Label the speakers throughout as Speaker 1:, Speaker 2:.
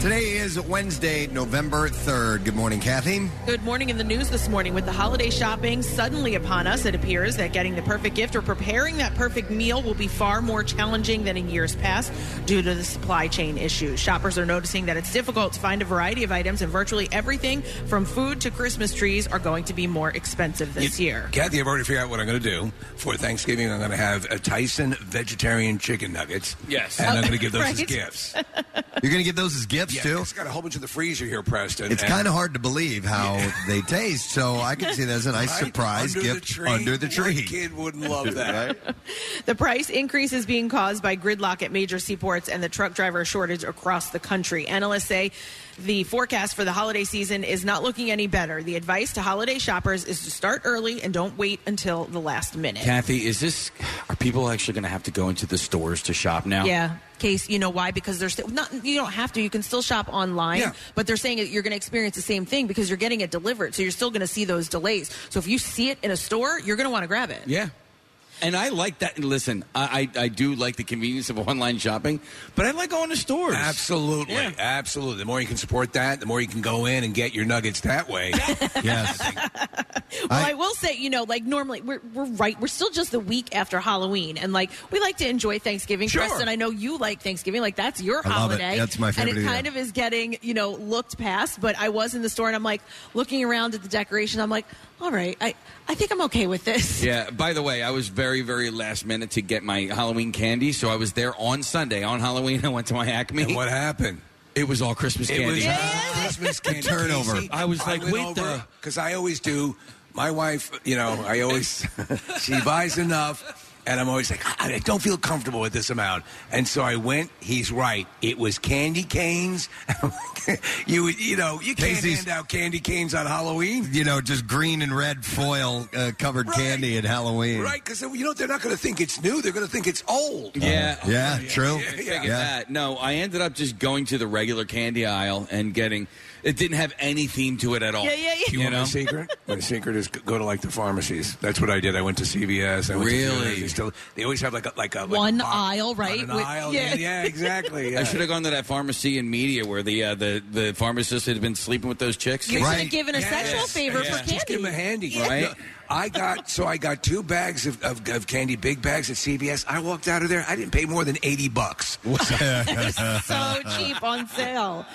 Speaker 1: Today is Wednesday, November 3rd. Good morning, Kathy.
Speaker 2: Good morning in the news this morning with the holiday shopping suddenly upon us. It appears that getting the perfect gift or preparing that perfect meal will be far more challenging than in years past due to the supply chain issues. Shoppers are noticing that it's difficult to find a variety of items and virtually everything from food to Christmas trees are going to be more expensive this year.
Speaker 3: Kathy, I've already figured out what I'm going to do for Thanksgiving. I'm going to have a Tyson vegetarian chicken nuggets.
Speaker 4: Yes.
Speaker 3: and I'm going to give those as
Speaker 2: Right.
Speaker 3: gifts.
Speaker 1: You're going to give those as gifts,
Speaker 3: Yeah,
Speaker 1: too?
Speaker 3: it's got a whole bunch in the freezer here, Preston.
Speaker 1: It's
Speaker 3: and-
Speaker 1: kind of hard to believe how they taste, so I can see that as a nice
Speaker 3: Right?
Speaker 1: surprise
Speaker 3: Under the
Speaker 1: gift
Speaker 3: tree?
Speaker 1: under the
Speaker 3: What
Speaker 1: tree.
Speaker 3: kid wouldn't love that.
Speaker 2: The price increase is being caused by gridlock at major seaports and the truck driver shortage across the country. Analysts say the forecast for the holiday season is not looking any better. The advice to holiday shoppers is to start early and don't wait until the last minute.
Speaker 4: Kathy, is this? Are people actually going to have to go into the stores to shop now?
Speaker 2: Yeah. Case, you know why? Because there's st- not. You don't have to. You can still shop online,
Speaker 3: Yeah.
Speaker 2: but they're saying that you're going to experience the same thing because you're getting it delivered. So you're still going to see those delays. So if you see it in a store, you're going to want to grab it.
Speaker 4: Yeah. And I like that. Listen, I, I I do like the convenience of online shopping, but I like going to stores.
Speaker 3: Absolutely,
Speaker 4: Yeah.
Speaker 3: absolutely. The more you can support that, the more you can go in and get your nuggets that way.
Speaker 1: Yes.
Speaker 5: Well,
Speaker 1: I-
Speaker 5: I, will say, you know, like normally we're, we're right. We're still just the week after Halloween, and like we like to enjoy Thanksgiving.
Speaker 3: Sure.
Speaker 5: Preston, I know you like Thanksgiving. Like that's your
Speaker 1: I love it.
Speaker 5: holiday.
Speaker 1: That's my favorite
Speaker 5: And it
Speaker 1: either.
Speaker 5: kind of is getting, you know, looked past. But I was in the store, and I'm like looking around at the decoration. I'm like, all right, I I think I'm okay with this.
Speaker 4: Yeah. By the way, I was very, very last minute to get my Halloween candy, so I was there on Sunday on Halloween. I went to my Acme.
Speaker 3: and what happened?
Speaker 4: It was all Christmas
Speaker 3: It
Speaker 4: candy.
Speaker 3: was Christmas candy.
Speaker 1: turnover.
Speaker 3: Casey.
Speaker 4: I was like, wait the-
Speaker 3: because I always do. My wife, you know, I always she buys enough, and I'm always like, I, I don't feel comfortable with this amount. And so I went. He's right. It was candy canes. you you know you can't
Speaker 1: Casey's-
Speaker 3: hand out candy canes on Halloween.
Speaker 1: you know, just green and red foil uh, covered
Speaker 3: Right.
Speaker 1: candy at Halloween.
Speaker 3: Right, because you know they're not going to think it's new. They're going to think it's old.
Speaker 4: Yeah.
Speaker 1: Yeah, true.
Speaker 3: yeah, yeah.
Speaker 4: Think of that. No, I ended up just going to the regular candy aisle and getting. It didn't have any theme to it at all.
Speaker 5: Yeah, yeah, yeah.
Speaker 3: You,
Speaker 4: You
Speaker 3: want
Speaker 4: know.
Speaker 3: my secret? my secret is g- go to like the pharmacies. That's what I did. I went to CVS. I went
Speaker 4: Really?
Speaker 3: To Sears. They still, they always have like a like a like
Speaker 5: One
Speaker 3: a box
Speaker 5: aisle,
Speaker 3: on
Speaker 5: right?
Speaker 3: an
Speaker 5: With-
Speaker 3: aisle. Yeah,
Speaker 5: yeah.
Speaker 3: yeah, exactly.
Speaker 4: I
Speaker 3: Yeah.
Speaker 4: should have gone to that pharmacy in media where the uh, the the pharmacist had been sleeping with those chicks.
Speaker 5: You're
Speaker 1: Right.
Speaker 5: gonna give an
Speaker 3: Yes,
Speaker 5: essential
Speaker 3: yes,
Speaker 5: favor
Speaker 3: yes.
Speaker 5: for candy.
Speaker 3: Just give him a handy,
Speaker 4: Right.
Speaker 3: I got so I got two bags of, of, of candy, big bags at CVS. I walked out of there. I didn't pay more than eighty bucks.
Speaker 2: so cheap on sale.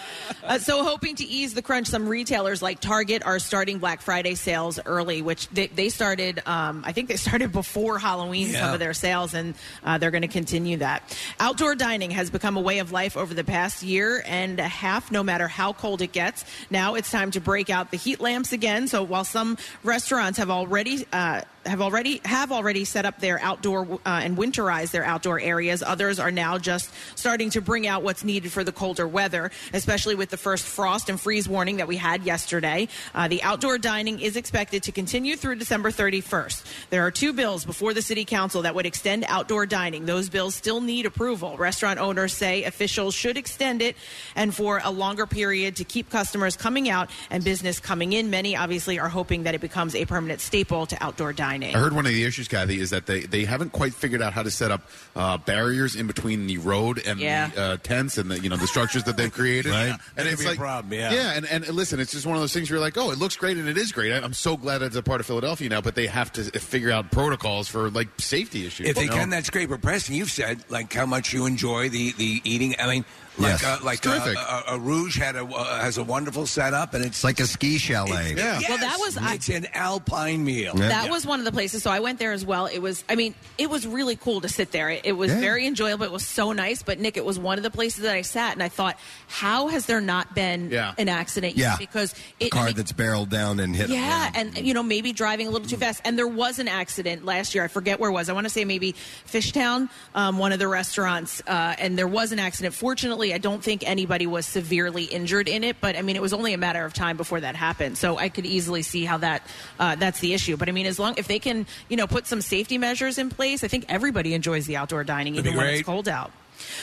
Speaker 2: Uh, so, hoping to ease the crunch, some retailers like Target are starting Black Friday sales early, which they, they started, um, I think they started before Halloween, some
Speaker 3: Yeah.
Speaker 2: of their sales, and uh, they're going to continue that. Outdoor dining has become a way of life over the past year and a half, no matter how cold it gets. Now it's time to break out the heat lamps again. So, while some restaurants have already uh, have already have already set up their outdoor uh, and winterized their outdoor areas. Others are now just starting to bring out what's needed for the colder weather, especially with the first frost and freeze warning that we had yesterday. Uh, the outdoor dining is expected to continue through December 31st. There are two bills before the city council that would extend outdoor dining. Those bills still need approval. Restaurant owners say officials should extend it and for a longer period to keep customers coming out and business coming in. Many obviously are hoping that it becomes a permanent staple to outdoor dining.
Speaker 6: I heard one of the issues, Kathy, is that they, they haven't quite figured out how to set up uh, barriers in between the road and
Speaker 2: Yeah.
Speaker 6: the uh, tents and the you know the structures that they've created.
Speaker 1: Right.
Speaker 6: And
Speaker 3: That'd
Speaker 6: it's
Speaker 3: be a
Speaker 6: like
Speaker 3: problem, yeah.
Speaker 6: yeah. And and listen, it's just one of those things where you're like, oh, it looks great and it is great. I, I'm so glad it's a part of Philadelphia now, but they have to figure out protocols for like safety issues.
Speaker 3: If they
Speaker 6: you know?
Speaker 3: can, that's great. But Preston, you've said like how much you enjoy the the eating. I mean,
Speaker 1: Yes.
Speaker 3: like uh, like
Speaker 6: It's terrific.
Speaker 3: uh, uh, uh, Rouge had a uh, has a wonderful setup, and it's
Speaker 1: It's like a ski chalet.
Speaker 6: Yeah.
Speaker 3: Yes,
Speaker 5: Well, that was- I-
Speaker 3: it's an alpine meal.
Speaker 5: That was one of the places. So I went there as well. It was, I mean, it was really cool to sit there. It, it was
Speaker 1: Yeah.
Speaker 5: very enjoyable. It was so nice. But Nick, it was one of the places that I sat and I thought, how has there not been
Speaker 6: Yeah.
Speaker 5: an accident?
Speaker 1: Yeah.
Speaker 5: yet? because
Speaker 1: A
Speaker 5: it,
Speaker 1: car
Speaker 5: and it-
Speaker 1: that's barreled down and hit.
Speaker 5: yeah, and you know maybe driving a little too fast. And there was an accident last year. I forget where it was. I want to say maybe Fishtown, um, one of the restaurants, uh, and there was an accident. Fortunately, I don't think anybody was severely injured in it. But I mean, it was only a matter of time before that happened. So I could easily see how that uh, that's the issue. But I mean, as long if they can, you know, put some safety measures in place, I think everybody enjoys the outdoor dining,
Speaker 3: That'd be
Speaker 5: even when it's
Speaker 3: great.
Speaker 2: cold out.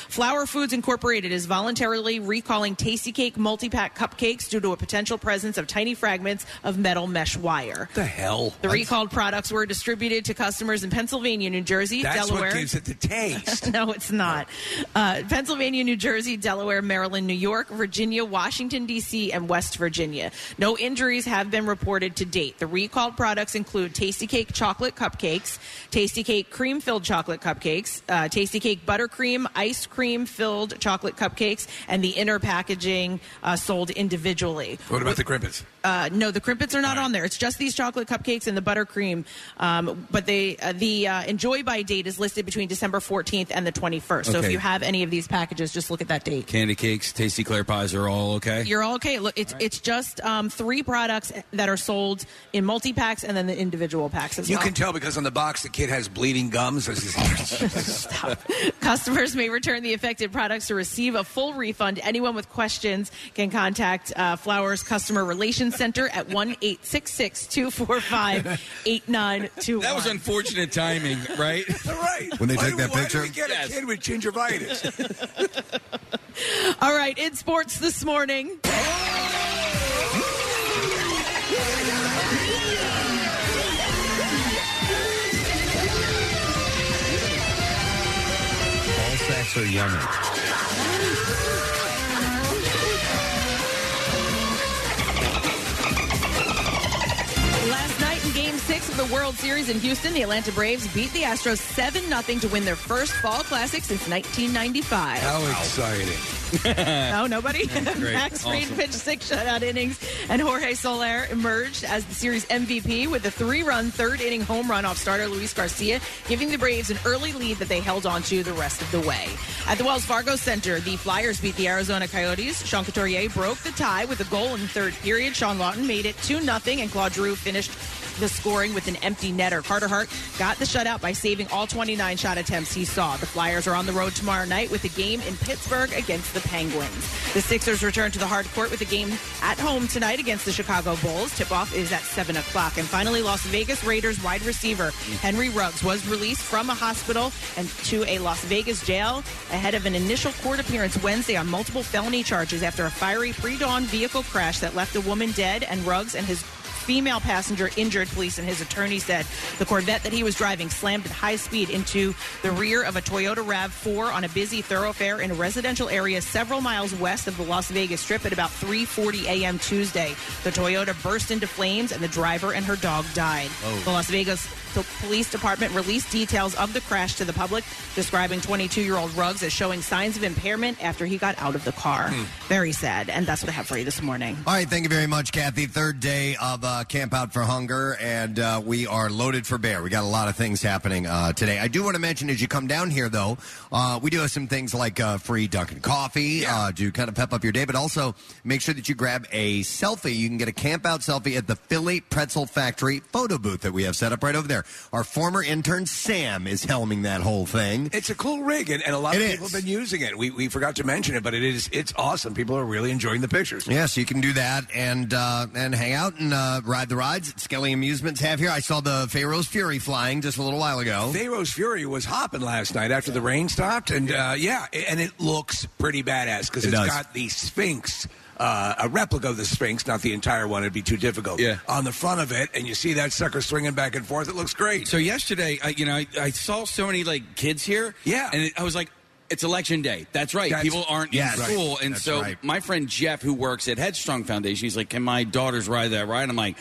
Speaker 2: Flower Foods Incorporated is voluntarily recalling Tasty Cake multi-pack cupcakes due to a potential presence of tiny fragments of metal mesh wire.
Speaker 3: the hell?
Speaker 2: The recalled products were distributed to customers in Pennsylvania, New Jersey,
Speaker 3: That's
Speaker 2: Delaware.
Speaker 3: what gives it the taste.
Speaker 2: No, it's not. Uh, Pennsylvania, New Jersey, Delaware, Maryland, New York, Virginia, Washington, D.C., and West Virginia. No injuries have been reported to date. The recalled products include Tasty Cake chocolate cupcakes, Tasty Cake cream filled chocolate cupcakes, uh, Tasty Cake buttercream, ice cream filled chocolate cupcakes, and the inner packaging uh, sold individually.
Speaker 3: what about the crimpets?
Speaker 2: Uh, no, the crimpets are not on there. It's just these chocolate cupcakes and the buttercream. Um, but they, uh, the uh, enjoy by date is listed between December 14th and the 21st. So if
Speaker 4: Okay.
Speaker 2: you have any of these packages, just look at that date.
Speaker 4: Candy cakes, tasty Claire pies are all okay.
Speaker 2: You're all okay. Look, it's it's just um, three products that are sold in multi packs and then the individual packs as
Speaker 3: You
Speaker 2: well.
Speaker 3: can tell because on the box the kid has bleeding gums. This is-
Speaker 2: Customers may return the affected products to receive a full refund. Anyone with questions can contact uh, Flowers Customer Relations Center at 1 245 8921.
Speaker 4: that was unfortunate timing, right?
Speaker 3: right.
Speaker 1: When they
Speaker 3: Why
Speaker 1: take
Speaker 3: do-
Speaker 1: that
Speaker 3: why do
Speaker 1: picture?
Speaker 3: we get
Speaker 4: Yes.
Speaker 3: a kid with gingivitis.
Speaker 2: All right, in sports this morning.
Speaker 7: All sacks are yummy.
Speaker 2: Last night in Game 6 of the World Series in Houston, the Atlanta Braves beat the Astros 7-0 to win their first fall classic since 1995.
Speaker 3: How exciting!
Speaker 2: No, Oh, nobody. Max Fried
Speaker 4: Awesome.
Speaker 2: pitched six shutout innings, and Jorge Soler emerged as the series MVP with a three-run third-inning home run off starter Luis Garcia, giving the Braves an early lead that they held on to the rest of the way. At the Wells Fargo Center, the Flyers beat the Arizona Coyotes. Sean Couturier broke the tie with a goal in the third period. Sean Lawton made it 2-0, and Claude Giroux finished the scoring with an empty netter. Carter Hart got the shutout by saving all 29 shot attempts he saw. The Flyers are on the road tomorrow night with a game in Pittsburgh against the Penguins. The Sixers return to the hard court with a game at home tonight against the Chicago Bulls. Tip-off is at 7 o'clock. And finally, Las Vegas Raiders wide receiver Henry Ruggs was released from a hospital and to a Las Vegas jail ahead of an initial court appearance Wednesday on multiple felony charges after a fiery pre-dawn vehicle crash that left a woman dead and Ruggs and his female passenger injured, police and his attorney said. The Corvette that he was driving slammed at high speed into the rear of a Toyota RAV4 on a busy thoroughfare in a residential area several miles west of the Las Vegas Strip at about 3.40 a.m. Tuesday. The Toyota burst into flames and the driver and her dog died. The Las Vegas the Police Department released details of the crash to the public, describing 22-year-old Ruggs as showing signs of impairment after he got out of the car. Very sad, and that's what I have for you this morning.
Speaker 1: All right, thank you very much, Kathy. Third day of uh, Camp Out for Hunger, and uh, we are loaded for bear. We got a lot of things happening uh, today. I do want to mention as you come down here, though, uh, we do have some things like uh, free Dunkin' coffee uh, to kind of pep up your day, but also make sure that you grab a selfie. You can get a Camp Out selfie at the Philly Pretzel Factory photo booth that we have set up right over there. Our former intern Sam is helming that whole thing.
Speaker 3: It's a cool rig, and, and a lot of
Speaker 1: It
Speaker 3: people
Speaker 1: is.
Speaker 3: have been using it. We, we forgot to mention it, but it is it's awesome. People are really enjoying the pictures.
Speaker 1: Yes, you can do that and uh, and hang out and uh, ride the rides that Skelly Amusements have here. I saw the Pharaoh's Fury flying just a little while ago.
Speaker 3: Pharaoh's Fury was hopping last night after the rain stopped, and uh, yeah, a- and it looks pretty badass because
Speaker 1: It
Speaker 3: it's
Speaker 1: does.
Speaker 3: got the Sphinx, uh, a replica of the Sphinx, not the entire one. It'd be too difficult.
Speaker 4: Yeah.
Speaker 3: on the front of it, and you see that sucker swinging back and forth. It looks great.
Speaker 4: So yesterday, I, you know, I, I saw so many like kids here.
Speaker 3: Yeah.
Speaker 4: and it, I was like, "It's election day." That's right.
Speaker 3: That's-
Speaker 4: People aren't
Speaker 1: Yes.
Speaker 4: in
Speaker 1: Right.
Speaker 4: school, and
Speaker 1: That's
Speaker 4: so
Speaker 1: right.
Speaker 4: my friend Jeff, who works at Headstrong Foundation, he's like, "Can my daughters ride that ride?" I'm like,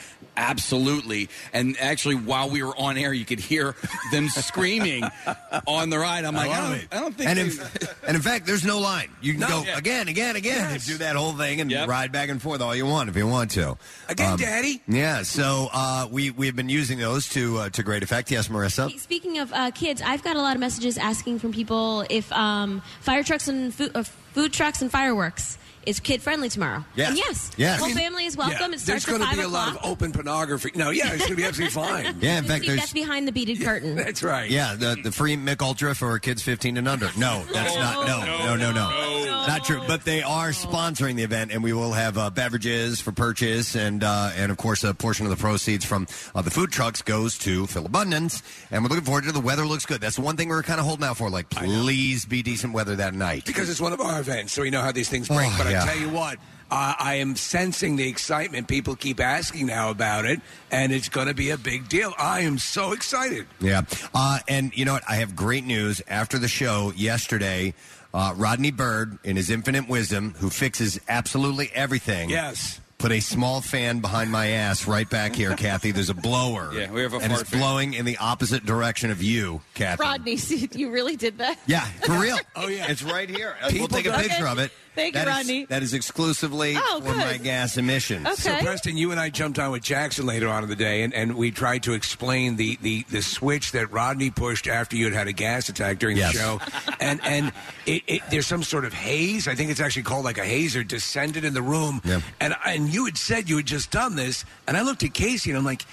Speaker 4: "Absolutely!" And actually, while we were on air, you could hear them screaming on the ride. I'm like, oh, I,
Speaker 1: love
Speaker 4: don't,
Speaker 1: it.
Speaker 4: I don't think."
Speaker 1: And in,
Speaker 4: they-
Speaker 1: and in fact, there's no line. You can
Speaker 3: No.
Speaker 1: go again, again, again.
Speaker 3: Yes.
Speaker 1: Do that whole thing and
Speaker 4: Yep.
Speaker 1: ride back and forth all you want if you want to.
Speaker 3: Again,
Speaker 1: Um,
Speaker 3: Daddy.
Speaker 1: Yeah, so uh, we we've been using those to uh, to great effect. Yes, Marissa.
Speaker 8: Speaking of uh, kids, I've got a lot of messages asking from people if um, fire trucks and food, uh, food trucks and fireworks is kid friendly tomorrow.
Speaker 1: Yes.
Speaker 8: And yes.
Speaker 1: Yes.
Speaker 8: Whole
Speaker 1: I mean,
Speaker 8: family is welcome.
Speaker 3: Yeah.
Speaker 8: It
Speaker 3: There's
Speaker 8: starts
Speaker 3: going
Speaker 8: at
Speaker 3: to
Speaker 8: five
Speaker 3: be a lot
Speaker 8: o'clock.
Speaker 3: of open pornography. No, yeah, it's going to be absolutely fine.
Speaker 1: Yeah, in
Speaker 8: You
Speaker 1: fact,
Speaker 8: see, that's
Speaker 1: there's
Speaker 8: behind the beaded curtain.
Speaker 3: That's right.
Speaker 1: yeah the the free Mick Ultra for kids 15 and under. No, that's not. No, no, no, no.
Speaker 8: No.
Speaker 1: Not true, but they are sponsoring the event, and we will have uh, beverages for purchase, and uh, and of course a portion of the proceeds from uh, the food trucks goes to Phil Abundance, and we're looking forward to it. the weather. Looks good. That's the one thing we were kind of holding out for. Like, please be decent weather that night.
Speaker 3: because it's one of our events, so we know how these things break.
Speaker 1: Oh,
Speaker 3: but
Speaker 1: yeah.
Speaker 3: I tell you what, uh, I am sensing the excitement. People keep asking now about it, and it's going to be a big deal. I am so excited.
Speaker 1: Yeah. Uh, and you know what? I have great news. After the show yesterday, uh, Rodney Bird, in his infinite wisdom, who fixes absolutely everything.
Speaker 3: Yes.
Speaker 1: Put a small fan behind my ass right back here, Kathy. There's a blower.
Speaker 4: Yeah, we have a
Speaker 1: And
Speaker 4: fart
Speaker 1: it's
Speaker 4: fan.
Speaker 1: blowing in the opposite direction of you, Kathy.
Speaker 9: Rodney, see, you really did that?
Speaker 1: Yeah, for real.
Speaker 3: Oh, yeah.
Speaker 1: It's right here.
Speaker 3: People
Speaker 1: we'll take a
Speaker 3: don't-
Speaker 1: picture of it.
Speaker 9: Thank you,
Speaker 1: That is-
Speaker 9: Rodney.
Speaker 1: that is exclusively
Speaker 9: Oh,
Speaker 1: for
Speaker 9: good.
Speaker 1: my gas emissions.
Speaker 9: Okay.
Speaker 3: So, Preston, you and I jumped on with Jackson later on in the day, and, and we tried to explain the, the, the switch that Rodney pushed after you had had a gas attack during
Speaker 1: Yes.
Speaker 3: the show. And and it, it, there's some sort of haze. I think it's actually called like a haze or descended in the room.
Speaker 4: oh.
Speaker 1: Yeah.
Speaker 3: And, and you had said you had just done this, and I looked at Casey and I'm like,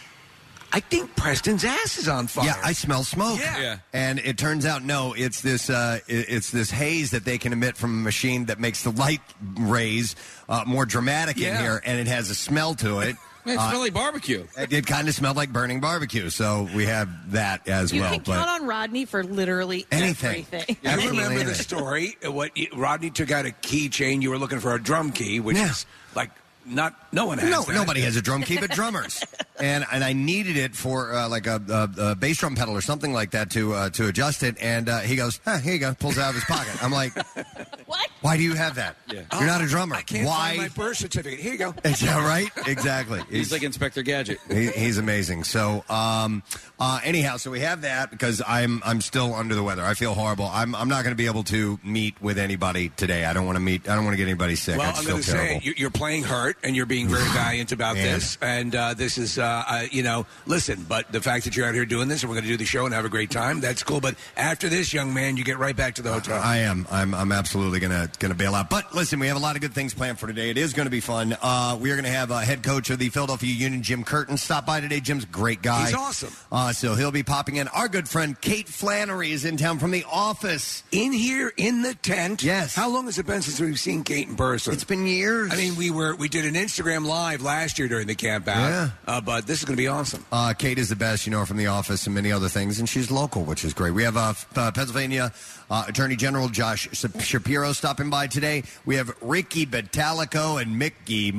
Speaker 3: I think Preston's ass is on fire.
Speaker 1: Yeah, I smell smoke.
Speaker 3: Yeah.
Speaker 4: Yeah.
Speaker 1: And it turns out no, it's this uh, i- it's this haze that they can emit from a machine that makes the light rays uh, more dramatic in
Speaker 3: Yeah.
Speaker 1: here, and it has a smell to it.
Speaker 4: Man, it's
Speaker 1: Uh,
Speaker 4: really barbecue.
Speaker 1: it kind of smelled like burning barbecue, so we have that as
Speaker 9: You
Speaker 1: well.
Speaker 9: can count on Rodney for literally
Speaker 1: Anything.
Speaker 9: everything.
Speaker 1: Yeah.
Speaker 3: I remember
Speaker 1: Absolutely.
Speaker 3: the story. uh, What you- Rodney took out a keychain. You were looking for a drum key, which
Speaker 1: Yeah.
Speaker 3: is like not no one has.
Speaker 1: no,
Speaker 3: that.
Speaker 1: nobody has a drum key but drummers, and and I needed it for uh, like a, a, a bass drum pedal or something like that to uh, to adjust it. And uh, he goes, huh, "Here you go," pulls it out of his pocket. I'm like,
Speaker 9: What?
Speaker 1: "Why do you have that? You're not a drummer.
Speaker 3: Oh, I can't
Speaker 1: Why?
Speaker 3: find my birth certificate. Here you go.
Speaker 1: yeah, right. Exactly.
Speaker 4: He's like Inspector Gadget.
Speaker 1: He, he's amazing. So, um, uh, anyhow, so we have that because I'm I'm still under the weather. I feel horrible. I'm I'm not going to be able to meet with anybody today. I don't want to meet. I don't want to get anybody sick. I
Speaker 3: Well,
Speaker 1: just
Speaker 3: I'm
Speaker 1: feel
Speaker 3: going to say
Speaker 1: terrible.
Speaker 3: you- you're playing hurt, and you're being very valiant about
Speaker 1: Man.
Speaker 3: this. And uh, this is, uh, uh, you know, listen. But the fact that you're out here doing this, and we're going to do the show and have a great time, that's cool. But after this, young man, you get right back to the hotel.
Speaker 1: I am. I'm. I'm absolutely gonna gonna bail out. But listen, we have a lot of good things planned for today. It is going to be fun. Uh, we are going to have uh, head coach of the Philadelphia Union, Jim Curtin, stop by today. Jim's a great guy.
Speaker 3: He's awesome.
Speaker 1: Uh, so he'll be popping in. Our good friend Kate Flannery is in town from the office.
Speaker 3: in here, in the tent.
Speaker 1: Yes.
Speaker 3: How long has it been since we've seen Kate in person?
Speaker 1: It's been years.
Speaker 3: I mean, we were we did an Instagram live last year during the camp out.
Speaker 1: Yeah.
Speaker 3: Uh, but this is going to be awesome.
Speaker 1: Uh, Kate is the best, you know, her from The Office and many other things, and she's local, which is great. We have uh, F- uh, Pennsylvania uh, Attorney General Josh Sh- Shapiro stopping by today. We have Ricky Batalico and Mickey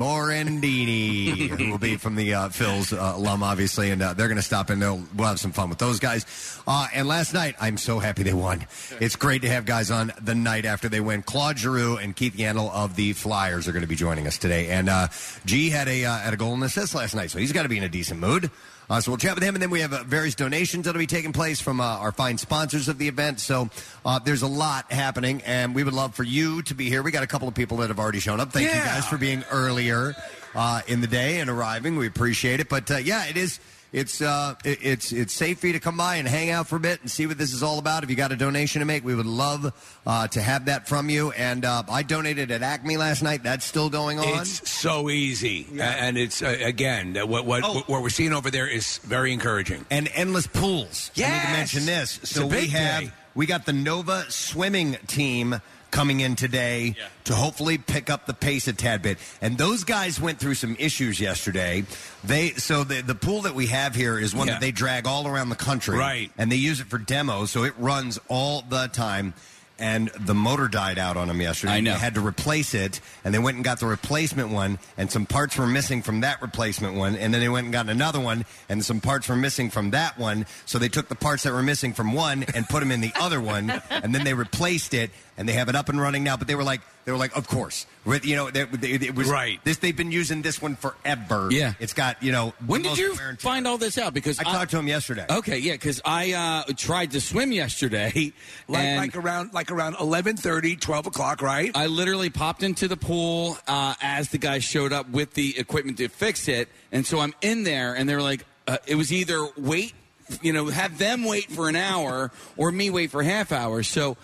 Speaker 1: Morandini, who will be from the uh, Phil's uh, alum, obviously, and uh, they're going to stop in. They'll, we'll have some fun with those guys. Uh, and last night, I'm so happy they won. It's great to have guys on the night after they win. Claude Giroux and Keith Yandel of the Flyers are going to be joining us today. And uh, G had a uh, had a goal and assist last night, so he's got to be in a decent mood. Uh, so we'll chat with him, and then we have uh, various donations that'll be taking place from uh, our fine sponsors of the event. So uh, there's a lot happening, and we would love for you to be here. We got a couple of people that have already shown up. Thank you
Speaker 3: Yeah.
Speaker 1: guys for being earlier uh, in the day and arriving. We appreciate it. But uh, yeah, it is. It's uh, it- it's it's safe for you to come by and hang out for a bit and see what this is all about. If you got a donation to make, we would love uh, to have that from you. And uh, I donated at Acme last night. That's still going on.
Speaker 3: It's so easy, A- and it's uh, again uh, what what what we're seeing over there is very encouraging.
Speaker 1: and endless pools. I need to
Speaker 3: Yes!
Speaker 1: mention this.
Speaker 3: It's
Speaker 1: So
Speaker 3: a
Speaker 1: we
Speaker 3: big
Speaker 1: have
Speaker 3: day.
Speaker 1: we got the Nova swimming team coming in today to hopefully pick up the pace a tad bit. And those guys went through some issues yesterday. They so the the pool that we have here is one
Speaker 3: Yeah.
Speaker 1: that they drag all around the country,
Speaker 3: Right.
Speaker 1: And they use it for demos, so it runs all the time. And the motor died out on them yesterday.
Speaker 4: I know.
Speaker 1: They had to replace it, and they went and got the replacement one, and some parts were missing from that replacement one, and then they went and got another one, and some parts were missing from that one. So they took the parts that were missing from one and put them in the other one, and then they replaced it, and they have it up and running now. But they were like, they were like, of course, With- you know, they, they, it was
Speaker 3: Right.
Speaker 1: This they've been using this one forever.
Speaker 4: Yeah.
Speaker 1: it's got you know.
Speaker 4: When
Speaker 1: the
Speaker 4: did
Speaker 1: most
Speaker 4: you
Speaker 1: wear and tear.
Speaker 4: find all this out? Because
Speaker 1: I talked to him yesterday.
Speaker 4: Okay, yeah, because I uh, tried to swim yesterday.
Speaker 3: Like,
Speaker 4: and
Speaker 3: like around like around 11.30, 12 o'clock, right?
Speaker 4: I literally popped into the pool uh, as the guy showed up with the equipment to fix it, and so I'm in there, and they were like, uh, it was either wait, you know, have them wait for an hour or me wait for half hour. So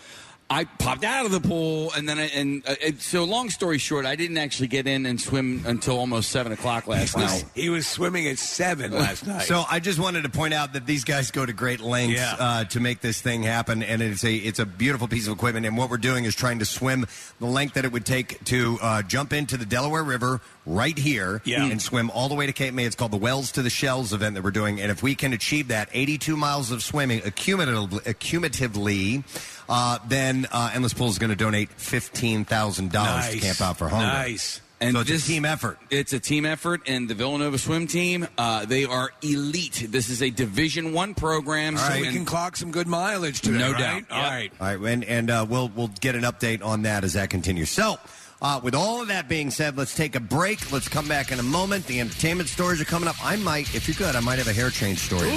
Speaker 4: I popped out of the pool, and then I, and uh, it, so long story short, I didn't actually get in and swim until almost seven o'clock last night.
Speaker 3: He was swimming at seven last night.
Speaker 1: So I just wanted to point out that these guys go to great lengths
Speaker 3: Yeah.
Speaker 1: uh, to make this thing happen, and it's a it's a beautiful piece of equipment. And what we're doing is trying to swim the length that it would take to uh, jump into the Delaware River right here
Speaker 3: Yeah.
Speaker 1: and swim all the way to Cape May. It's called the Wells to the Shells event that we're doing, and if we can achieve that 82 miles of swimming accumulatively, accumulatively uh, then uh, Endless Pool is going to donate fifteen thousand dollars to Camp Out for Hunger.
Speaker 3: Nice.
Speaker 4: And
Speaker 1: So it's
Speaker 4: this-
Speaker 1: a team effort.
Speaker 4: It's a team effort, and the Villanova swim team, uh, they are elite. This is a Division One program.
Speaker 3: So
Speaker 4: so-
Speaker 3: we
Speaker 4: and-
Speaker 3: can clock some good mileage today.
Speaker 4: No
Speaker 3: right?
Speaker 4: doubt.
Speaker 3: All
Speaker 4: Yep.
Speaker 3: right.
Speaker 1: All right, and, and uh, we'll we'll get an update on that as that continues. So, uh, with all of that being said, let's take a break. Let's come back in a moment. The entertainment stories are coming up. I might, if you're good, I might have a hair change story.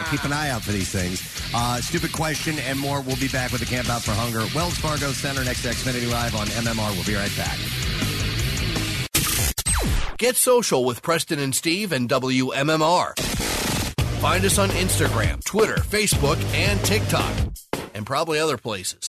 Speaker 1: I keep an eye out for these things. Uh, stupid question and more. We'll be back with the Camp Out for Hunger, Wells Fargo Center, next to Xfinity Live on MMR. We'll be right back.
Speaker 10: Get social with Preston and Steve and WMMR. Find us on Instagram, Twitter, Facebook, and TikTok, and probably other places.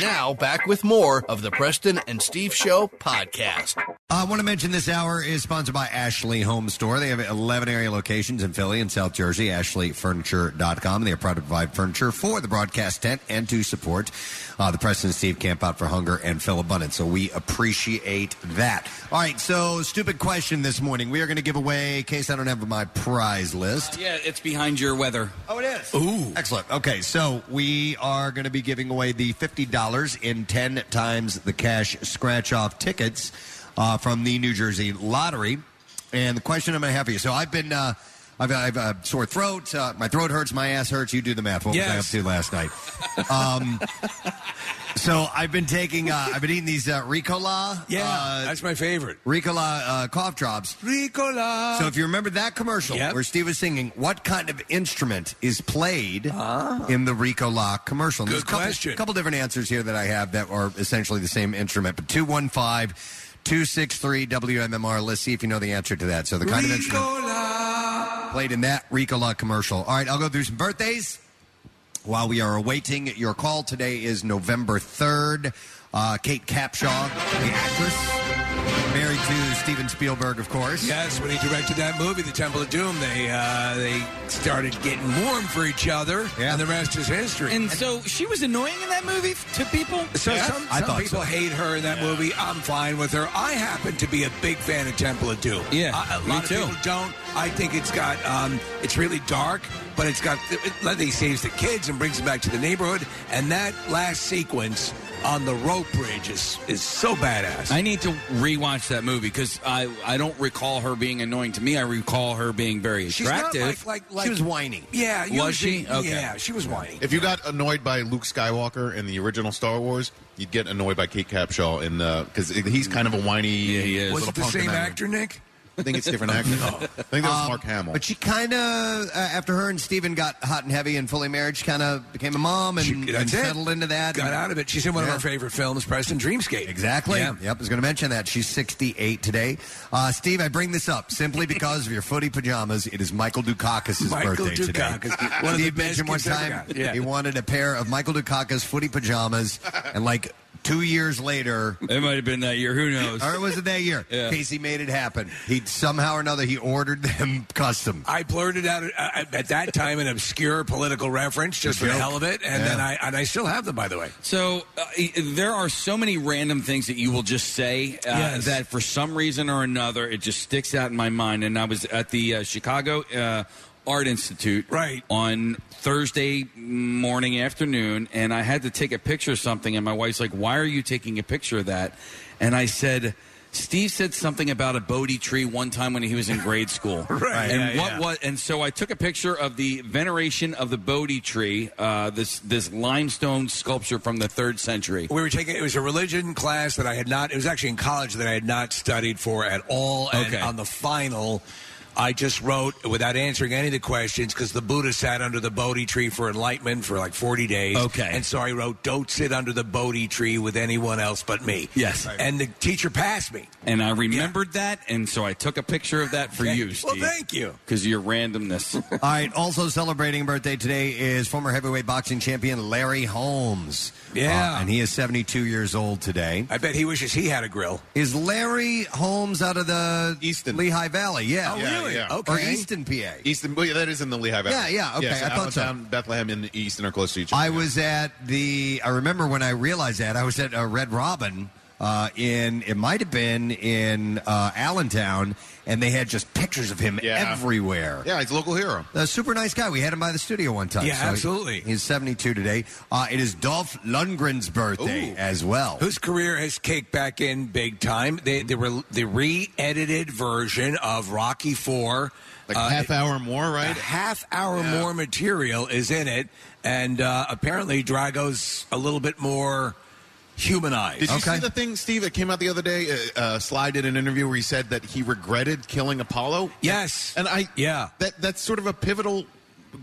Speaker 10: Now, back with more of the Preston and Steve Show podcast.
Speaker 1: I want to mention this hour is sponsored by Ashley Home Store. They have 11 area locations in Philly and South Jersey, ashleyfurniture.com. They are proud to provide furniture for the broadcast tent and to support uh, the President Steve Camp Out for Hunger and Phil Abundance. So we appreciate that. All right, so stupid question this morning. We are going to give away, in case I don't have my prize list.
Speaker 4: yeah, it's behind your weather.
Speaker 1: Oh, it is. Ooh. Excellent. Okay, so we are going to be giving away the $50 in 10 times the cash scratch off tickets uh, from the New Jersey Lottery. And the question I'm going to have for you so I've been, uh, I've, I've uh, sore throat, uh, my throat hurts, my ass hurts. You do the math. What
Speaker 3: Yes.
Speaker 1: was I up to last night? um, so I've been taking, uh, I've been eating these uh, Ricola.
Speaker 3: Yeah,
Speaker 1: Uh,
Speaker 3: that's my favorite.
Speaker 1: Ricola uh, cough drops.
Speaker 3: Ricola.
Speaker 1: So if you remember that commercial
Speaker 3: Yep.
Speaker 1: where Steve was singing, what kind of instrument is played in the Rico La commercial? And
Speaker 3: Ah. Good
Speaker 1: there's a couple,
Speaker 3: question.
Speaker 1: couple different answers here that I have that are essentially the same instrument, but 215 263 WMMR. Let's see if you know the answer to that. So the kind of instrument
Speaker 3: Ricola.
Speaker 1: played in that Rico La commercial. All right, I'll go through some birthdays. While we are awaiting your call, today is November 3rd. Uh, Kate Capshaw, the actress, married to Steven Spielberg, of course.
Speaker 3: Yes, when he directed that movie, The Temple of Doom, they uh, they started getting warm for each other,
Speaker 1: Yeah.
Speaker 3: and the rest is history.
Speaker 4: And so she was annoying in that movie f- to people.
Speaker 3: so some,
Speaker 1: I
Speaker 3: some
Speaker 1: thought
Speaker 3: people
Speaker 1: so.
Speaker 3: hate her in that movie. I'm fine with her. I happen to be a big fan of Temple of Doom.
Speaker 4: Yeah,
Speaker 3: I, a
Speaker 4: me
Speaker 3: lot of
Speaker 4: too.
Speaker 3: people don't. I think it's got um, it's really dark, but it's got it, it, he saves the kids and brings them back to the neighborhood. And that last sequence on the rope bridge is is so badass.
Speaker 4: I need to rewatch that movie because I I don't recall her being annoying to me. I recall her being very
Speaker 3: She's not
Speaker 4: attractive.
Speaker 3: like, like like
Speaker 1: she was whiny.
Speaker 3: Yeah,
Speaker 4: Was
Speaker 3: usually-
Speaker 4: she? Okay.
Speaker 3: Yeah, she was whiny.
Speaker 6: If you got annoyed by Luke Skywalker in the original Star Wars, you'd get annoyed by Kate Capshaw in because he's kind of a whiny. Yeah,
Speaker 4: he is.
Speaker 3: Was it the same Um, actor, Nick?
Speaker 6: I think it's a different actor. I think that was Mark Hamill.
Speaker 1: Um, But she kind of, uh, after her and Steven got hot and heavy and fully married, she kind of became a mom and,
Speaker 3: She-
Speaker 1: and
Speaker 3: that's it.
Speaker 1: settled into that.
Speaker 3: Got out of it. She's in one
Speaker 1: Yeah.
Speaker 3: of our favorite films, Preston Dreamscape.
Speaker 1: Exactly.
Speaker 3: Yeah.
Speaker 1: Yep, I was going to mention that. She's 68 today. Uh, Steve, I bring this up simply because of your footy pajamas. It is Michael Dukakis'
Speaker 3: Michael
Speaker 1: birthday today.
Speaker 3: Dukakis, one of the
Speaker 1: Steve
Speaker 3: best
Speaker 1: mentioned one
Speaker 3: gifts I ever
Speaker 1: time
Speaker 3: got. Yeah.
Speaker 1: he wanted a pair of Michael Dukakis footy pajamas, and like two years later,
Speaker 4: it might have been that year. Who knows?
Speaker 1: or was it that year?
Speaker 4: Yeah.
Speaker 1: Casey made it happen. He somehow or another he ordered them custom.
Speaker 3: I blurted out uh, at that time an obscure political reference just for the
Speaker 1: joke.
Speaker 3: hell of it, and
Speaker 1: Yeah.
Speaker 3: then I and I still have them, by the way.
Speaker 4: So uh, e- there are so many random things that you will just say uh,
Speaker 3: Yes.
Speaker 4: that for some reason or another it just sticks out in my mind. And I was at the uh, Chicago uh, Art Institute
Speaker 3: Right.
Speaker 4: on Thursday morning afternoon, and I had to take a picture of something, and my wife's like, "Why are you taking a picture of that?" And I said. Steve said something about a Bodhi tree one time when he was in grade school.
Speaker 3: Right,
Speaker 4: And
Speaker 3: yeah,
Speaker 4: what
Speaker 3: yeah.
Speaker 4: was and so I took a picture of the veneration of the Bodhi tree, uh, this this limestone sculpture from the third century.
Speaker 3: We were taking it was a religion class that I had not. It was actually in college that I had not studied for at all. And
Speaker 4: Okay.
Speaker 3: on the final, I just wrote without answering any of the questions because the Buddha sat under the Bodhi tree for enlightenment for like forty days.
Speaker 4: Okay.
Speaker 3: and so I wrote, "Don't sit under the Bodhi tree with anyone else but me."
Speaker 4: Yes.
Speaker 3: and the teacher passed me.
Speaker 4: And I remembered that, and so I took a picture of that for you,
Speaker 3: Well,
Speaker 4: Steve.
Speaker 3: thank you.
Speaker 4: Because of your randomness.
Speaker 1: All right. Also celebrating birthday today is former heavyweight boxing champion Larry Holmes.
Speaker 3: Yeah.
Speaker 1: Uh, and he is 72 years old today.
Speaker 3: I bet he wishes he had a grill.
Speaker 1: Is Larry Holmes out of the
Speaker 6: Easton.
Speaker 1: Lehigh Valley? Yeah.
Speaker 6: Oh, really? Yeah, yeah.
Speaker 1: Or
Speaker 3: Okay.
Speaker 1: Easton, PA.
Speaker 6: Easton, well, yeah, that is in the Lehigh Valley.
Speaker 1: Yeah, yeah, okay,
Speaker 6: Yes,
Speaker 1: I thought so.
Speaker 6: Allentown, Bethlehem, and Easton are close to each other.
Speaker 1: I
Speaker 6: yeah.
Speaker 1: was at the. I remember when I realized that I was at uh, Red Robin uh, in. It might have been in uh, Allentown, and they had just pictures of him
Speaker 6: Yeah.
Speaker 1: everywhere.
Speaker 6: Yeah, he's a local hero.
Speaker 1: A super nice guy. We had him by the studio one time.
Speaker 3: Yeah, absolutely.
Speaker 1: He's 72 today. Uh, it is Dolph Lundgren's birthday
Speaker 6: Ooh.
Speaker 1: as well.
Speaker 3: whose career has kicked back in big time. They they were the re-edited version of Rocky Four.
Speaker 6: Like half hour more,
Speaker 3: A
Speaker 6: right?
Speaker 3: half hour
Speaker 6: Yeah.
Speaker 3: more material is in it, and uh, apparently Drago's a little bit more humanized.
Speaker 6: Did you
Speaker 1: Okay.
Speaker 6: see the thing, Steve, that came out the other day? Uh, uh, Sly did an interview where he said that he regretted killing Apollo.
Speaker 3: Yes.
Speaker 6: and I
Speaker 3: Yeah.
Speaker 6: that that's sort of a pivotal,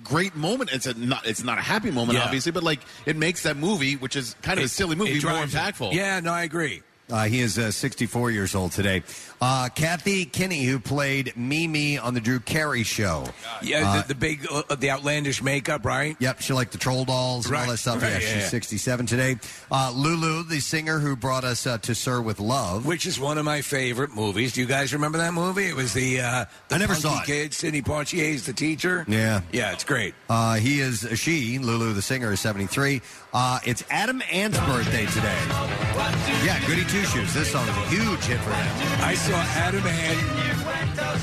Speaker 6: great moment. It's a not it's not a happy moment,
Speaker 3: Yeah.
Speaker 6: obviously, but like it makes that movie, which is kind of a silly movie,
Speaker 3: It
Speaker 6: more
Speaker 3: drives it.
Speaker 6: impactful.
Speaker 3: Yeah, no, I agree.
Speaker 1: Uh, he is uh, 64 years old today. Uh, Kathy Kinney, who played Mimi on the Drew Carey show.
Speaker 3: Yeah, the, the big, uh, the outlandish makeup, right?
Speaker 1: Yep, she liked the troll dolls and all
Speaker 3: Right,
Speaker 1: that stuff.
Speaker 3: right,
Speaker 1: yeah,
Speaker 3: yeah,
Speaker 1: she's
Speaker 3: yeah.
Speaker 1: 67 today. Uh, Lulu, the singer who brought us uh, to Sir with Love.
Speaker 3: Which is one of my favorite movies. Do you guys remember that movie? It was the uh, the
Speaker 1: I never
Speaker 3: punky
Speaker 1: saw it.
Speaker 3: kid, Sidney Poitier is the teacher.
Speaker 1: Yeah.
Speaker 3: yeah, it's great.
Speaker 1: Uh, he is, she, Lulu, the singer, is 73. Uh, it's Adam Ant's birthday today. Yeah, Goody Two Shoes. This song is a huge hit for him.
Speaker 3: I saw Adam and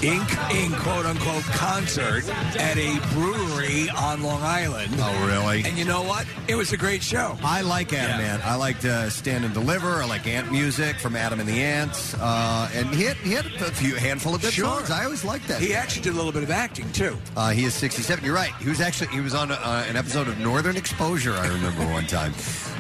Speaker 3: Inc. in quote unquote concert at a brewery on Long Island.
Speaker 1: Oh, really?
Speaker 3: And you know what? It was a great show.
Speaker 1: I like Adam
Speaker 3: Yeah.
Speaker 1: Ant. I liked uh, Stand and Deliver. I like Ant music from Adam and the Ants. Uh, and he had, he had a few handful of good
Speaker 3: Sure.
Speaker 1: songs. I always liked that.
Speaker 3: He actually did a little bit of acting too.
Speaker 1: Uh, he is 67. You're right. He was actually he was on uh, an episode of Northern Exposure. I remember one time.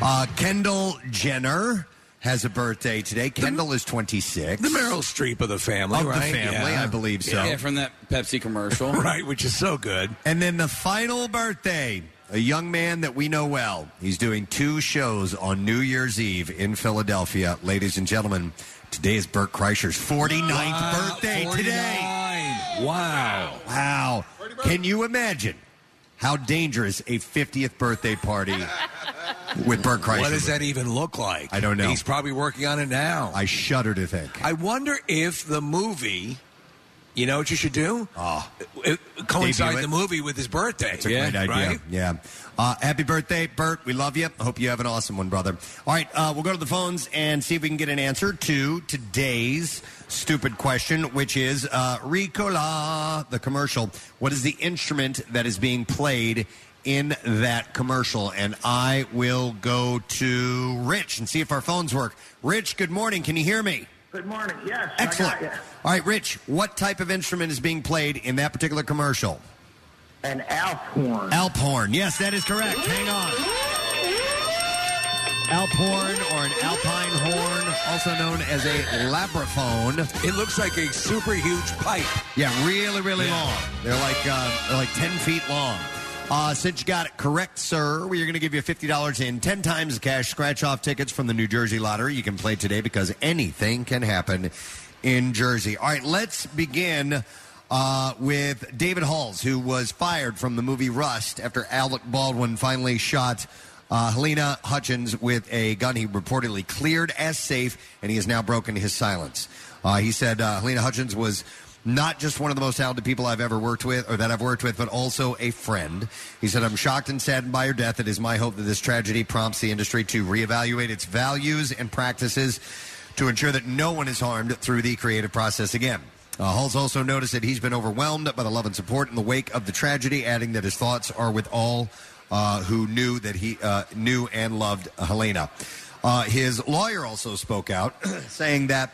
Speaker 1: Uh, Kendall Jenner has a birthday today. Kendall is 26.
Speaker 3: The Meryl Streep of the family,
Speaker 1: of
Speaker 3: right?
Speaker 1: the family,
Speaker 3: Yeah.
Speaker 1: I believe so.
Speaker 4: yeah, from that Pepsi commercial.
Speaker 3: Right, which is so good.
Speaker 1: And then the final birthday, a young man that we know well. He's doing two shows on New Year's Eve in Philadelphia, ladies and gentlemen. Today is Burt Kreischer's 49th birthday today.
Speaker 3: 49. Wow.
Speaker 1: Wow. Can you imagine how dangerous a 50th birthday party with Burt Kreischer?
Speaker 3: What does
Speaker 1: would
Speaker 3: that even look like?
Speaker 1: I don't know.
Speaker 3: He's probably working on it now.
Speaker 1: be? I shudder to think.
Speaker 3: I wonder if the movie, you know what you should do?
Speaker 1: Ah.
Speaker 3: It- coincide
Speaker 1: Debut it.
Speaker 3: the movie with his birthday. It's
Speaker 1: Great idea.
Speaker 3: Right?
Speaker 1: Yeah. Uh, happy birthday, Bert. We love you. I hope you have an awesome one, brother. All right, uh, we'll go to the phones and see if we can get an answer to today's stupid question, which is uh, Ricola, the commercial. What is the instrument that is being played in that commercial? And I will go to Rich and see if our phones work. Rich, good morning. Can you hear me?
Speaker 11: Good morning. Yes. I
Speaker 1: Excellent.
Speaker 11: got ya.
Speaker 1: All right, Rich, what type of instrument is being played in that particular commercial?
Speaker 11: An alp horn.
Speaker 1: Alp horn. Yes, that is correct. Hang on. Alp horn or an alpine horn, also known as a labraphone.
Speaker 3: It looks like a super huge pipe.
Speaker 1: Yeah, really, really long. They're like uh, they're like ten feet long. Uh, since you got it correct, sir, we are going to give you fifty dollars in ten times cash scratch-off tickets from the New Jersey Lottery. You can play today because anything can happen in Jersey. All right, let's begin uh, with David Halls, who was fired from the movie Rust after Alec Baldwin finally shot. Uh, Helena Hutchins with a gun he reportedly cleared as safe, and he has now broken his silence. Uh, he said uh, Helena Hutchins was not just one of the most talented people I've ever worked with or that I've worked with, but also a friend. He said, I'm shocked and saddened by her death. It is my hope that this tragedy prompts the industry to reevaluate its values and practices to ensure that no one is harmed through the creative process again. Uh, Hulls also noticed that he's been overwhelmed by the love and support in the wake of the tragedy, adding that his thoughts are with all uh, who knew that he uh, knew and loved Helena. Uh, his lawyer also spoke out, saying that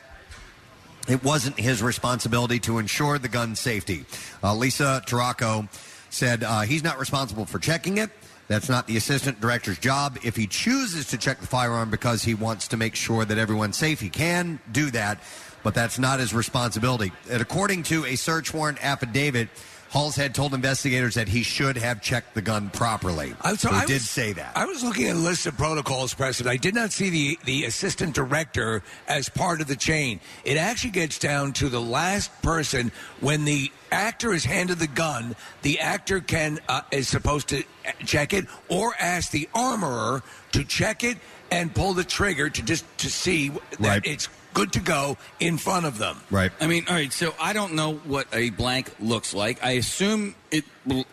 Speaker 1: It wasn't his responsibility to ensure the gun's safety. Uh, Lisa Taraco said uh, he's not responsible for checking it. That's not the assistant director's job. If he chooses to check the firearm because he wants to make sure that everyone's safe, he can do that, but that's not his responsibility. And according to a search warrant affidavit, Hallshead told investigators that he should have checked the gun properly.
Speaker 3: I- so
Speaker 1: he
Speaker 3: I
Speaker 1: did
Speaker 3: was-
Speaker 1: say that.
Speaker 3: I was looking at a list of protocols, President. I did not see the, the assistant director as part of the chain. It actually gets down to the last person when the actor is handed the gun. The actor can uh, is supposed to uh, check it or ask the armorer to check it and pull the trigger to just to see that it's good to go in front of them.
Speaker 1: Right.
Speaker 4: I mean, all right. So I don't know what a blank looks like. I assume it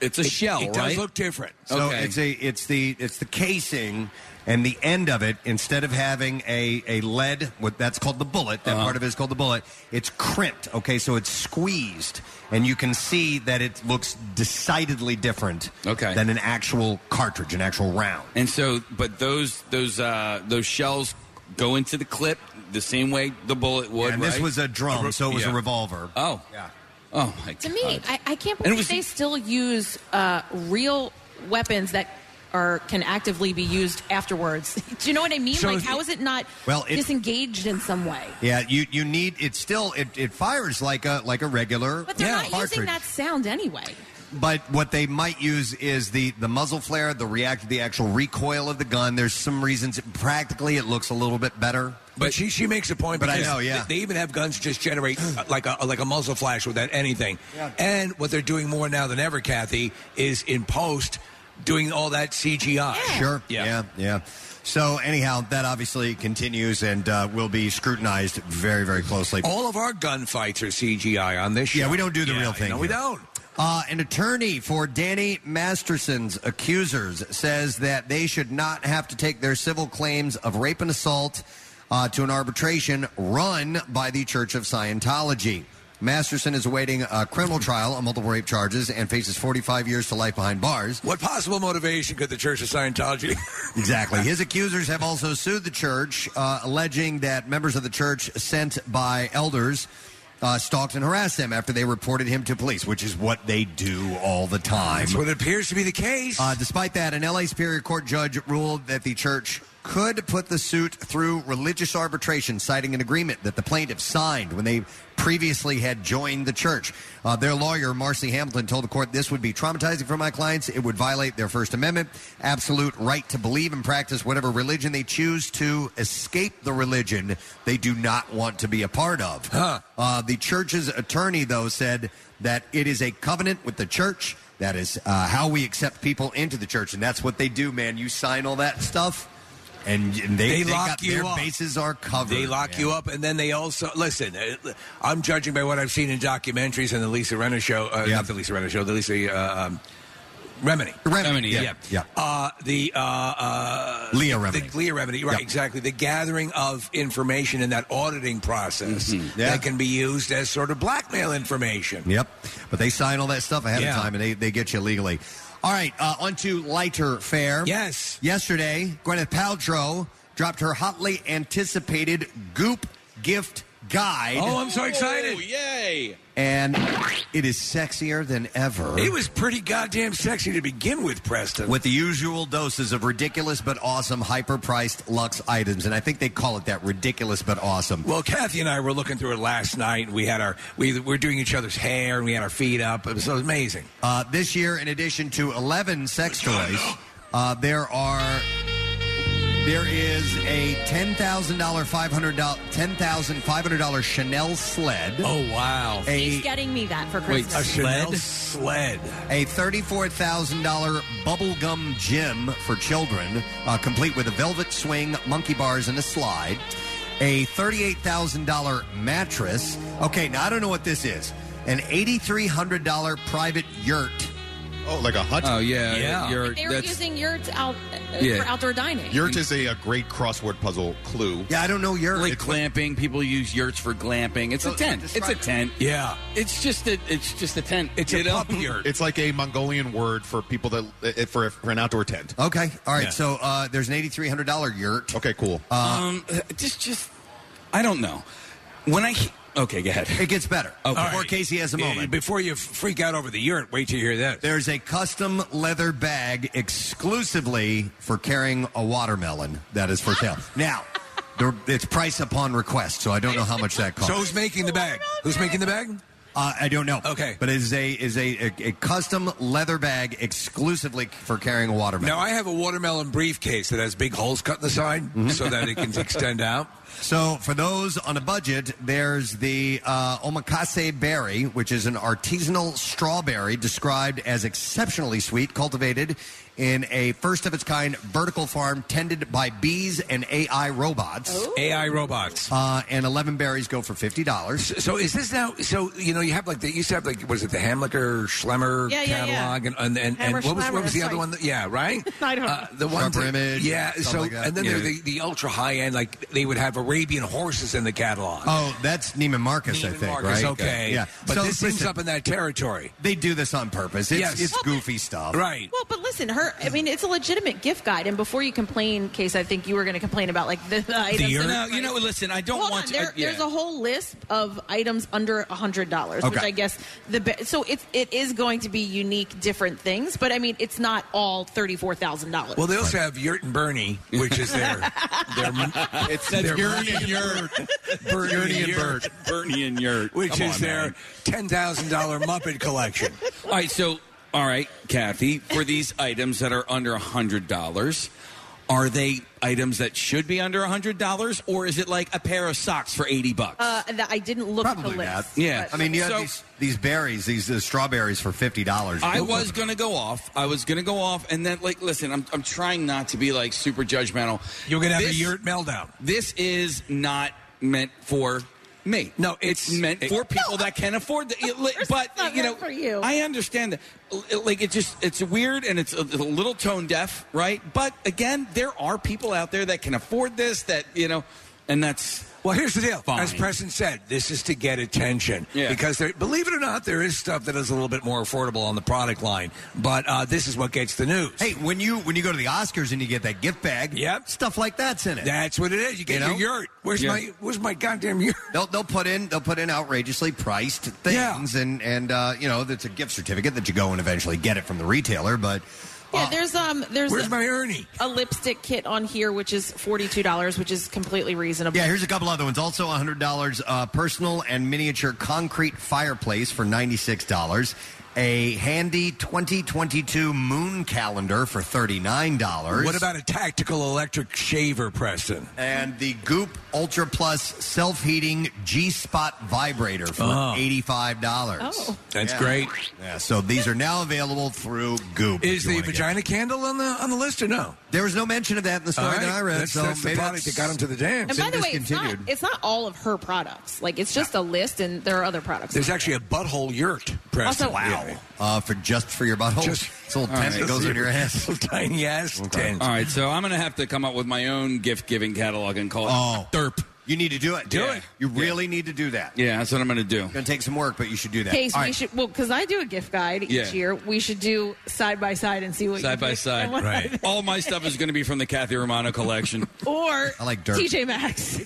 Speaker 4: it's a shell,
Speaker 3: it does
Speaker 4: right?
Speaker 3: look different.
Speaker 1: So
Speaker 4: okay.
Speaker 1: it's a it's the it's the casing and the end of it. Instead of having a a lead, what that's called the bullet.
Speaker 4: Uh-huh.
Speaker 1: That part of it is called the bullet. It's crimped. Okay, so it's squeezed, and you can see that it looks decidedly different.
Speaker 4: Okay.
Speaker 1: than an actual cartridge, an actual round.
Speaker 4: And so, but those those uh, those shells go into the clip the same way the bullet would.
Speaker 1: and this
Speaker 4: right?
Speaker 1: was a drum,
Speaker 4: re-
Speaker 1: so it was
Speaker 4: yeah.
Speaker 1: a revolver.
Speaker 4: Oh, yeah. Oh my
Speaker 9: To
Speaker 4: God.
Speaker 1: Uh,
Speaker 9: me, I, I can't
Speaker 4: And it
Speaker 9: believe
Speaker 4: was-
Speaker 9: they still use uh, real weapons that are can actively be used afterwards. Do you know what I mean?
Speaker 1: So
Speaker 9: like,
Speaker 1: if
Speaker 9: how
Speaker 1: you-
Speaker 9: is it not
Speaker 1: Well, it-
Speaker 9: disengaged in some way?
Speaker 1: Yeah, you you need it still. It, it fires like a like a regular.
Speaker 9: But they're not
Speaker 1: cartridge.
Speaker 9: using that sound anyway.
Speaker 1: But what they might use is the, the muzzle flare, the react, the actual recoil of the gun. There's some reasons. Practically, it looks a little bit better.
Speaker 3: But she she makes a point.
Speaker 1: But I
Speaker 3: because
Speaker 1: know, yeah.
Speaker 3: They, they even have guns that just generate uh, like a like a muzzle flash without anything. And what they're doing more now than ever, Kathy, is in post doing all that CGI.
Speaker 1: Sure. Yeah. yeah. So anyhow, that obviously continues and uh, will be scrutinized very, very closely.
Speaker 3: All of our gunfights are CGI on this show.
Speaker 1: Yeah, we don't do the real thing.
Speaker 3: No, we
Speaker 1: here.
Speaker 3: don't.
Speaker 1: Uh, an attorney for Danny Masterson's accusers says that they should not have to take their civil claims of rape and assault uh, to an arbitration run by the Church of Scientology. Masterson is awaiting a criminal trial on multiple rape charges and faces 45 years to life behind bars.
Speaker 3: What possible motivation could the Church of Scientology?
Speaker 1: Exactly. His accusers have also sued the church, uh, alleging that members of the church sent by elders uh, stalked and harassed them after they reported him to police, which is what they do all the time.
Speaker 3: That's what appears to be the case.
Speaker 1: Uh, despite that, an LA Superior Court judge ruled that the church could put the suit through religious arbitration, citing an agreement that the plaintiff signed when they previously had joined the church. Uh, their lawyer, Marcy Hamilton, told the court this would be traumatizing for my clients. It would violate their First Amendment absolute right to believe and practice whatever religion they choose to escape the religion they do not want to be a part of. Uh, the church's attorney, though, said that it is a covenant with the church. That is uh, how we accept people into the church, and that's what they do, man. You sign all that stuff, and y- and they,
Speaker 3: They
Speaker 1: they
Speaker 3: lock
Speaker 1: got-
Speaker 3: you
Speaker 1: their
Speaker 3: up.
Speaker 1: bases are covered.
Speaker 3: They lock
Speaker 1: man.
Speaker 3: you up, and then they also listen. uh, I'm judging by what I've seen in documentaries and the Lisa Renner show. Uh, Not the Lisa Renner show. The Lisa uh, um, Remini.
Speaker 1: Remini, yeah. Yeah.
Speaker 3: Uh, the uh, uh,
Speaker 1: Leah
Speaker 3: Remini. The Leah Remini. Right. Exactly. The gathering of information in that auditing process
Speaker 1: Mm-hmm.
Speaker 3: that can be used as sort of blackmail information.
Speaker 1: Yep. But they sign all that stuff ahead
Speaker 3: Yeah.
Speaker 1: of time, and they, they get you legally. All right, uh, on to lighter fare.
Speaker 3: Yes.
Speaker 1: Yesterday, Gwyneth Paltrow dropped her hotly anticipated Goop gift guide.
Speaker 3: Oh, I'm so excited!
Speaker 4: yay!
Speaker 1: And it is sexier than ever.
Speaker 3: It was pretty goddamn sexy to begin with, Preston.
Speaker 1: with the usual doses of ridiculous but awesome hyper-priced luxe items, and I think they call it that: ridiculous but awesome.
Speaker 3: Well, Kathy and I were looking through it last night. We had our we were doing each other's hair and we had our feet up. It was, it was amazing.
Speaker 1: Uh, this year, in addition to 11 sex toys, uh, there are there is a $10,000 $500 $10,500 Chanel sled.
Speaker 3: Oh wow!
Speaker 1: A
Speaker 9: He's getting me that for
Speaker 1: Wait,
Speaker 9: Christmas.
Speaker 3: A Chanel sled.
Speaker 1: a $34,000 bubblegum gym for children, uh, complete with a velvet swing, monkey bars, and a slide. A $38,000 mattress. Okay, now I don't know what this is. An $8,300 private yurt.
Speaker 6: Oh, like a hut?
Speaker 4: Oh yeah,
Speaker 6: Yeah.
Speaker 4: You're,
Speaker 9: They were
Speaker 4: that's-
Speaker 9: using yurts out uh,
Speaker 4: Yeah.
Speaker 9: for outdoor dining.
Speaker 6: Yurt is a, a great crossword puzzle clue.
Speaker 1: Yeah, I don't know yurt.
Speaker 4: like glamping. People use yurts for glamping. It's a tent. It's a tent.
Speaker 3: Yeah.
Speaker 4: It's just a it's just a tent.
Speaker 3: It's
Speaker 4: you
Speaker 3: a
Speaker 4: know?
Speaker 3: pup yurt.
Speaker 6: It's like a Mongolian word for people that uh, for for an outdoor tent.
Speaker 1: Okay, all right.
Speaker 6: Yeah.
Speaker 1: So uh, there's an eighty-three hundred dollar yurt. Uh,
Speaker 6: Okay, cool.
Speaker 4: um, just just I don't know. When I he- Okay, go ahead.
Speaker 1: It gets better.
Speaker 3: Okay.
Speaker 1: Before Casey has a moment.
Speaker 3: Before you freak out over the urine, wait till you hear this.
Speaker 1: There's a custom leather bag exclusively for carrying a watermelon that is for sale. Now, there- it's price upon request, so I don't know how much that costs.
Speaker 3: So who's making the bag? Who's making the bag?
Speaker 1: Uh, I don't know. Okay, but it is a is a, a, a custom leather bag exclusively for carrying a watermelon.
Speaker 3: Now I have a watermelon briefcase that has big holes cut in the side
Speaker 1: Mm-hmm.
Speaker 3: so that it can extend out.
Speaker 1: So for those on a budget, there's the uh, omakase berry, which is an artisanal strawberry described as exceptionally sweet, cultivated in a first of its kind vertical farm tended by bees and AI robots.
Speaker 3: AI robots.
Speaker 1: Uh, and 11 berries go for $50.
Speaker 3: So is this now? So you know you have like they used to have like was it the Hamlicker Schlemmer
Speaker 1: Yeah, yeah, yeah.
Speaker 3: catalog and and, and,
Speaker 1: Hammer
Speaker 3: and what was
Speaker 1: Schlemmer,
Speaker 3: what was the
Speaker 1: that's
Speaker 3: other
Speaker 1: right.
Speaker 3: one? Yeah, right. Uh,
Speaker 1: I don't know.
Speaker 3: the ones
Speaker 1: Sharper
Speaker 3: that-
Speaker 1: Image,
Speaker 3: Yeah. So
Speaker 1: something like that.
Speaker 3: and then
Speaker 1: Yeah.
Speaker 3: there the, the ultra high end like they would have Arabian horses in the catalog.
Speaker 1: Oh, that's Neiman Marcus, I think,
Speaker 3: Marcus,
Speaker 1: right?
Speaker 3: okay.
Speaker 1: Yeah.
Speaker 3: But
Speaker 1: So
Speaker 3: this seems
Speaker 1: listen,
Speaker 3: up in that territory.
Speaker 1: They do this on purpose. It's,
Speaker 3: Yes.
Speaker 1: it's
Speaker 3: Well, but-
Speaker 1: goofy stuff.
Speaker 3: Right.
Speaker 9: Well, but listen, her. I mean, it's a legitimate gift guide, and before you complain, case I think you were going to complain about like the, the items. that are
Speaker 4: No, you
Speaker 9: priced-
Speaker 4: know, listen, I don't
Speaker 9: Hold
Speaker 4: want
Speaker 9: on,
Speaker 4: to.
Speaker 9: there,
Speaker 4: uh, yeah.
Speaker 9: there's a whole list of items under hundred dollars, which
Speaker 4: Okay.
Speaker 9: I guess the be- so it it is going to be unique, different things. But I mean, it's not all thirty four thousand dollars.
Speaker 3: Well, they also have Yurt and Bernie, which is their their.
Speaker 9: It says Yurt and
Speaker 3: Yurt, Bernie
Speaker 4: Yurt and
Speaker 3: and Bert,
Speaker 4: Bernie and Yurt,
Speaker 3: which
Speaker 4: Come
Speaker 3: is
Speaker 4: on,
Speaker 3: their
Speaker 4: man.
Speaker 3: ten thousand dollar Muppet collection.
Speaker 4: All right, so all right, Kathy, for these items that are under hundred dollars, are they items that should be under hundred dollars, or is it like a pair of socks for eighty bucks?
Speaker 9: Uh, that I didn't look at the list.
Speaker 4: Yeah.
Speaker 1: I mean, you have
Speaker 4: So-
Speaker 1: these, these berries, these uh, strawberries for $50.
Speaker 4: I was gonna go off. I was gonna go off, and then like, listen, I'm I'm trying not to be like super judgmental.
Speaker 3: You're gonna have a
Speaker 4: This-
Speaker 3: Yurt meltdown.
Speaker 4: This is not meant for me. No, it's, meant
Speaker 3: it-
Speaker 4: for people that can afford the. it- but you know, for you. I understand that. L- Like it just, it's weird and it's a, it's a little tone deaf, right? But again, there are people out there that can afford this. That you know, and that's
Speaker 3: Well, here's the deal.
Speaker 4: Fine.
Speaker 3: As Preston said, this is to get attention.
Speaker 4: Yeah.
Speaker 3: Because there, believe it or not, there is stuff that is a little bit more affordable on the product line. But uh, this is what gets the news.
Speaker 1: Hey, when you when you go to the Oscars and you get that gift bag,
Speaker 3: yep.
Speaker 1: stuff like that's in it.
Speaker 3: That's what it is. You get your yurt. Where's my where's my goddamn yurt?
Speaker 1: They'll they'll put in they'll put in outrageously priced things and and uh, you know it's a gift certificate that you go and eventually get it from the retailer, but
Speaker 9: Yeah, there's um, there's
Speaker 1: Where's
Speaker 9: a,
Speaker 1: my Ernie?
Speaker 9: A lipstick kit on here, which is forty two dollars, which is completely reasonable.
Speaker 1: Yeah, here's a couple other ones. Also, $100 uh, personal and miniature concrete fireplace for $96. A handy 2022 moon calendar for $39.
Speaker 3: What about a tactical electric shaver, Preston?
Speaker 1: And the Goop Ultra Plus self heating G Spot vibrator for
Speaker 3: Oh.
Speaker 1: $85. Oh.
Speaker 3: That's great.
Speaker 1: Yeah, so these are now available through Goop. if
Speaker 3: Is
Speaker 1: you
Speaker 3: the
Speaker 1: wanna get
Speaker 3: vagina candle on the on the list or no?
Speaker 1: There was no mention of that in the
Speaker 9: story that I read,
Speaker 3: That's,
Speaker 1: so
Speaker 3: that's the
Speaker 1: maybe
Speaker 3: product
Speaker 1: that's-
Speaker 3: that got him to the dance.
Speaker 9: And by the way, it's not, it's not all of her products. Like it's just a list, and there are other products.
Speaker 3: There's actually a butthole yurt. Preston.
Speaker 9: Also- Wow.
Speaker 1: Uh, for just for your butthole.
Speaker 3: Just-
Speaker 1: it's a little tent that goes in your ass.
Speaker 3: tiny ass tent.
Speaker 4: All right, so I'm gonna have to come up with my own gift giving catalog and call it
Speaker 1: Oh.
Speaker 4: Derp.
Speaker 1: You need to do it.
Speaker 4: Do it.
Speaker 1: You really need to do that.
Speaker 4: Yeah, that's what I'm gonna do.
Speaker 1: Gonna take some work, but you should do that.
Speaker 9: Case
Speaker 1: All
Speaker 9: we
Speaker 1: right.
Speaker 9: should well because I do a gift guide each
Speaker 4: Yeah.
Speaker 9: year. We should do side by side and see what you
Speaker 4: Side by
Speaker 9: pick
Speaker 4: side,
Speaker 9: and what I pick.
Speaker 4: All my stuff is going to be from the Kathy Romano collection.
Speaker 9: Or
Speaker 1: I like dirt.
Speaker 9: TJ Maxx.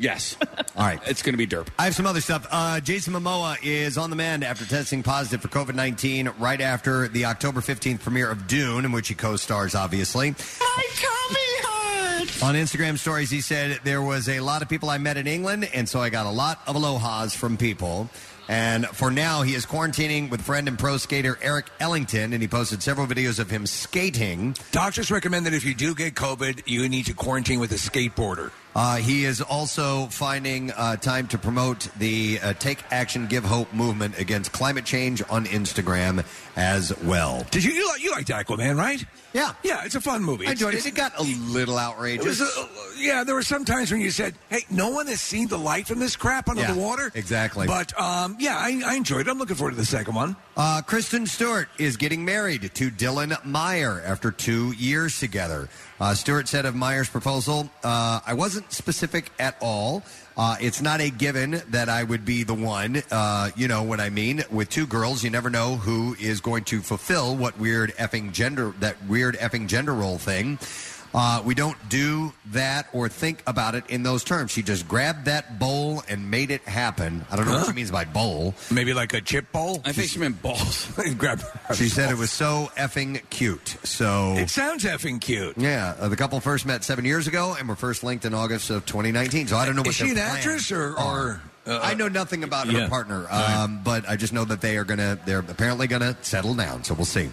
Speaker 4: Yes.
Speaker 1: All right.
Speaker 4: It's going to be derp.
Speaker 1: I have some other stuff. Uh, Jason Momoa is on the mend after testing positive for COVID 19 right after the October 15th premiere of Dune, in which he co stars, obviously.
Speaker 12: My tummy hurts.
Speaker 1: On Instagram stories, he said, There was a lot of people I met in England, and so I got a lot of alohas from people. And for now, he is quarantining with friend and pro skater Eric Ellington, and he posted several videos of him skating.
Speaker 3: Doctors recommend that if you do get COVID, you need to quarantine with a skateboarder.
Speaker 1: Uh, he is also finding uh, time to promote the uh, Take Action, Give Hope movement against climate change on Instagram as well.
Speaker 3: Did you you like, you liked Aquaman, right?
Speaker 1: Yeah,
Speaker 3: yeah. It's a fun movie.
Speaker 1: I enjoyed
Speaker 3: It's-
Speaker 1: it. It got a little
Speaker 3: It
Speaker 1: outrageous.
Speaker 3: was a, yeah, there were some times when you said, "Hey, no one has seen the light from this crap under
Speaker 1: Yeah,
Speaker 3: the water."
Speaker 1: exactly.
Speaker 3: But um, yeah, I, I enjoyed it. I'm looking forward to the second one.
Speaker 1: Uh, Kristen Stewart is getting married to Dylan Meyer after two years together. Uh, Stewart said of Meyer's proposal, uh, I wasn't specific at all. Uh, it's not a given that I would be the one. Uh, you know what I mean? With two girls, you never know who is going to fulfill what weird effing gender, that weird effing gender role thing. Uh, we don't do that or think about it in those terms. She just grabbed that bowl and made it happen. I don't know what she means by bowl.
Speaker 3: Maybe like a chip bowl? I think she meant balls. Grab
Speaker 1: She said it was so effing cute. So
Speaker 3: It sounds effing cute.
Speaker 1: Yeah, uh, the couple first met seven years ago and were first linked in August of 2019. So I don't know what
Speaker 3: Is
Speaker 1: their
Speaker 3: she an
Speaker 1: plans
Speaker 3: actress or-
Speaker 1: are.
Speaker 3: or, uh,
Speaker 1: I know nothing about
Speaker 3: yeah.
Speaker 1: her partner, um, but I just know that they are gonna. They're apparently gonna settle down. So we'll see.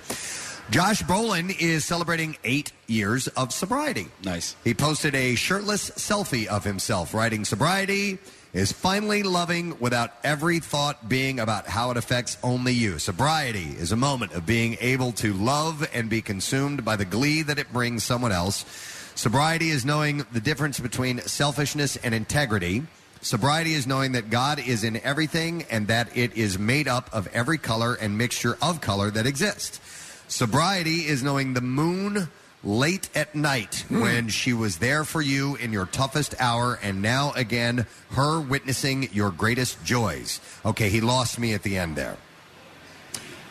Speaker 1: Josh Brolin is celebrating eight years of sobriety. Nice. He posted a shirtless selfie of himself, writing, "Sobriety is finally loving without every thought being about how it affects only you. Sobriety is a moment of being able to love and be consumed by the glee that it brings someone else. Sobriety is knowing the difference between selfishness and integrity." Sobriety is knowing that God is in everything and that it is made up of every color and mixture of color that exists. Sobriety is knowing the moon late at night
Speaker 4: Hmm.
Speaker 1: when she was there for you in your toughest hour and now again her witnessing your greatest joys. Okay, he lost me at the end there.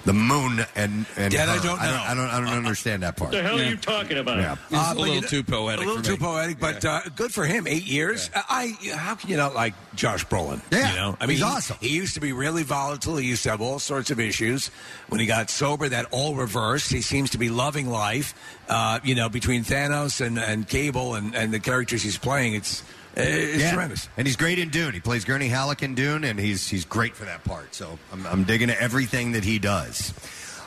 Speaker 1: The moon and, and
Speaker 3: That I
Speaker 1: her.
Speaker 3: don't know.
Speaker 1: I don't, I don't, understand that part.
Speaker 3: What the hell are you
Speaker 1: talking
Speaker 3: about?
Speaker 4: It's a
Speaker 3: Uh, but
Speaker 4: little
Speaker 3: you-
Speaker 4: too poetic
Speaker 3: A little
Speaker 4: for me.
Speaker 3: too poetic, but uh, good for him. Eight years. Uh, I. I- How can you not like Josh Brolin? Yeah, you know, I mean,
Speaker 1: he's
Speaker 3: he-
Speaker 1: awesome.
Speaker 3: He used to be really volatile. He used to have all sorts of issues. When he got sober, that all reversed. He seems to be loving life. Uh, you know, between Thanos and and Cable and and the characters he's playing, it's Uh, it's
Speaker 1: Yeah.
Speaker 3: tremendous.
Speaker 1: And he's great in Dune. He plays Gurney Halleck in Dune, and he's he's great for that part. So I'm, I'm digging everything that he does.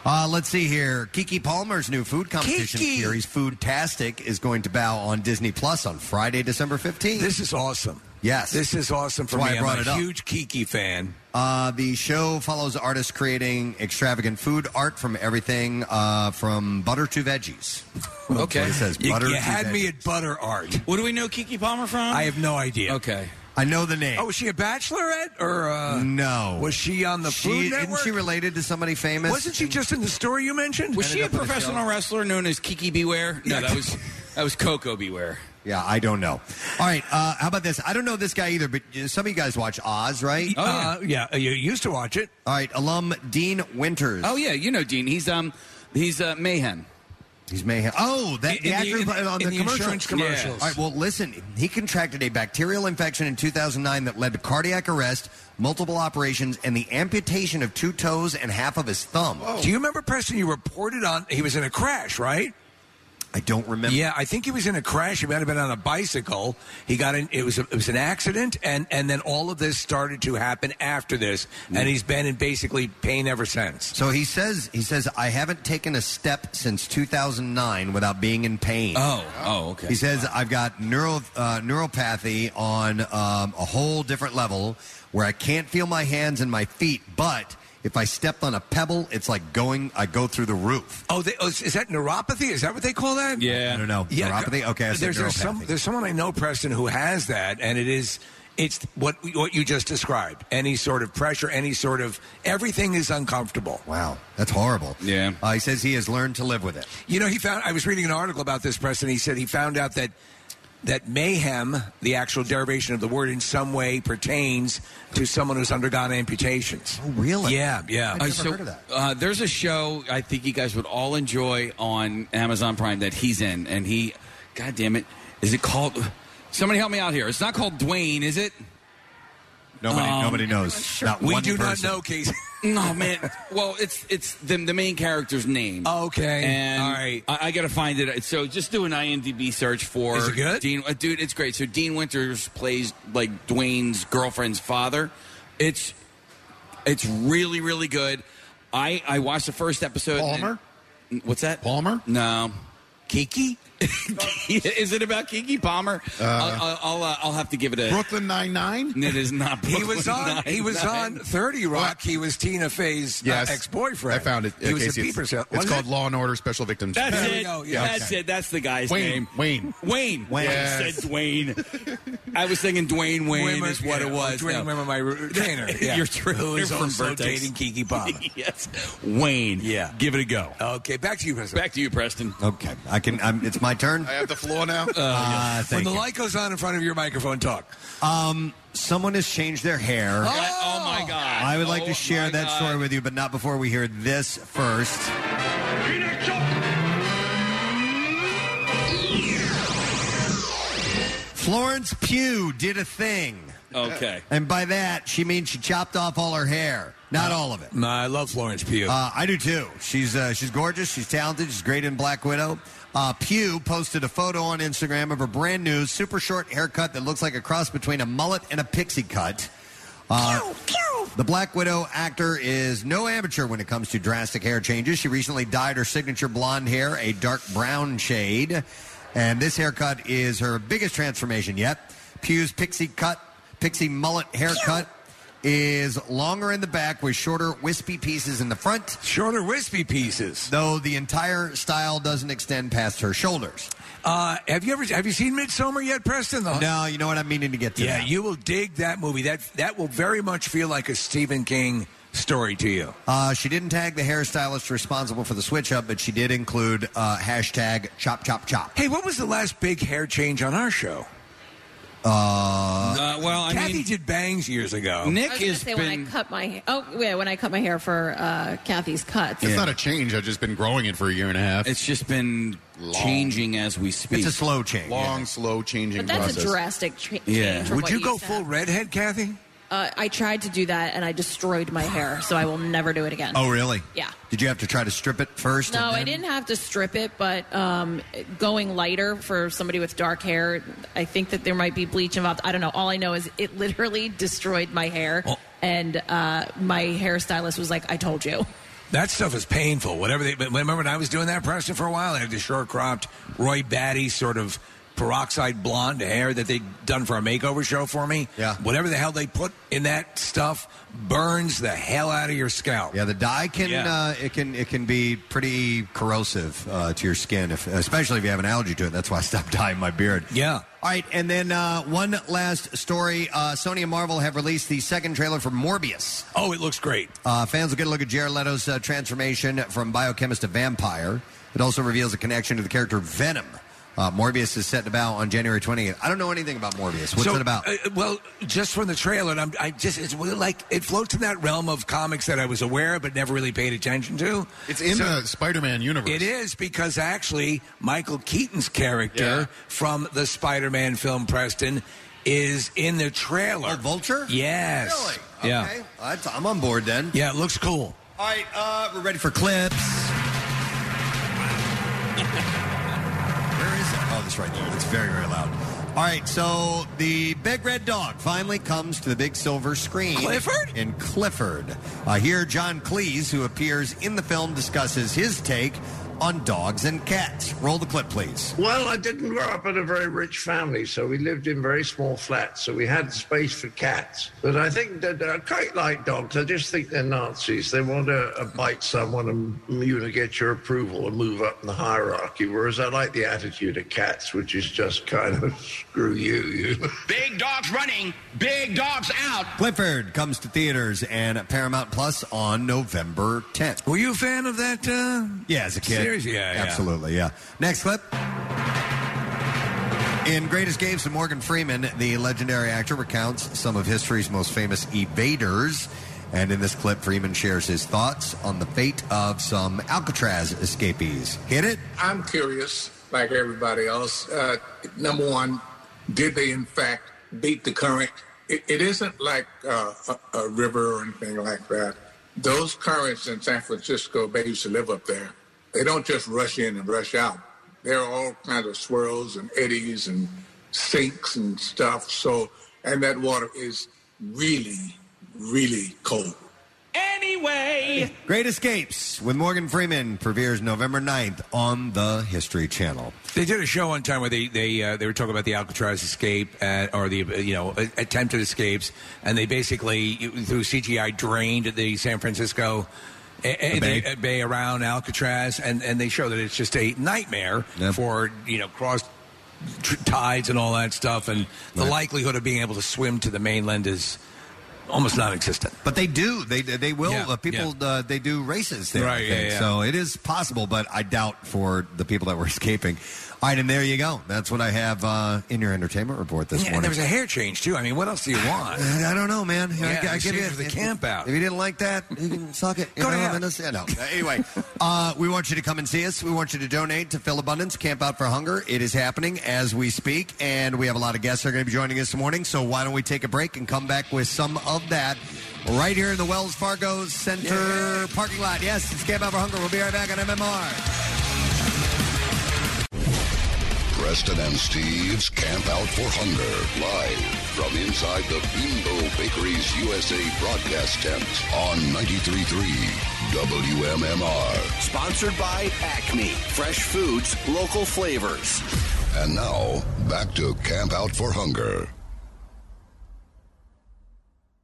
Speaker 1: Uh, let's see here. Kiki Palmer's new food competition
Speaker 3: Kiki!
Speaker 1: series, Foodtastic, is going to bow on Disney Plus on Friday, December 15th.
Speaker 3: This is awesome.
Speaker 1: Yes.
Speaker 3: This is awesome for
Speaker 1: That's why
Speaker 3: me.
Speaker 1: I brought
Speaker 3: am
Speaker 1: it
Speaker 3: a
Speaker 1: up.
Speaker 3: huge Kiki fan.
Speaker 1: Uh, the show follows artists creating extravagant food art from everything uh, from butter to veggies.
Speaker 4: Okay.
Speaker 1: It says
Speaker 4: You-
Speaker 1: butter
Speaker 4: you
Speaker 1: to
Speaker 4: had me
Speaker 1: veggies.
Speaker 3: At butter art.
Speaker 4: What do we know Kiki Palmer from?
Speaker 3: I have no idea. Okay.
Speaker 1: I know the name.
Speaker 3: Oh, was she a bachelorette or uh,
Speaker 1: no?
Speaker 3: Was she on the
Speaker 1: She-
Speaker 3: Food
Speaker 1: isn't
Speaker 3: Network?
Speaker 1: she related to somebody famous?
Speaker 3: Wasn't she just in the story you mentioned?
Speaker 4: Was she a professional wrestler known as Kiki Beware? No,
Speaker 1: Yeah.
Speaker 4: that was that was Coco Beware.
Speaker 1: Yeah, I don't know. All right, uh, how about this? I don't know this guy either, but uh, some of you guys watch Oz, right?
Speaker 4: Oh, yeah.
Speaker 3: Uh, yeah, you used to watch it.
Speaker 1: All right, alum Dean Winters.
Speaker 4: Oh yeah, you know Dean. He's um he's uh, Mayhem.
Speaker 1: He's Mayhem. Oh, that
Speaker 4: In-
Speaker 1: the
Speaker 4: in
Speaker 1: actor
Speaker 4: the- in-
Speaker 1: on
Speaker 4: in
Speaker 1: the,
Speaker 4: the
Speaker 1: commercial.
Speaker 4: insurance commercials.
Speaker 1: All right, well, listen, he contracted a bacterial infection in 2009 that led to cardiac arrest, multiple operations, and the amputation of two toes and half of his thumb.
Speaker 4: Oh.
Speaker 3: Do you remember Preston? You reported on he was in a crash, right?
Speaker 1: I don't remember.
Speaker 3: Yeah, I think he was in a crash. He might have been on a bicycle. He got in. It was a, it was an accident, and and then all of this started to happen after this,
Speaker 1: Mm.
Speaker 3: and he's been in basically pain ever since.
Speaker 1: So he says he says I haven't taken a step since 2009 without being in pain.
Speaker 4: Oh, oh, okay.
Speaker 1: He says I've got neuro uh, neuropathy on um, a whole different level where I can't feel my hands and my feet, but if I step on a pebble, it's like going I go through the roof.
Speaker 3: Oh, they, oh, is is that neuropathy? Is that what they call that?
Speaker 1: Yeah. I don't know. Neuropathy? Okay, I said
Speaker 3: there's, there's some
Speaker 1: neuropathy.
Speaker 3: there's someone I know, Preston, who has that, and it is it's what what you just described. Any sort of pressure, any sort of everything is uncomfortable.
Speaker 1: Wow, that's horrible.
Speaker 4: Yeah.
Speaker 1: Uh, he says he has learned to live with it.
Speaker 3: You know, he found. I was reading an article about this, Preston. He said he found out that that mayhem, the actual derivation of the word, in some way pertains to someone who's undergone amputations. Oh,
Speaker 1: really?
Speaker 3: Yeah, yeah.
Speaker 4: Uh, so, Uh, there's a show I think you guys would all enjoy on Amazon Prime that he's in, and he, God damn it, is it called? Somebody help me out here. It's not called Dwayne, is it?
Speaker 1: Nobody,
Speaker 4: Um,
Speaker 1: nobody knows. Not
Speaker 4: We
Speaker 1: one
Speaker 4: do not
Speaker 1: person.
Speaker 4: know,
Speaker 3: Casey.
Speaker 4: No man. Well, it's it's the, the main character's name.
Speaker 3: Oh, Okay.
Speaker 4: And
Speaker 3: All right.
Speaker 4: I, I got to find it. So just do an IMDb search for.
Speaker 3: Is it good?
Speaker 4: Dean, uh, dude, it's great. So Dean Winters plays like Dwayne's girlfriend's father. It's it's really really good. I I watched the first episode. and-
Speaker 10: Palmer?
Speaker 4: what's that?
Speaker 10: Palmer?
Speaker 4: No. Kiki. Is it about Kiki Palmer? I'll, I'll, I'll, uh, I'll have to give it a
Speaker 10: Brooklyn Nine Nine.
Speaker 4: It is not.
Speaker 3: He was
Speaker 4: Brooklyn
Speaker 3: on. He was on
Speaker 4: Nine-Nine.
Speaker 3: Thirty Rock. He was Tina Fey's
Speaker 10: Yes.
Speaker 3: uh, ex-boyfriend.
Speaker 10: I found it.
Speaker 3: He
Speaker 10: Uh,
Speaker 3: was
Speaker 10: Casey,
Speaker 3: a
Speaker 10: it's-
Speaker 3: beeper sale.
Speaker 10: It's, called Law and Order Special Victims.
Speaker 4: That's
Speaker 10: There we
Speaker 4: it.
Speaker 10: go. Yeah.
Speaker 4: That's
Speaker 10: Okay.
Speaker 4: it. That's the guy's
Speaker 10: Wayne,
Speaker 4: name.
Speaker 10: Wayne.
Speaker 4: Wayne.
Speaker 10: Wayne.
Speaker 4: I said Dwayne. I was thinking Dwayne Wayne
Speaker 3: Wimmer-
Speaker 4: is what
Speaker 3: yeah,
Speaker 4: it was.
Speaker 3: Dwayne Wimmer, my re- trainer, yeah.
Speaker 4: Your trainer
Speaker 3: Who is
Speaker 4: from
Speaker 3: also
Speaker 4: Vertex.
Speaker 3: dating Kiki Palmer.
Speaker 4: yes. Wayne.
Speaker 3: Yeah.
Speaker 4: Give it a go.
Speaker 3: Okay, back to you, Preston.
Speaker 4: Back to you, Preston.
Speaker 1: Okay, I can. I'm, it's my turn.
Speaker 10: I have the floor now.
Speaker 1: Uh,
Speaker 3: when
Speaker 1: thank
Speaker 3: the
Speaker 1: you.
Speaker 3: light goes on in front of your microphone, talk.
Speaker 1: Um, someone has changed their hair.
Speaker 4: Oh, my God.
Speaker 1: I would like
Speaker 4: Oh,
Speaker 1: to share
Speaker 4: my
Speaker 1: that
Speaker 4: God.
Speaker 1: story with you, but not before we hear this first. Florence Pugh did a thing.
Speaker 4: Okay.
Speaker 1: And by that, she means she chopped off all her hair. Not all of it.
Speaker 3: No, I love Florence Pugh.
Speaker 1: Uh, I do too. She's uh, she's gorgeous. She's talented. She's great in Black Widow. Uh, Pugh posted a photo on Instagram of her brand new, super short haircut that looks like a cross between a mullet and a pixie cut. Uh, The Black Widow actor is no amateur when it comes to drastic hair changes. She recently dyed her signature blonde hair a dark brown shade, and this haircut is her biggest transformation yet. Pugh's pixie cut, pixie mullet haircut is longer in the back with shorter wispy pieces in the front.
Speaker 3: Shorter wispy pieces.
Speaker 1: Though the entire style doesn't extend past her shoulders.
Speaker 3: Uh, have you ever have you seen Midsummer yet, Preston? The-
Speaker 1: no, you know what I'm meaning to get to.
Speaker 3: yeah,
Speaker 1: that.
Speaker 3: you will dig that movie. That that will very much feel like a Stephen King story to you.
Speaker 1: Uh, she didn't tag the hairstylist responsible for the switch up, but she did include uh, hashtag chop chop chop.
Speaker 3: Hey, what was the last big hair change on our show?
Speaker 1: Uh,
Speaker 4: Uh, well, I
Speaker 3: Kathy
Speaker 4: mean-
Speaker 3: did bangs years ago.
Speaker 4: Nick
Speaker 2: I was gonna
Speaker 4: has
Speaker 2: say
Speaker 4: been.
Speaker 2: when I cut my oh yeah when I cut my hair for uh, Kathy's cuts.
Speaker 6: It's not a change. I've just been growing it for a year and a half.
Speaker 4: It's just been changing as we speak.
Speaker 6: It's a
Speaker 1: slow change.
Speaker 6: Long, slow changing
Speaker 2: but that's
Speaker 6: process.
Speaker 2: a drastic tra- change.
Speaker 6: Yeah.
Speaker 2: from
Speaker 6: Would
Speaker 2: what
Speaker 6: you
Speaker 2: you
Speaker 6: go
Speaker 2: said.
Speaker 3: Full redhead, Kathy.
Speaker 2: Uh, I tried to do that and I destroyed my hair, so I will never do it again.
Speaker 1: Oh, really?
Speaker 2: Yeah.
Speaker 1: Did you have to try to strip it first?
Speaker 2: No,
Speaker 1: and
Speaker 2: I
Speaker 1: then-
Speaker 2: didn't have to strip it, but um, going lighter for somebody with dark hair, I think that there might be bleach involved. I don't know. All I know is it literally destroyed my hair,
Speaker 1: Oh.
Speaker 2: and uh, my hairstylist was like, "I told you."
Speaker 3: That stuff is painful. Whatever they but remember when I was doing that Preston for a while, I had the short cropped Roy Batty sort of peroxide blonde hair that they'd done for a makeover show for me. Yeah. Whatever the hell they put in that stuff burns the hell out of your scalp.
Speaker 1: Yeah, the dye can uh, it can it can be pretty corrosive uh, to your skin, if, especially if you have an allergy to it. That's why I stopped dyeing my beard.
Speaker 3: Yeah.
Speaker 1: All right, and then uh, one last story. Uh, Sony and Marvel have released the second trailer for Morbius.
Speaker 3: Oh, it looks great.
Speaker 1: Uh, fans will get a look at Jared Leto's uh, transformation from biochemist to vampire. It also reveals a connection to the character Venom. Uh, Morbius is set to bow on January 28th. I don't know anything about Morbius. What's
Speaker 3: So,
Speaker 1: it about?
Speaker 3: uh, well, just from the trailer, and I'm, I just it's really like it floats in that realm of comics that I was aware of but never really paid attention to.
Speaker 6: It's in the Spider-Man universe.
Speaker 3: It is because actually Michael Keaton's character from the Spider-Man film Preston is in the trailer.
Speaker 1: Oh, Vulture?
Speaker 3: Yes.
Speaker 1: Really?
Speaker 3: Yeah.
Speaker 1: Okay. Well, that's- I'm on board then.
Speaker 3: Yeah, it looks cool.
Speaker 1: All right, uh, we're ready for clips. Where is it? Oh, that's right there. It's very, very loud. All right, so the big red dog finally comes to the big silver screen. Clifford? In Clifford. Uh, here, John Cleese, who appears in the film, discusses his take on dogs and cats. Roll the clip, please.
Speaker 11: Well, I didn't grow up in a very rich family, so we lived in very small flats, so we had space for cats. But I think that I quite like dogs. I just think they're Nazis. They want to uh, bite someone and you know, get your approval and move up in the hierarchy, whereas I like the attitude of cats, which is just kind of screw you. you.
Speaker 13: Big dogs running, big dogs out.
Speaker 1: Clifford comes to theaters and Paramount Plus on November 10th.
Speaker 3: Were you a fan of that? Uh,
Speaker 1: yeah, as a kid.
Speaker 3: series? Yeah, yeah.
Speaker 1: Absolutely, yeah. Next clip. In Greatest Games to Morgan Freeman, the legendary actor recounts some of history's most famous evaders. And in this clip, Freeman shares his thoughts on the fate of some Alcatraz escapees. Hit it?
Speaker 14: I'm curious, like everybody else. Uh, number one, did they in fact beat the current? It, it isn't like uh, a, a river or anything like that. Those currents in San Francisco, they used to live up there. They don't just rush in and rush out. There are all kinds of swirls and eddies and sinks and stuff. So, and that water is really, really cold.
Speaker 13: Anyway.
Speaker 1: Great Escapes with Morgan Freeman premieres November 9th on the History Channel.
Speaker 3: They did a show one time where they they uh, they were talking about the Alcatraz escape uh, or the uh, you know a- attempted escapes, and they basically through CGI drained the San Francisco. eh, eh,
Speaker 1: The bay.
Speaker 3: the, uh, bay around Alcatraz, and, and they show that it's just a nightmare for you know cross tr- tides and all that stuff, and the likelihood of being able to swim to the mainland is almost non-existent.
Speaker 1: But they do. They they will. uh, people uh, they do races there. I
Speaker 3: Right, yeah,
Speaker 1: think.
Speaker 3: yeah.
Speaker 1: So it is possible, but I doubt for the people that were escaping. All right, and there you go. That's what I have uh, in your entertainment report this
Speaker 3: Yeah, and
Speaker 1: morning.
Speaker 3: there was a hair change too. I mean, what else do you want?
Speaker 1: I don't know, man. I-
Speaker 3: Yeah,
Speaker 1: I,
Speaker 3: exchange
Speaker 1: give you
Speaker 3: for the camp out.
Speaker 1: If you didn't like that, you can suck it. You
Speaker 3: Go to
Speaker 1: know,
Speaker 3: hell.
Speaker 1: and this- yeah, no. Uh, Anyway, uh, we want you to come and see us. We want you to donate to Phil Abundance Camp Out for Hunger. It is happening as we speak, and we have a lot of guests that are going to be joining us this morning. So why don't we take a break and come back with some of that right here in the Wells Fargo Center parking lot? Yes, it's Camp Out for Hunger. We'll be right back on MMR.
Speaker 15: Preston and Steve's Camp Out for Hunger, live from inside the Bimbo Bakeries USA broadcast tent on 93.3 WMMR.
Speaker 16: Sponsored by Acme. Fresh foods, local flavors.
Speaker 15: And now, back to Camp Out for Hunger.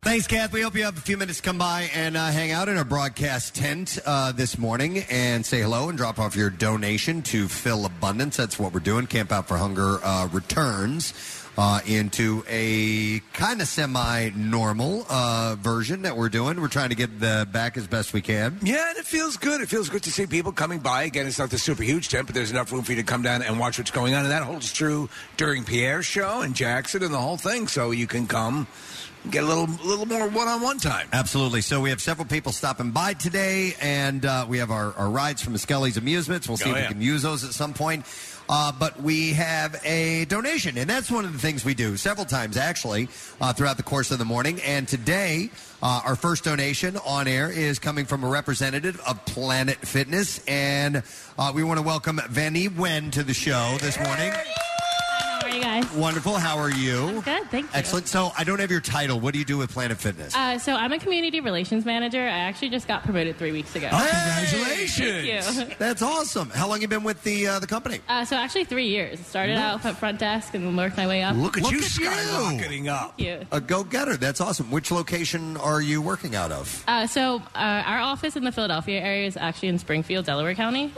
Speaker 1: Thanks, Kath. We hope you have a few minutes to come by and uh, hang out in our broadcast tent uh, this morning and say hello and drop off your donation to Phil Abundance. That's what we're doing. Camp Out for Hunger uh, returns uh, into a kind of semi normal uh, version that we're doing. We're trying to get the back as best we can.
Speaker 3: Yeah, and it feels good. It feels good to see people coming by. Again, it's not the super huge tent, but there's enough room for you to come down and watch what's going on. And that holds true during Pierre's show and Jackson and the whole thing. So you can come get a little little more one on one time.
Speaker 1: Absolutely. So we have several people stopping by today, and uh, we have our, our rides from Skelly's Amusements. We'll see
Speaker 3: Oh,
Speaker 1: if
Speaker 3: yeah.
Speaker 1: we can use those at some point. Uh, but we have a donation, and that's one of the things we do several times actually uh, throughout the course of the morning. And today, uh, our first donation on air is coming from a representative of Planet Fitness, and uh, we want to welcome Vanny Wen to the show this morning.
Speaker 17: How are you guys?
Speaker 1: Wonderful. How are you?
Speaker 17: Good, thank you.
Speaker 1: Excellent. So I don't have your title. What do you do with Planet Fitness?
Speaker 17: Uh, so I'm a community relations manager. I actually just got promoted three weeks ago.
Speaker 1: Congratulations!
Speaker 17: Thank you.
Speaker 1: That's awesome. How long you been with the uh, the company?
Speaker 17: Uh, so actually three years. Started out at front desk and worked my way up.
Speaker 1: skyrocketing
Speaker 3: up.
Speaker 17: Thank you.
Speaker 1: A go getter. That's awesome. Which location are you working out of?
Speaker 17: Uh, so uh, our office in the Philadelphia area is actually in Springfield, Delaware County.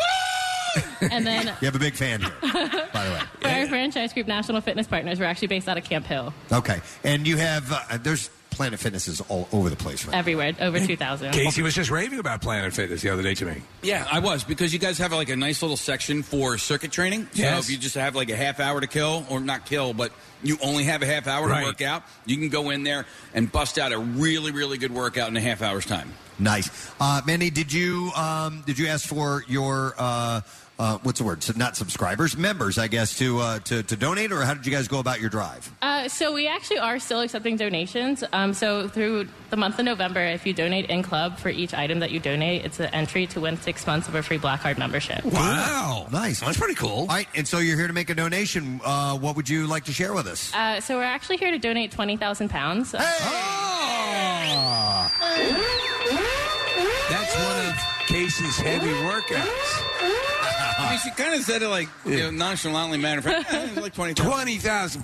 Speaker 17: and then
Speaker 1: You have a big fan here, by the way.
Speaker 17: for our franchise group, National Fitness Partners, we're actually based out of Camp Hill.
Speaker 1: Okay, and you have uh, there's Planet Fitness is all over the place, right?
Speaker 17: Everywhere, over 2,000.
Speaker 3: Casey was just raving about Planet Fitness the other day to me.
Speaker 4: Yeah, I was because you guys have like a nice little section for circuit training.
Speaker 3: Yes.
Speaker 4: So if you just have like a half hour to kill, or not kill, but you only have a half hour
Speaker 3: Right.
Speaker 4: to work out, you can go in there and bust out a really, really good workout in a half hour's time.
Speaker 1: Nice, uh, Manny. Did you um, did you ask for your uh, uh, what's the word? So not subscribers, members, I guess, to uh, to to donate, or how did you guys go about your drive?
Speaker 17: Uh, so we actually are still accepting donations. Um, so through the month of November, if you donate in club for each item that you donate, it's an entry to win six months of a free Black Card membership.
Speaker 1: Wow, nice. That's
Speaker 3: pretty cool. All
Speaker 1: right, and so you're here to make a donation. Uh, what would you like to share with us?
Speaker 17: Uh, so we're actually here to donate twenty thousand pounds. Uh,
Speaker 3: That's one of Casey's heavy workouts.
Speaker 4: I mean, she kind of said it like you know, nonchalantly, matter of fact, "Eh, it's like twenty
Speaker 3: Twenty thousand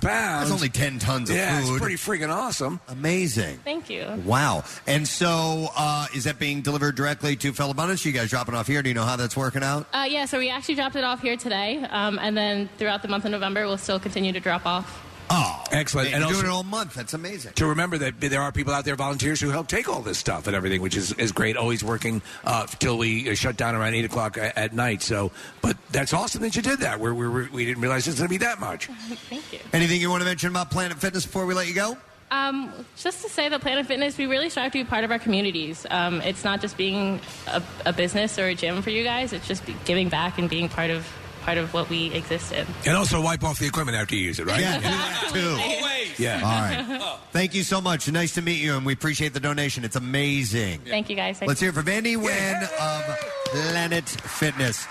Speaker 1: That's
Speaker 3: pounds.
Speaker 1: only 10 tons of
Speaker 3: yeah,
Speaker 1: food.
Speaker 3: it's pretty freaking awesome.
Speaker 1: Amazing.
Speaker 17: Thank you.
Speaker 1: Wow. And so uh, is that being delivered directly to Fellow Abundance? You guys dropping off here? Do you know how that's working out?
Speaker 17: Uh, yeah, so we actually dropped it off here today, um, and then throughout the month of November, we'll still continue to drop off.
Speaker 1: Oh,
Speaker 3: excellent!
Speaker 1: You're
Speaker 3: and
Speaker 1: doing
Speaker 3: also
Speaker 1: it all month. That's amazing.
Speaker 3: to remember that there are people out there, volunteers who help take all this stuff and everything, which is, is great. Always working uh, till we uh, shut down around eight o'clock a- at night. So, but that's awesome that you did that. We're, we're, we didn't realize it's going to be that much.
Speaker 17: Thank you.
Speaker 1: Anything you want to mention about Planet Fitness before we let you go?
Speaker 17: Um, just to say that Planet Fitness, we really strive to be part of our communities. Um, it's not just being a, a business or a gym for you guys; it's just be- giving back and being part of part of what we exist in.
Speaker 3: And also wipe off the equipment after you use it, right?
Speaker 1: Yeah, do that too.
Speaker 3: Yeah.
Speaker 1: All right. Thank you so much. Nice to meet you, and we appreciate the donation. It's amazing.
Speaker 17: Thank you, guys.
Speaker 1: Let's hear it for Vandy Wynn of Planet Fitness.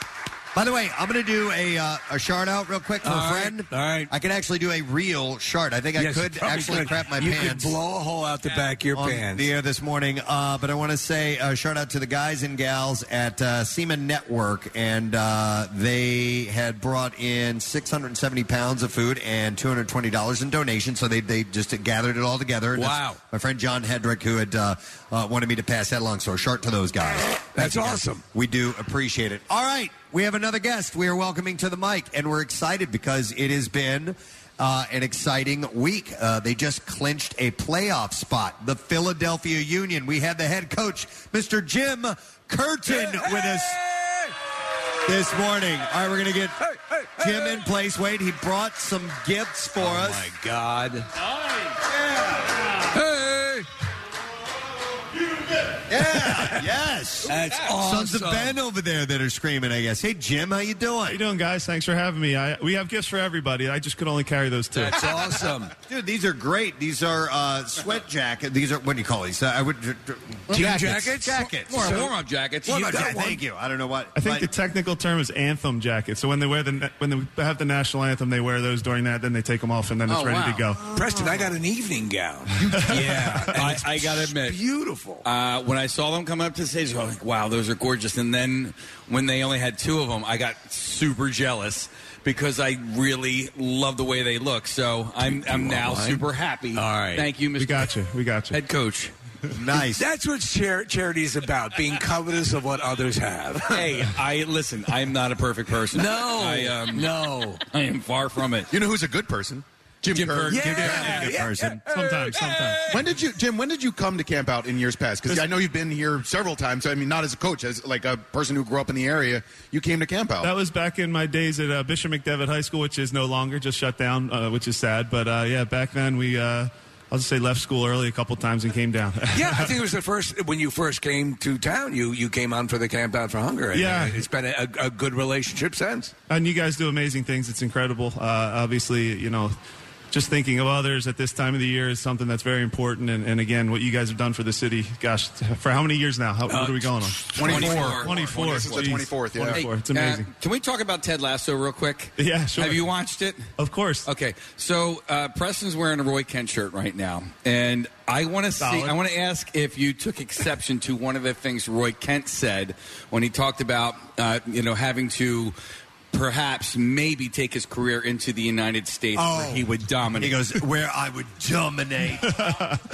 Speaker 1: By the way, I'm going to do a uh, a shout out real quick for
Speaker 3: All
Speaker 1: a
Speaker 3: right,
Speaker 1: friend. all right. I can actually do a real shard. I think I
Speaker 3: Yes, you
Speaker 1: could
Speaker 3: probably
Speaker 1: actually
Speaker 3: could.
Speaker 1: crap my
Speaker 3: You could
Speaker 1: pants.
Speaker 3: blow a hole out the back of your
Speaker 1: on
Speaker 3: pants.
Speaker 1: the air this morning. Uh, but I want to say a shout out to the guys and gals at uh, Seaman Network, and uh, they had brought in 670 pounds of food and 220 dollars in donations. So they they just gathered it all together. And that's
Speaker 3: Wow.
Speaker 1: My friend John Hedrick, who had uh, uh, wanted me to pass that along, so a shout to those guys. That's awesome. We do appreciate it. All right, we have another guest. We are welcoming to the mic, and we're excited because it has been uh, an exciting week. Uh, they just clinched a playoff spot. The Philadelphia Union. We had the head coach, Mr. Jim Curtin, with us this morning. All right, we're going to get Jim in place. Wait, he brought some gifts for us.
Speaker 3: Oh My God.
Speaker 1: Yeah. Yes.
Speaker 3: That's
Speaker 1: Sons of Ben over there that are screaming, I guess. Hey, Jim, how you doing? How
Speaker 18: you doing, guys? Thanks for having me. I, we have gifts for everybody. I just could only carry those two.
Speaker 1: dude. These are great. These are uh, sweat jacket. These are what do you call these? Uh, I would
Speaker 18: jackets?
Speaker 1: Jackets.
Speaker 18: More- more
Speaker 4: warm-up jackets.
Speaker 1: Warm-up
Speaker 18: You got
Speaker 1: jacket,
Speaker 18: one.
Speaker 1: Thank you. I don't know what.
Speaker 18: I think the technical term is anthem jacket. So when they wear the na- when they have the national anthem, they wear those during that. Then they take them off, and then it's
Speaker 3: Oh,
Speaker 18: ready to
Speaker 3: wow.
Speaker 18: go.
Speaker 3: Preston, I got an evening gown.
Speaker 4: yeah, I, I gotta admit,
Speaker 3: beautiful.
Speaker 4: Uh, when I saw them come up to the stage, I was like, "Wow, those are gorgeous!" And then when they only had two of them, I got super jealous because I really love the way they look. So I'm I'm now
Speaker 3: online?
Speaker 4: super happy.
Speaker 3: All right.
Speaker 4: thank you, Mr.
Speaker 18: We got you. We got you.
Speaker 4: Head coach.
Speaker 1: Nice.
Speaker 3: That's what char- charity is about, being covetous of what others have.
Speaker 4: hey, I listen. I'm not a perfect person.
Speaker 3: No.
Speaker 4: I, um,
Speaker 3: no,
Speaker 4: I am far from it.
Speaker 6: You know who's a good person? Jim,
Speaker 4: Jim
Speaker 6: Kerr.
Speaker 4: Kerr. Yeah.
Speaker 6: Kerr's
Speaker 4: Yeah.
Speaker 18: Sometimes, sometimes.
Speaker 6: When did you, Jim? When did you come to camp out in years past? Because I know you've been here several times. I mean, not as a coach, as like a person who grew up in the area. You came to camp out.
Speaker 18: That was back in my days at uh, Bishop McDevitt High School, which is no longer just shut down, uh, which is sad. But uh, yeah, back then we, uh, I'll just say, left school early a couple times and came down.
Speaker 3: Yeah, I think it was the first when you first came to town. You you came on for the Camp Out for Hunger. And
Speaker 18: Yeah.
Speaker 3: uh, it's been a, a good relationship since.
Speaker 18: And you guys do amazing things. It's incredible. Uh, obviously, you know, just thinking of others at this time of the year is something that's very important. And, and again, what you guys have done for the city, gosh, for how many years now? How, what are we going on?
Speaker 4: 24.
Speaker 18: 24.
Speaker 4: Uh, This is the
Speaker 18: Jeez.
Speaker 4: 24th, yeah.
Speaker 18: 24. It's
Speaker 4: Hey, uh,
Speaker 18: amazing.
Speaker 4: can we talk about Ted Lasso real quick?
Speaker 18: Yeah, sure.
Speaker 4: Have you watched it?
Speaker 18: Of course.
Speaker 4: Okay, so uh, Preston's wearing a Roy Kent shirt right now, and I want to see.
Speaker 18: Solid.
Speaker 4: I want to ask if you took exception to one of the things Roy Kent said when he talked about uh, you know having to. Perhaps, maybe take his career into the United States
Speaker 1: Oh.
Speaker 4: where he would dominate.
Speaker 1: He goes, where I would dominate.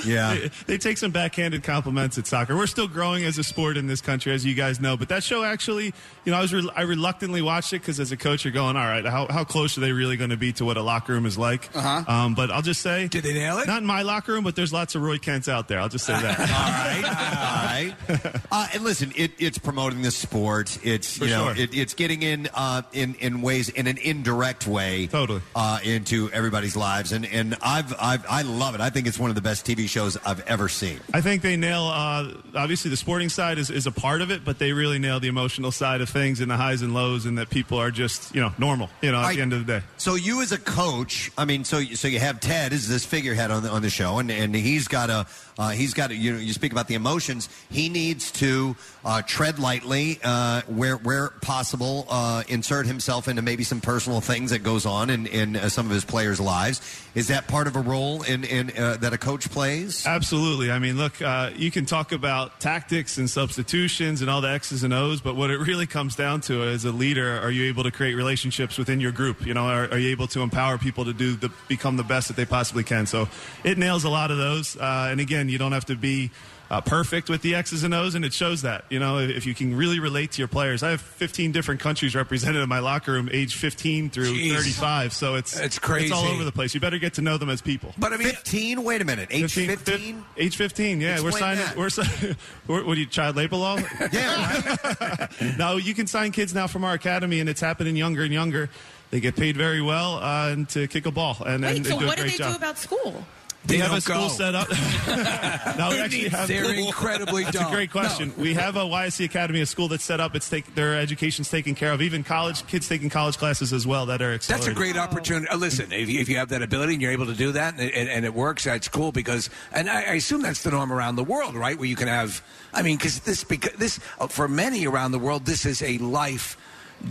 Speaker 1: yeah.
Speaker 18: They, they take some backhanded compliments at soccer. We're still growing as a sport in this country, as you guys know. But that show actually, you know, I was re- I reluctantly watched it because as a coach, you're going, all right, how, how close are they really going to be to what a locker room is like? Uh-huh. Um, but I'll just say, did
Speaker 3: they nail it?
Speaker 18: Not in my locker room, but there's lots of Roy Kents out there. I'll just say that.
Speaker 1: uh, and listen, it, it's promoting the sport. It's you
Speaker 18: For
Speaker 1: know,
Speaker 18: sure.
Speaker 1: it, it's getting in uh, in in ways in an indirect way, totally uh, into everybody's lives. And and I've, I've I love it. I think it's one of the best TV shows I've ever seen.
Speaker 18: I think they nail. Uh, obviously, the sporting side is, is a part of it, but they really nail the emotional side of things and the highs and lows, and that people are just you know normal. You know, at
Speaker 1: I-
Speaker 18: the end of the day.
Speaker 1: So you as a coach, I mean, so so you have Ted is this figurehead on the on the show, and and he's got a uh, he's got a, you know, you speak about the emotions. He needs to uh, tread lightly uh, where where possible, uh, insert himself into maybe some personal things that goes on in in uh, some of his players' lives. Is that part of a role in in uh, that a coach plays?
Speaker 18: Absolutely. I mean, look, uh, you can talk about tactics and substitutions and all the X's and O's, but what it really comes down to as a leader, are you able to create relationships within your group? You know, are, are you able to empower people to do the become the best that they possibly can? So it nails a lot of those. Uh, and again, you don't have to be. Uh, perfect with the X's and O's, and it shows that. You know, if you can really relate to your players, I have 15 different countries represented in my locker room, age 15 through
Speaker 3: Jeez.
Speaker 18: 35. So it's
Speaker 3: It's crazy.
Speaker 18: It's all over the place. You better get to know them as people.
Speaker 3: But I mean,
Speaker 1: 15? Wait a minute. Age 15?
Speaker 18: Age 15, yeah. we're
Speaker 1: Explain
Speaker 18: signing.
Speaker 1: that.
Speaker 18: We're signing. We're, what are you, child labor law? yeah. no, you can sign kids now from our academy, and it's happening younger and younger. They get paid very well uh, and to kick a ball, and, and
Speaker 2: Wait,
Speaker 18: they
Speaker 2: so
Speaker 18: do a
Speaker 2: what do
Speaker 18: great
Speaker 2: they
Speaker 18: job.
Speaker 2: do about school?
Speaker 18: They,
Speaker 3: They
Speaker 18: have
Speaker 3: don't
Speaker 18: a school
Speaker 3: go.
Speaker 18: set up. now we
Speaker 3: Who
Speaker 18: actually
Speaker 3: needs-
Speaker 18: have.
Speaker 3: they're incredibly
Speaker 18: That's
Speaker 3: dumb.
Speaker 18: a great question. We have a YSC Academy, a school that's set up. It's take, their education's taken care of. Even college kids taking college classes as well that are.
Speaker 3: That's a
Speaker 18: accelerated.
Speaker 3: great opportunity. Uh, listen, if you, if you have that ability and you're able to do that and, and, and it works, that's cool because, and I, I assume that's the norm around the world, right? Where you can have, I mean, because this, because this, uh, for many around the world, this is a life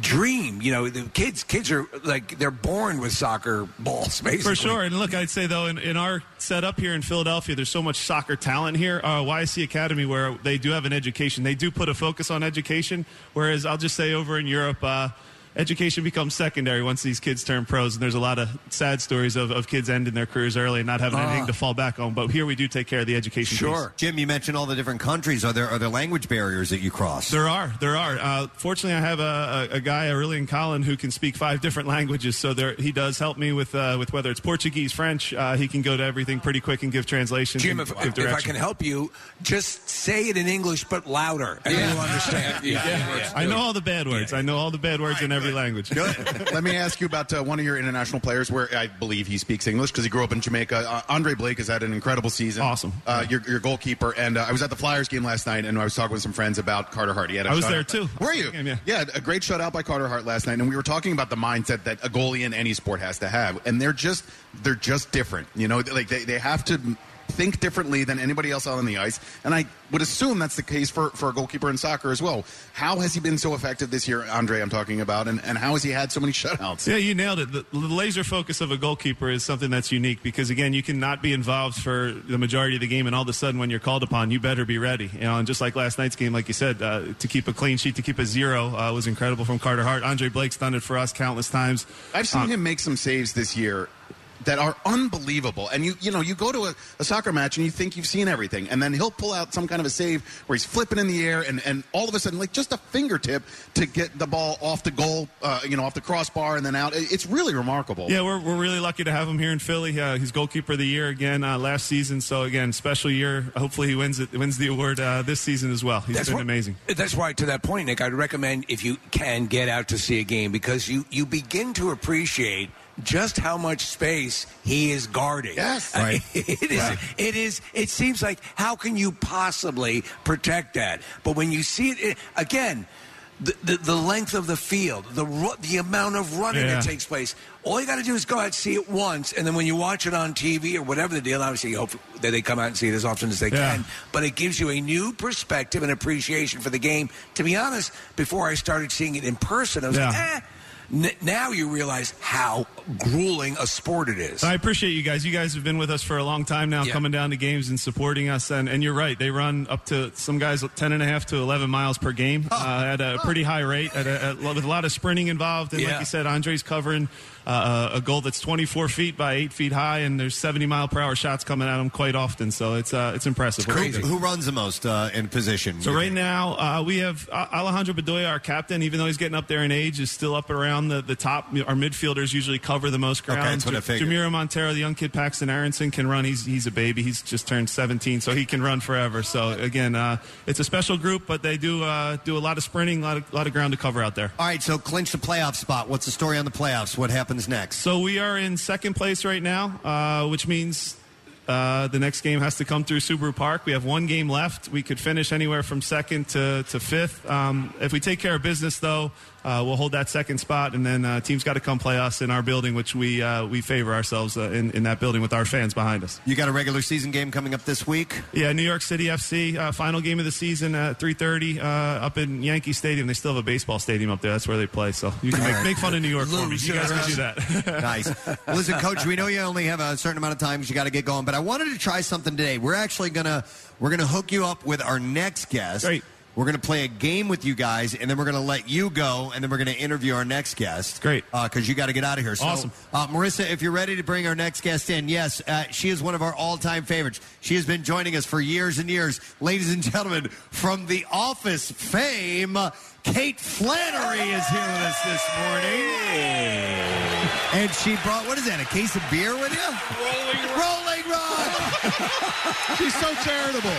Speaker 3: dream. You know, the kids, kids are like, they're born with soccer balls, basically.
Speaker 18: For sure. And look, I'd say, though, in, in our setup here in Philadelphia, there's so much soccer talent here. Uh, YSC Academy, where they do have an education, they do put a focus on education. Whereas I'll just say over in Europe, uh, education becomes secondary once these kids turn pros. And there's a lot of sad stories of, of kids ending their careers early and not having
Speaker 1: Ah.
Speaker 18: anything to fall back on. But here we do take care of the education. piece.
Speaker 1: Jim. You mentioned all the different countries. Are there are there language barriers that you cross?
Speaker 18: There are, there are. Uh, fortunately, I have a, a, a guy, Aurelian Collin, who can speak five different languages. So there, he does help me with uh, with whether it's Portuguese, French. Uh, he can go to everything pretty quick and give translations.
Speaker 3: Jim,
Speaker 18: and
Speaker 3: if,
Speaker 18: give
Speaker 3: if, if I
Speaker 18: direction.
Speaker 3: can help you, just say it in English, but louder, and you'll understand.
Speaker 18: I know all the bad words. I know all the bad words in every body language.
Speaker 6: Good. Let me ask you about uh, one of your international players where I believe he speaks English because he grew up in Jamaica. Uh, Andre Blake has had an incredible season.
Speaker 18: Awesome.
Speaker 6: Uh, your, your goalkeeper. And uh, I was at the Flyers game last night and I was talking with some friends about Carter Hart. He had a
Speaker 18: I was
Speaker 6: shutout.
Speaker 18: there, too.
Speaker 6: Were you?
Speaker 18: Game, yeah.
Speaker 6: a great shutout by Carter Hart last night. And we were talking about the mindset that a goalie in any sport has to have. And they're just, they're just different. You know, like they, they have to think differently than anybody else out on the ice. And I would assume that's the case for, for a goalkeeper in soccer as well. How has he been so effective this year, Andre, I'm talking about, and, and how has he had so many shutouts?
Speaker 18: Yeah, you nailed it. The, the laser focus of a goalkeeper is something that's unique because, again, you cannot be involved for the majority of the game, and all of a sudden, when you're called upon, you better be ready. You know, and just like last night's game, like you said, uh, to keep a clean sheet, to keep a zero, uh, was incredible from Carter Hart. Andre Blake's done it for us countless times. Uh,
Speaker 6: I've seen him make some saves this year that are unbelievable. And you you know you go to a, a soccer match and you think you've seen everything, and then he'll pull out some kind of a save where he's flipping in the air, and, and all of a sudden like just a fingertip to get the ball off the goal, uh, you know, off the crossbar and then out. It- It's really remarkable.
Speaker 18: Yeah, we're, we're really lucky to have him here in Philly. Uh, he's goalkeeper of the year again uh, last season. So again, special year. Hopefully, he wins it, wins the award uh, this season as well. He's
Speaker 3: That's
Speaker 18: been
Speaker 3: what-
Speaker 18: amazing.
Speaker 3: That's why, to that point, Nick, I'd recommend if you can get out to see a game because you, you begin to appreciate just how much space he is guarding. Yes,
Speaker 1: Right.
Speaker 3: it is.
Speaker 1: Right.
Speaker 3: It is. It seems like how can you possibly protect that? But when you see it, it again. The, the, the length of the field, the ru- the amount of running
Speaker 18: Yeah.
Speaker 3: that takes place. All you got to do is go out and see it once, and then when you watch it on TV or whatever the deal, obviously, hope that they come out and see it as often as they
Speaker 18: Yeah.
Speaker 3: can but it gives you a new perspective and appreciation for the game. To be honest, before I started seeing it in person, I was
Speaker 18: Yeah.
Speaker 3: like, eh. N- now you realize how grueling a sport it is.
Speaker 18: I appreciate you guys. You guys have been with us for a long time now,
Speaker 3: Yeah.
Speaker 18: coming down to games and supporting us. And, and you're right, they run up to some guys 10 and a half to 11 miles per game uh, at a pretty high rate, at a, at, with a lot of sprinting involved. And like
Speaker 3: Yeah.
Speaker 18: you said, Andre's covering uh, a goal that's 24 feet by 8 feet high, and there's 70 mile per hour shots coming at him quite often. So it's, uh, it's impressive. What they do.
Speaker 1: Who, who runs the most uh, in position?
Speaker 18: So right now uh, we have uh, Alejandro Bedoya, our captain. Even though he's getting up there in age, is still up around the, the top. Our midfielders usually cover the most ground.
Speaker 1: Okay, that's what I figured.
Speaker 18: Jamiro Montero, the young kid Paxton Aronson, can run. He's he's a baby. He's just turned 17, so he can run forever. So again, uh, it's a special group, but they do uh, do a lot of sprinting, a lot of, lot of ground to cover out there.
Speaker 1: All right, so clinch the playoff spot. What's the story on the playoffs? What happens next?
Speaker 18: So we are in second place right now, uh, which means uh, the next game has to come through Subaru Park. We have one game left. We could finish anywhere from second to, to fifth. Um, if we take care of business, though, uh, we'll hold that second spot, and then uh, teams got to come play us in our building, which we uh, we favor ourselves uh, in, in that building with our fans behind us.
Speaker 1: You got a regular season game coming up this week.
Speaker 18: Yeah, New York City FC uh, final game of the season at 3:30 uh, up in Yankee Stadium. They still have a baseball stadium up there. That's where they play. So you can make, make fun of New York for me. You guys can do that.
Speaker 1: nice. Listen, Coach, we know you only have a certain amount of time 'cause you got to get going, but I wanted to try something today. We're actually gonna we're gonna hook you up with our next guest. Great. We're gonna play a game with you guys, and then we're gonna let you go, and then we're gonna interview our next guest. Great, because you got to get out of here. So,
Speaker 18: Awesome.
Speaker 1: uh, Marissa. If you're ready to bring our next guest in, yes, uh, she is one of our all-time favorites. She has been joining us for years and years, ladies and gentlemen, from The Office fame. Kate Flannery is here with us this morning. And she brought what is that? A case of beer with you? Rolling Rolling Rock. She's so charitable.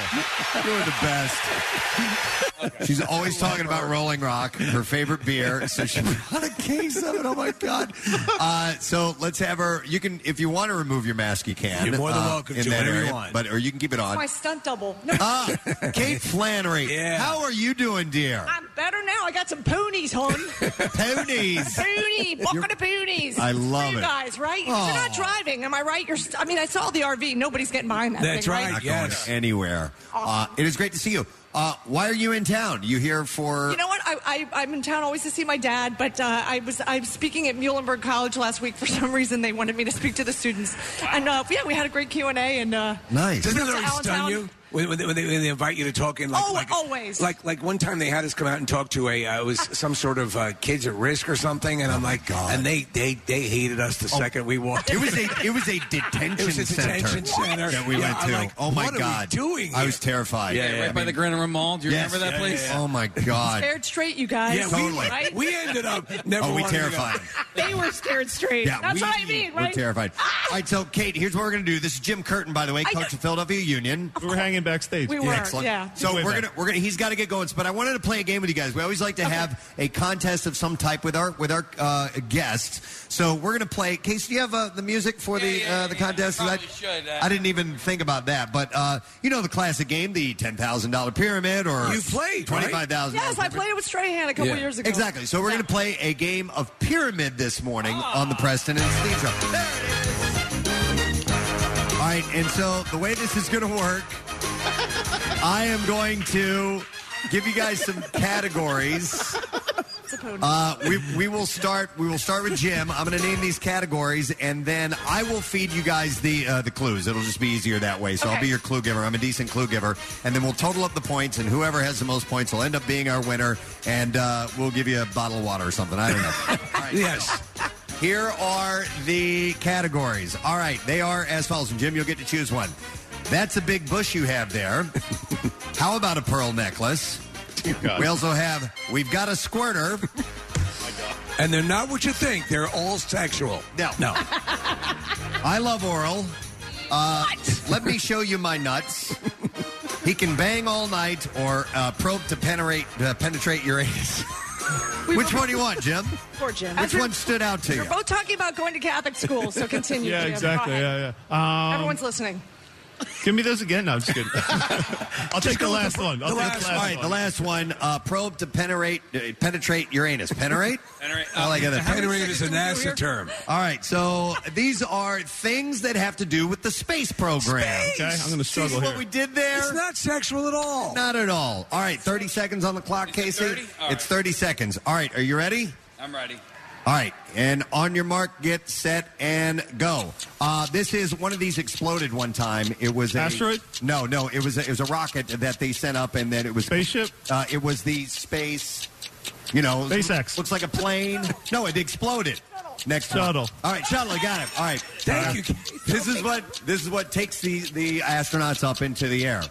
Speaker 1: You're the best. She's always talking about Rolling Rock, her favorite beer. So she brought a case of it. Oh my god! Uh, so let's have her. You can, if you want to remove your mask, you can.
Speaker 3: You're more than
Speaker 1: uh,
Speaker 3: welcome
Speaker 1: in
Speaker 3: to,
Speaker 1: that
Speaker 3: whatever you
Speaker 1: area,
Speaker 3: want.
Speaker 1: But or you can keep it on.
Speaker 19: My stunt double. No,
Speaker 1: Ah, Kate Flannery. How are you doing, dear?
Speaker 19: I'm better now. I got some poonies, hon.
Speaker 1: Ponies.
Speaker 19: Poonie, walking
Speaker 1: You're-
Speaker 19: to poonies.
Speaker 1: I love
Speaker 19: you
Speaker 1: it.
Speaker 19: guys, right? 'Cause You're not
Speaker 1: Aw.
Speaker 19: driving, am I right? You're. St- I mean, I saw the RV. Nobody's getting behind that
Speaker 1: That's
Speaker 19: thing,
Speaker 1: right. Not going anywhere. Uh, it is great to see you. Uh, why are you in town? You here for?
Speaker 19: You know what? I, I, I'm in town always to see my dad, but uh, I was I'm speaking at Muhlenberg College last week. For some reason, they wanted me to speak to the students, and uh, yeah, we had a great Q and A. And uh,
Speaker 1: Nice.
Speaker 3: Doesn't
Speaker 19: Mr.
Speaker 3: that always stun
Speaker 19: Allentown-
Speaker 3: you? When, when, they, when they- when they invite you to talk in like,
Speaker 19: Oh,
Speaker 3: like
Speaker 19: always.
Speaker 3: like like one time they had us come out and talk to a uh, it was some sort of uh, kids at risk or something
Speaker 1: Oh
Speaker 3: and I'm like and they they they hated us the second we walked
Speaker 1: It was a it was a detention,
Speaker 3: It was a detention
Speaker 1: center,
Speaker 3: center.
Speaker 1: that we
Speaker 3: Yeah,
Speaker 1: went
Speaker 3: I'm
Speaker 1: to.
Speaker 3: like,
Speaker 1: oh my
Speaker 3: what are we
Speaker 1: god!
Speaker 3: doing
Speaker 1: I was terrified.
Speaker 4: Yeah, right by the Grand Room Mall. Do you
Speaker 1: Yes.
Speaker 4: remember that
Speaker 1: Yeah,
Speaker 4: place?
Speaker 1: yeah, yeah. Oh my god!
Speaker 19: Scared straight, you guys.
Speaker 1: Yeah, we Totally. were-
Speaker 19: Right?
Speaker 3: we ended up
Speaker 1: oh, we terrified.
Speaker 19: They were scared straight.
Speaker 1: Yeah,
Speaker 19: That's
Speaker 1: we,
Speaker 19: what I mean, right? Ah!
Speaker 1: We're terrified. All right, so Kate, here's what we're gonna do. This is Jim Curtin, by the way,
Speaker 19: I
Speaker 1: coach
Speaker 19: know-
Speaker 1: of Philadelphia Union.
Speaker 18: We're hanging hanging backstage.
Speaker 19: We were, Excellent. yeah.
Speaker 1: So
Speaker 18: Way
Speaker 1: we're
Speaker 18: back.
Speaker 1: gonna we're gonna he's got to get going. But I wanted to play a game with you guys. We always like to have a contest of some type with our with our uh, guests. So we're gonna play. Case, do you have uh, the music for the uh, the contest? I,
Speaker 12: should, uh,
Speaker 1: I didn't even think about that. But uh, you know the classic game, the ten thousand dollar pyramid, or
Speaker 19: You
Speaker 3: played,
Speaker 1: twenty five thousand.
Speaker 19: Yes, I played it with Strahan a couple years ago.
Speaker 1: Exactly. So we're going to play a game of pyramid this morning on the
Speaker 19: Ah.
Speaker 1: Preston and Steve Show. There it is. All right, and so the way this is going to work, I am going to give you guys some categories. Uh, we, we will start. We will start with Jim. I'm going to name these categories, and then I will feed you guys the uh, the clues. It'll just be easier that way. So I'll
Speaker 20: Okay.
Speaker 1: be your clue giver. I'm a decent clue giver, and then we'll total up the points, and whoever has the most points will end up being our winner, and uh, we'll give you a bottle of water or something. I don't know.
Speaker 3: Yes.
Speaker 1: Here are the categories. All right, they are as follows. And Jim, you'll get to choose one. That's a big bush you have there. How about a pearl necklace?
Speaker 3: God.
Speaker 1: We also have we've got a squirter.
Speaker 3: And they're not what you think. They're all sexual.
Speaker 1: No.
Speaker 3: No.
Speaker 1: I love oral. Uh, Let me show you my nuts. He can bang all night or uh, probe to penetrate uh, penetrate Uranus. Which one do you want, Jim?
Speaker 19: Poor Jim.
Speaker 1: Which one stood out to you?
Speaker 19: We're both talking about going to Catholic school, so continue.
Speaker 18: yeah,
Speaker 19: Jim. Go
Speaker 18: exactly.
Speaker 19: ahead.
Speaker 18: Yeah, yeah. Um,
Speaker 19: Everyone's listening.
Speaker 18: Give me those again. No, I'm just kidding. I'll take the last one. I'll
Speaker 1: the
Speaker 18: take
Speaker 1: last, all right, the last one. Uh, probe to penetrate uh, penetrate Uranus. Penetrate.
Speaker 3: Penetrate. um,
Speaker 1: I like that.
Speaker 3: How many Penetrate is a seconds do we NASA do here? term.
Speaker 1: All right, so these are things that have to do with the space program.
Speaker 3: Space! Okay, I'm gonna
Speaker 1: See
Speaker 3: struggle
Speaker 1: what
Speaker 3: here.
Speaker 1: we did there?
Speaker 3: It's not sexual at all.
Speaker 1: Not at all. All right, 30 seconds on the clock, Casey.
Speaker 3: 30? All
Speaker 1: It's 30 seconds. All right, are you ready?
Speaker 4: I'm ready.
Speaker 1: All right, and on your mark, get set, and go. Uh, this is one of these exploded one time. It was a,
Speaker 18: Asteroid?
Speaker 1: No, no, it was a, it was a rocket that they sent up, and then it was spaceship. Uh, it was the space, you know, SpaceX. Looks like a plane. No, it exploded. Next one.
Speaker 18: Shuttle.
Speaker 1: All right, shuttle. I got it. All right. Thank you. This is what this is what takes the the astronauts up into the air.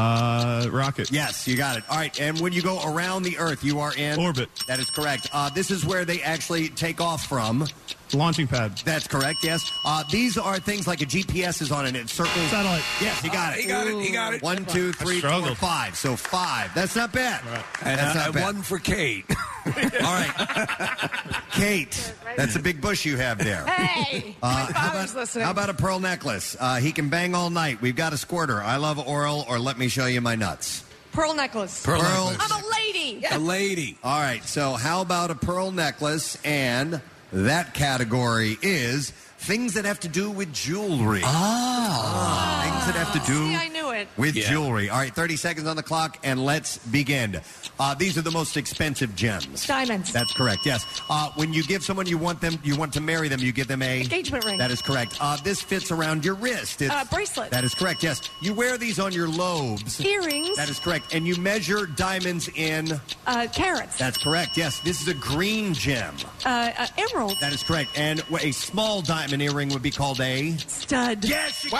Speaker 18: Uh, rocket.
Speaker 1: Yes, you got it. All right, and when you go around the Earth, you are in orbit. That is correct. Uh, this is where they actually take off from.
Speaker 18: Launching pad.
Speaker 1: That's correct. Yes. Uh, these are things like a GPS is on it. It circles. Satellite. Yes, you got
Speaker 3: Ah,
Speaker 1: it.
Speaker 3: he got it, he got it.
Speaker 1: One, two,
Speaker 3: I
Speaker 1: three, four,
Speaker 3: struggled.
Speaker 1: five. So five. That's not bad.
Speaker 3: And,
Speaker 1: That's
Speaker 3: uh,
Speaker 1: not
Speaker 3: and
Speaker 1: bad.
Speaker 3: one for Kate.
Speaker 1: All right. Kate, that's a big bush you have there.
Speaker 19: Hey,
Speaker 1: Uh,
Speaker 19: my
Speaker 1: how,
Speaker 19: father's
Speaker 1: about,
Speaker 19: listening.
Speaker 1: how about a pearl necklace? Uh, he can bang all night. We've got a squirter. I love oral, or let me show you my nuts.
Speaker 19: pearl necklace?
Speaker 1: Pearl Pearl necklace.
Speaker 19: I'm a lady.
Speaker 1: lady. All right. So, how about a pearl necklace? And that category is things that have to do with jewelry. Ah. Things that have to do
Speaker 19: See, I knew it.
Speaker 1: with jewelry. All right. 30 seconds on the clock, and let's begin. Uh, these are the most expensive gems.
Speaker 19: Diamonds.
Speaker 1: That's correct. Yes. Uh, when you give someone you want them, you want to marry them, you give them a
Speaker 19: Engagement ring.
Speaker 1: That is correct. Uh, this fits around your wrist. It's-
Speaker 19: Uh, bracelet.
Speaker 1: That is correct. Yes. You wear these on your lobes.
Speaker 19: Earrings.
Speaker 1: That is correct. And you measure diamonds in.
Speaker 19: Uh, carrots.
Speaker 1: That's correct. Yes. This is a green gem.
Speaker 19: Uh, uh, emerald.
Speaker 1: That is correct. And wh- a small diamond earring would be called a.
Speaker 19: Stud.
Speaker 1: Yes. you-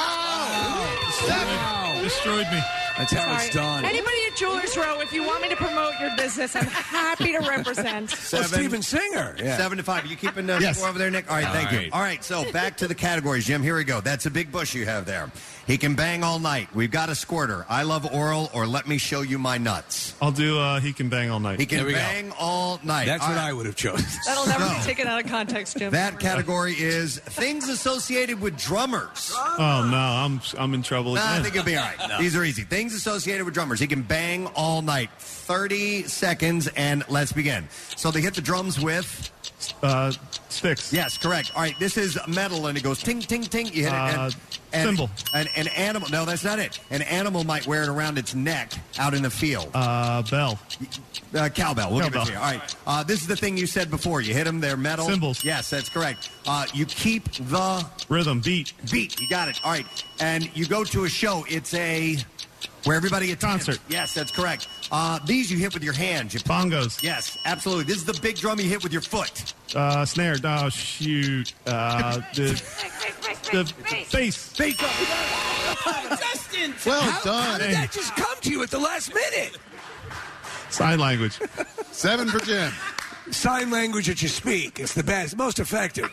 Speaker 18: Destroyed me.
Speaker 3: That's how it's done.
Speaker 19: Anybody at Jewelers Row, if you want me to promote your business, I'm happy to represent.
Speaker 3: Singer.
Speaker 18: yeah.
Speaker 1: Seven to five. You keeping uh,
Speaker 18: Yes.
Speaker 1: score over there, Nick? All right,
Speaker 18: All
Speaker 1: thank you.
Speaker 18: right.
Speaker 1: All right, so back to the categories, Jim. Here we go. That's a big bush you have there. He can bang all night. We've got a squirter. I love oral, or let me show you my nuts.
Speaker 18: I'll do. Uh, he can bang all night.
Speaker 1: He can bang all night.
Speaker 3: That's
Speaker 1: All
Speaker 3: what
Speaker 1: right.
Speaker 3: I would have chosen.
Speaker 19: That'll never
Speaker 1: So-
Speaker 19: be taken out of context, Jim.
Speaker 1: That category is things associated with drummers.
Speaker 18: Oh no, I'm I'm in trouble
Speaker 1: Nah,
Speaker 18: again.
Speaker 1: I think you'll be all right. These are easy. Things associated with drummers. He can bang all night. 30 seconds, and let's begin. So they hit the drums with.
Speaker 18: Uh, sticks.
Speaker 1: Yes, correct. All right, this is metal, and it goes ting, ting, ting. You hit
Speaker 18: Uh,
Speaker 1: it. And, and,
Speaker 18: cymbal.
Speaker 1: An, an animal. No, that's not it. An animal might wear it around its neck out in the field.
Speaker 18: Uh, bell.
Speaker 1: Uh, cowbell. We'll give it
Speaker 18: Cowbell.
Speaker 1: to you. All right. Uh, this is the thing you said before. You hit them. They're metal.
Speaker 18: Cymbals.
Speaker 1: Yes, that's correct. Uh, you keep the
Speaker 18: rhythm, beat,
Speaker 1: beat. You got it. All right. And you go to a show. It's a where everybody attends.
Speaker 18: Concert.
Speaker 1: Yes, that's correct. Uh, these you hit with your hands. You
Speaker 18: Bongos.
Speaker 1: Yes, absolutely. This is the big drum you hit with your foot.
Speaker 18: Uh, snare. Oh shoot. Uh, the the face.
Speaker 1: Face up.
Speaker 12: Justin!
Speaker 18: Well
Speaker 3: how, How
Speaker 18: done.
Speaker 3: did that just come to you at the last minute?
Speaker 18: Sign language.
Speaker 3: Seven for Jim. Sign language that you speak. It's the best, most effective.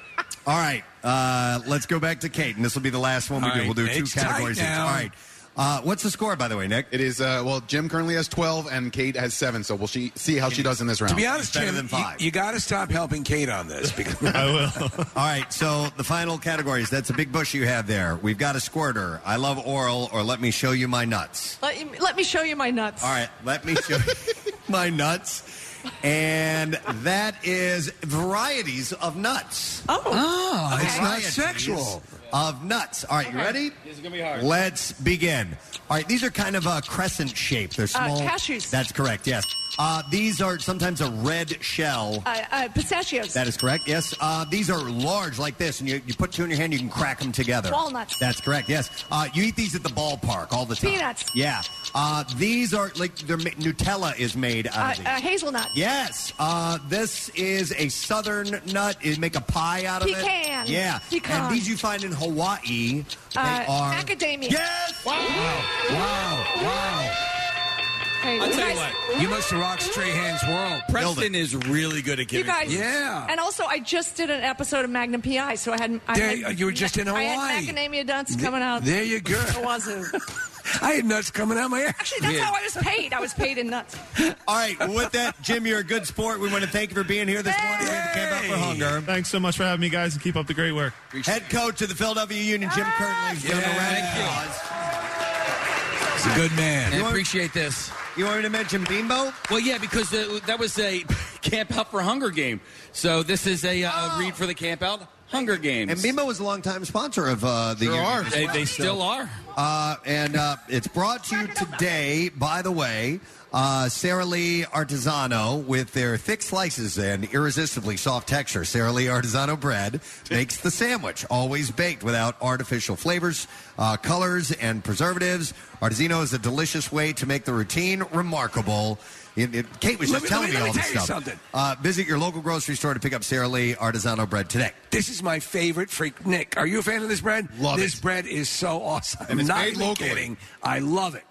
Speaker 1: All right. Uh, let's go back to Kate, and this will be the last one we
Speaker 3: All
Speaker 1: do.
Speaker 3: right.
Speaker 1: We'll do two
Speaker 3: It's tight
Speaker 1: categories. each.
Speaker 3: now.
Speaker 1: All right. Uh, what's the score, by the way, Nick?
Speaker 6: It is uh, well. Jim currently has twelve, and Kate has seven. So we'll she, see how she does in this round.
Speaker 3: To be honest,
Speaker 6: better
Speaker 3: Jim,
Speaker 6: than five.
Speaker 3: you, got to stop helping Kate on this because
Speaker 6: I will.
Speaker 1: All right, so the final categories. That's a big bush you have there. We've got a squirter. I love oral, or let me show you my nuts.
Speaker 19: Let, you- let me show you my nuts.
Speaker 1: All right, let me show you my nuts. And that is varieties of nuts.
Speaker 19: Oh,
Speaker 12: Oh, it's not sexual.
Speaker 1: Of nuts. All right, you ready?
Speaker 12: This is gonna be hard.
Speaker 1: Let's begin. All right, these are kind of a crescent shape. They're
Speaker 19: Uh,
Speaker 1: small.
Speaker 19: cashews.
Speaker 1: That's correct. Yes. Uh, these are sometimes a red shell.
Speaker 19: Uh, uh, pistachios.
Speaker 1: That is correct. Yes. Uh, these are large, like this, and you, you put two in your hand, you can crack them together.
Speaker 19: Walnuts.
Speaker 1: That's correct. Yes. Uh, you eat these at the ballpark all the time.
Speaker 19: Peanuts.
Speaker 1: Yeah. Uh, these are like they're ma- Nutella is made
Speaker 19: uh,
Speaker 1: out of these.
Speaker 19: uh, hazelnut.
Speaker 1: Yes. Uh, this is a southern nut. You make a pie out of
Speaker 19: Pecan.
Speaker 1: it. Yeah.
Speaker 19: Pecan.
Speaker 1: And these you find in Hawaii. They
Speaker 19: Uh,
Speaker 1: are.
Speaker 19: Macadamia.
Speaker 1: Yes!
Speaker 19: Wow.
Speaker 1: Wow. Wow.
Speaker 19: Hey,
Speaker 4: I'll tell you
Speaker 19: guys-
Speaker 4: what. You must have rocked Strahan's world. Preston is really good at
Speaker 19: You
Speaker 4: giving.
Speaker 19: guys,
Speaker 4: yeah.
Speaker 19: And also, I just did an episode of Magnum PI, so I had. I
Speaker 3: There-
Speaker 19: had-
Speaker 3: you were just in
Speaker 19: I
Speaker 3: Hawaii.
Speaker 19: had macadamia nuts coming out.
Speaker 3: there you go.
Speaker 19: I wasn't.
Speaker 3: I had nuts coming out my ass.
Speaker 19: Actually, that's how I was paid. I was paid in nuts.
Speaker 1: All right. With that, Jim, you're a good sport. We want to thank you for being here this morning. We came out for hunger.
Speaker 18: Thanks so much for having me, guys, and keep up the great work.
Speaker 1: Head coach of the Philadelphia Union, Jim Curtin, is doing a round of applause.
Speaker 3: He's a good man.
Speaker 4: I appreciate this.
Speaker 1: You want me to mention Bimbo?
Speaker 4: Well, yeah, because uh, that was a Camp Out for Hunger game. So this is a, uh, a read for the Camp Out Hunger Games.
Speaker 1: Oh. And Bimbo was a longtime sponsor of uh, the
Speaker 4: Sure
Speaker 1: union
Speaker 4: are.
Speaker 1: as
Speaker 4: They-
Speaker 1: well,
Speaker 4: they still are.
Speaker 1: Uh, and uh, it's brought to you today, by the way, uh, Sara Lee Artisano with their thick slices and irresistibly soft texture. Sara Lee Artisano bread makes the sandwich, always baked without artificial flavors, uh, colors, and preservatives. Artisano is a delicious way to make the routine remarkable. It- it- Kate was just
Speaker 3: Let me-
Speaker 1: telling
Speaker 3: let
Speaker 1: me,
Speaker 3: me- let
Speaker 1: all
Speaker 3: me
Speaker 1: this
Speaker 3: tell you
Speaker 1: stuff.
Speaker 3: something.
Speaker 1: Uh, visit your local grocery store to pick up Sara Lee Artisano bread today.
Speaker 3: This is my favorite freak. Nick, are you a fan of this bread?
Speaker 1: Love
Speaker 3: this
Speaker 1: it.
Speaker 3: bread is so awesome.
Speaker 1: And it's
Speaker 3: Not
Speaker 1: made
Speaker 3: even
Speaker 1: locally.
Speaker 3: kidding. I love it.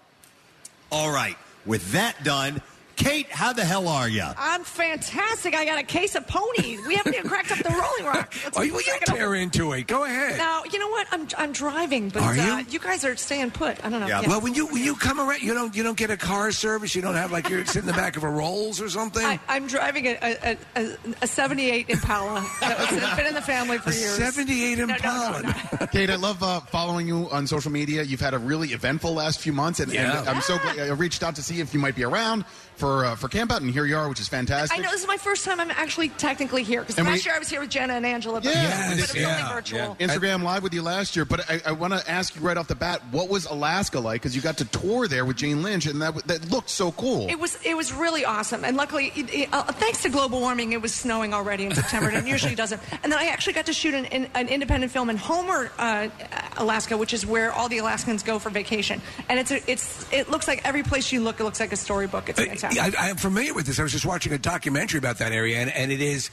Speaker 1: All right. With that done, Kate, how the hell are you?
Speaker 19: I'm fantastic. I got a case of ponies. We haven't even cracked up the Rolling Rock. Let's
Speaker 3: Oh, you, you tear into it. Go ahead.
Speaker 19: Now you know what? I'm I'm driving, but
Speaker 3: Are
Speaker 19: Uh,
Speaker 3: you?
Speaker 19: you guys are staying put. I don't know. Yeah.
Speaker 3: Well, when you when you come around, you don't you don't get a car service. You don't have like you're sitting in the back of a Rolls or something.
Speaker 19: I, I'm driving a a, a, a- a 78 Impala that was been in the family for
Speaker 3: A
Speaker 19: years.
Speaker 3: 78
Speaker 19: No, no, no,
Speaker 3: Impala.
Speaker 19: no.
Speaker 6: Kate, I love uh, following you on social media. You've had a really eventful last few months, and, and
Speaker 3: Yeah.
Speaker 6: I'm so glad I reached out to see if you might be around for uh, for camp out, and here you are, which is fantastic.
Speaker 19: I know this is my first time I'm actually technically here because
Speaker 6: And
Speaker 19: last
Speaker 6: we-
Speaker 19: year I was here with Jenna and Angela, but,
Speaker 6: Yeah,
Speaker 19: but it was only
Speaker 6: yeah,
Speaker 19: virtual.
Speaker 6: yeah. Instagram Live with you last year, but I, I want to ask you right off the bat, what was Alaska like? Because you got to tour there with Jane Lynch, and that w- that looked so cool.
Speaker 19: It was it was really awesome, and luckily, it, it, uh, thanks to global warming, it was snowing already in September, and it usually doesn't. And then I actually got to shoot an, an, an independent film in Homer, uh, Alaska, which is where all the Alaskans go for vacation, and it's a, it's it looks like every place you look, it looks like a storybook.
Speaker 6: Uh,
Speaker 19: It's fantastic.
Speaker 3: I, I'm familiar with this. I was just watching a documentary about that area, and, and it is,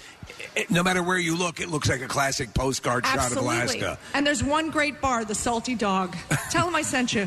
Speaker 3: it, no matter where you look, it looks like a classic postcard
Speaker 19: Absolutely.
Speaker 3: shot of Alaska.
Speaker 19: And there's one great bar, the Salty Dog. Tell them I sent you.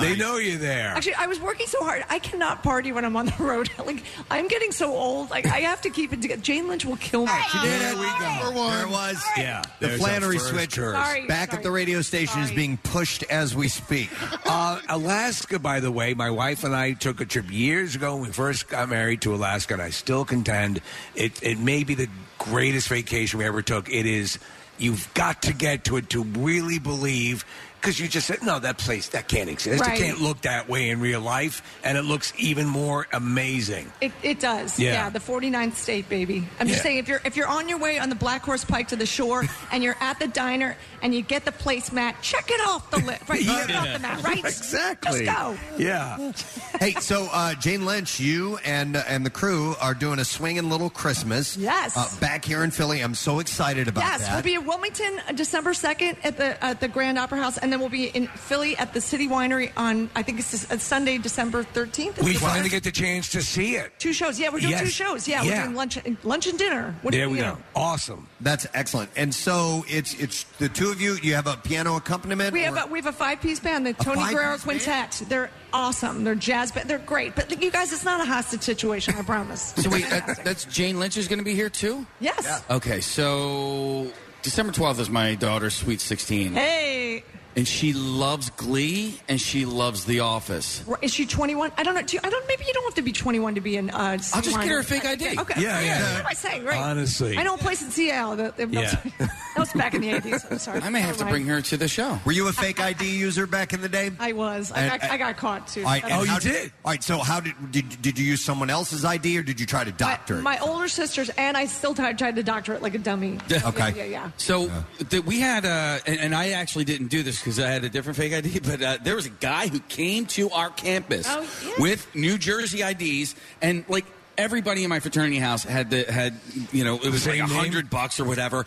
Speaker 3: They know you there.
Speaker 19: Actually, I was working so hard. I cannot party when I'm on the road. like I'm getting so old. Like I have to keep it together. Jane Lynch will kill me.
Speaker 3: Ah, there we go.
Speaker 1: There it was.
Speaker 3: Yeah.
Speaker 1: The
Speaker 3: There's
Speaker 1: Flannery
Speaker 3: our first
Speaker 1: switch
Speaker 3: curse.
Speaker 19: Sorry,
Speaker 1: back
Speaker 19: sorry.
Speaker 1: at the radio station is
Speaker 19: Sorry.
Speaker 1: being pushed as we speak.
Speaker 3: Uh, Alaska, by the way, my wife and I took a trip years ago when we first got married to Alaska, and I still contend it, it may be the greatest vacation we ever took. It is, you've got to get to it to really believe, because you just said, no, that place, that can't exist.
Speaker 19: Right.
Speaker 3: It can't look that way in real life, and it looks even more amazing.
Speaker 19: It, it does.
Speaker 3: Yeah.
Speaker 19: Yeah. the 49th state, baby. I'm just
Speaker 3: Yeah.
Speaker 19: saying, if you're if you're on your way on the Black Horse Pike to the shore and you're at the diner and you get the placemat, check it off the list. Right, check it off the map. Right.
Speaker 3: Exactly.
Speaker 19: Just go.
Speaker 3: Yeah.
Speaker 1: hey, so uh, Jane Lynch, you and uh, and the crew are doing a swinging little Christmas.
Speaker 19: Yes.
Speaker 1: Uh, back here in Philly, I'm so excited about
Speaker 19: Yes,
Speaker 1: that.
Speaker 19: we'll be in Wilmington uh, December 2nd at the at the Grand Opera House, and then we'll be in Philly at the City Winery on I think it's this- uh, Sunday, December 13th.
Speaker 3: We
Speaker 19: Is it
Speaker 3: finally
Speaker 19: Saturday?
Speaker 3: get the chance to see it.
Speaker 19: two shows. Yeah, we're doing
Speaker 3: Yes.
Speaker 19: two shows. Yeah,
Speaker 3: Yeah.
Speaker 19: we're doing lunch lunch and dinner. What do
Speaker 3: there
Speaker 19: you
Speaker 3: we
Speaker 19: know?
Speaker 3: go. Awesome.
Speaker 1: That's excellent. And so it's it's the two of you. You have a piano accompaniment.
Speaker 19: We have
Speaker 1: or-
Speaker 19: a we have a five piece band, the Tony
Speaker 1: five-piece
Speaker 19: Guerrero Quintet. They're awesome. They're jazz band. They're great. But you guys, it's not a hostage situation. I promise.
Speaker 4: So wait, that, that's Jane Lynch is going to be here too.
Speaker 19: Yes.
Speaker 4: Okay, so December twelfth is my daughter's sweet sixteen.
Speaker 19: Hey.
Speaker 4: And she loves Glee and she loves The Office.
Speaker 19: Right, Is she 21? I don't know. Do you, I don't. Maybe you don't have to be 21 to be in. Uh, I'll
Speaker 4: just get her a fake ID.
Speaker 19: Okay.
Speaker 4: Yeah, yeah,
Speaker 19: That's
Speaker 4: yeah.
Speaker 19: what I'm saying. Right.
Speaker 4: Honestly.
Speaker 19: I know a place in Seattle. That, that,
Speaker 4: Yeah.
Speaker 19: that was back in the 80s. I'm sorry.
Speaker 4: I may have to
Speaker 19: Never
Speaker 4: bring
Speaker 19: mind.
Speaker 4: her to the show.
Speaker 1: Were you a fake ID user back in the day? Oh,
Speaker 19: I was. I,
Speaker 1: And-
Speaker 19: got, I got caught too.
Speaker 1: All right,
Speaker 19: That's-
Speaker 1: and
Speaker 3: Oh,
Speaker 1: how All right, so how did, did did you use someone else's ID or did you try to doctor it?
Speaker 19: My older sisters and I still tried, tried to doctor it like a dummy.
Speaker 1: Okay.
Speaker 19: Yeah, yeah. yeah.
Speaker 4: So th- we had, uh, and, and I actually didn't do this because I had a different fake ID, but uh, there was a guy who came to our campus
Speaker 12: Oh, yeah.
Speaker 4: with New Jersey IDs, and like everybody in my fraternity house had the had, you know, it was like
Speaker 3: Same
Speaker 4: a
Speaker 3: name?
Speaker 4: hundred bucks or whatever.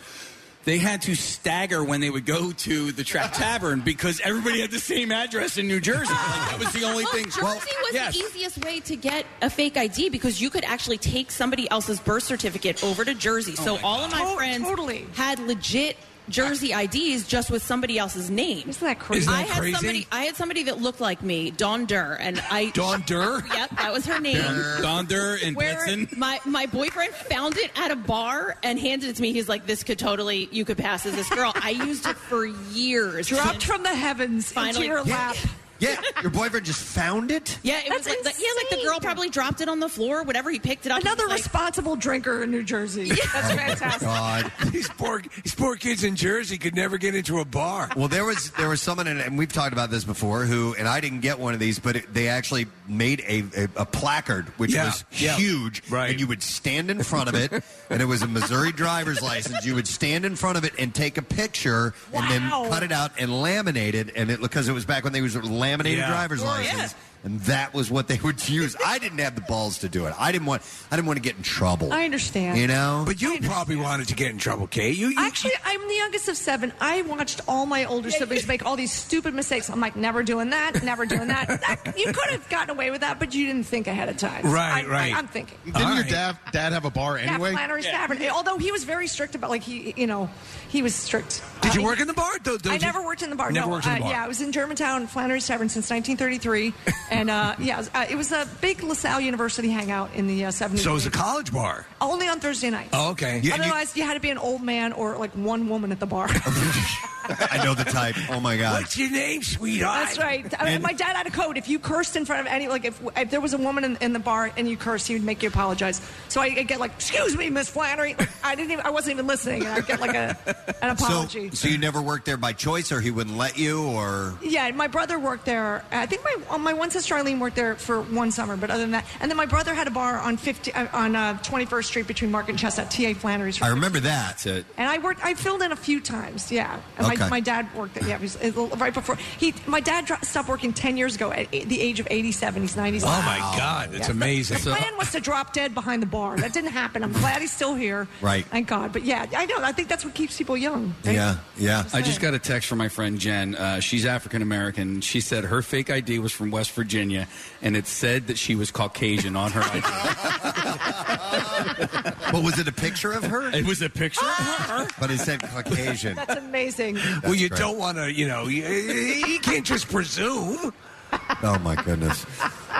Speaker 4: They had to stagger when they would go to the Trap Tavern because everybody had the same address in New Jersey. Like, that was the only
Speaker 2: well,
Speaker 4: thing.
Speaker 2: Jersey was
Speaker 4: yes.
Speaker 2: the easiest way to get a fake ID because you could actually take somebody else's birth certificate over to Jersey.
Speaker 21: Oh
Speaker 2: so
Speaker 21: my
Speaker 2: all of my
Speaker 21: God.
Speaker 2: friends had legit Jersey IDs just with somebody else's name. Isn't
Speaker 19: that
Speaker 4: crazy? Isn't that
Speaker 2: I had
Speaker 4: crazy?
Speaker 2: somebody. I had somebody that looked like me, Dawn Durr, and I.
Speaker 4: Dawn Durr?
Speaker 2: Yep, that was her name.
Speaker 4: Donder and
Speaker 2: Where
Speaker 4: Benson.
Speaker 2: my, my boyfriend found it at a bar and handed it to me. He's like, "This could totally you could pass as this girl." I used it for years.
Speaker 19: Dropped from the heavens into
Speaker 2: Finally,
Speaker 19: your lap.
Speaker 1: Yeah, your boyfriend just found it.
Speaker 2: Yeah, it was like the, yeah, like the girl probably dropped it on the floor. Whatever he picked it up.
Speaker 19: Another responsible drinker in New Jersey. That's fantastic.
Speaker 1: God.
Speaker 3: these poor these poor kids in Jersey could never get into a bar.
Speaker 1: Well, there was there was someone, and- and we've talked about this before. Who and I didn't get one of these, but it, they actually made a, a, a placard which
Speaker 3: Yeah,
Speaker 1: was
Speaker 3: yeah.
Speaker 1: huge, right? And you would stand in front of it, and it was a Missouri driver's license. You would stand in front of it and take a picture, and
Speaker 12: Wow.
Speaker 1: then cut it out and laminate it, and it because it was back when they was laminated
Speaker 12: Yeah.
Speaker 1: driver's
Speaker 12: Oh, yeah.
Speaker 1: license. And that was what they would use. I didn't have the balls to do it. I didn't want. I didn't want to get in trouble.
Speaker 19: I understand.
Speaker 1: You know.
Speaker 3: But you probably wanted to get in trouble, Kate. You,
Speaker 19: Actually, I'm the youngest of seven. I watched all my older siblings make all these stupid mistakes. I'm like, never doing that, never doing that. That- you could have gotten away with that, but you didn't think ahead of time. So
Speaker 6: Right,
Speaker 19: I,
Speaker 6: right.
Speaker 19: I, am thinking.
Speaker 6: Didn't your dad dad have a bar anyway?
Speaker 19: Yeah, Flannery's Tavern. Although he was very strict about, like he, you know, he was strict. Uh,
Speaker 6: Did you
Speaker 19: he-
Speaker 6: work in the bar? Though- though
Speaker 19: I
Speaker 6: did-
Speaker 19: never worked in the bar.
Speaker 6: Never
Speaker 19: no,
Speaker 6: worked in the
Speaker 19: Uh,
Speaker 6: bar.
Speaker 19: yeah, I was in Germantown, Flannery's Tavern, since 1933, and uh, yeah, it was, uh, it was a big LaSalle University hangout in the uh, 70s.
Speaker 3: So it was a college bar.
Speaker 19: Only on Thursday nights.
Speaker 3: Oh, okay. Yeah, and you-
Speaker 19: Otherwise, you, had to be an old man or like one woman at the bar.
Speaker 1: I know the type. Oh my god.
Speaker 3: What's your name, sweetheart?
Speaker 19: That's right. I-
Speaker 1: And-
Speaker 19: my dad had a code. If you cursed in front of any, like if, if there was a woman in, in the bar and you cursed, he would make you apologize. So I, would get like, "Excuse me, Miss Flannery." I didn't even. I wasn't even listening, and I would get like a an apology.
Speaker 1: So, so you never worked there by choice, or he wouldn't let you, or
Speaker 19: Yeah, and my brother worked there. I think my uh, my one sister Eileen worked there for one summer, but other than that, and then my brother had a bar on fifty uh, on Twenty First uh, 21st Street between Market and Chestnut. T. A. Flannery's. for
Speaker 1: I remember that.
Speaker 19: And I worked. I filled in a few times. Yeah. And
Speaker 1: Okay.
Speaker 19: my, my dad worked. There, yeah, it was it was right before he. My dad dro- stopped working ten years ago at a- the age of eighty-seven. He's ninety-seven.
Speaker 3: Oh, my God, that's
Speaker 19: Yeah.
Speaker 3: amazing.
Speaker 19: The plan was to drop dead behind the bar. That didn't happen. I'm glad he's still here.
Speaker 4: Right.
Speaker 19: Thank God. But yeah, I know. I think that's what keeps people young.
Speaker 1: Yeah, yeah.
Speaker 4: I just got a text from my friend Jen. Uh, she's African American. She said her fake ID was from West Virginia, and it said that she was Caucasian on her ID.
Speaker 1: but was it a picture of her?
Speaker 4: It was a picture of her,
Speaker 1: but it said Caucasian.
Speaker 19: That's amazing.
Speaker 3: well, you don't want to, you know, you, you can't just presume.
Speaker 1: Oh my goodness.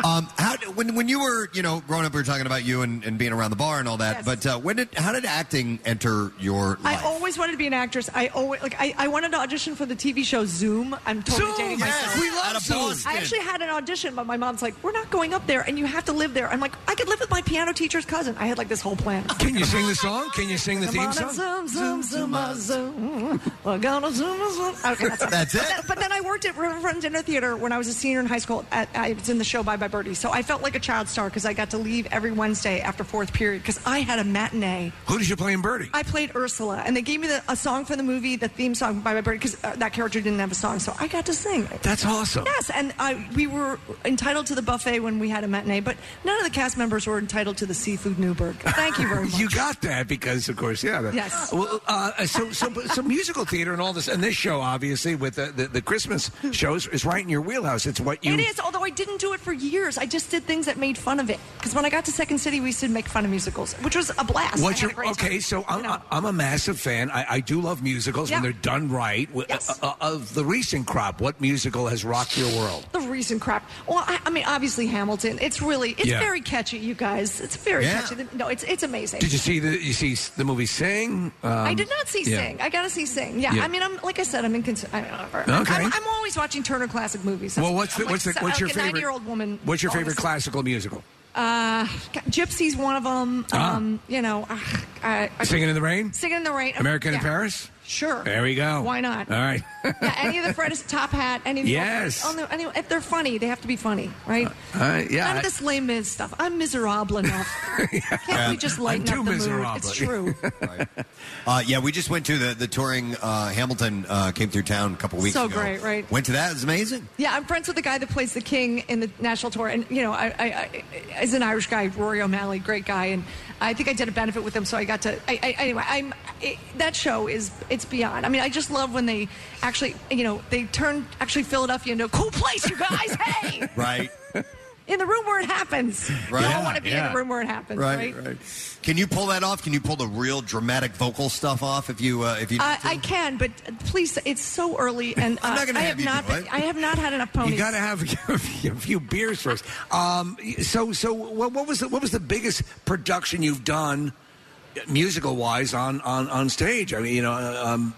Speaker 1: Um, how when when you were you know growing up, we were talking about you and, and being around the bar and all that.
Speaker 19: Yes.
Speaker 1: But uh, when did how did acting enter your life?
Speaker 19: I always wanted to be an actress. I always like I, I wanted to audition for the TV show Zoom. I'm totally
Speaker 12: Zoom,
Speaker 19: dating
Speaker 12: yes,
Speaker 19: myself.
Speaker 12: we love Out of Zoom. Boston.
Speaker 19: I actually had an audition, but my mom's like, "We're not going up there, and you have to live there." I'm like, "I could live with my piano teacher's cousin." I had like this whole plan.
Speaker 3: Can you sing the song? Can you sing the
Speaker 19: Come
Speaker 3: theme
Speaker 19: on and
Speaker 3: song?
Speaker 19: zoom, zoom, zoom, uh, zoom. Mm-hmm. We're gonna zoom, uh, zoom. Okay, that's it.
Speaker 3: That's it?
Speaker 19: But then, but then I worked at Riverfront Dinner Theater when I was a senior in high school. At, I was in the show Bye Bye Birdie, so I felt like a child star because I got to leave every Wednesday after fourth period because I had a matinee.
Speaker 3: Who did you play in Birdie?
Speaker 19: I played Ursula, and they gave me the, a song from the movie, the theme song by my bird, because uh, that character didn't have a song, so I got to sing.
Speaker 3: That's awesome.
Speaker 19: Yes, and I, we were entitled to the buffet when we had a matinee, but none of the cast members were entitled to the seafood Newberg. Thank you very much.
Speaker 3: You got that because, of course, yeah. the-
Speaker 19: Yes.
Speaker 3: Well, uh, so, so, so musical theater and all this, and this show, obviously, with the, the, the Christmas shows, is right in your wheelhouse. It's what you.
Speaker 19: it is, although I didn't do it for years, I just did things that made fun of it. Because when I got to Second City, we used to make fun of musicals, which was a blast. I
Speaker 3: What's
Speaker 19: had
Speaker 3: your
Speaker 19: a great
Speaker 3: okay?
Speaker 19: time,
Speaker 3: So
Speaker 19: you
Speaker 3: I'm
Speaker 19: know.
Speaker 3: I'm a massive fan. I, I do love musicals when
Speaker 19: Yeah.
Speaker 3: they're done right. W-
Speaker 19: Yes.
Speaker 3: uh, uh, of the recent crop, what musical has rocked your world?
Speaker 19: the recent crap. Well, I, I mean, obviously Hamilton. It's really, it's
Speaker 3: Yeah.
Speaker 19: very catchy, you guys. It's very
Speaker 3: Yeah.
Speaker 19: catchy. No, it's it's amazing.
Speaker 3: Did you see the you see the movie Sing? Um,
Speaker 19: I did not see
Speaker 3: yeah.
Speaker 19: Sing. I got to see Sing. Yeah,
Speaker 3: Yeah.
Speaker 19: I mean, I'm like I said, I'm in. Cons- I don't know.
Speaker 3: Okay.
Speaker 19: I'm, I'm always watching Turner classic movies.
Speaker 3: Well, what's the,
Speaker 19: I'm like
Speaker 3: what's the,
Speaker 19: so-
Speaker 3: what's your
Speaker 19: like a
Speaker 3: favorite?
Speaker 19: year old woman.
Speaker 3: What's your favorite
Speaker 19: honestly.
Speaker 3: classical musical?
Speaker 19: Uh, God, Gypsy's one of them.
Speaker 3: Ah.
Speaker 19: Um, you know, uh, I, I-
Speaker 3: Singing in the Rain?
Speaker 19: Singing in the rain.
Speaker 3: American in
Speaker 19: um, Yeah.
Speaker 3: Paris.
Speaker 19: Sure.
Speaker 3: There we go.
Speaker 19: Why not?
Speaker 3: All right.
Speaker 19: yeah, any of the Fred's top hat. Any of the
Speaker 3: Yes.
Speaker 19: On the, any, if they're funny, they have to be funny, right?
Speaker 3: Uh, yeah.
Speaker 19: None
Speaker 3: I-
Speaker 19: of this lame Mis stuff. I'm miserable enough. Can't we just lighten
Speaker 1: I'm too
Speaker 19: up the
Speaker 1: miserable.
Speaker 19: mood? It's true.
Speaker 1: Uh, yeah, we just went to the, the touring uh, Hamilton uh, came through town a couple weeks
Speaker 19: So
Speaker 1: ago.
Speaker 19: great, right.
Speaker 1: Went to that. It was amazing.
Speaker 19: Yeah, I'm friends with the guy that plays the king in the national tour, and you know, I, I, I as an Irish guy, Rory O'Malley, great guy, and I think I did a benefit with him, so I got to. I, I, anyway, I'm it, that show is it's beyond. I mean, I just love when they actually, you know, they turn actually Philadelphia into a cool place, you guys. hey,
Speaker 1: Right.
Speaker 19: in the room where it happens.
Speaker 1: Right.
Speaker 19: You all
Speaker 1: Yeah,
Speaker 19: want to be
Speaker 1: yeah.
Speaker 19: in the room where it happens, right?
Speaker 1: Can you pull that off? Can you pull the real dramatic vocal stuff off if you uh, if you
Speaker 19: I, I can, but please, it's so early, and uh,
Speaker 1: I'm not gonna
Speaker 19: I
Speaker 1: have
Speaker 19: have
Speaker 1: you
Speaker 19: not.
Speaker 1: do
Speaker 19: been- I have not had enough ponies.
Speaker 3: You got to have a few- a few beers first. Um, so, so what, what was the, what was the biggest production you've done, musical wise, on, on, on stage? I mean, you know, um,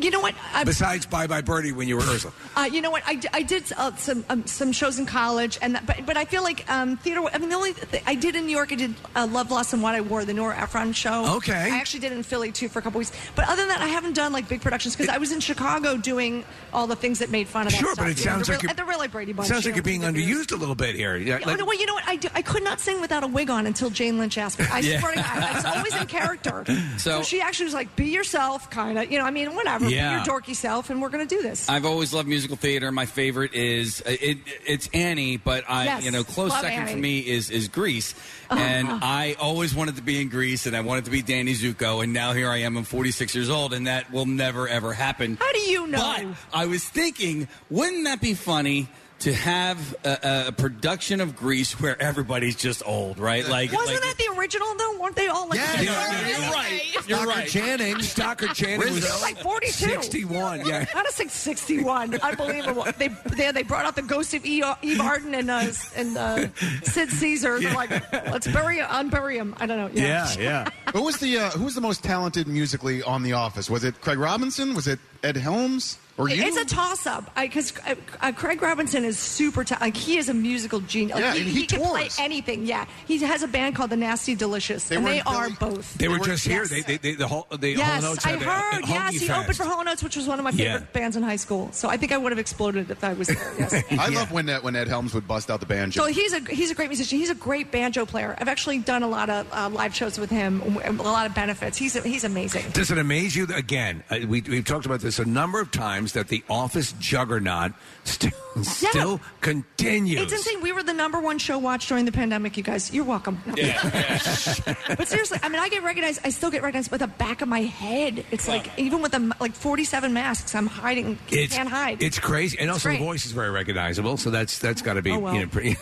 Speaker 19: you know what? I'm-
Speaker 3: besides Bye Bye Birdie when you were Ursula.
Speaker 19: Uh, you know what? I, d- I did uh, some um, some shows in college, and that, but but I feel like um, theater. I mean, the only th- I did in New York, I did uh, Love, Loss, and What I Wore, the Nora Ephron show.
Speaker 3: Okay.
Speaker 19: I actually did it in Philly too for a couple weeks. But other than that, I haven't done like big productions because I was in Chicago doing all the things that made fun of that
Speaker 3: Sure,
Speaker 19: stuff,
Speaker 3: but it
Speaker 19: you know,
Speaker 3: sounds
Speaker 19: the
Speaker 3: like
Speaker 19: real,
Speaker 3: you're-
Speaker 19: at the Really Brady Bunch.
Speaker 3: Sounds
Speaker 19: you
Speaker 3: like
Speaker 19: know.
Speaker 3: you're being underused a little bit here. Yeah,
Speaker 19: Yeah,
Speaker 3: like-
Speaker 19: no, well, you know what? I, do, I could not sing without a wig on until Jane Lynch asked me. I
Speaker 3: Yeah.
Speaker 19: swear to God, I was always in character.
Speaker 4: So-
Speaker 19: she actually was like, "Be yourself," kind of. You know, I mean, whatever.
Speaker 4: Yeah.
Speaker 19: Be your dorky self, and we're going to do this.
Speaker 4: I've always loved musical theater. My favorite is uh, it, it's Annie, but I
Speaker 19: Yes,
Speaker 4: you know close
Speaker 19: love
Speaker 4: second for
Speaker 19: Annie.
Speaker 4: me is is Greece, and
Speaker 19: Ah.
Speaker 4: I always wanted to be in Greece, and I wanted to be Danny Zuko, and now here I am. I'm 46 years old, and that will never ever happen.
Speaker 19: How do you know?
Speaker 4: But I was thinking, wouldn't that be funny? To have a, a production of Greece where everybody's just old, right? Like,
Speaker 19: Wasn't
Speaker 4: like-
Speaker 19: that the original though? Weren't they all like?
Speaker 4: Yeah, yeah, yeah, you're right. You're Stockard right. Channing.
Speaker 3: Stockard Channing was
Speaker 19: Rizzo. like 42.
Speaker 3: 61, yeah.
Speaker 19: Not a 61. Unbelievable. They, they they brought out the ghost of Eve, Eve Arden and uh, and uh, Sid Caesar. They're like, let's bury unbury him. I don't know.
Speaker 6: who was the uh, who was the most talented musically on The Office? Was it Craig Robinson? Was it Ed Helms? Or you?
Speaker 19: It's a toss-up because uh, uh, Craig Robinson is super. Ta- like he is a musical genius.
Speaker 6: Yeah,
Speaker 19: like, he,
Speaker 6: and he
Speaker 19: can play anything. Yeah, he has a band called the Nasty Delicious,
Speaker 3: They
Speaker 19: and
Speaker 3: were
Speaker 19: they
Speaker 3: in Philly.
Speaker 19: are both.
Speaker 3: They were just here. They, they, they, the whole, they,
Speaker 19: yes,
Speaker 3: Hall Notes
Speaker 19: I
Speaker 3: had a- a
Speaker 19: heard.
Speaker 3: honky
Speaker 19: yes, he
Speaker 3: fest.
Speaker 19: opened for Hall Notes, which was one of my
Speaker 6: Yeah.
Speaker 19: favorite bands in high school. So I think I would have exploded if I was there. Yes.
Speaker 6: I love when uh, when Ed Helms would bust out the banjo.
Speaker 19: So he's a he's a great musician. He's a great banjo player. I've actually done a lot of uh, live shows with him, a lot of benefits. He's he's amazing.
Speaker 3: Does it amaze you that- again? Uh, we, we've talked about this a number of times that the office juggernaut still still continues.
Speaker 19: It's insane. We were the number one show watched during the pandemic. You guys, you're welcome. No. but seriously, I mean, I get recognized. I still get recognized by the back of my head. It's like even with the like 47 masks, I'm hiding.
Speaker 3: It's-
Speaker 19: can't hide.
Speaker 3: It's crazy, and
Speaker 19: It's
Speaker 3: also the
Speaker 19: great.
Speaker 3: voice is very recognizable. So that's that's got to be
Speaker 19: Oh, well.
Speaker 3: you know, pretty.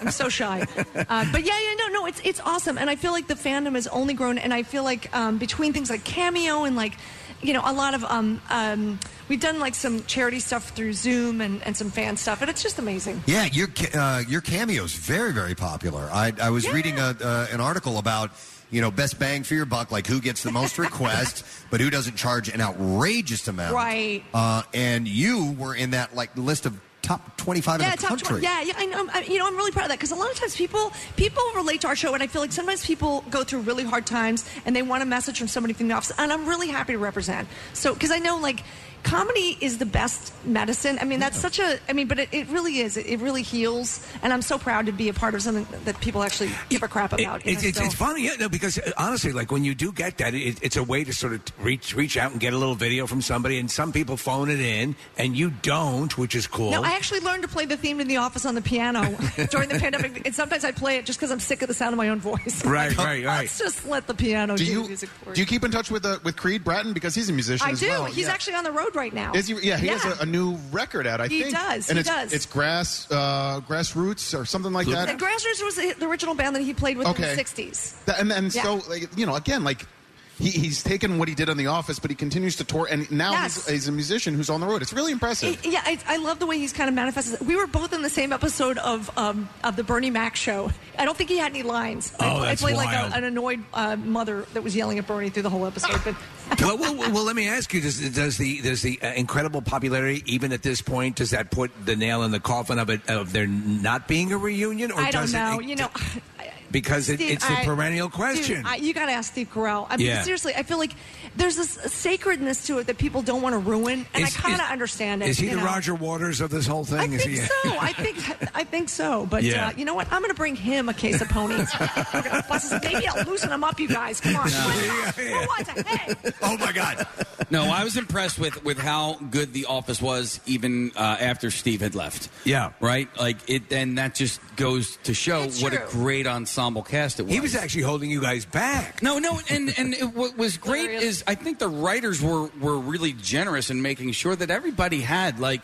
Speaker 19: I'm so shy. Uh, but yeah, yeah, no, no, it's it's awesome, and I feel like the fandom has only grown, and I feel like um, between things like cameo and like, you know, a lot of um, um, we've done like some charity stuff through Zoom and, and some fan stuff, and it's just amazing.
Speaker 1: Yeah, your ca- uh, your cameo's very very popular. I I was reading a, uh, an article about you know best bang for your buck, like who gets the most requests, but who doesn't charge an outrageous amount.
Speaker 19: Right.
Speaker 1: Uh, and you were in that like list of top twenty five
Speaker 19: yeah,
Speaker 1: in the
Speaker 19: top
Speaker 1: country.
Speaker 19: 20. Yeah, yeah, I know. I, you know, I'm really proud of that because a lot of times people people relate to our show, and I feel like sometimes people go through really hard times and they want a message from somebody from the office, and I'm really happy to represent. So, because I know like comedy is the best medicine. I mean, that's such a. I mean, but it, it really is. It, it really heals, and I'm so proud to be a part of something that people actually give a crap about. you
Speaker 3: It's,
Speaker 19: know,
Speaker 3: it's,
Speaker 19: so.
Speaker 3: it's funny, yeah, no, because uh, honestly, like when you do get that, it, it's a way to sort of reach reach out and get a little video from somebody. And some people phone it in, and you don't, which is cool.
Speaker 19: No, I actually learned to play the theme in the office on the piano during the pandemic, and sometimes I play it just because I'm sick of the sound of my own voice.
Speaker 6: Right,
Speaker 19: Like,
Speaker 6: right, right.
Speaker 19: Let's just let the piano
Speaker 6: do
Speaker 19: do,
Speaker 6: you
Speaker 19: the music for
Speaker 6: do you keep in touch with uh, with Creed Bratton because he's a musician?
Speaker 19: I
Speaker 6: as
Speaker 19: do.
Speaker 6: well,
Speaker 19: He's
Speaker 6: yeah.
Speaker 19: actually on the road road right now.
Speaker 6: Is he, yeah, he has a, a new record out. I
Speaker 19: He
Speaker 6: think
Speaker 19: does,
Speaker 6: And
Speaker 19: he
Speaker 6: it's,
Speaker 19: does.
Speaker 6: It's grass, uh, grassroots or something like that.
Speaker 19: The Grassroots was the, the original band that he played with in
Speaker 6: Okay.
Speaker 19: the 60s.
Speaker 6: Th- and and
Speaker 19: Yeah.
Speaker 6: so like, you know, again, like he, he's taken what he did on The Office, but he continues to tour, and now
Speaker 19: Yes.
Speaker 6: he's, he's a musician who's on the road. It's really impressive.
Speaker 19: I- yeah, I, I love the way he's kind of manifested. We were both in the same episode of um, of the Bernie Mac show. I don't think he had any lines. I,
Speaker 3: Oh,
Speaker 19: I
Speaker 3: that's
Speaker 19: played
Speaker 3: wild.
Speaker 19: like a, an annoyed uh, mother that was yelling at Bernie through the whole episode. But
Speaker 3: well, well, well, well, let me ask you: Does, does the does the uh, incredible popularity, even at this point, does that put the nail in the coffin of it of there not being a reunion, or
Speaker 19: I don't
Speaker 3: does
Speaker 19: know.
Speaker 3: it?
Speaker 19: you know,
Speaker 3: Because it,
Speaker 19: Steve,
Speaker 3: it's a
Speaker 19: I-
Speaker 3: perennial
Speaker 19: dude,
Speaker 3: question.
Speaker 19: I- you got to ask Steve Carell. I mean,
Speaker 3: Yeah.
Speaker 19: seriously, I feel like there's this sacredness to it that people don't want to ruin, and
Speaker 3: Is-
Speaker 19: I kind
Speaker 3: is-
Speaker 19: of understand it.
Speaker 3: Is he
Speaker 19: you
Speaker 3: the
Speaker 19: know?
Speaker 3: Roger Waters of this whole thing?
Speaker 19: I
Speaker 3: is he?
Speaker 19: think so. I think I think so. But
Speaker 3: Yeah.
Speaker 19: uh, you know what? I'm going to bring him a case of ponies. We're gonna bust his- Maybe I'll loosen him up, you guys. Come on.
Speaker 1: Oh my God!
Speaker 4: No, I was impressed with with how good The Office was, even uh, after Steve had left.
Speaker 3: Yeah.
Speaker 4: right. Like it, and that just goes to show
Speaker 3: It's
Speaker 4: what a
Speaker 3: true.
Speaker 4: great ensemble cast it was.
Speaker 3: He was actually holding you guys back.
Speaker 4: No, no, and and it, what was great is I think the writers were were really generous in making sure that everybody had like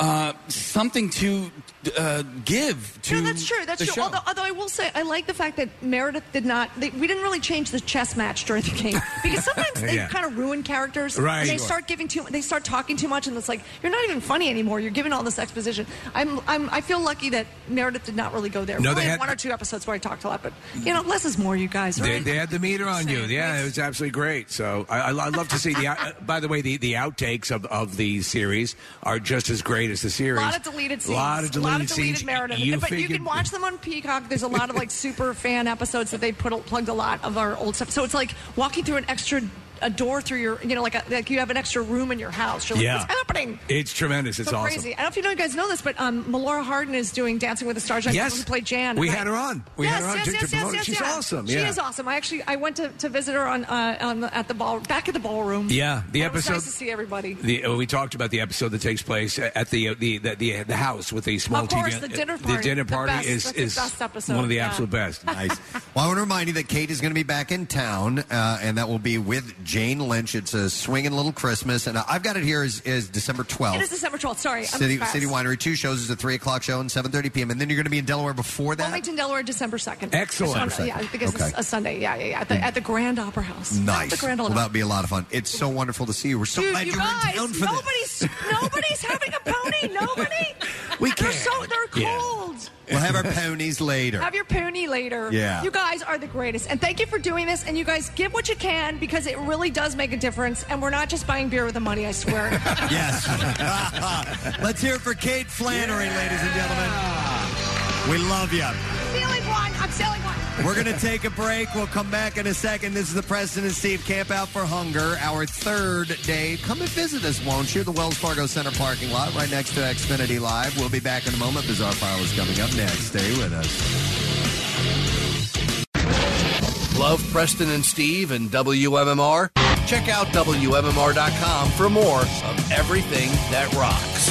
Speaker 4: uh, something to uh, give to.
Speaker 19: No, that's true. That's
Speaker 4: the
Speaker 19: true.
Speaker 4: show.
Speaker 19: Although, although I will say, I like the fact that Meredith did not. They, we didn't really change the chess match during the game because sometimes they
Speaker 4: Yeah.
Speaker 19: kind of ruin characters.
Speaker 4: Right.
Speaker 19: And they
Speaker 4: Sure.
Speaker 19: start giving too. They start talking too much, and it's like you're not even funny anymore. You're giving all this exposition. I'm. I'm. I feel lucky that Meredith did not really go there.
Speaker 3: No,
Speaker 19: we
Speaker 3: they
Speaker 19: only
Speaker 3: had-
Speaker 19: one or two episodes where I talked a lot, but you know, less is more. You guys.
Speaker 3: They,
Speaker 19: right?
Speaker 3: they had the meter on you. Yeah, it was absolutely great. So I, I, lo- I love to see the. out- uh, by the way, the, the outtakes of, of the series are just as great as the series.
Speaker 19: A lot of deleted scenes.
Speaker 3: A lot of deleted, scenes.
Speaker 19: Meredith.
Speaker 3: You
Speaker 19: but you
Speaker 3: figured-
Speaker 19: can watch them on Peacock. There's a lot of like super fan episodes that they put plugged a lot of our old stuff. So it's like walking through an extra a door through your you know like a, like you have an extra room in your house. You're like,
Speaker 3: Yeah.
Speaker 19: what's happening?
Speaker 3: It's tremendous. It's
Speaker 19: so
Speaker 3: awesome.
Speaker 19: crazy. I don't know if you know you guys know this, but um, Melora Hardin is doing Dancing with the Stars.
Speaker 3: Yes.
Speaker 19: she played Jan.
Speaker 3: We
Speaker 19: Right.
Speaker 3: had her on. We
Speaker 19: yes,
Speaker 3: had her on
Speaker 19: yes,
Speaker 3: to-
Speaker 19: yes,
Speaker 3: to
Speaker 19: yes,
Speaker 3: promote it.
Speaker 19: yes,
Speaker 3: She's
Speaker 19: yes.
Speaker 3: awesome,
Speaker 19: She
Speaker 3: yeah.
Speaker 19: is awesome. I actually I went to, to visit her on uh, on the, at the ball back at the ballroom.
Speaker 3: Yeah, the
Speaker 19: And It
Speaker 3: episode-
Speaker 19: was nice to see everybody.
Speaker 3: The, uh, we talked about the episode that takes place at the uh, the the, the, the house with the small
Speaker 19: Of course,
Speaker 3: TV.
Speaker 19: the dinner party.
Speaker 3: The dinner
Speaker 19: The
Speaker 3: party
Speaker 19: best.
Speaker 3: is
Speaker 19: That's the
Speaker 3: is
Speaker 19: best episode,
Speaker 3: one of the
Speaker 19: yeah.
Speaker 3: absolute best.
Speaker 1: Nice. Well, I want to remind you that Kate is going to be back in town, uh, and that will be with Jane Lynch. It's a swinging little Christmas, and I've got it here is, is December
Speaker 19: It is
Speaker 1: twelfth.
Speaker 19: December 12th. Sorry. I'm
Speaker 1: City
Speaker 19: fast.
Speaker 1: City Winery. Two shows is a three o'clock show and seven thirty p.m. And then you're going to be in Delaware before that.
Speaker 19: Wilmington, Delaware, December 2nd.
Speaker 1: Excellent.
Speaker 19: It's on- yeah, I think it's
Speaker 1: Okay. Mm.
Speaker 19: a Sunday. Yeah, yeah, yeah. At the, at the Grand Opera House. At the
Speaker 1: Nice.
Speaker 19: Grand
Speaker 1: Well,
Speaker 19: Ole
Speaker 1: that would be a lot of fun. It's so wonderful to see you. We're so
Speaker 19: Dude,
Speaker 1: glad
Speaker 19: you
Speaker 1: you were in
Speaker 19: guys,
Speaker 1: town for this.
Speaker 19: nobody's, nobody's having a pony. Nobody.
Speaker 1: We
Speaker 19: They're
Speaker 1: can't.
Speaker 19: so, they're
Speaker 1: Yeah.
Speaker 19: cold.
Speaker 1: We'll have our ponies later.
Speaker 19: Have your pony later.
Speaker 1: Yeah.
Speaker 19: You guys are the greatest. And thank you for doing this. And you guys give what you can because it really does make a difference. And we're not just buying beer with the money, I swear.
Speaker 1: yes. Let's hear it for Kate Flannery, ladies and gentlemen. We love you.
Speaker 19: I'm feeling one. I'm selling one.
Speaker 1: We're going to take a break. We'll come back in a second. This is the Preston and Steve Camp Out for Hunger, our third day. Come and visit us, won't you? The Wells Fargo Center parking lot right next to Xfinity Live. We'll be back in a moment. Bizarre File is coming up next. Stay with us.
Speaker 10: Love Preston and Steve and WMMR? Check out WMMR.com for more of everything that rocks.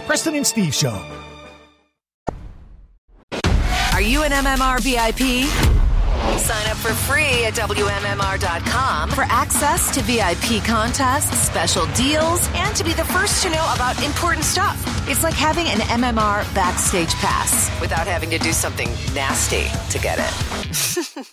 Speaker 20: Preston and Steve Show.
Speaker 22: Are you an MMR VIP? Sign up for free at WMMR.com for access to VIP contests, special deals, and to be the first to know about important stuff. It's like having an MMR backstage pass without having to do something nasty to get it.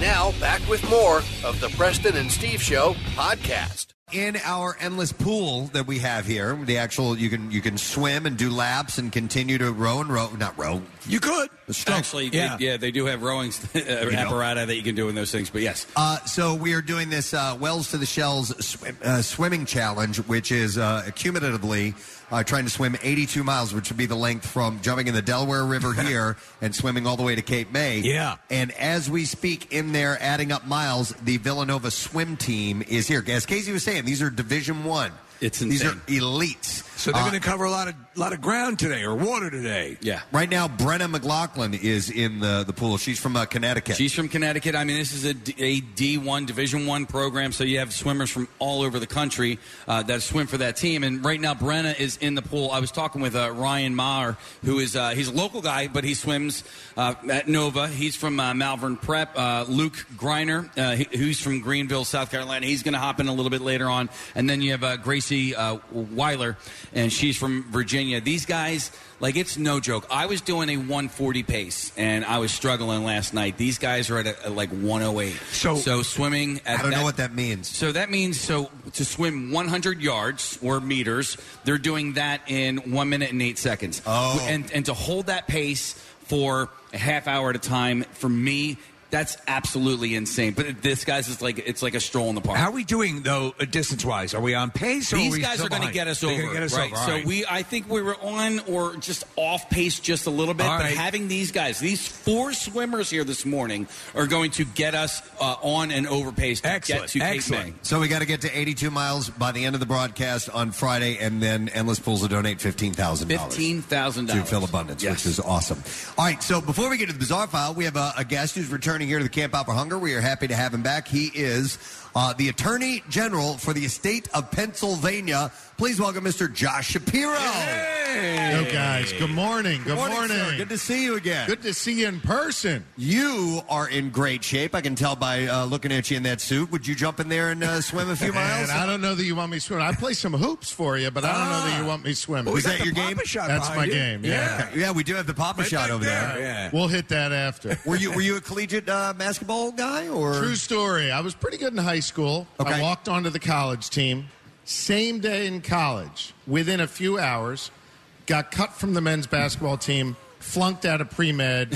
Speaker 10: Now, back with more of the Preston and Steve Show podcast.
Speaker 1: In our endless pool that we have here, the actual you can you can swim and do laps and continue to row and row not row.
Speaker 3: You could.
Speaker 4: Actually, yeah. They, yeah, they do have rowing uh, apparatus that you can do in those things. But yes,
Speaker 1: Uh, so we are doing this uh, Wells to the Shells swim, uh, swimming challenge, which is uh, cumulatively uh, trying to swim 82 miles, which would be the length from jumping in the Delaware River here and swimming all the way to Cape May.
Speaker 3: Yeah.
Speaker 1: And as we speak, in there adding up miles, the Villanova swim team is here. As Casey was saying, saying. These are Division One. It's These are elites.
Speaker 3: So they're
Speaker 1: Uh,
Speaker 3: going to cover a lot of lot of ground today, or water today.
Speaker 4: Yeah.
Speaker 1: Right now, Brenna McLaughlin is in the, the pool. She's from uh, Connecticut.
Speaker 4: She's from Connecticut. I mean, this is a, D- a D1 Division One program, so you have swimmers from all over the country uh, that swim for that team. And right now, Brenna is in the pool. I was talking with uh, Ryan Maher, who is uh, he's a local guy, but he swims uh, at Nova. He's from uh, Malvern Prep. Uh, Luke Greiner, uh, he- who's from Greenville, South Carolina, he's going to hop in a little bit later on. And then you have uh, Gracie uh, Weiler, and she's from Virginia. These guys. Like it's no joke. I was doing a 140 pace and I was struggling last night. These guys are at, a, at like 108. So, swimming. At
Speaker 1: I don't know what that means.
Speaker 4: So that means so to swim 100 yards or meters, they're doing that in one minute and eight seconds. Oh, and and to hold that pace for a half hour at a time for me. That's absolutely insane. But it- this guy's is like it's like a stroll in the park.
Speaker 3: How are we doing though, uh, distance wise? Are we on pace? Or
Speaker 4: These
Speaker 3: are we
Speaker 4: guys
Speaker 3: still
Speaker 4: are going to
Speaker 3: behind?
Speaker 4: get us
Speaker 3: They're
Speaker 4: over.
Speaker 3: gonna get us
Speaker 4: right.
Speaker 3: over, all
Speaker 4: So
Speaker 3: right.
Speaker 4: we, I think we were on or just off pace just a little bit.
Speaker 3: All
Speaker 4: but
Speaker 3: right.
Speaker 4: having these guys, these four swimmers here this morning, are going to get us uh, on and over pace to get to Cape May.
Speaker 1: So we got to get to 82 miles by the end of the broadcast on Friday, and then Endless Pools will donate $15,000.
Speaker 4: $15,000.
Speaker 1: To Phil Abundance, which is awesome. All right, so before we get to the Bizarre File, we have a, a guest who's returning here to the Camp Out for Hunger. We are happy to have him back. He is uh, the Attorney General for the State of Pennsylvania. Please welcome Mr. Josh Shapiro.
Speaker 23: Hey, guys. Good morning. Good morning.
Speaker 1: sir. Good to see you again.
Speaker 23: Good to see you in person.
Speaker 1: You are in great shape. I can tell by uh, looking at you in that suit. Would you jump in there and uh, swim a few miles?
Speaker 23: And I don't know that you want me swimming. I play some hoops for you, but I don't know that you want me swimming.
Speaker 1: Well, we Ah. Is got that the your game? Papa shot
Speaker 23: That's
Speaker 1: behind
Speaker 23: my
Speaker 1: you.
Speaker 23: game. Yeah.
Speaker 1: Yeah. Okay. Yeah, we do have the Papa Right shot back over there. there. Yeah.
Speaker 23: We'll hit that after.
Speaker 1: Were you were you a collegiate uh, basketball guy or
Speaker 23: True story. I was pretty good in high school.
Speaker 1: Okay.
Speaker 23: I walked onto the college team. Same day in college, within a few hours, got cut from the men's basketball team, flunked out of pre med,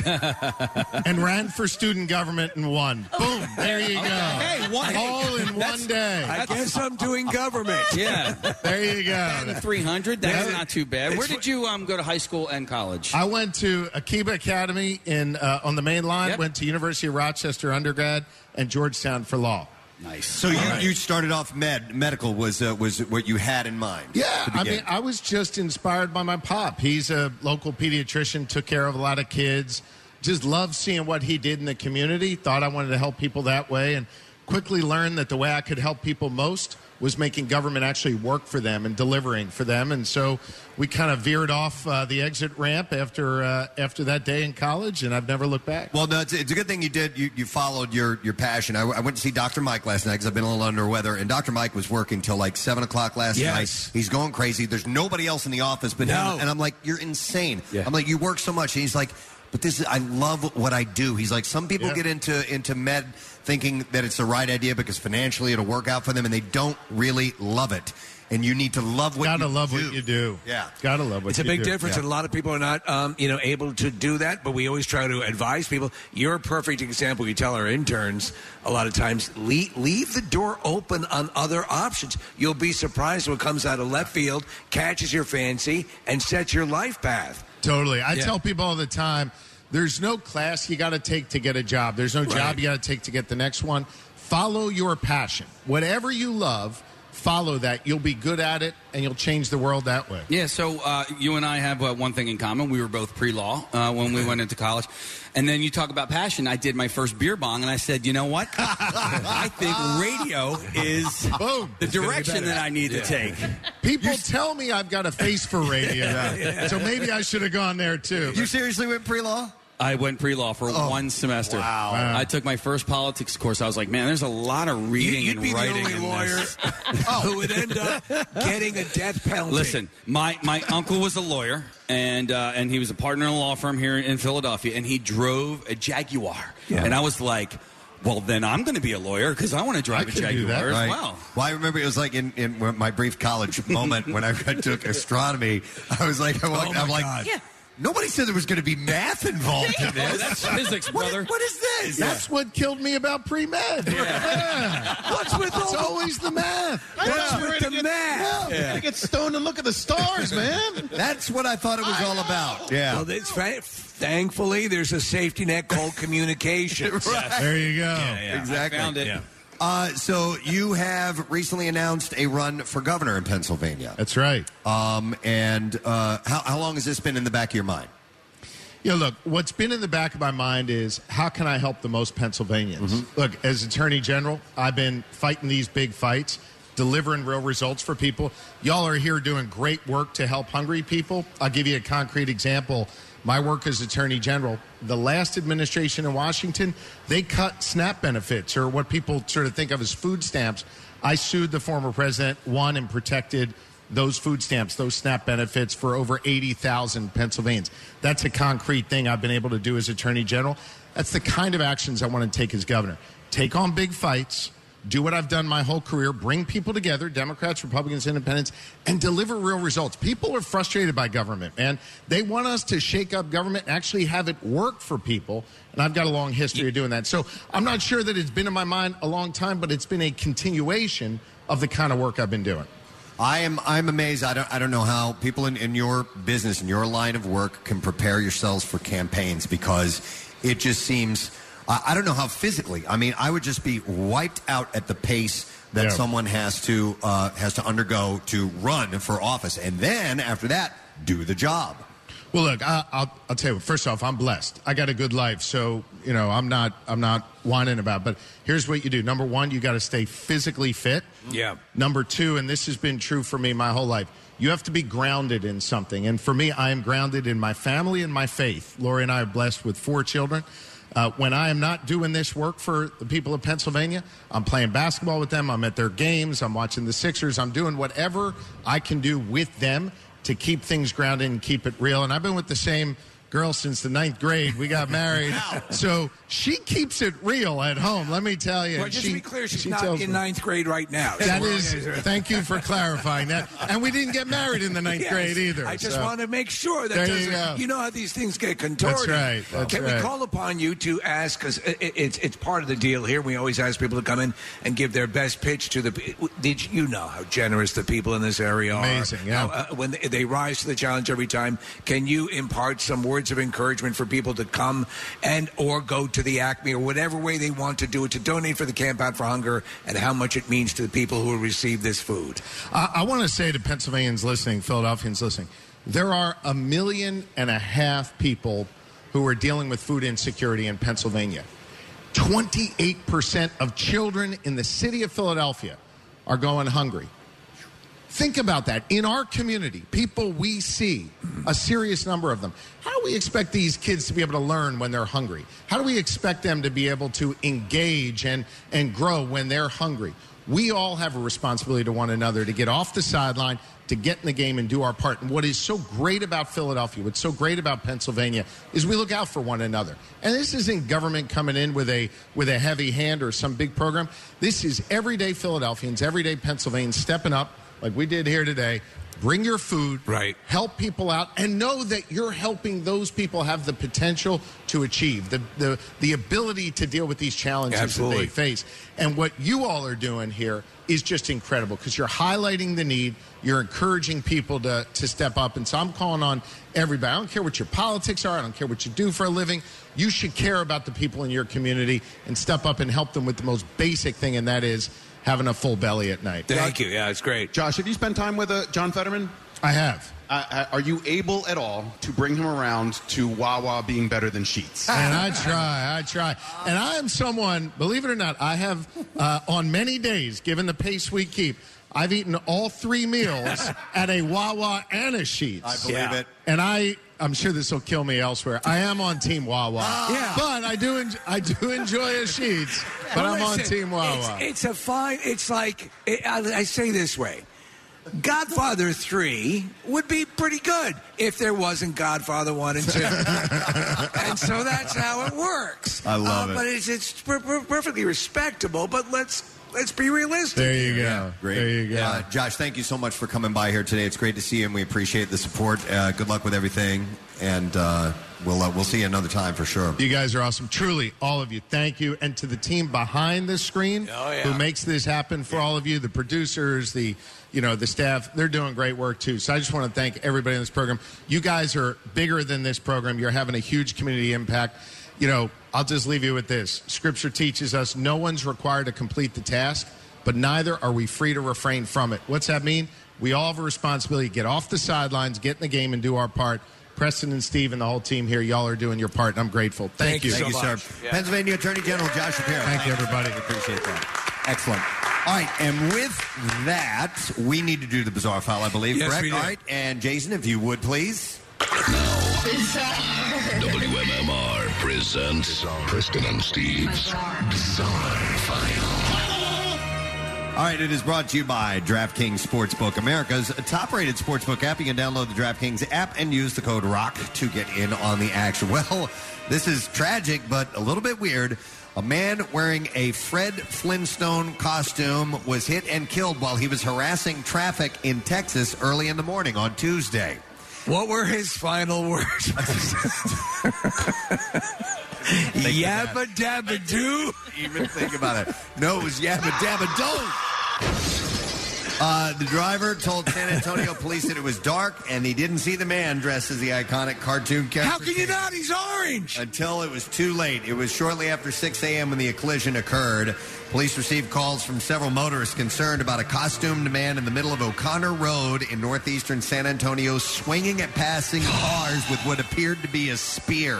Speaker 23: and ran for student government and won. Boom. There you go.
Speaker 4: uh,
Speaker 3: Hey, one-
Speaker 23: All in
Speaker 3: That's-
Speaker 23: one day.
Speaker 3: I guess I'm doing government.
Speaker 4: Yeah.
Speaker 23: There you go.
Speaker 4: Three hundred. That's
Speaker 23: Yeah.
Speaker 4: not too bad.
Speaker 23: It's
Speaker 4: Where did you um, go to high school and college?
Speaker 23: I went to Akiba Academy in uh, on the main line. Went to University of Rochester undergrad and Georgetown for law.
Speaker 4: Nice.
Speaker 1: So you, you started off med medical was uh, was what you had in mind.
Speaker 23: Yeah,
Speaker 1: to
Speaker 23: I
Speaker 1: begin.
Speaker 23: mean, I was just inspired by my pop. He's a local pediatrician, took care of a lot of kids. Just loved seeing what he did in the community. Thought I wanted to help people that way, and quickly learned that the way I could help people most was making government actually work for them and delivering for them. And so we kind of veered off uh, the exit ramp after uh, after that day in college, and I've never looked back.
Speaker 1: Well, no, it's, it's a good thing you did. You, you followed your, your passion. I, I went to see Dr. Mike last night because I've been a little under weather, and Dr. Mike was working till like 7 o'clock last
Speaker 3: Yes.
Speaker 1: night. He's going crazy. There's nobody else in the office but him. And I'm like, you're insane. I'm like, you work so much. And he's like, but this is, I love what I do. He's like, some people
Speaker 23: Yeah.
Speaker 1: get into, into med thinking that it's the right idea because financially it'll work out for them, and they don't really love it. And you need to love what
Speaker 23: Gotta
Speaker 1: you
Speaker 23: love
Speaker 1: do.
Speaker 23: what you do.
Speaker 1: Yeah.
Speaker 23: Gotta love what
Speaker 3: It's a
Speaker 23: you
Speaker 3: big
Speaker 23: do.
Speaker 3: difference,
Speaker 23: Yeah.
Speaker 3: and a lot of people are not, um, you know, able to do that. But we always try to advise people. You're a perfect example. We tell our interns a lot of times, leave, leave the door open on other options. You'll be surprised what comes out of left field, catches your fancy, and sets your life path.
Speaker 23: Totally. I
Speaker 3: Yeah.
Speaker 23: tell people all the time there's no class you got to take to get a job, there's no job you got to take to get the next one. Follow your passion. Whatever you love, follow that. You'll be good at it and you'll change the world that way.
Speaker 4: Yeah, so uh, you and I have uh, one thing in common. We were both pre law uh, when we went into college. And then you talk about passion. I did my first beer bong, and I said, you know what? I think radio is
Speaker 23: It's
Speaker 4: the
Speaker 23: gonna be
Speaker 4: direction
Speaker 23: better.
Speaker 4: that I need
Speaker 23: Yeah.
Speaker 4: to take.
Speaker 23: People tell me I've got a face for radio,
Speaker 4: Yeah.
Speaker 23: so maybe I should have gone there too.
Speaker 1: You seriously went pre law?
Speaker 4: I went pre law for
Speaker 23: Oh.
Speaker 4: one semester.
Speaker 23: Wow. Wow.
Speaker 4: I took my first politics course. I was like, man, there's a lot of reading
Speaker 3: You'd
Speaker 4: and
Speaker 3: be the
Speaker 4: writing.
Speaker 3: only
Speaker 4: in
Speaker 3: lawyer
Speaker 4: this.
Speaker 3: who would end up getting a death penalty.
Speaker 4: Listen, my, my uncle was a lawyer, and uh, and he was a partner in a law firm here in Philadelphia, and he drove a Jaguar, and I was like, well, then I'm going to be a lawyer because I want to drive a Jaguar as
Speaker 1: Right.
Speaker 4: well.
Speaker 1: Well, I remember it was like in, in when- my brief college moment when I took astronomy. I was like, I walked,
Speaker 23: Oh
Speaker 1: I'm like, nobody said there was going to be math involved in this. What- what is this?
Speaker 23: That's what killed me about pre med.
Speaker 3: What's with
Speaker 23: It's
Speaker 3: all-
Speaker 23: always the math.
Speaker 3: What's with the math?
Speaker 23: Yeah.
Speaker 3: Yeah.
Speaker 23: Get stoned and look at the stars, man.
Speaker 1: That's what I thought it was all about. Yeah.
Speaker 3: Well, it's, fa- thankfully, there's a safety net called communications.
Speaker 23: There you go.
Speaker 3: Yeah, yeah. Exactly. I found it.
Speaker 1: Uh, so you have recently announced a run for governor in Pennsylvania.
Speaker 23: That's right.
Speaker 1: Um, and uh, how, how long has this been in the back of your mind?
Speaker 23: You know, look, what's been in the back of my mind is how can I help the most Pennsylvanians? Look, as Attorney General, I've been fighting these big fights, delivering real results for people. Y'all are here doing great work to help hungry people. I'll give you a concrete example. My work as Attorney General, the last administration in Washington, they cut SNAP benefits or what people sort of think of as food stamps. I sued the former president, won, and protected those food stamps, those SNAP benefits for over 80,000 Pennsylvanians. That's a concrete thing I've been able to do as Attorney General. That's the kind of actions I want to take as governor. Take on big fights, do what I've done my whole career, bring people together, Democrats, Republicans, Independents, and deliver real results. People are frustrated by government, man. They want us to shake up government and actually have it work for people. And I've got a long history of doing that. So I'm not sure that it's been in my mind a long time, but it's been a continuation of the kind of work I've been doing.
Speaker 1: I am I'm amazed. I don't I don't know how people in, in your business in your line of work can prepare yourselves for campaigns because it just seems I, I don't know how physically. I mean, I would just be wiped out at the pace that
Speaker 6: Yeah.
Speaker 1: someone has to uh, has to undergo to run for office, and then after that, do the job.
Speaker 23: Well, look, I, I'll, I'll tell you. what. First off, I'm blessed. I got a good life, so you know I'm not I'm not whining about. it. But here's what you do: number one, you got to stay physically fit.
Speaker 3: Yeah.
Speaker 23: Number two, and this has been true for me my whole life, you have to be grounded in something. And for me, I am grounded in my family and my faith. Lori and I are blessed with four children. Uh, when I am not doing this work for the people of Pennsylvania, I'm playing basketball with them, I'm at their games, I'm watching the Sixers, I'm doing whatever I can do with them to keep things grounded and keep it real. And I've been with the same girl since the ninth grade. We got married. So she keeps it real at home, let me tell you.
Speaker 3: Well, just to
Speaker 23: Oh, She-
Speaker 3: be clear, she's
Speaker 23: she
Speaker 3: not
Speaker 23: tells
Speaker 3: in
Speaker 23: me-
Speaker 3: ninth grade right now.
Speaker 23: that
Speaker 3: So-
Speaker 23: is, thank you for clarifying that. And we didn't get married in the ninth
Speaker 3: Yes.
Speaker 23: grade either.
Speaker 3: I just
Speaker 23: so.
Speaker 3: want to make sure that
Speaker 23: There you
Speaker 3: doesn't-
Speaker 23: go.
Speaker 3: know how these things get contorted.
Speaker 23: right. That's
Speaker 3: Can we
Speaker 23: right.
Speaker 3: call upon you to ask? Because it's it's part of the deal here. We always ask people to come in and give their best pitch to the. p- Did you know how generous the people in this area are?
Speaker 23: Amazing, yeah.
Speaker 3: How, uh, when they, they rise to the challenge every time, can you impart some words of encouragement for people to come and or go to the Acme or whatever way they want to do it to donate for the Camp Out for Hunger and how much it means to the people who will receive this food?
Speaker 23: I, I want to say to Pennsylvanians listening, Philadelphians listening, there are a million and a half people who are dealing with food insecurity in Pennsylvania. 28% of children in the city of Philadelphia are going hungry. Think about that. In our community, people we see, a serious number of them, how do we expect these kids to be able to learn when they're hungry? How do we expect them to be able to engage and, and grow when they're hungry? We all have a responsibility to one another to get off the sideline, to get in the game and do our part. And what is so great about Philadelphia, what's so great about Pennsylvania, is we look out for one another. And this isn't government coming in with a with a heavy hand or some big program. This is everyday Philadelphians, everyday Pennsylvanians stepping up like we did here today. Bring your food, right? Help people out, and know that you're helping those people have the potential to achieve the the, the ability to deal with these challenges that
Speaker 3: Absolutely.
Speaker 23: they face. And what you all are doing here is just incredible because you're highlighting the need, you're encouraging people to to step up. And so I'm calling on everybody. I don't care what your politics are, I don't care what you do for a living. You should care about the people in your community and step up and help them with the most basic thing, and that is having a full belly at night.
Speaker 3: Thank you. Yeah, it's great.
Speaker 6: Josh, have you spent time with uh, John Fetterman?
Speaker 23: I have.
Speaker 6: Uh, uh, are you able at all to bring him around to Wawa being better than Sheets?
Speaker 23: And I try, I try. And I am someone, believe it or not, I have uh, on many days, given the pace we keep, I've eaten all three meals at a Wawa and a Sheets.
Speaker 1: I believe Yeah. it.
Speaker 23: And I, I'm sure this will kill me elsewhere. I am on Team Wawa.
Speaker 3: Yeah.
Speaker 23: But I do, en- I do enjoy a Sheets. But I'm on
Speaker 3: Listen,
Speaker 23: Team Wawa.
Speaker 3: It's, it's a fine. It's like it, I, I say this way. Godfather three would be pretty good if there wasn't Godfather one and two, and so that's how it works. Uh,
Speaker 12: I
Speaker 1: Uh,
Speaker 12: love it.
Speaker 3: But it's it's per- per- perfectly respectable. But let's let's be realistic.
Speaker 1: Yeah, great. There you go. Uh, Josh, thank you so much for coming by here today. It's great to see you, and we appreciate the support. Uh, good luck with everything, and uh, we'll uh, we'll see you another time for sure.
Speaker 23: You guys are awesome. Truly, all of you. Thank you. And to the team behind the screen who makes this happen for all of you, the producers, the you know, the staff, they're doing great work too. So I just want to thank everybody in this program. You guys are bigger than this program. You're having a huge community impact. you know, I'll just leave you with this. Scripture teaches us no one's required to complete the task, but neither are we free to refrain from it. What's that mean? We all have a responsibility. Get off the sidelines, get in the game, and do our part. Preston and Steve and the whole team here, y'all are doing your part, and I'm grateful. Thank, you.
Speaker 1: Thank you, sir. Pennsylvania Attorney General Josh Shapiro.
Speaker 23: Thank you, everybody.
Speaker 1: Appreciate that. Excellent. All right, and with that, we need to do the bizarre file, I believe,
Speaker 15: Yes,
Speaker 1: correct?
Speaker 15: we do.
Speaker 1: All right, and Jason, if you would please.
Speaker 15: WMMR presents Preston and Steve's Bizarre File.
Speaker 1: All right, it is brought to you by DraftKings Sportsbook, America's top rated sportsbook app. You can download the DraftKings app and use the code ROCK to get in on the action. Well, this is tragic, but a little bit weird. A man wearing a Fred Flintstone costume was hit and killed while he was harassing traffic in Texas early in the morning on Tuesday.
Speaker 3: What were his final words? Yabba dabba do.
Speaker 1: Even think about it. No, it was yabba dabba do. Uh, the driver told San Antonio police that it was dark and he didn't see the man dressed as the iconic cartoon character.
Speaker 3: How can you not? He's orange.
Speaker 1: Until it was too late. It was shortly after 6 a.m. when the collision occurred. Police received calls from several motorists concerned about a costumed man in the middle of O'Connor Road in northeastern San Antonio swinging at passing cars with what appeared to be a spear.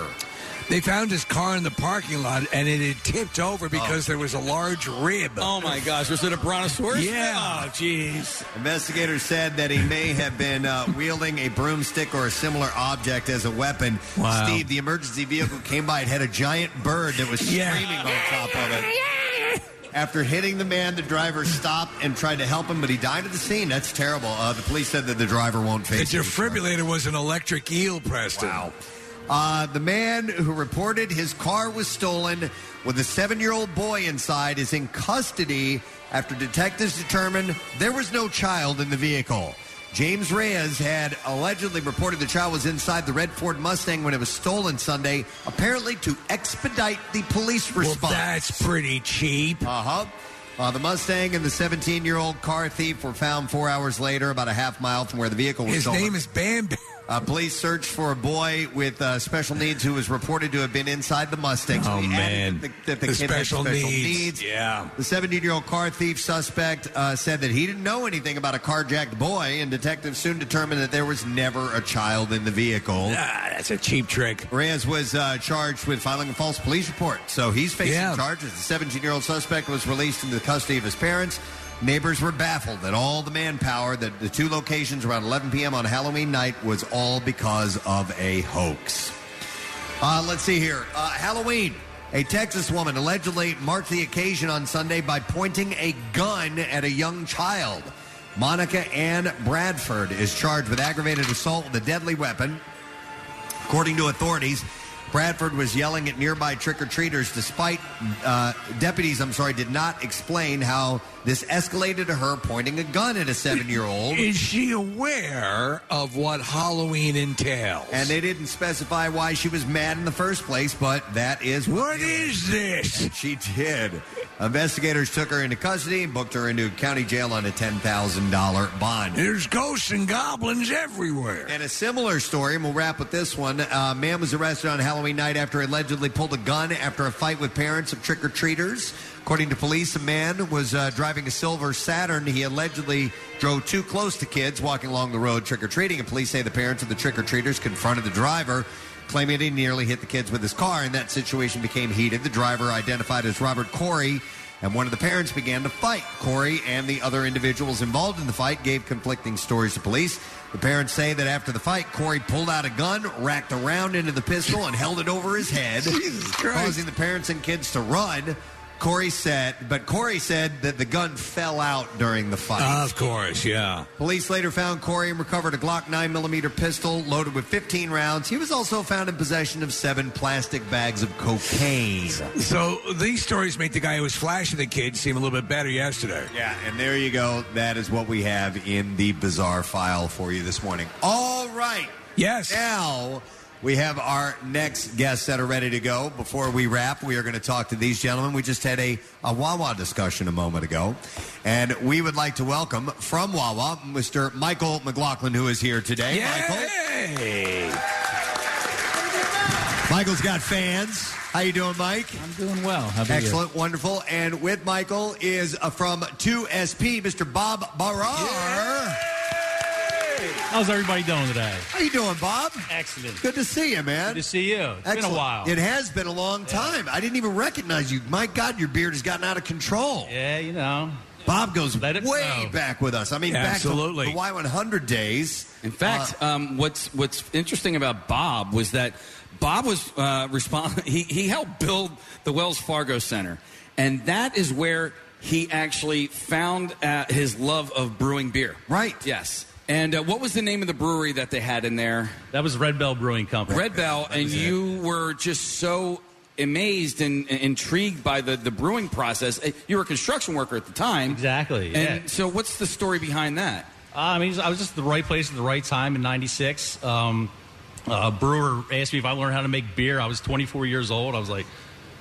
Speaker 3: They found his car in the parking lot and it had tipped over because there was a large rib.
Speaker 4: Oh my gosh, was it a brontosaurus?
Speaker 3: Yeah. Oh, jeez.
Speaker 1: Investigators said that he may have been uh, wielding a broomstick or a similar object as a weapon.
Speaker 3: Wow.
Speaker 1: Steve, the emergency vehicle came by. It had a giant bird that was
Speaker 3: Yeah.
Speaker 1: screaming on top of it. After hitting the man, the driver stopped and tried to help him, but he died at the scene. That's terrible. Uh, the police said that the driver won't
Speaker 3: The
Speaker 1: face any
Speaker 3: defibrillator was an electric eel, Preston. Wow.
Speaker 1: uh, the man who reported his car was stolen with a seven year old boy inside is in custody after detectives determined there was no child in the vehicle. James Reyes had allegedly reported the child was inside the red Ford Mustang when it was stolen Sunday, apparently to expedite the police response.
Speaker 3: that's pretty cheap.
Speaker 1: Uh-huh. Uh, the Mustang and the 17 year old car thief were found four hours later, about a half mile from where the vehicle was
Speaker 3: His
Speaker 1: stolen.
Speaker 3: name is Bam Bam.
Speaker 1: Uh, police searched for a boy with uh, special needs who was reported to have been inside the Mustang. So
Speaker 3: Oh,
Speaker 1: they added that
Speaker 3: man.
Speaker 1: the, that the
Speaker 3: The
Speaker 1: kid had
Speaker 3: special needs. Yeah.
Speaker 1: The 17-year-old car thief suspect uh, said that he didn't know anything about a carjacked boy, and detectives soon determined that there was never a child in the vehicle.
Speaker 3: Ah, that's a cheap trick.
Speaker 1: Reyes was uh, charged with filing a false police report, so he's facing
Speaker 3: Yeah.
Speaker 1: charges. The 17-year-old suspect was released into the custody of his parents. Neighbors were baffled at all the manpower that the two locations around 11 p.m. on Halloween night was all because of a hoax. Uh, let's see here. Uh, Halloween. A Texas woman allegedly marked the occasion on Sunday by pointing a gun at a young child. Monica Ann Bradford is charged with aggravated assault with a deadly weapon. According to authorities, Bradford was yelling at nearby trick or treaters despite uh, deputies, I'm sorry, did not explain how this escalated to her pointing a gun at a seven year old.
Speaker 3: Is she aware of what Halloween entails?
Speaker 1: And they didn't specify why she was mad in the first place, but that is what
Speaker 3: is this?
Speaker 1: she did. Investigators took her into custody and booked her into county jail on a ten thousand dollar bond.
Speaker 3: There's ghosts and goblins everywhere.
Speaker 1: And a similar story, and we'll wrap with this one. A man was arrested on Halloween night after allegedly pulled a gun after a fight with parents of trick or treaters. According to police, a man was uh, driving a silver Saturn. He allegedly drove too close to kids walking along the road trick or treating. And police say the parents of the trick or treaters confronted the driver, claiming he nearly hit the kids with his car. And that situation became heated. The driver, identified as Robert Corey, and one of the parents began to fight. Corey and the other individuals involved in the fight gave conflicting stories to police. The parents say that after the fight, Corey pulled out a gun, racked a round into the pistol, and held it over his head, causing the parents and kids to run. Corey said, but Corey said that the gun fell out during the fight.
Speaker 3: Of course, yeah.
Speaker 1: Police later found Corey and recovered a Glock 9mm pistol loaded with 15 rounds. He was also found in possession of seven plastic bags of cocaine.
Speaker 3: So these stories make the guy who was flashing the kid seem a little bit better yesterday.
Speaker 1: Yeah, and there you go. That is what we have in the bizarre file for you this morning. All right.
Speaker 3: Yes.
Speaker 1: Now we have our next guests that are ready to go. Before we wrap, we are going to talk to these gentlemen. We just had a, a Wawa discussion a moment ago. And we would like to welcome from Wawa Mr. Michael McLaughlin, who is here today. Michael. Michael's got fans. How you doing, Mike?
Speaker 5: I'm doing well. How about you?
Speaker 1: Excellent, wonderful. And with Michael is uh, from 2SP, Mr. Bob Barrar.
Speaker 5: How's everybody doing today?
Speaker 1: How you doing, Bob?
Speaker 5: Excellent.
Speaker 1: Good to see you, man.
Speaker 5: Good to see you. It's been
Speaker 1: Excellent.
Speaker 5: a while.
Speaker 1: It has been a long time. I didn't even recognize you. My God, your beard has gotten out of control.
Speaker 5: Yeah, you know.
Speaker 1: Bob goes way
Speaker 5: know.
Speaker 1: back with us. I mean,
Speaker 5: Yeah,
Speaker 1: back
Speaker 5: absolutely.
Speaker 1: to the Y100 days. uh,
Speaker 4: In fact, um, what's what's interesting about Bob was that Bob was uh, respons- he, he helped build the Wells Fargo Center, and that is where he actually found uh, his love of brewing beer.
Speaker 1: Right.
Speaker 4: Yes. And uh, what was the name of the brewery that they had in there?
Speaker 5: That was Red Bell Brewing Company.
Speaker 4: Red Bell, and you were just so amazed and, and intrigued by the, the brewing process. Uh, You were a construction worker at the time.
Speaker 5: Exactly. yeah.
Speaker 4: And so, what's the story behind that?
Speaker 5: Uh, I mean, I was just at the right place at the right time in '96. Um, a brewer asked me if I learned how to make beer. I was 24 years old. I was like,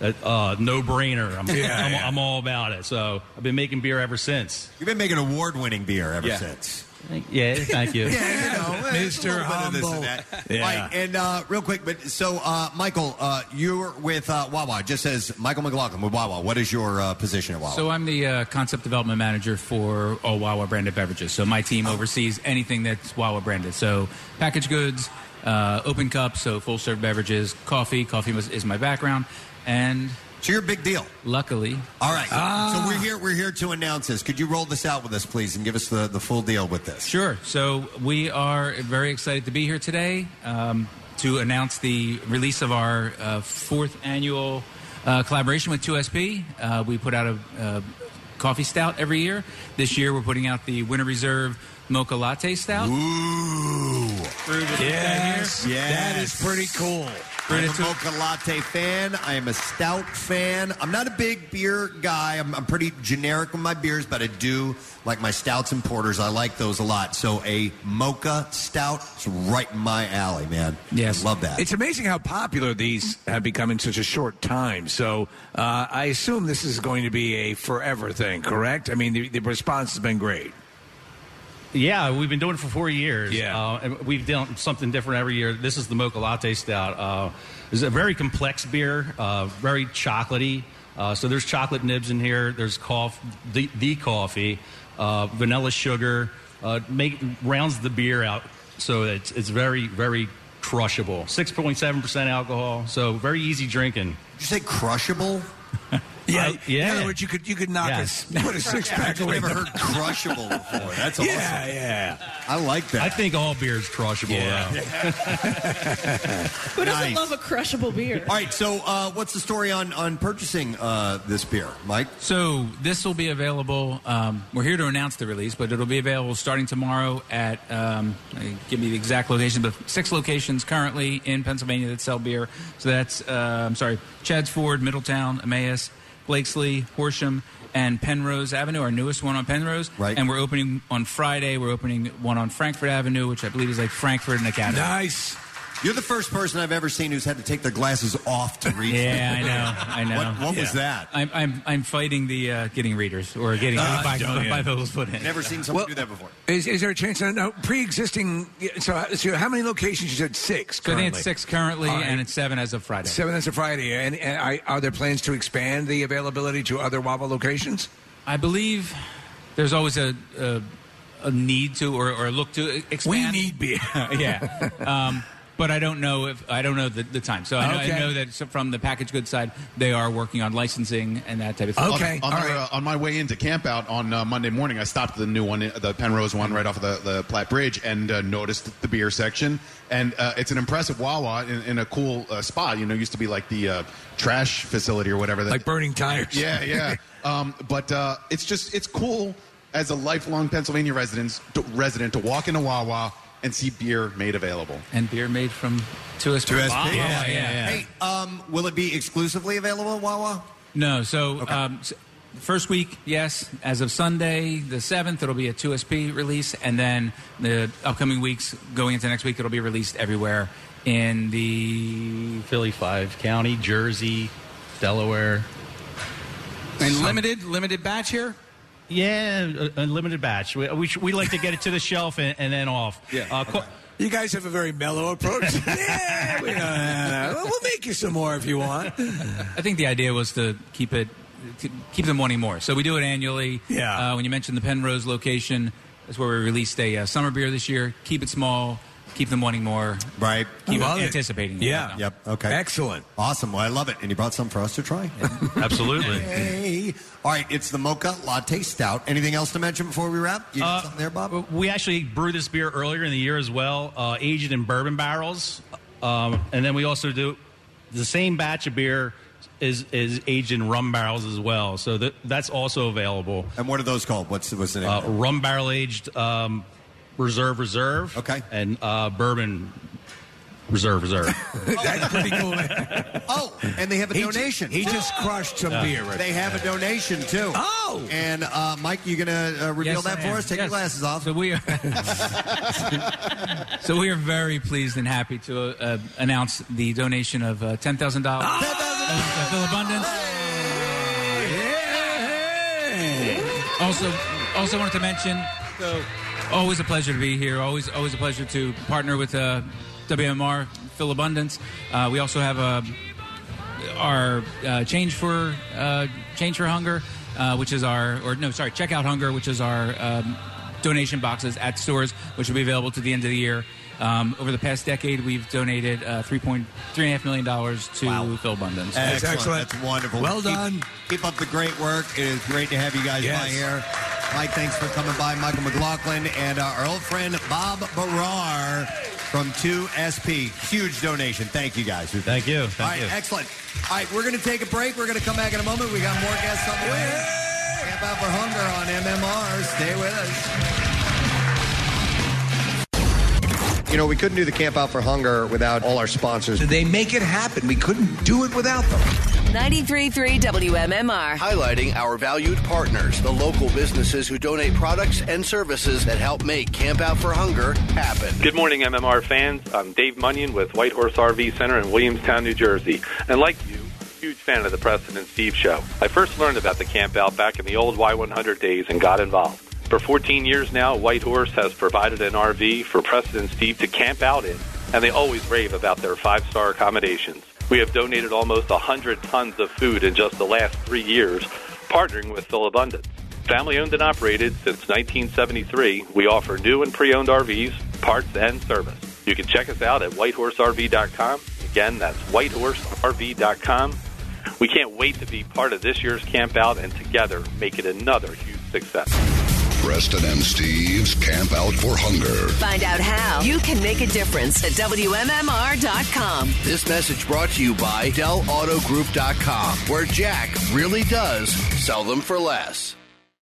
Speaker 5: uh, uh, no brainer. I'm,
Speaker 1: Yeah,
Speaker 5: I'm,
Speaker 1: yeah.
Speaker 5: I'm all about it. So I've been making beer ever since.
Speaker 1: You've been making award winning beer ever
Speaker 5: Yeah.
Speaker 1: since.
Speaker 5: Yeah, thank you.
Speaker 1: yeah, you know, it's
Speaker 5: Mr.
Speaker 1: a little bit of this and that.
Speaker 5: Humble. Yeah.
Speaker 1: Right, and uh, real quick, but so uh, Michael, uh, you're with uh, Wawa. It just says Michael McLaughlin with Wawa. What is your uh, position at Wawa?
Speaker 5: So
Speaker 24: I'm the uh, concept development manager for all Wawa branded beverages. So my team oversees anything that's Wawa branded. So packaged goods, uh, open cups, so full serve beverages, coffee. Coffee was, is my background, and
Speaker 1: so you're a big deal.
Speaker 24: Luckily,
Speaker 1: All right.
Speaker 5: ah.
Speaker 1: So we're here. We're here to announce this. Could you roll this out with us, please, and give us the, the full deal with this?
Speaker 24: Sure. So we are very excited to be here today um, to announce the release of our uh, fourth annual uh, collaboration with 2SP. Uh, we put out a uh, coffee stout every year. This year we're putting out the Winter Reserve Mocha Latte Stout.
Speaker 1: Ooh.
Speaker 24: Yes. That is pretty cool.
Speaker 1: I'm a mocha latte fan. I am a stout fan. I'm not a big beer guy. I'm, I'm pretty generic with my beers, but I do like my stouts and porters. I like those a lot. So a mocha stout is right in my alley, man. Yes, love that.
Speaker 3: It's amazing how popular these have become in such a short time. So uh, I assume this is going to be a forever thing, correct? I mean, the, the response has been great.
Speaker 5: Yeah, we've been doing it for four years. Yeah, uh, and we've done something different every year. This is the Mocha Latte Stout. Uh, it's a very complex beer, uh, very chocolatey. Uh, so there's chocolate nibs in here. There's coff, the, the coffee, uh, vanilla sugar. Uh, make rounds the beer out, so it's it's very very crushable. Six point seven percent alcohol, so very easy drinking.
Speaker 1: Did you say crushable?
Speaker 5: yeah, yeah.
Speaker 3: In other words, you could you could knock
Speaker 5: Yes.
Speaker 3: a put a six pack
Speaker 5: I've
Speaker 3: away.
Speaker 5: never heard
Speaker 1: crushable before. That's awesome.
Speaker 3: Yeah, yeah.
Speaker 1: I like that.
Speaker 5: I think all beer is crushable. though.
Speaker 2: Who doesn't
Speaker 1: Nice.
Speaker 2: love a crushable beer?
Speaker 1: All right. So uh, what's the story on on purchasing uh, this beer, Mike?
Speaker 24: So this will be available. Um, we're here to announce the release, but it'll be available starting tomorrow at. Um, uh, give me the exact location, but six locations currently in Pennsylvania that sell beer. So that's uh, I'm sorry, Chad's Ford, Middletown, Emmaus, Blakesley, Horsham, and Penrose Avenue. Our newest one on Penrose, right? And we're opening on Friday. We're opening one on Frankfurt Avenue, which I believe is like Frankfurt and Academy.
Speaker 3: Nice.
Speaker 1: You're the first person I've ever seen who's had to take their glasses off to read.
Speaker 24: Yeah, I know. I know.
Speaker 1: What, what was
Speaker 24: Yeah.
Speaker 1: that?
Speaker 24: I'm I'm, I'm fighting the uh, getting readers or getting
Speaker 3: Uh,
Speaker 24: bi-
Speaker 3: don't, yeah.
Speaker 24: bifocals put in.
Speaker 1: Never seen someone do that before.
Speaker 3: Is, is there a chance? Now, pre-existing. So, so how many locations? You said six.
Speaker 24: So I
Speaker 3: Currently.
Speaker 24: think it's six currently,
Speaker 3: All right.
Speaker 24: and it's seven as of Friday.
Speaker 3: Seven. That's a Friday. And, and I, are there plans to expand the availability to other Wawa locations?
Speaker 24: I believe there's always a, a, a need to or, or look to expand. We need
Speaker 3: beer.
Speaker 24: yeah. Um, but I don't know if I don't know the, the time. So I know, Okay. I know that so from the packaged goods side, they are working on licensing and that type of thing.
Speaker 6: On, on, the, uh, on my way into camp out on uh, Monday morning, I stopped at the new one, the Penrose one right off of the, the Platte Bridge, and uh, noticed the beer section. And uh, it's an impressive Wawa in, in a cool uh, spot. You know, it used to be like the uh, trash facility or whatever. That,
Speaker 3: Like burning tires.
Speaker 6: Yeah, yeah. um, but uh, it's just, it's cool as a lifelong Pennsylvania resident to, resident to walk into Wawa and see beer made available.
Speaker 24: And beer made from 2SP. Oh, Yeah, yeah, yeah.
Speaker 1: Hey, um, will it be exclusively available at Wawa?
Speaker 24: No. So, um, s- first week, yes. As of Sunday, the 7th, it'll be a 2SP release. And then the upcoming weeks, going into next week, it'll be released everywhere in the
Speaker 5: Philly 5 County, Jersey, Delaware.
Speaker 4: And limited limited batch here.
Speaker 5: Yeah, a- unlimited batch. We, we, sh- we like to get it to the shelf and, and then off. Yeah. Uh, co-
Speaker 3: You guys have a very mellow approach. yeah, we don't, uh, we'll make you some more if you want.
Speaker 24: I think the idea was to keep it, to keep them wanting more. So we do it annually. Yeah. Uh, when you mentioned the Penrose location, that's where we released a uh, summer beer this year. Keep it small. Keep them wanting more.
Speaker 1: Right.
Speaker 24: Keep anticipating. it.
Speaker 1: Yep. Okay.
Speaker 3: Excellent.
Speaker 1: Awesome. Well, I love it. And you brought some for us to try.
Speaker 25: Absolutely.
Speaker 1: hey. All right. It's the mocha latte stout. Anything else to mention before we wrap? You got
Speaker 25: Uh,
Speaker 1: something there, Bob?
Speaker 25: We actually brewed this beer earlier in the year as well, uh, aged in bourbon barrels, um, and then we also do the same batch of beer is is aged in rum barrels as well. So that that's also available.
Speaker 1: And what are those called? What's what's the name?
Speaker 25: Uh, rum barrel aged um, reserve reserve. Okay. And uh, bourbon reserve reserve.
Speaker 3: That's pretty cool.
Speaker 1: oh, and they have a
Speaker 3: He ju-
Speaker 1: donation.
Speaker 3: he just crushed some Yeah. beer right
Speaker 1: They have a donation too.
Speaker 3: Oh.
Speaker 1: And uh, Mike, you gonna uh, reveal
Speaker 24: Yes,
Speaker 1: that
Speaker 24: I
Speaker 1: for
Speaker 24: am.
Speaker 1: us? Take your
Speaker 24: Yes.
Speaker 1: glasses off.
Speaker 24: So we are. So we are very pleased and happy to uh, uh, announce the donation of uh, ten thousand dollars. to Phil Abundance. Also, also wanted to mention. So, always a pleasure to be here. Always, always a pleasure to partner with uh, WMR Phil Abundance. Uh, we also have a our uh, change for uh, change for hunger, uh, which is our or no sorry check out hunger, which is our um, donation boxes at stores, which will be available to the end of the year. Um, over the past decade, we've donated uh, three point three and a half million dollars to Phil Abundance.
Speaker 1: That's wonderful. Keep- Keep, up the great work. It is great to have you guys
Speaker 24: Yes.
Speaker 1: by here. Mike, thanks for coming by. Michael McLaughlin and uh, our old friend Bob Barrar from 2SP. Huge donation. Thank you guys. Thank
Speaker 25: you.
Speaker 1: All right, excellent. All right, we're going to take a break. We're going to come back in a moment. We got more guests on the way. Camp Out for Hunger on MMR. Stay with us. You know, we couldn't do the Camp Out for Hunger without all our sponsors.
Speaker 3: They make it happen. We couldn't do it without them.
Speaker 22: 933 WMMR.
Speaker 10: Highlighting our valued partners, the local businesses who donate products and services that help make Camp Out for Hunger happen.
Speaker 26: Good morning, MMR fans. I'm Dave Munyon with White Horse RV Center in Williamstown, New Jersey. And like you, huge fan of the Preston and Steve show. I first learned about the camp out back in the old Y100 days and got involved. For 14 years now, White Horse has provided an RV for Preston and Steve to camp out in, and they always rave about their five-star accommodations. We have donated almost 100 tons of food in just the last three years, partnering with Phil Abundance. Family owned and operated since 1973, we offer new and pre owned RVs, parts, and service. You can check us out at whitehorserv.com. Again, that's whitehorserv.com. We can't wait to be part of this year's camp out and together make it another huge success.
Speaker 15: Preston and Steve's Camp Out for Hunger.
Speaker 22: Find out how you can make a difference at WMMR.com.
Speaker 10: This message brought to you by DellAutoGroup.com, where Jack really does sell them for less.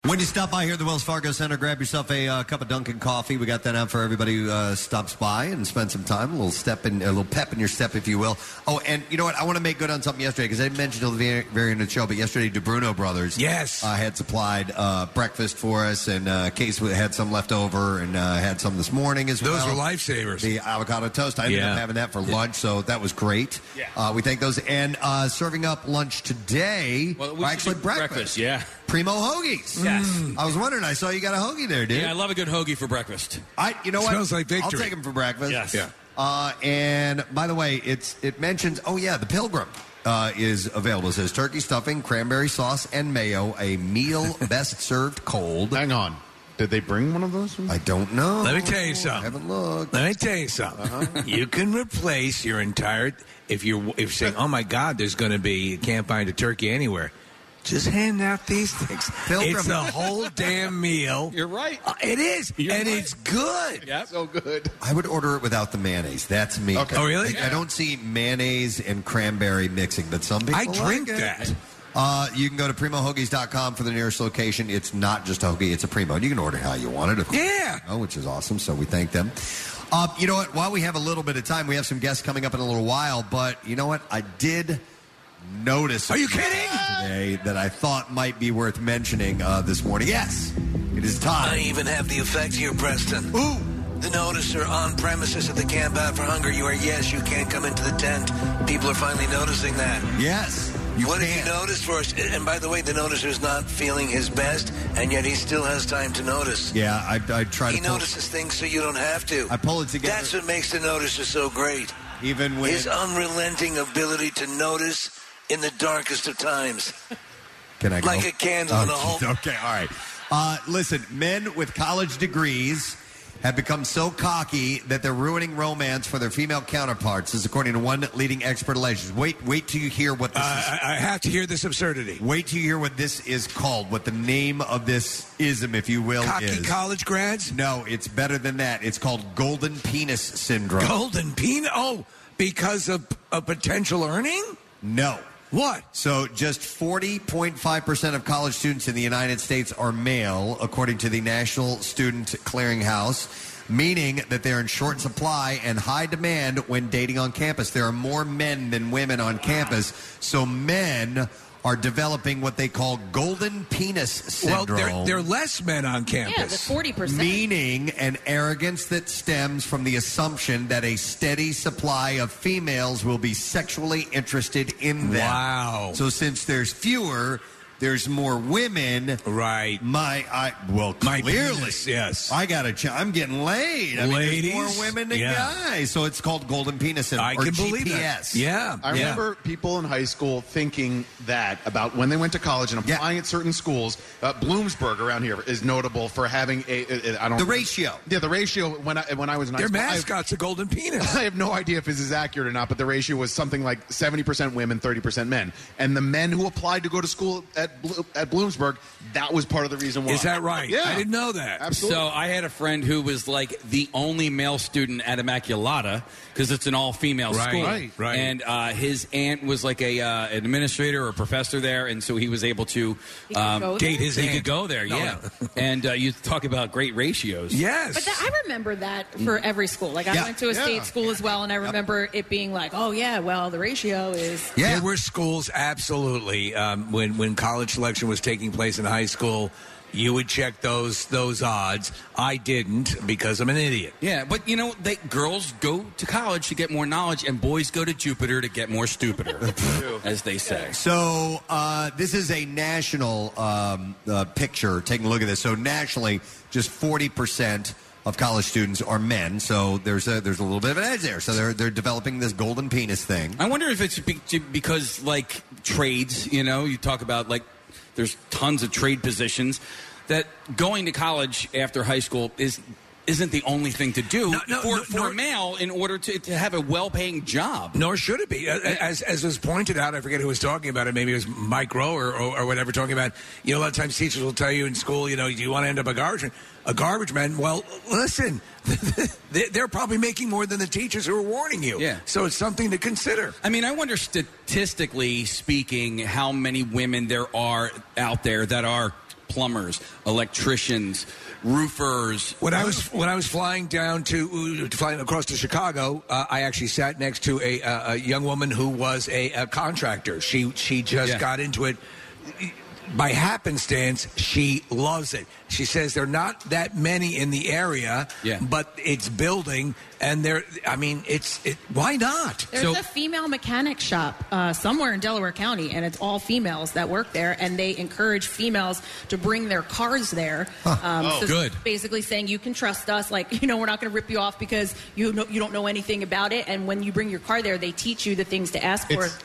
Speaker 1: When you stop by here at the Wells Fargo Center, grab yourself a uh, cup of Dunkin' coffee. We got that out for everybody who uh, stops by and spends some time. A little step in, a little pep in your step, if you will. Oh, and you know what? I want to make good on something yesterday because I didn't mention it till the very- very end of the show, but yesterday, DeBruno Brothers, yes, uh, had supplied uh, breakfast for us, and uh, Case had some left over and uh, had some this morning as
Speaker 3: Those
Speaker 1: well.
Speaker 3: were lifesavers.
Speaker 1: The avocado toast. I ended
Speaker 3: Yeah.
Speaker 1: up having that for lunch, so that was great. Yeah. Uh, we thank those. And uh, serving up lunch today,
Speaker 24: Well, we
Speaker 1: or
Speaker 24: should
Speaker 1: actually
Speaker 24: do
Speaker 1: breakfast,
Speaker 24: breakfast, yeah.
Speaker 1: Primo Hoagies. Mm.
Speaker 24: Yes.
Speaker 1: I was wondering. I saw you got a hoagie there, dude.
Speaker 24: Yeah, I love a good hoagie for breakfast.
Speaker 1: I, you know what?
Speaker 24: Smells like
Speaker 1: I'll
Speaker 24: victory.
Speaker 1: take them for breakfast.
Speaker 24: Yes. Yeah.
Speaker 1: Uh, and by the way, it's it mentions. Oh yeah, the Pilgrim uh, is available. It says turkey stuffing, cranberry sauce, and mayo. A meal best served cold. Hang on. Did they bring one of those? I don't know.
Speaker 3: Let me tell you something. I haven't
Speaker 1: looked.
Speaker 3: Let me tell you something. You can replace your entire if you're if you're saying, "Oh my God, there's going to be you can't find a turkey anywhere." Just hand out these things.
Speaker 12: Pilgrim.
Speaker 3: It's the whole damn meal. You're right. it is, and it's good.
Speaker 6: Yeah, so good.
Speaker 1: I would order it without the mayonnaise. That's me.
Speaker 3: Okay. Oh, really?
Speaker 1: I, I don't see mayonnaise and cranberry mixing, but some people
Speaker 3: I drink
Speaker 1: like it.
Speaker 3: that.
Speaker 1: Uh, you can go to primohoagies.com for the nearest location. It's not just a hoagie, it's a primo. You can order how you want it. Of yeah. which is awesome, so we thank them. Uh, you know what? While we have a little bit of time, we have some guests coming up in a little while, but you know what? I did notice. Are you kidding? Today that I thought might be worth mentioning uh, this morning. Yes, it is time.
Speaker 11: I even have the effect here, Preston.
Speaker 1: Ooh.
Speaker 11: The noticer on premises at the Camp Out for Hunger. You are, yes, you can't come into the tent. People are finally noticing that.
Speaker 1: Yes. You
Speaker 11: what did
Speaker 1: can't.
Speaker 11: you notice first? And by the way, the noticer's not feeling his best, and yet he still has time to notice.
Speaker 1: Yeah, I, I try
Speaker 11: He
Speaker 1: to. Pull,
Speaker 11: notices things so you don't have to.
Speaker 1: I pull it together.
Speaker 11: That's what makes the noticer so great.
Speaker 1: Even when
Speaker 11: his unrelenting ability to notice in the darkest of times.
Speaker 1: Can I go?
Speaker 11: Like a candle in a
Speaker 1: Oh,
Speaker 11: hole.
Speaker 1: Okay, all right. Uh, listen, men with college degrees have become so cocky that they're ruining romance for their female counterparts, is according to one leading expert alleged. Wait, wait till you hear what this is.
Speaker 3: I have to hear this absurdity.
Speaker 1: Wait till you hear what this is called, what the name of this ism, if you will,
Speaker 3: Cocky
Speaker 1: is.
Speaker 3: college grads?
Speaker 1: No, it's better than that. It's called golden penis syndrome.
Speaker 3: Golden peanut. Oh, because of a potential earning?
Speaker 1: No.
Speaker 3: What?
Speaker 1: So just 40.5% of college students in the United States are male, according to the National Student Clearinghouse, meaning that they're in short supply and high demand when dating on campus. There are more men than women on campus. So men are developing what they call golden penis
Speaker 3: Well,
Speaker 1: syndrome.
Speaker 3: there, there are less men on campus.
Speaker 2: Yeah, the 40%.
Speaker 1: Meaning an arrogance that stems from the assumption that a steady supply of females will be sexually interested in them.
Speaker 3: Wow.
Speaker 1: So since there's fewer, there's more women.
Speaker 3: Right.
Speaker 1: My, I, well,
Speaker 3: My
Speaker 1: clearly.
Speaker 3: penis, yes.
Speaker 1: I got to, ch- I'm getting laid. I mean, there's
Speaker 3: Ladies,
Speaker 1: more women than
Speaker 3: yeah.
Speaker 1: guys. So it's called golden penis syndrome.
Speaker 3: I
Speaker 1: or
Speaker 3: can believe that.
Speaker 1: GPS.
Speaker 6: I remember people in high school thinking that about when they went to college and applying at certain schools. Uh, Bloomsburg around here is notable for having a, a, a I don't
Speaker 1: The ratio.
Speaker 6: Yeah, the ratio when I when I was in high
Speaker 3: Their
Speaker 6: school, I-
Speaker 3: mascot's a golden penis.
Speaker 6: I have no idea if this is accurate or not, but the ratio was something like 70% women, 30% men. And the men who applied to go to school at Blo- at Bloomsburg, that was part of the reason why.
Speaker 3: Is that right?
Speaker 6: Yeah.
Speaker 3: I didn't know that.
Speaker 6: Absolutely.
Speaker 4: So I had a friend who was like the only male student at Immaculata because it's an all-female
Speaker 3: Right,
Speaker 4: school,
Speaker 3: right, right.
Speaker 4: And uh, his aunt was like a uh, administrator or professor there, and so he was able to
Speaker 2: He could go
Speaker 4: um,
Speaker 2: there? Date his
Speaker 4: He
Speaker 2: aunt.
Speaker 4: could go there,
Speaker 2: No,
Speaker 4: yeah. and uh, you talk about great ratios,
Speaker 2: But that, I remember that for every school. Like, I
Speaker 4: Yeah.
Speaker 2: went to a
Speaker 4: Yeah.
Speaker 2: state school as well, and I remember it being like, oh, yeah, well, the ratio is.
Speaker 3: Yeah. There were schools, absolutely. Um, when when college selection was taking place in high school, you would check those those odds. I didn't because I'm an idiot.
Speaker 4: Yeah, but you know, they, girls go to college to get more knowledge, and boys go to Jupiter to get more stupider, as they say.
Speaker 1: So uh, this is a national um, uh, picture. Taking a look at this. So nationally, just forty percent of college students are men. So there's a there's a little bit of an edge there. So they're they're developing this golden penis thing.
Speaker 4: I wonder if it's be- because, like, trades, you know, you talk about, like, there's tons of trade positions that going to college after high school is. Isn't the only thing to do for, for a male in order to, to have a well paying job.
Speaker 3: Nor should it be. Uh, As as was pointed out, I forget who was talking about it. Maybe it was Mike Rowe or, or, or whatever talking about. You know, a lot of times teachers will tell you in school, you know, do you want to end up a garbage man? a garbage man? Well, listen, they- they're probably making more than the teachers who are warning you.
Speaker 4: Yeah.
Speaker 3: So it's something to consider.
Speaker 4: I mean, I wonder statistically speaking how many women there are out there that are plumbers, electricians, roofers.
Speaker 3: When I was when I was flying down to flying across to Chicago, uh, I actually sat next to a, uh, a young woman who was a, a contractor. She she just
Speaker 4: Yeah.
Speaker 3: got into it by happenstance. She loves it. She says there are not that many in the area,
Speaker 4: Yeah.
Speaker 3: but it's building, and there. I mean, it's it, why not?
Speaker 2: There's a female mechanic shop uh, somewhere in Delaware County, and it's all females that work there, and they encourage females to bring their cars there. Um,
Speaker 4: Oh, good.
Speaker 2: Basically saying you can trust us, like you know we're not going to rip you off because you know, you don't know anything about it, and when you bring your car there, they teach you the things to ask for.
Speaker 6: It's-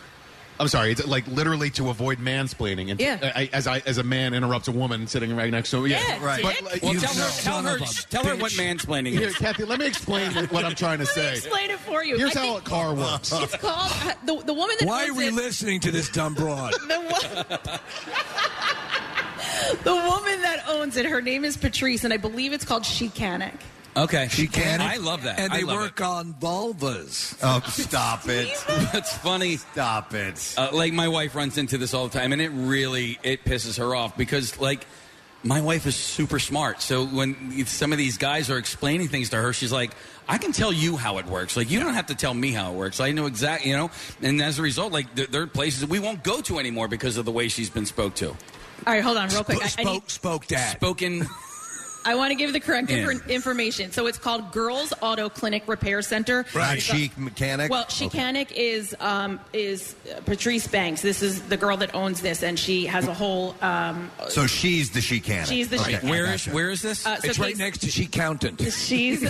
Speaker 6: I'm sorry. It's like literally to avoid mansplaining. And
Speaker 2: Yeah.
Speaker 6: I, as I as a man interrupts a woman sitting right next to yeah.
Speaker 2: Yeah, Right. dick.
Speaker 6: like,
Speaker 4: Well,
Speaker 6: you
Speaker 4: tell her,
Speaker 6: know.
Speaker 4: tell her, tell her what mansplaining
Speaker 6: Here,
Speaker 4: is.
Speaker 6: Kathy, let me explain what, what I'm trying to say.
Speaker 2: Explain it for you.
Speaker 6: Here's
Speaker 2: I
Speaker 6: how
Speaker 2: think
Speaker 6: a car works.
Speaker 2: It's called uh, the, the woman that
Speaker 3: Why are
Speaker 2: owns
Speaker 3: we
Speaker 2: it-
Speaker 3: listening to this dumb broad?
Speaker 2: the, wo- the woman that owns it, her name is Patrice, and I believe it's called Chicanic.
Speaker 4: Okay,
Speaker 3: she can.
Speaker 4: I love that.
Speaker 3: And
Speaker 4: I
Speaker 3: they
Speaker 4: love
Speaker 3: work on vulvas.
Speaker 1: Oh, stop it!
Speaker 4: That's funny.
Speaker 1: Stop it.
Speaker 4: Uh, like my wife runs into this all the time, and it really it pisses her off because like my wife is super smart. So when some of these guys are explaining things to her, she's like, "I can tell you how it works. Like you don't have to tell me how it works. I know exactly. You know." And as a result, like there, there are places that we won't go to anymore because of the way she's been spoke to.
Speaker 2: All right, hold on, real quick. I, I need,
Speaker 3: spoke dad.
Speaker 4: Spoken.
Speaker 2: I want to give the correct
Speaker 1: Yeah.
Speaker 2: infor- information. So it's called Girls Auto Clinic Repair Center.
Speaker 1: Right.
Speaker 2: It's a-
Speaker 1: Chic mechanic.
Speaker 2: Well, Chicanic is um, is Patrice Banks. This is the girl that owns this, and she has a whole. Um,
Speaker 1: So she's the she can.
Speaker 2: She's the chicanic. Where is-
Speaker 4: where is this?
Speaker 2: Uh, so
Speaker 3: it's right
Speaker 2: he's-
Speaker 3: next to she countant.
Speaker 2: She's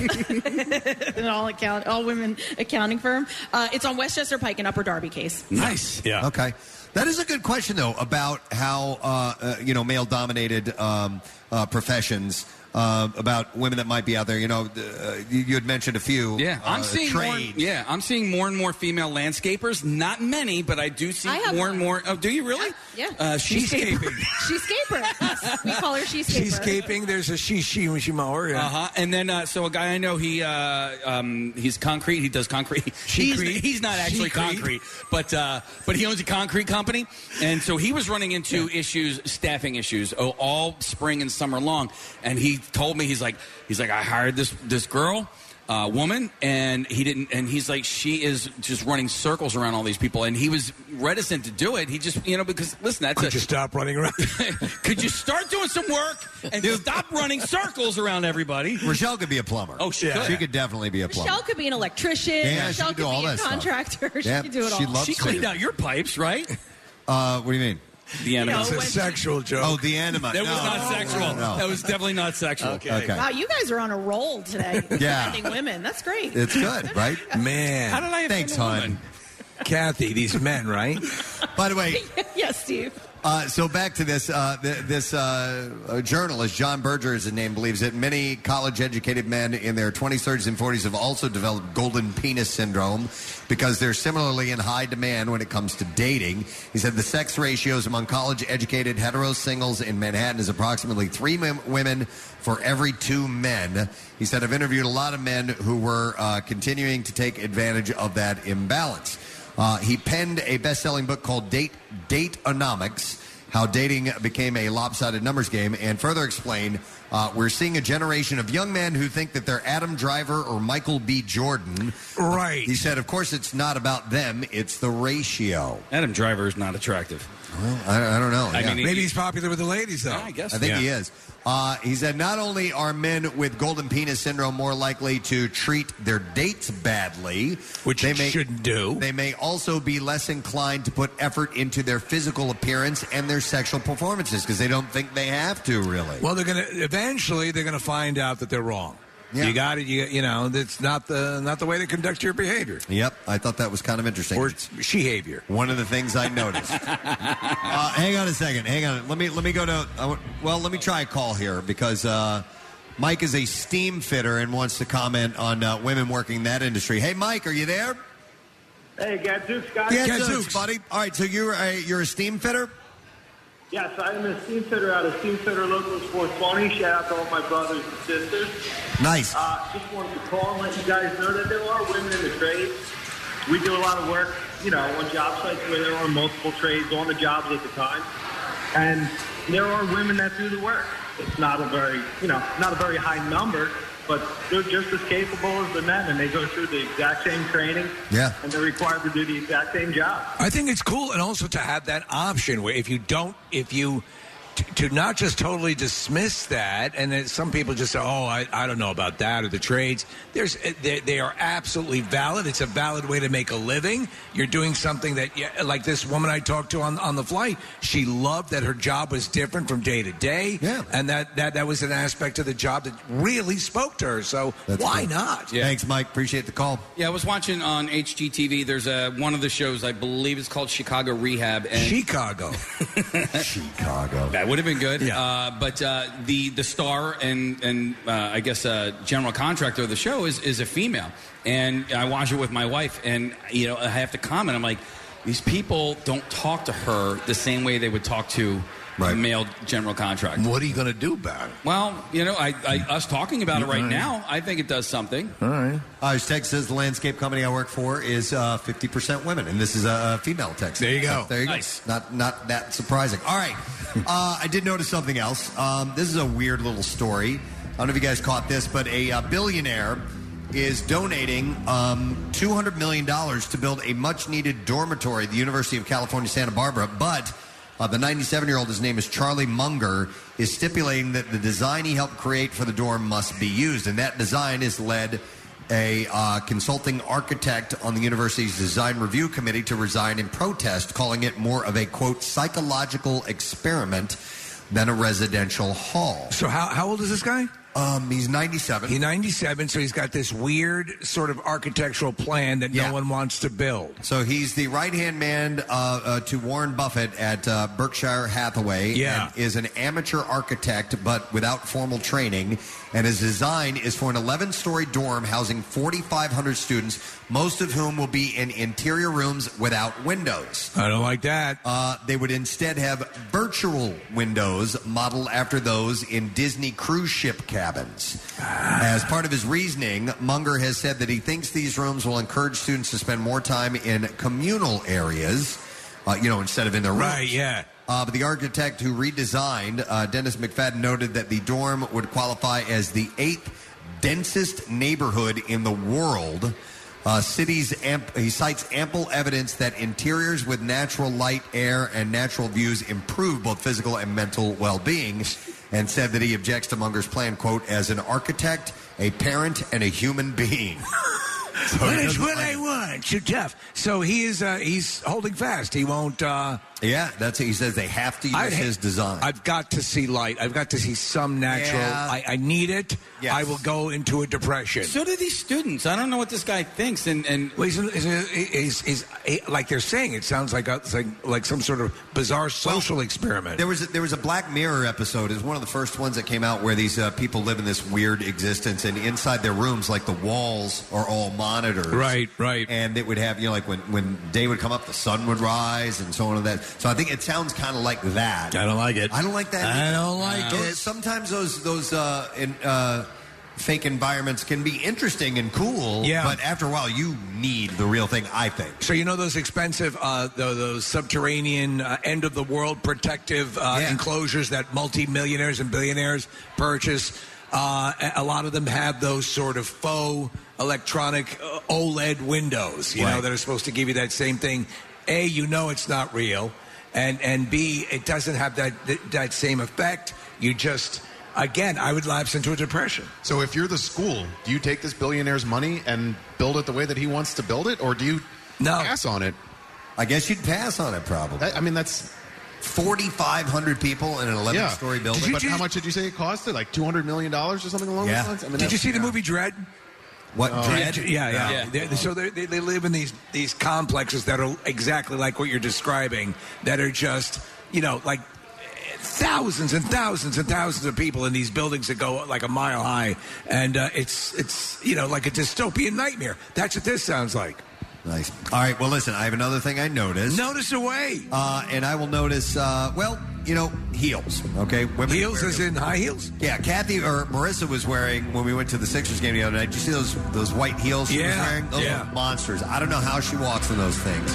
Speaker 2: an all account, all women accounting firm. Uh, it's on Westchester Pike in Upper Darby Case.
Speaker 1: Nice.
Speaker 3: Yeah.
Speaker 1: Okay. That is a good question, though, about how uh, uh, you know male-dominated um, uh, professions. Uh, about women that might be out there, you know, uh, you, you had mentioned a few.
Speaker 4: Yeah, I'm
Speaker 1: uh,
Speaker 4: seeing more.
Speaker 1: trades.
Speaker 4: Yeah, I'm seeing more and more female landscapers. Not many, but I do see
Speaker 27: I have
Speaker 4: more and more. Oh, do you really?
Speaker 27: Yeah.
Speaker 4: Uh, sheescaping.
Speaker 27: Sheescaper. we call her Sheescaper.
Speaker 3: Sheescaping. There's a she she she mower.
Speaker 4: Uh huh. And then, uh, so a guy I know, he uh, um, he's concrete. He does concrete. He's,
Speaker 3: She-crete?
Speaker 4: he's not actually
Speaker 3: She-crete?
Speaker 4: concrete, but uh, but he owns a concrete company, and so he was running into issues, staffing issues, oh, all spring and summer long. And he told me he's like he's like I hired this this girl. Uh, woman and he didn't and he's like she is just running circles around all these people and he was reticent to do it he just you know because listen that's
Speaker 3: Could
Speaker 4: a,
Speaker 3: you stop running around?
Speaker 4: could you start doing some work and stop running circles around everybody?
Speaker 1: Rochelle could be a plumber.
Speaker 4: Oh, she
Speaker 1: Yeah.
Speaker 4: could.
Speaker 1: She could definitely be a plumber.
Speaker 2: Michelle could be an electrician.
Speaker 1: Yeah, she
Speaker 2: Michelle
Speaker 1: could do
Speaker 2: could
Speaker 1: all
Speaker 2: be a
Speaker 1: that stuff.
Speaker 2: contractor. She
Speaker 1: Yeah,
Speaker 2: could do it all.
Speaker 1: she loves
Speaker 4: She cleaned
Speaker 1: it.
Speaker 4: out your pipes, right?
Speaker 1: Uh, what do you mean?
Speaker 4: The enema.
Speaker 1: It's a
Speaker 3: sexual joke.
Speaker 1: Oh, the enema.
Speaker 4: That was
Speaker 1: No,
Speaker 4: not
Speaker 1: no,
Speaker 4: sexual.
Speaker 1: no, no.
Speaker 4: That was definitely not sexual.
Speaker 1: Okay. Okay.
Speaker 2: Wow, you guys are on a roll today.
Speaker 3: Yeah.
Speaker 2: Defending women. That's great.
Speaker 1: It's good, right?
Speaker 3: Man.
Speaker 2: How did I offend Thanks, a hon. woman?
Speaker 3: Kathy, these men, right?
Speaker 1: By the way,
Speaker 2: yes, Steve.
Speaker 1: Uh, so back to this. Uh, th- this uh, uh, journalist, John Berger is his name, believes that many college-educated men in their 20s, 30s, and 40s have also developed golden penis syndrome because they're similarly in high demand when it comes to dating. He said the sex ratios among college-educated hetero singles in Manhattan is approximately three mem- women for every two men. He said, I've interviewed a lot of men who were uh, continuing to take advantage of that imbalance. Uh, he penned a best-selling book called Date Dateonomics: How Dating Became a Lopsided Numbers Game, and further explained. Uh, we're seeing a generation of young men who think that they're Adam Driver or Michael B. Jordan.
Speaker 3: Right.
Speaker 1: He said, of course, it's not about them, it's the ratio.
Speaker 4: Adam Driver is not attractive.
Speaker 1: Well, I, I don't know. Yeah.
Speaker 3: maybe he's popular with the ladies, though.
Speaker 1: I think he is. Uh, he said not only are men with golden penis syndrome more likely to treat their dates badly,
Speaker 3: Which
Speaker 1: they
Speaker 3: you shouldn't do,
Speaker 1: they may also be less inclined to put effort into their physical appearance and their sexual performances because they don't think they have to really.
Speaker 3: Well, they're gonna eventually they're gonna find out that they're wrong.
Speaker 1: Yeah.
Speaker 3: You got it. You you know that's not the not the way to conduct your behavior.
Speaker 1: Yep, I thought that was kind of interesting.
Speaker 3: Or behavior.
Speaker 1: One of the things I noticed. uh, hang on a second. Hang on. Let me let me go to. I want- well, let me try a call here because uh, Mike is a steam fitter and wants to comment on uh, women working in that industry. Hey, Mike, are you there?
Speaker 28: Hey, Gadzooks, guys.
Speaker 1: Gadzooks, buddy. All right, so you're a, you're a steam fitter.
Speaker 28: Yes, I'm a steam fitter out of Steam Fitter Local 420. Shout out to all my brothers and sisters.
Speaker 1: Nice.
Speaker 28: Uh, just wanted to call and let you guys know that there are women in the trades. We do a lot of work, you know, on job sites where there are multiple trades on the jobs at the time. And there are women that do the work. It's not a very, you know, not a very high number, but they're just as capable as the men, and they go through the exact same training.
Speaker 1: Yeah.
Speaker 28: And they're required to do the exact same job.
Speaker 3: I think it's cool, and also to have that option where if you don't, if you t- to not just totally dismiss that, and then some people just say, "Oh, I, I don't know about that," or the trades. There's eh, they, they are absolutely valid. It's a valid way to make a living. You're doing something that, you, like this woman I talked to on on the flight, she loved that her job was different from day to day, yeah. and that that that was an aspect of the job that really spoke to her. So why
Speaker 4: cool.
Speaker 3: not?
Speaker 4: Yeah.
Speaker 1: Thanks, Mike. Appreciate the call.
Speaker 4: Yeah, I was watching on HGTV. There's a one of the shows I believe it's called Chicago Rehab. And
Speaker 3: Chicago,
Speaker 1: Chicago.
Speaker 4: That would have been good. Uh, but uh, the the star and and uh, I guess uh, general contractor of the show is is a female, and I watch it with my wife, and you know I have to comment. I'm like, these people don't talk to her the same way they would talk to. a Male general contractor.
Speaker 10: What are you going to do about it? Hmm.
Speaker 4: Well, you know, I, I us talking about it right
Speaker 1: Right.
Speaker 4: now, I think it does something.
Speaker 1: All right. Uh, his text says the landscape company I work for is uh, 50% women, and this is a female text.
Speaker 10: There you go.
Speaker 1: there you
Speaker 10: Nice.
Speaker 1: go. Not not that surprising. All right. uh, I did notice something else. Um, this is a weird little story. I don't know if you guys caught this, but a uh, billionaire is donating um, $200 million to build a much needed dormitory at the University of California, Santa Barbara, but Uh, the 97 year old, his name is Charlie Munger, is stipulating that the design he helped create for the dorm must be used. And that design has led a uh, consulting architect on the university's design review committee to resign in protest, calling it more of a quote psychological experiment than a residential hall.
Speaker 3: So how, how old is this guy?
Speaker 1: Um, he's 97.
Speaker 3: He's 97, so he's got this weird sort of architectural plan that no one wants to build.
Speaker 1: So he's the right hand man uh, uh, to Warren Buffett at uh, Berkshire Hathaway.
Speaker 3: Yeah.
Speaker 1: and is an amateur architect, but without formal training. And his design is for an 11 story dorm housing 4,500 students, most of whom will be in interior rooms without windows.
Speaker 3: I don't like that.
Speaker 1: Uh, they would instead have virtual windows modeled after those in Disney cruise ship cabins.
Speaker 3: Ah.
Speaker 1: As part of his reasoning, Munger has said that he thinks these rooms will encourage students to spend more time in communal areas, uh, you know, instead of in their rooms.
Speaker 3: Right, yeah.
Speaker 1: Uh, but the architect who redesigned, uh, Dennis McFadden, noted that the dorm would qualify as the eighth densest neighborhood in the world. Uh, cities amp- he cites ample evidence that interiors with natural light, air, and natural views improve both physical and mental well-being, and said that he objects to Munger's plan, quote, as an architect, a parent, and a human being. So
Speaker 3: What
Speaker 1: he
Speaker 3: is
Speaker 1: doesn't
Speaker 3: what
Speaker 1: like
Speaker 3: I want? Too tough. So he is. Uh, he's holding fast. He won't. Uh,
Speaker 1: yeah, that's he says they have to use his design.
Speaker 3: I've got to see light. I've got to see some natural.
Speaker 4: Yeah.
Speaker 3: I, I need it. I will go into a depression.
Speaker 4: So do these students. I don't know what this guy thinks. And, and
Speaker 3: Well, he's, he's, he's, he's, he- like they're saying, it sounds like a, it's like like some sort of bizarre social experiment.
Speaker 1: There was a, there was a Black Mirror episode. It was one of the first ones that came out where these uh, people live in this weird existence, and inside their rooms, like the walls are all monitors.
Speaker 3: Right, right.
Speaker 1: And it would have you know like when when day would come up, the sun would rise, and so on and that. So I think it sounds kind of like that. I
Speaker 3: don't like it.
Speaker 1: I don't like that.
Speaker 3: I
Speaker 1: either.
Speaker 3: don't like
Speaker 1: Those-
Speaker 3: it.
Speaker 1: Sometimes those those uh, in, uh, fake environments can be interesting and cool.
Speaker 3: Yeah.
Speaker 1: But after a while, you need the real thing. I think.
Speaker 3: So you know those expensive, uh, tho- those subterranean uh, end of the world protective uh, enclosures that multimillionaires and billionaires purchase. Uh, a- a lot of them have those sort of faux electronic uh, OLED windows, you know,
Speaker 1: Right.
Speaker 3: that are supposed to give you that same thing. A, you know it's not real, and and B, it doesn't have that that, that same effect. You just again, I would lapse into a depression.
Speaker 6: So if you're the school, do you take this billionaire's money and build it the way that he wants to build it, or do you pass on it?
Speaker 1: I guess you'd pass on it probably.
Speaker 6: I mean, that's
Speaker 1: 4,500 people in an 11 story building.
Speaker 6: But how much did you say it costed? Like two hundred million dollars or something along
Speaker 1: Yeah.
Speaker 6: those lines. I mean,
Speaker 1: Did
Speaker 6: that's-
Speaker 1: you see the
Speaker 6: yeah.
Speaker 3: movie Dread?
Speaker 1: What
Speaker 6: Oh.
Speaker 3: Dread?
Speaker 6: Yeah.
Speaker 3: Yeah, yeah.
Speaker 6: Yeah.
Speaker 3: They're- So they're, they they live in these these complexes that are exactly like what you're describing. That are just you know like thousands and thousands and thousands of people in these buildings that go like a mile high, and uh, it's it's you know like a dystopian nightmare. That's what this sounds like.
Speaker 1: Nice. All right. Well, listen, I have another thing I noticed.
Speaker 3: Notice away.
Speaker 1: Uh, and I will notice, uh, well, you know, heels. Okay. Women
Speaker 3: Heels
Speaker 1: wear
Speaker 3: as in high heels?
Speaker 1: Yeah. Kathy or Marissa was wearing, when we went to the Sixers game the other night, did you see those, those white heels she was
Speaker 3: Yeah,
Speaker 1: wearing? Those
Speaker 3: yeah.
Speaker 1: are monsters. I don't know how she walks in those things.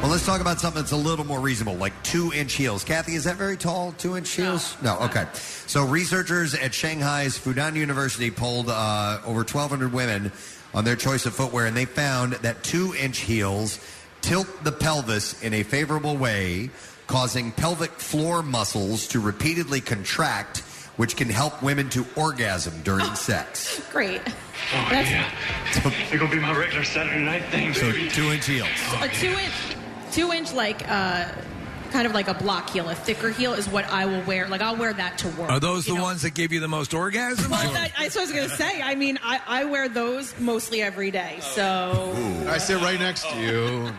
Speaker 1: Well, let's talk about something that's a little more reasonable, like two inch heels. Kathy, is that very tall, two inch heels? No. Okay. So, researchers at Shanghai's Fudan University polled uh, over 1,200 women on their choice of footwear, and they found that two inch heels tilt the pelvis in a favorable way, causing pelvic floor muscles to repeatedly contract, which can help women to orgasm during sex.
Speaker 2: Great.
Speaker 14: It's gonna be my regular Saturday night thing.
Speaker 1: So, two inch heels.
Speaker 2: a two inch, two inch like uh, kind of like a block heel, a thicker heel is what I will wear. Like I'll wear that to work.
Speaker 3: Are those
Speaker 2: you
Speaker 3: the
Speaker 2: know?
Speaker 3: ones that give you the most orgasms?
Speaker 2: Well, that, that's what I was gonna say. I mean, I, I wear those mostly every day. So
Speaker 6: I sit right next to you.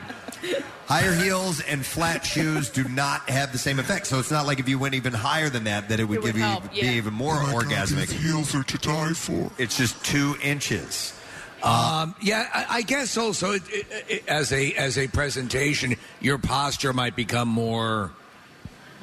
Speaker 1: Higher heels and flat shoes do not have the same effect. So it's not like if you went even higher than that, that it would,
Speaker 2: It would
Speaker 1: give you
Speaker 2: help,
Speaker 1: be
Speaker 2: yeah.
Speaker 1: even more
Speaker 2: Oh my God,
Speaker 1: orgasmic.
Speaker 2: these
Speaker 1: heels are to die for. It's just two inches.
Speaker 3: Um, yeah, I, I guess also it, it, it, as a as a presentation, your posture might become more.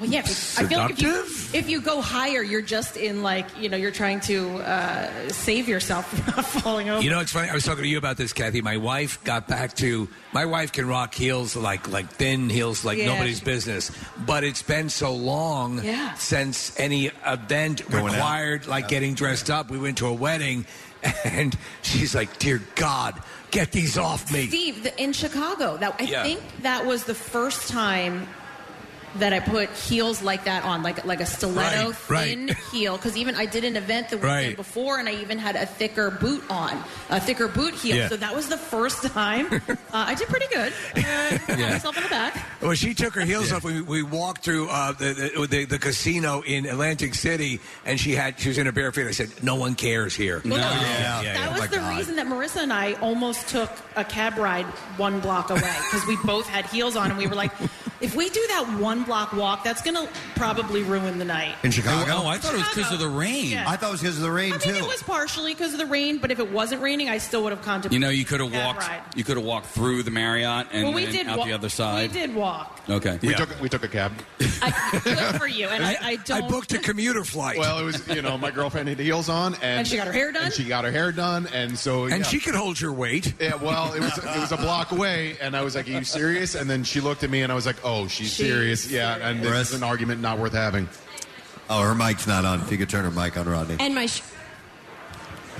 Speaker 2: well, yeah. Because I feel like if you, if you go higher, you're just in like you know you're trying to uh, save yourself from not falling over.
Speaker 3: You know, it's funny. I was talking to you about this, Kathy. My wife got back to my wife can rock heels like like thin heels like
Speaker 2: Yeah.
Speaker 3: nobody's business. But it's been so long
Speaker 2: Yeah.
Speaker 3: since any event
Speaker 1: Going out.
Speaker 3: required like
Speaker 1: Yeah.
Speaker 3: getting dressed up. We went to a wedding, and she's like, "Dear God, get these off me."
Speaker 2: Steve, the, in Chicago, that I
Speaker 3: Yeah.
Speaker 2: think that was the first time that I put heels like that on, like like a stiletto
Speaker 3: Right, right.
Speaker 2: thin heel. Because even I did an event the weekend
Speaker 3: Right.
Speaker 2: before, and I even had a thicker boot on, a thicker boot heel.
Speaker 3: Yeah.
Speaker 2: So that was the first time. uh, I did pretty good. Uh, pat
Speaker 3: Yeah.
Speaker 2: myself on the back.
Speaker 3: Well, she took her heels off. We, we walked through uh, the, the, the the casino in Atlantic City, and she had she was in her bare feet. I said, "No one cares here."
Speaker 2: Well, that was-
Speaker 3: Yeah, yeah,
Speaker 2: that
Speaker 3: yeah.
Speaker 2: was
Speaker 3: Oh, my
Speaker 2: the
Speaker 3: God.
Speaker 2: reason that Marissa and I almost took a cab ride one block away because we both had heels on, and we were like, if we do that one block walk, that's going to probably ruin the night.
Speaker 1: In Chicago?
Speaker 4: Oh, I thought it was because of the rain.
Speaker 2: Yeah.
Speaker 1: I thought it was because of the rain,
Speaker 2: I mean,
Speaker 1: too.
Speaker 2: it was partially because of the rain, but if it wasn't raining, I still would have contemplated.
Speaker 4: You know, you could have
Speaker 2: a cab
Speaker 4: walked.
Speaker 2: ride.
Speaker 4: You could have walked through the Marriott and
Speaker 2: well, we
Speaker 4: then
Speaker 2: did
Speaker 4: out
Speaker 2: walk,
Speaker 4: the other side.
Speaker 2: We did walk
Speaker 4: Okay,
Speaker 6: we took we took a cab.
Speaker 2: good for you, and I, I don't.
Speaker 3: booked a commuter flight.
Speaker 6: Well, it was you know my girlfriend had heels on, and,
Speaker 2: And she got her hair done?
Speaker 6: And she got her hair done, and so
Speaker 3: And
Speaker 6: yeah.
Speaker 3: she could hold your weight.
Speaker 6: Yeah, well, it was it was a block away, and I was like, "Are you serious?" And then she looked at me, and I was like, "Oh, she's
Speaker 1: She's
Speaker 6: serious." Yeah, and this is an argument not worth having.
Speaker 1: Oh, her mic's not on. If you could turn her mic on, Rodney.
Speaker 8: And my sh-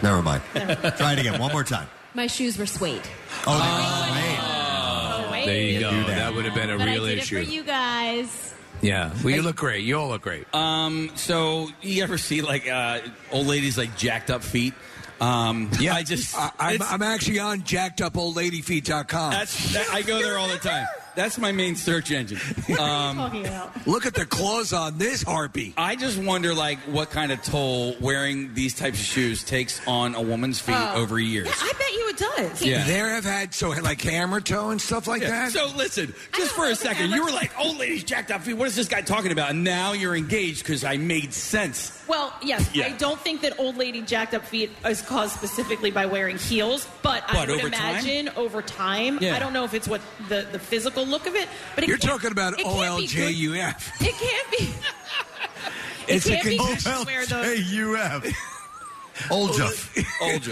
Speaker 1: Never mind. Try it again one more time.
Speaker 8: my shoes were suede. Oh, wait.
Speaker 3: There you go.
Speaker 1: Do that.
Speaker 3: That. would have been a
Speaker 8: but
Speaker 3: real
Speaker 8: I did
Speaker 3: issue.
Speaker 8: It for you guys.
Speaker 3: Yeah, well, you look great. You all look great.
Speaker 4: Um, so you ever see like uh, old ladies like jacked up feet? Um, yeah, I just
Speaker 3: I, I'm,
Speaker 4: it's-
Speaker 3: I'm actually on jackedupoldladyfeet.com.
Speaker 4: that's that, I go there all the time. That's my main search engine. Um,
Speaker 3: look at the claws on this harpy.
Speaker 4: I just wonder like what kind of toll wearing these types of shoes takes on a woman's feet
Speaker 2: Oh.
Speaker 4: over years.
Speaker 2: Yeah, I bet you it does.
Speaker 4: Yeah.
Speaker 3: There have had so like hammer toe and stuff like
Speaker 4: Yeah.
Speaker 3: that.
Speaker 4: So listen, just for a second, you were like, "Old ladies jacked up feet." What is this guy talking about? And now you're engaged because I made sense.
Speaker 2: Well, yes,
Speaker 4: Yeah.
Speaker 2: I don't think that old lady jacked up feet is caused specifically by wearing heels, but, I
Speaker 4: But
Speaker 2: would
Speaker 4: over time?
Speaker 2: imagine over time.
Speaker 4: Yeah.
Speaker 2: I don't know if it's what the, the physical look of it, but it
Speaker 3: You're
Speaker 2: can't-
Speaker 3: talking about
Speaker 2: it can't be good-
Speaker 3: OLJUF.
Speaker 2: It can't be. It
Speaker 3: It's a
Speaker 2: can't be good
Speaker 3: condition.
Speaker 2: to wear those.
Speaker 1: OLJUF. OLJUF.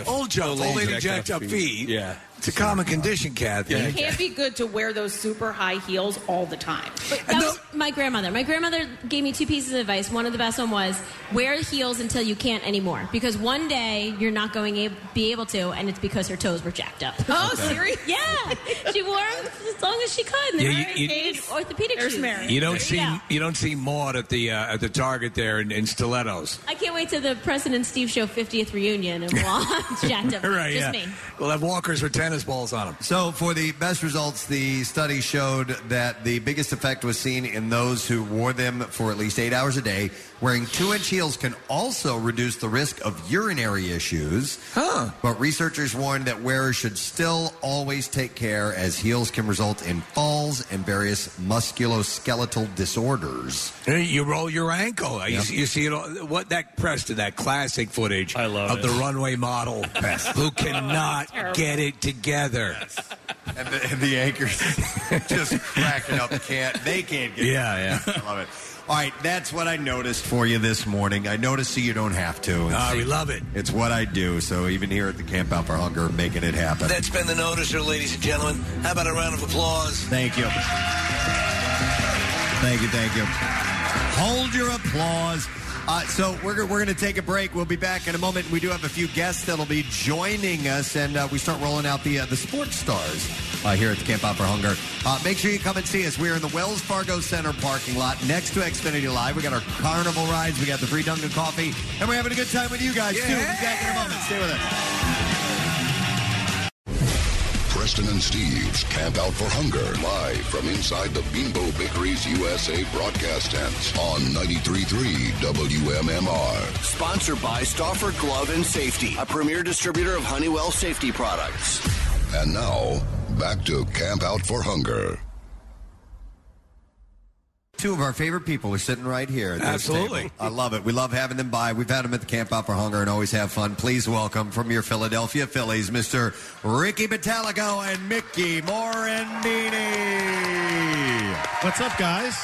Speaker 4: OLJUF.
Speaker 3: Old Jeff. Old lady jacked up feet.
Speaker 4: Yeah.
Speaker 3: It's a common condition, Kathy.
Speaker 2: It can't be good to wear those super high heels all the time.
Speaker 8: That was my grandmother. My grandmother gave me two pieces of advice. One of the best one was wear heels until you can't anymore, because one day you're not going to be able to, and it's because her toes were jacked up.
Speaker 2: Oh, Okay. serious?
Speaker 8: Yeah, she wore them as long as she could. And they yeah,
Speaker 3: Yeah, you- you-
Speaker 8: orthopedic
Speaker 2: There's
Speaker 8: shoes.
Speaker 2: Mary.
Speaker 3: You
Speaker 8: There
Speaker 3: don't see
Speaker 8: go.
Speaker 3: you don't see Maud at the uh, at the Target there in, in stilettos.
Speaker 8: I can't wait to the President Steve Show 50th reunion, and we'll all have jacked up.
Speaker 3: right?
Speaker 8: Just
Speaker 3: yeah.
Speaker 8: me.
Speaker 3: We'll have walkers with tennis balls on them.
Speaker 1: So, for the best results, the study showed that the biggest effect was seen in those who wore them for at least eight hours a day. Wearing two inch heels can also reduce the risk of urinary issues. Huh. But researchers warned that wearers should still always take care, as heels can result in falls and various musculoskeletal disorders.
Speaker 3: You roll your ankle. You, see- you see it all. What that Preston, that classic footage I love of the runway model who cannot get it together.
Speaker 1: And the, and the anchors just cracking up. Can't they can't get?
Speaker 3: Yeah,
Speaker 1: yeah. I love it. All right, that's what I noticed for you this morning. I noticed so you don't have to.
Speaker 11: Ah, we love it.
Speaker 1: It's what I do. So even here at the Camp Out for Hunger, making it happen.
Speaker 11: That's been the noticer, ladies and gentlemen. How about a round of applause?
Speaker 1: Thank you. Thank you, thank you. Hold your applause. Uh, so we're, go- we're going to take a break. We'll be back in a moment. We do have a few guests that'll be joining us, and uh, we start rolling out the uh, the sports stars uh, here at the Camp Out for Hunger. Uh, make sure you come and see us. We're in the Wells Fargo Center parking lot next to Xfinity Live. We got our carnival rides. We got the free Dunkin' coffee, and we're having a good time with you guys too. We'll be back in a moment. Stay with us.
Speaker 15: Preston and Steve's Camp Out for Hunger, live from inside the Bimbo Bakeries USA broadcast tent on 93.3 WMMR.
Speaker 10: Sponsored by Stauffer Glove and Safety, a premier distributor of Honeywell safety products.
Speaker 15: And now, back to Camp Out for Hunger.
Speaker 1: Two of our favorite people are sitting right here. At this
Speaker 3: Absolutely.
Speaker 1: table. I love it. We love having them by. We've had them at the Camp Out for Hunger and always have fun. Please welcome from your Philadelphia Phillies, Mr. Ricky Batalico and Mickey Morandini.
Speaker 23: What's up, guys?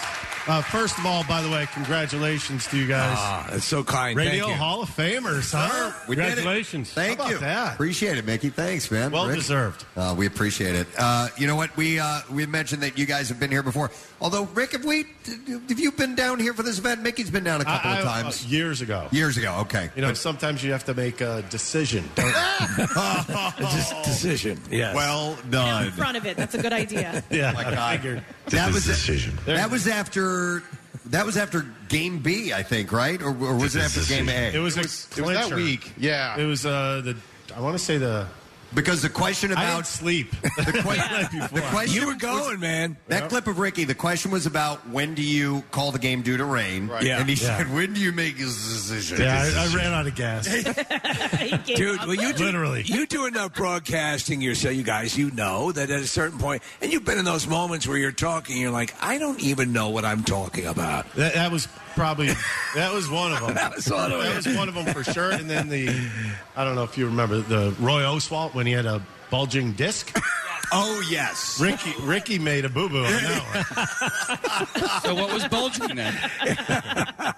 Speaker 23: Uh, first of all, by the way, congratulations to you guys.
Speaker 3: Ah, that's so kind. Thank
Speaker 23: Radio
Speaker 3: you.
Speaker 23: Hall of Famers, huh?
Speaker 1: We did it.
Speaker 23: congratulations.
Speaker 1: Thank
Speaker 23: How about
Speaker 1: you.
Speaker 23: That?
Speaker 1: Appreciate it, Mickey. Thanks, man.
Speaker 23: Well deserved.
Speaker 1: Uh, we appreciate it. Uh, you know what? We uh, we mentioned that you guys have been here before. Although, Rick, have we? Have you been down here for this event? Mickey's been down a couple
Speaker 23: I-
Speaker 1: of
Speaker 23: I-
Speaker 1: times.
Speaker 23: uh, years ago.
Speaker 1: Years ago. Okay.
Speaker 23: You know, sometimes you have to make a decision.
Speaker 3: decision. Yes.
Speaker 1: Well
Speaker 2: Get out in
Speaker 1: done.
Speaker 2: front of it. That's a good idea.
Speaker 23: Yeah,
Speaker 1: My God. That was decision. That was after after that was after game B, I think, right? Or, or was it after game A?
Speaker 21: It was, a, it was that week. Yeah. It was uh, the. I want to say the.
Speaker 1: Because the question
Speaker 21: I
Speaker 1: about
Speaker 21: didn't sleep.
Speaker 1: the, que-
Speaker 21: before.
Speaker 1: the question
Speaker 21: You were going,
Speaker 1: was-
Speaker 3: man.
Speaker 1: That
Speaker 21: Yep.
Speaker 1: clip of Ricky. The question was about when do you call the game due to rain?
Speaker 21: Right. Yeah.
Speaker 1: And he
Speaker 21: Yeah.
Speaker 1: said, when do you make his decision?
Speaker 21: Yeah, I, I ran out of gas.
Speaker 3: Dude, well, you do,
Speaker 21: Literally.
Speaker 3: you do enough broadcasting yourself, you guys. You know that at a certain point, and you've been in those moments where you're talking, you're like, I don't even know what I'm talking about.
Speaker 21: That, that was probably that was one of them.
Speaker 3: That was one of them.
Speaker 21: That was one of them for sure. And then the I don't know if you remember the Roy Oswalt when he had a bulging disc.
Speaker 1: Oh yes,
Speaker 21: Ricky Ricky made a boo boo on that one.
Speaker 4: so what was bulging then?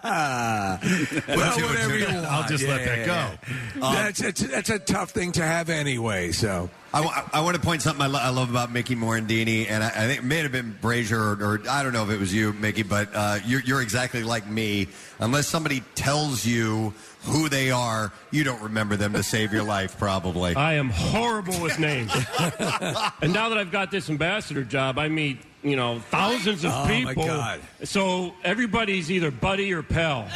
Speaker 3: well, whatever you want.
Speaker 21: I'll just let that Uh,
Speaker 3: yeah.
Speaker 1: go. Um,
Speaker 3: that's, that's, that's a tough thing to have anyway, so.
Speaker 1: I, want to point something I, lo- I love about Mickey Morandini, and I, I think it may have been Brazier, or, or I don't know if it was you, Mickey, but uh, you're, you're exactly like me. Unless somebody tells you who they are, you don't remember them to save your life, probably.
Speaker 29: I am horrible with names. and now that I've got this ambassador job, I meet, you know, thousands of
Speaker 3: Oh, my
Speaker 29: people.
Speaker 3: God.
Speaker 29: So everybody's either buddy or pal.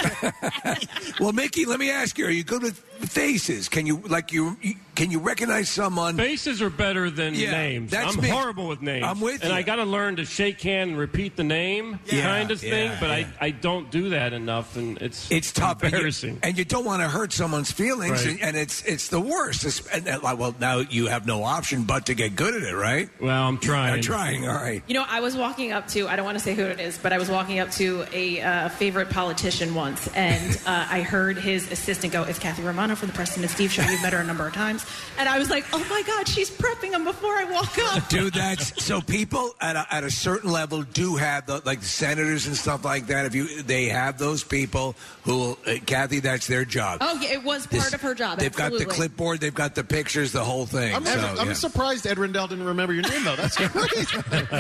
Speaker 3: Well, Mickey, let me ask you: Are you good with faces? Can you like you? Can you recognize someone?
Speaker 29: Faces are better than
Speaker 3: Yeah,
Speaker 29: names.
Speaker 3: that's
Speaker 29: I'm
Speaker 3: me.
Speaker 29: horrible with names.
Speaker 3: I'm with
Speaker 29: and
Speaker 3: you.
Speaker 29: I got to learn to shake hand and repeat the name
Speaker 3: Yeah,
Speaker 29: kind of thing,
Speaker 3: yeah,
Speaker 29: but
Speaker 3: yeah.
Speaker 29: I, I don't do that enough, and it's
Speaker 3: It's tough, and you-
Speaker 29: embarrassing.
Speaker 3: and you, don't want to hurt someone's feelings,
Speaker 29: Right.
Speaker 3: and, and it's it's the worst. It's- And, uh, well, now you have no option but to get good at it, right?
Speaker 29: Well, I'm trying.
Speaker 3: I'm trying. All right.
Speaker 2: You know, I was walking up to, I don't want to say who it is, but I was walking up to a uh, favorite politician once, and uh, I heard his assistant go, It's Kathy Romano from the Preston and Steve show. We've met her a number of times. And I was like, Oh my God, she's prepping him before I walk up.
Speaker 3: Dude, that's so people at a, at a certain level do have the like senators and stuff like that. If you they have those people who will, uh, Kathy, that's their job.
Speaker 2: Oh, yeah, it was part
Speaker 3: This-
Speaker 2: of her job.
Speaker 3: They've
Speaker 2: absolutely.
Speaker 3: got the clipboard, they've got the pictures, the whole thing.
Speaker 21: I'm,
Speaker 3: so,
Speaker 21: I'm
Speaker 3: yeah.
Speaker 21: surprised Ed Rendell didn't remember your name though. That's crazy.
Speaker 2: It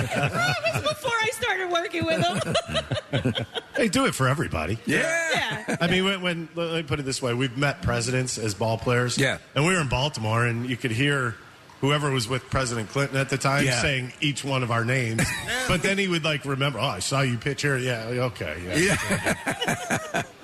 Speaker 2: was before I started working with him.
Speaker 21: they do it for everybody.
Speaker 2: Yeah.
Speaker 21: I mean, when, when let me put it this way, we've met presidents as ball players. Yeah. And we were in Baltimore, and you could hear whoever was with President Clinton at the time
Speaker 23: Yeah.
Speaker 21: saying each one of our names. but then he would like remember, oh, I saw you pitch here. Yeah. Okay. Yeah.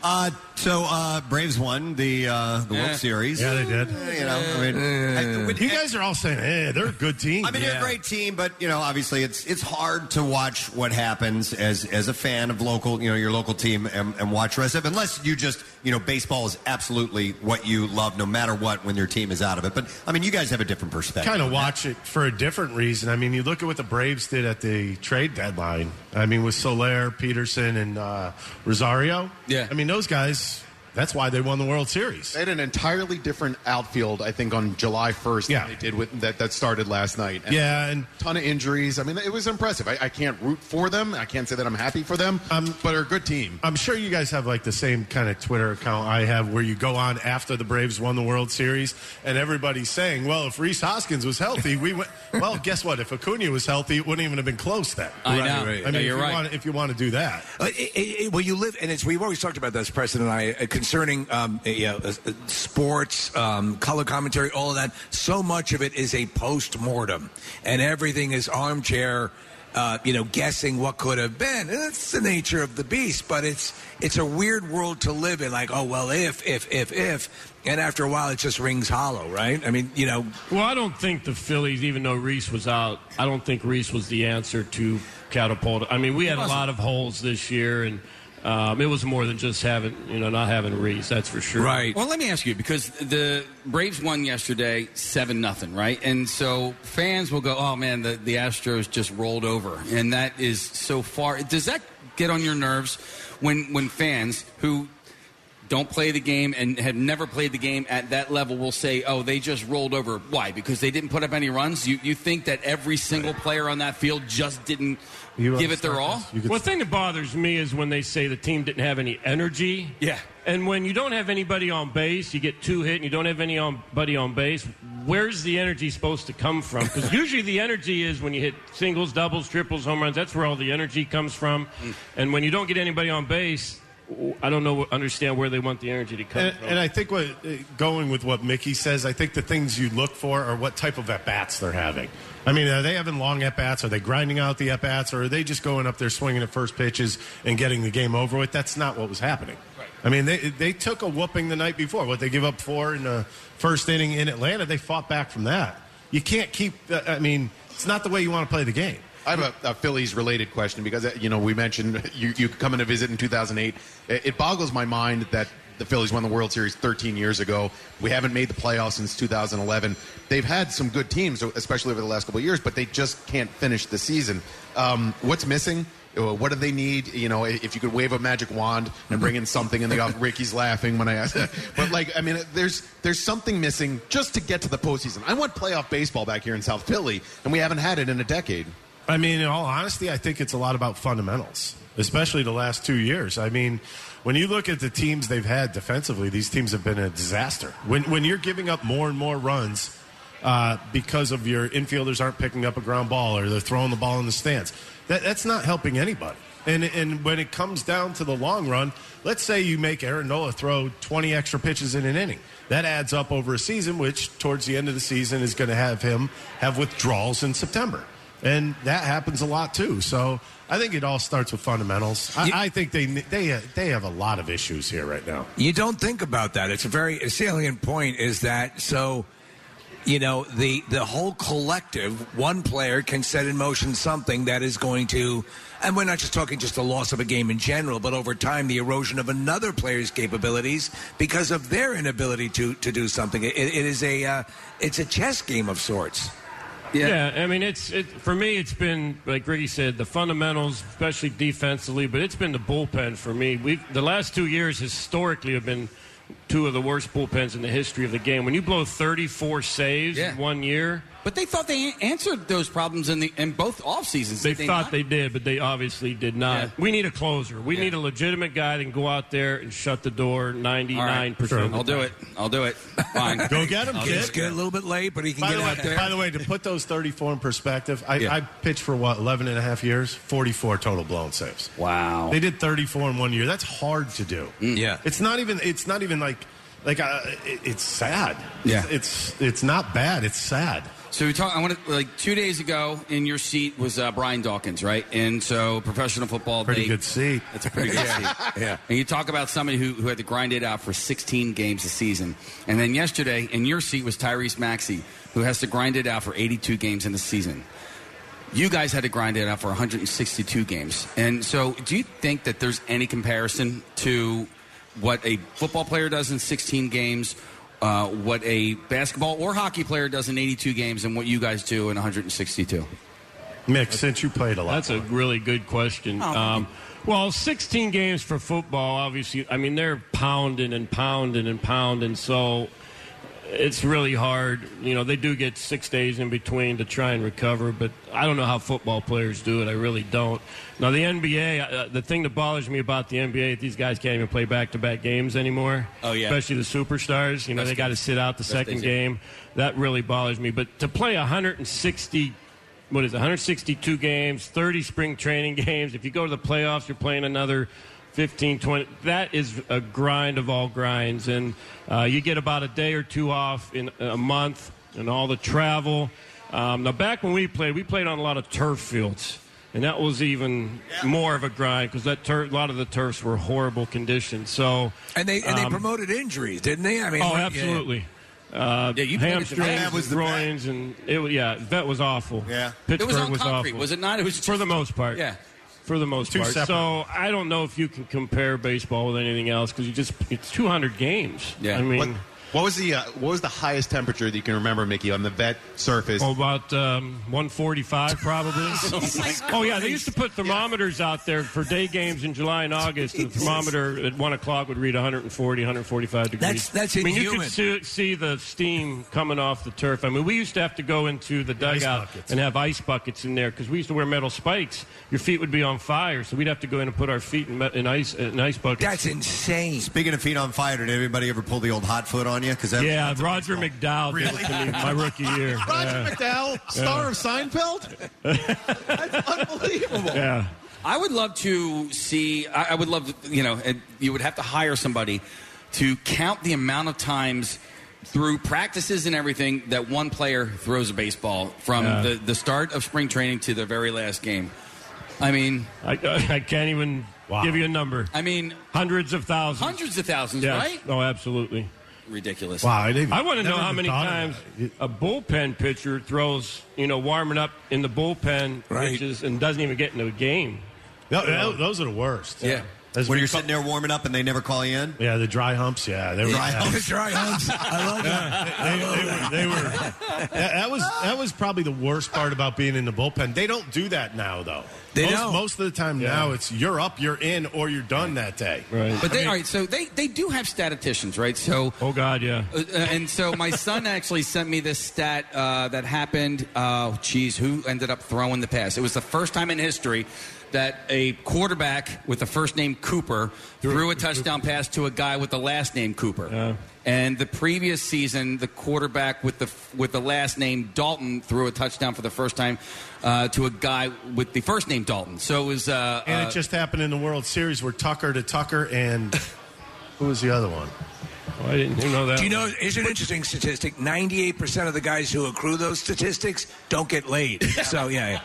Speaker 1: Uh, so uh, Braves won the uh, the
Speaker 21: Yeah.
Speaker 1: World Series.
Speaker 21: Yeah, they did.
Speaker 1: Uh, you know, I mean, I-
Speaker 21: you guys are all saying, eh, they're a good team.
Speaker 1: I mean, they're a great team, but you know, obviously, it's it's hard to watch what happens as as a fan of local, you know, your local team and, and watch rest of it, unless you just, you know, baseball is absolutely what you love, no matter what, when your team is out of it. But I mean, you guys have a different perspective.
Speaker 21: kind of watch it for a different reason. I mean, you look at what the Braves did at the trade deadline. I mean, with Soler, Peterson, and uh, Rosario. Yeah. I mean, those guys. That's why they won the World Series.
Speaker 6: They had an entirely different outfield, I think, on July 1st than they did with that, that started last night.
Speaker 21: Yeah, and
Speaker 6: ton of injuries. I mean, it was impressive. I, I can't root for them. I can't say that I'm happy for them, um, but they're a good team.
Speaker 21: I'm sure you guys have like the same kind of Twitter account I have where you go on after the Braves won the World Series and everybody's saying, well, if Reese Hoskins was healthy, we went. Well, guess what? If Acuna was healthy, it wouldn't even have been close then.
Speaker 3: I Right, know. right.
Speaker 21: I mean,
Speaker 3: Yeah,
Speaker 21: if
Speaker 3: you're
Speaker 21: you
Speaker 3: right.
Speaker 21: want- if you want to do that.
Speaker 3: Uh, it, it, it- well, you live, and it's we've always talked about this, President and I, uh, concerning um, uh, you know, uh, uh, sports, um, color commentary, all of that. So much of it is a post mortem, and everything is armchair. Uh, you know, guessing what could have been. And That's the nature of the beast, but it's it's a weird world to live in. Like, oh well, if if if if, and after a while, it just rings hollow, right? I mean, you know,
Speaker 29: Well, I don't think the Phillies, even though Reese was out, I don't think Reese was the answer to catapult. I mean, we had a lot of holes this year, and um, it was more than just having, you know, not having Reese. That's for sure.
Speaker 4: Well, let me ask you because the Braves won yesterday, seven nothing, right? And so fans will go, "Oh man, the the Astros just rolled over," and that is so far. Does that get on your nerves when when fans who don't play the game and have never played the game at that level will say, "Oh, they just rolled over." Why? Because they didn't put up any runs. You you think that every single player on that field just didn't give it their all?
Speaker 29: Well, the thing that bothers me is when they say the team didn't have any energy.
Speaker 4: Yeah.
Speaker 29: And when you don't have anybody on base, you get two hit, and you don't have anybody on base. Where's the energy supposed to come from? Because usually the energy is when you hit
Speaker 4: Mm.
Speaker 29: singles, doubles, triples, home runs. That's where all the energy comes from. And when you don't get anybody on base, I don't know understand where they want the energy to come
Speaker 21: and,
Speaker 29: from.
Speaker 21: and I think what uh, going with what Mickey says, I think the things you look for are what type of at bats they're having. I mean, are they having long at bats? Are they grinding out the at bats? Or are they just going up there swinging at first pitches and getting the game over with? That's not what was happening. I mean, they they took a whooping the night before. What they give up four in the first inning in Atlanta, they fought back from that. You can't keep. uh, I mean, it's not the way you want to play the game.
Speaker 6: I have a, a Phillies related question because uh, you know we mentioned you, you coming to visit in 2008. It, it boggles my mind that the Phillies won the World Series 13 years ago. We haven't made the playoffs since 2011. They've had some good teams, especially over the last couple of years, but they just can't finish the season. Um, what's missing? Uh, What do they need? You know, if you could wave a magic wand and bring in something in the off, Ricky's laughing when I ask that. But like, I mean, there's there's something missing just to get to the postseason. I want playoff baseball back here in South Philly, and we haven't had it in a decade.
Speaker 21: I mean, in all honesty, I think it's a lot about fundamentals, especially the last two years. I mean, when you look at the teams they've had defensively, these teams have been a disaster. When, when you're giving up more and more runs uh, because of your infielders aren't picking up a ground ball or they're throwing the ball in the stands, that, that's not helping anybody. And, and when it comes down to the long run, let's say you make Aaron Nola throw 20 extra pitches in an inning. That adds up over a season, which towards the end of the season is going to have him have withdrawals in September. And that happens a lot too. So I think it all starts with fundamentals. I, I think they they they have a lot of issues here right now.
Speaker 3: You don't
Speaker 21: think
Speaker 3: about that. It's a very salient point. Is that so? You know, the the whole collective, one player can set in motion something that is going to, and we're not just talking just the loss of a game in general, but over time the erosion of another player's capabilities because of their inability to to do something. It, it is a uh, it's a chess game of sorts.
Speaker 29: Yeah. I mean, it's it, for me. It's been like Ricky said, the fundamentals, especially defensively, but it's been the bullpen for me. We the last two years historically have been two of the worst bullpens in the history of the game. When you blow 34 saves in one year,
Speaker 4: But they thought they answered those problems in the in both off seasons.
Speaker 29: They, thought they did, but they obviously did not.
Speaker 4: Yeah.
Speaker 29: We need a closer. We need a legitimate guy that can go out there and shut the door 99 percent.
Speaker 4: I'll do it. I'll do it. Fine.
Speaker 21: Go get him,
Speaker 4: I'll
Speaker 21: kid.
Speaker 4: do it.
Speaker 3: little bit late, but he
Speaker 21: by the way, By the way, to put those 34 in perspective, I,
Speaker 4: Yeah.
Speaker 21: I pitched for what 11 and a half years, 44 total blown saves.
Speaker 4: Wow. Mm.
Speaker 21: They did 34 in one year. That's hard to do.
Speaker 4: yeah.
Speaker 21: It's not even. It's not even like like uh, it, it's sad.
Speaker 4: Yeah.
Speaker 21: It's, it's it's not bad. It's sad.
Speaker 4: So we talk. I want to like two days ago in your seat was uh, Brian Dawkins, right? And so professional football,
Speaker 21: Pretty
Speaker 4: they-
Speaker 21: good seat.
Speaker 4: That's a pretty good seat. Yeah. And you talk about somebody who, who had to grind it out for 16 games a season, and then yesterday in your seat was Tyrese Maxey, who has to grind it out for 82 games in the season. You guys had to grind it out for 162 games, and so do you think that there's any comparison to what a football player does in 16 games? Uh, what a basketball or hockey player does in 82 games and what you guys do in 162.
Speaker 21: Mick, since you played a lot,
Speaker 29: that's a really good question.
Speaker 4: Oh, thank
Speaker 29: Um, well, 16 games for football, obviously. I mean, they're pounding and pounding and pounding, so it's really hard. You know, they do get six days in between to try and recover, but I don't know how football players do it. I really don't. Now, the NBA, uh, the thing that bothers me about the NBA, is these guys can't even play back to back games anymore.
Speaker 4: Oh, yeah.
Speaker 29: Especially the superstars. You know,
Speaker 4: Best
Speaker 29: they got to
Speaker 4: days.
Speaker 29: sit out the
Speaker 4: Best
Speaker 29: second
Speaker 4: days, yeah.
Speaker 29: game game. That really bothers me. But to play 160, what is it, 162 games, 30 spring training games, if you go to the playoffs, you're playing another 15, 20. That is a grind of all grinds. And uh, you get about a day or two off in a month and all the travel. Um, now, back when we played, we played on a lot of turf fields. And that was even more of a grind because that tur- a lot of the turfs were horrible conditions. So
Speaker 3: And they and they
Speaker 29: um,
Speaker 3: promoted injuries, didn't they? I mean,
Speaker 29: oh,
Speaker 3: yeah.
Speaker 29: absolutely. Uh,
Speaker 3: you played at the
Speaker 29: hamstrings,
Speaker 3: Met. That was the
Speaker 29: groins, and it was yeah. Vet was awful. Yeah,
Speaker 4: It
Speaker 29: Pittsburgh
Speaker 4: was on concrete,
Speaker 29: awful.
Speaker 4: was it not? It was
Speaker 29: for the most part.
Speaker 4: Yeah.
Speaker 29: for the most
Speaker 4: Two
Speaker 29: part.
Speaker 4: separate.
Speaker 29: So I don't know if you can compare baseball with anything else because you just it's 200 games. I mean.
Speaker 6: what, what was the uh, what was the highest temperature that you can remember, Mickey, on the vet surface?
Speaker 29: Oh, about um, 145 probably. oh, yeah, they used to put thermometers out there for day games in July and August. The thermometer at 1 o'clock would read 140, 145 degrees.
Speaker 3: That's- that's
Speaker 29: I mean, you
Speaker 3: inhuman.
Speaker 29: could see, see the steam coming off the turf. I mean, we used to have to go into the
Speaker 21: ice
Speaker 29: dugout
Speaker 21: buckets.
Speaker 29: and have ice buckets in there because we used to wear metal spikes. Your feet would be on fire, so we'd have to go in and put our feet in, me- in ice in ice buckets.
Speaker 3: That's insane.
Speaker 1: Speaking of feet on fire, did anybody ever pull the old hot foot on you? Because
Speaker 29: yeah, Roger McDowell did it to me my rookie year.
Speaker 1: Roger
Speaker 29: Yeah.
Speaker 6: McDowell, star of Seinfeld. That's unbelievable.
Speaker 29: Yeah.
Speaker 4: I would love to see. I, I would love to, you know, and you would have to hire somebody to count the amount of times through practices and everything that one player throws a baseball from
Speaker 29: Yeah.
Speaker 4: the, the start of spring training to the very last game. I mean,
Speaker 29: I, I can't even give you a number.
Speaker 4: I mean,
Speaker 29: hundreds of thousands.
Speaker 4: Hundreds of thousands,
Speaker 29: Yes.
Speaker 4: right?
Speaker 29: No, absolutely.
Speaker 4: Ridiculous.
Speaker 29: I want to know how many
Speaker 4: times.
Speaker 29: times a bullpen pitcher throws, you know, warming up in the bullpen pitches and doesn't even get into a game.
Speaker 21: No, no, those are the worst.
Speaker 29: Yeah.
Speaker 21: There's
Speaker 1: when
Speaker 21: been
Speaker 1: you're
Speaker 21: cou-
Speaker 1: sitting there warming up and they never call you in.
Speaker 21: Yeah, the dry humps. Yeah, they were
Speaker 1: Dry
Speaker 21: yeah.
Speaker 1: humps, dry humps. I love that.
Speaker 21: They, they were. They were that, that was that was probably the worst part about being in the bullpen. They don't do that now, though.
Speaker 4: They
Speaker 21: most,
Speaker 4: don't.
Speaker 21: most of the time
Speaker 4: Yeah.
Speaker 21: now, it's you're up, you're in, or you're done that day. Right.
Speaker 4: But they, all right, so they, they do have statisticians, right? So
Speaker 29: oh god, yeah.
Speaker 4: Uh, and so my son actually sent me this stat uh, that happened. Uh, geez, who ended up throwing the pass? It was the first time in history that a quarterback with the first name Cooper threw a touchdown pass to a guy with the last name Cooper. And the previous season, the quarterback with the with the last name Dalton threw a touchdown for the first time uh, to a guy with the first name Dalton. So it was. Uh,
Speaker 21: And
Speaker 4: uh,
Speaker 21: it just happened in the World Series where Tucker to Tucker and who was the other one?
Speaker 29: I didn't know
Speaker 3: Do you know? Here's an interesting statistic: ninety-eight percent of the guys who accrue those statistics don't get laid. So yeah,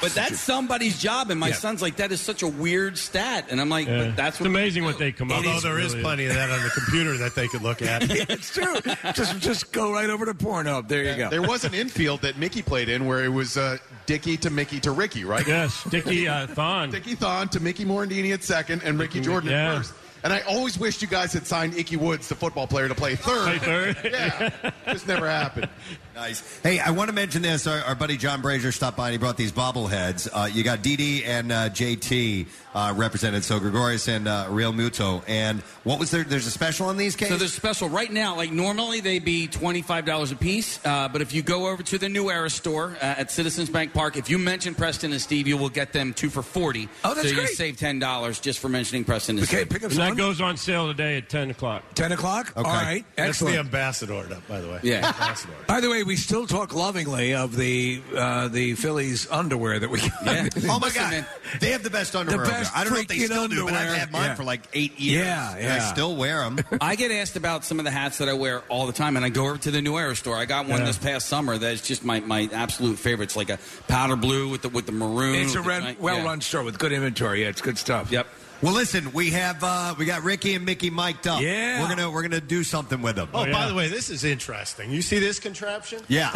Speaker 4: But that's somebody's job, and my son's like, "That is such a weird stat," and I'm like, "But that's what
Speaker 29: amazing what they come
Speaker 4: up
Speaker 21: Although
Speaker 4: with.
Speaker 21: Oh, there is
Speaker 4: Really.
Speaker 21: plenty of that on the computer that they could look at. Oh,
Speaker 3: yeah. it's true. Just just go right over to Pornhub. There you go.
Speaker 6: There was an infield that Mickey played in where it was uh, Dicky to Mickey to Ricky, right?
Speaker 29: Yes, Dicky uh, Thon.
Speaker 6: Dicky Thon to Mickey Morandini at second and Ricky Jordan
Speaker 29: yeah.
Speaker 6: at first. And I always wished you guys had signed Icky Woods, the football player, to play third.
Speaker 29: Play third.
Speaker 6: yeah, just never happened.
Speaker 1: Nice. Hey, I want to mention this. Our, our buddy John Brazier stopped by and he brought these bobbleheads. Uh, you got DD and uh, JT uh, represented. So Gregorius and uh, Real Muto. And what was there? There's a special on these cases?
Speaker 4: So there's special right now. Like normally they'd be twenty five dollars a piece, uh, but if you go over to the New Era store uh, at Citizens Bank Park, if you mention Preston and Steve, you will get them two for forty.
Speaker 3: Oh, that's
Speaker 4: so you
Speaker 3: great.
Speaker 4: save ten dollars just for mentioning Preston and
Speaker 3: Okay,
Speaker 4: Steve.
Speaker 3: pick up
Speaker 29: And that goes on sale today at ten o'clock.
Speaker 3: 10 o'clock? All right. Excellent.
Speaker 21: ambassador, by the way.
Speaker 3: Yeah.
Speaker 21: Ambassador.
Speaker 3: By the way, we still talk lovingly of the uh, the Phillies underwear that we got.
Speaker 1: Oh my God! They have the best underwear.
Speaker 3: The
Speaker 1: out
Speaker 3: best
Speaker 1: there. I don't know if they
Speaker 3: freaking
Speaker 1: still do, but I've
Speaker 3: underwear.
Speaker 1: had mine
Speaker 3: Yeah.
Speaker 1: for like eight years.
Speaker 3: Yeah,
Speaker 1: and I
Speaker 3: yeah.
Speaker 1: still wear them.
Speaker 4: I get asked about some of the hats that I wear all the time, and I go over to the New Era store. I got one
Speaker 3: Yeah.
Speaker 4: this past summer that's just my, my absolute favorite. It's like a powder blue with the with the maroon.
Speaker 3: It's a
Speaker 4: with the
Speaker 3: ren-
Speaker 4: giant- yeah.
Speaker 3: well-run store with good inventory. Yeah, it's good stuff.
Speaker 4: Yep.
Speaker 1: Well, listen, we have uh, we got Ricky and Mickey mic'd up.
Speaker 3: Yeah.
Speaker 1: we're gonna we're gonna do something with them.
Speaker 21: Oh, by the way, this is interesting. You see this contraption?
Speaker 1: yeah.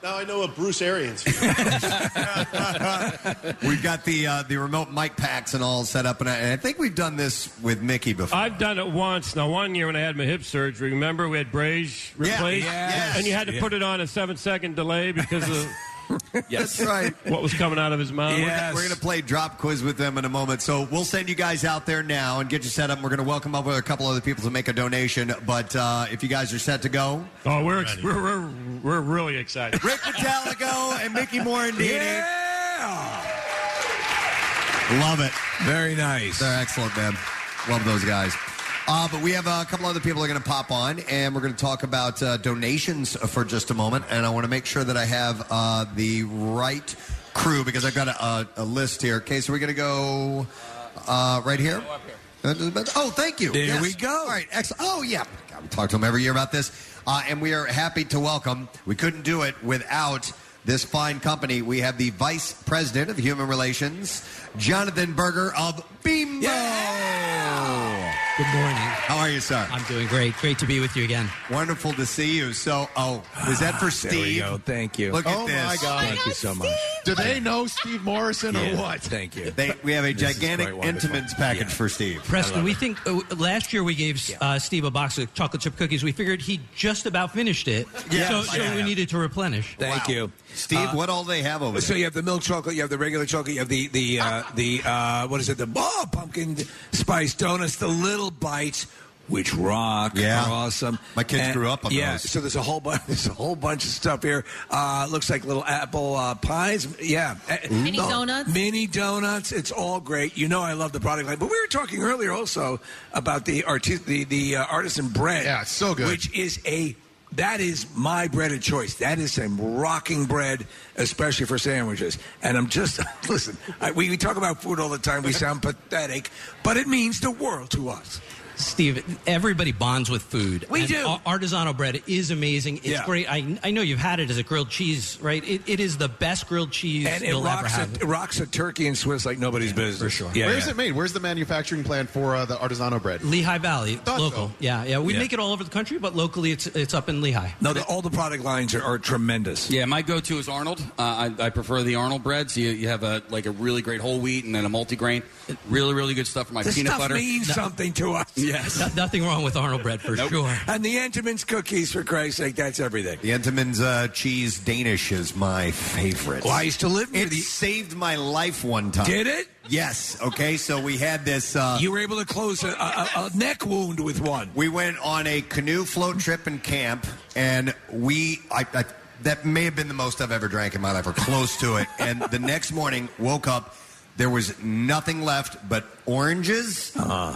Speaker 21: Now I know what Bruce Arians.
Speaker 1: We've got the uh, the remote mic packs and all set up, and I, and I think we've done this with Mickey before.
Speaker 29: I've done it once. Now, one year when I had my hip surgery, remember we had Brage replaced,
Speaker 1: yes.
Speaker 29: and you had to
Speaker 1: Yeah.
Speaker 29: put it on a seven-second delay because of
Speaker 1: Yes. That's right.
Speaker 29: what was coming out of his
Speaker 3: Uh,
Speaker 29: mouth.
Speaker 1: We're gonna- We're, going to play drop quiz with them in a moment. So we'll send you guys out there now and get you set up. We're going to welcome up with a couple other people to make a donation. But uh, if you guys are set to go,
Speaker 29: Oh, we're, ex- we're, we're, we're really excited.
Speaker 1: Rick Metallico and Mickey Morandini. Love it.
Speaker 3: Very nice.
Speaker 1: They're excellent, man. Love those guys. Uh, but we have a couple other people that are going to pop on, and we're going to talk about uh, donations for just a moment. And I want to make sure that I have uh, the right crew because I've got a, a, a list here. Okay, so we're going to go uh, right here. Oh, thank you.
Speaker 3: There
Speaker 1: Yes.
Speaker 3: we go.
Speaker 1: All right, excellent. Oh, yeah. God, we talk to them every year about this. Uh, and we are happy to welcome, we couldn't do it without this fine company. We have the Vice President of Human Relations, Jonathan Berger of Bimbo.
Speaker 30: Good morning.
Speaker 1: How are you, sir?
Speaker 30: I'm doing great. Great to be with you again.
Speaker 1: Wonderful to see you. So, oh, is that for Steve?
Speaker 3: Ah, There we go. Thank you.
Speaker 1: Look at
Speaker 3: Oh,
Speaker 1: this.
Speaker 3: my God. Thank you so much.
Speaker 6: Do they know Steve Morrison or
Speaker 3: Yeah.
Speaker 6: what?
Speaker 3: Thank you.
Speaker 1: They, we have a
Speaker 3: This is
Speaker 1: gigantic
Speaker 3: quite wonderful.
Speaker 1: Intimates package for Steve.
Speaker 30: Preston, we think uh, last year we gave uh, Steve a box of chocolate chip cookies. We figured he just about finished it.
Speaker 3: Yes.
Speaker 30: so so
Speaker 3: Yeah.
Speaker 30: we needed to replenish.
Speaker 3: Thank you, Uh,
Speaker 1: Steve. what all they have over there?
Speaker 3: So you have the milk chocolate, you have the regular chocolate, you have the the uh, the uh, what is it? The oh, pumpkin spice donuts, the little bites, which rock.
Speaker 1: Yeah.
Speaker 3: are awesome.
Speaker 1: My kids grew up on
Speaker 3: yeah,
Speaker 1: those.
Speaker 3: So there's a whole bunch. There's a whole bunch of stuff here. Uh, looks like little apple uh, pies. Yeah, Uh,
Speaker 31: Mini
Speaker 3: no,
Speaker 31: donuts?
Speaker 3: Mini donuts. It's all great. You know, I love the product line. But we were talking earlier also about the arti- the the uh, artisan bread. Yeah,
Speaker 6: so good.
Speaker 3: Which is a that is my bread of choice. That is some rocking bread, especially for sandwiches. And I'm just listen. I, we, we talk about food all the time. We sound pathetic, but it means the world to us.
Speaker 30: Steve, everybody bonds with food.
Speaker 3: We
Speaker 30: And
Speaker 3: do.
Speaker 30: ar- Artisanal bread is amazing. It's
Speaker 3: Yeah.
Speaker 30: great. I, I know you've had it as a grilled cheese, right? It, it is the best grilled cheese
Speaker 3: And it
Speaker 30: you'll ever
Speaker 3: rocks, a,
Speaker 30: have.
Speaker 3: it rocks a turkey and Swiss like nobody's business. For sure.
Speaker 6: Where's it made? Where's the manufacturing plant for uh, the artisano bread?
Speaker 30: Lehigh Valley, local. Yeah, yeah. We
Speaker 3: Yeah.
Speaker 30: make it all over the country, but locally, it's it's up in Lehigh.
Speaker 3: No, the, all the product lines are, are tremendous.
Speaker 4: Yeah, my go-to is Arnold. Uh, I, I prefer the Arnold bread. So you, you have a like a really great whole wheat and then a multigrain. Really, really good stuff for my
Speaker 3: This
Speaker 4: peanut
Speaker 3: stuff
Speaker 4: butter.
Speaker 3: means something to us.
Speaker 4: Yes.
Speaker 30: No- nothing wrong with Arnold bread for
Speaker 3: Nope.
Speaker 30: sure.
Speaker 3: And the Entenmann's cookies, for Christ's sake, that's everything.
Speaker 1: The Entenmann's uh, cheese Danish is my favorite.
Speaker 3: Well, I used to live near
Speaker 1: it
Speaker 3: the-
Speaker 1: saved my life one time.
Speaker 3: Did it?
Speaker 1: Yes. Okay. So we had this. Uh,
Speaker 3: you were able to close a, a, a neck wound with one.
Speaker 1: We went on a canoe float trip in camp, and we. I, I, that may have been the most I've ever drank in my life, or close to it. And the next morning, woke up. There was nothing left but oranges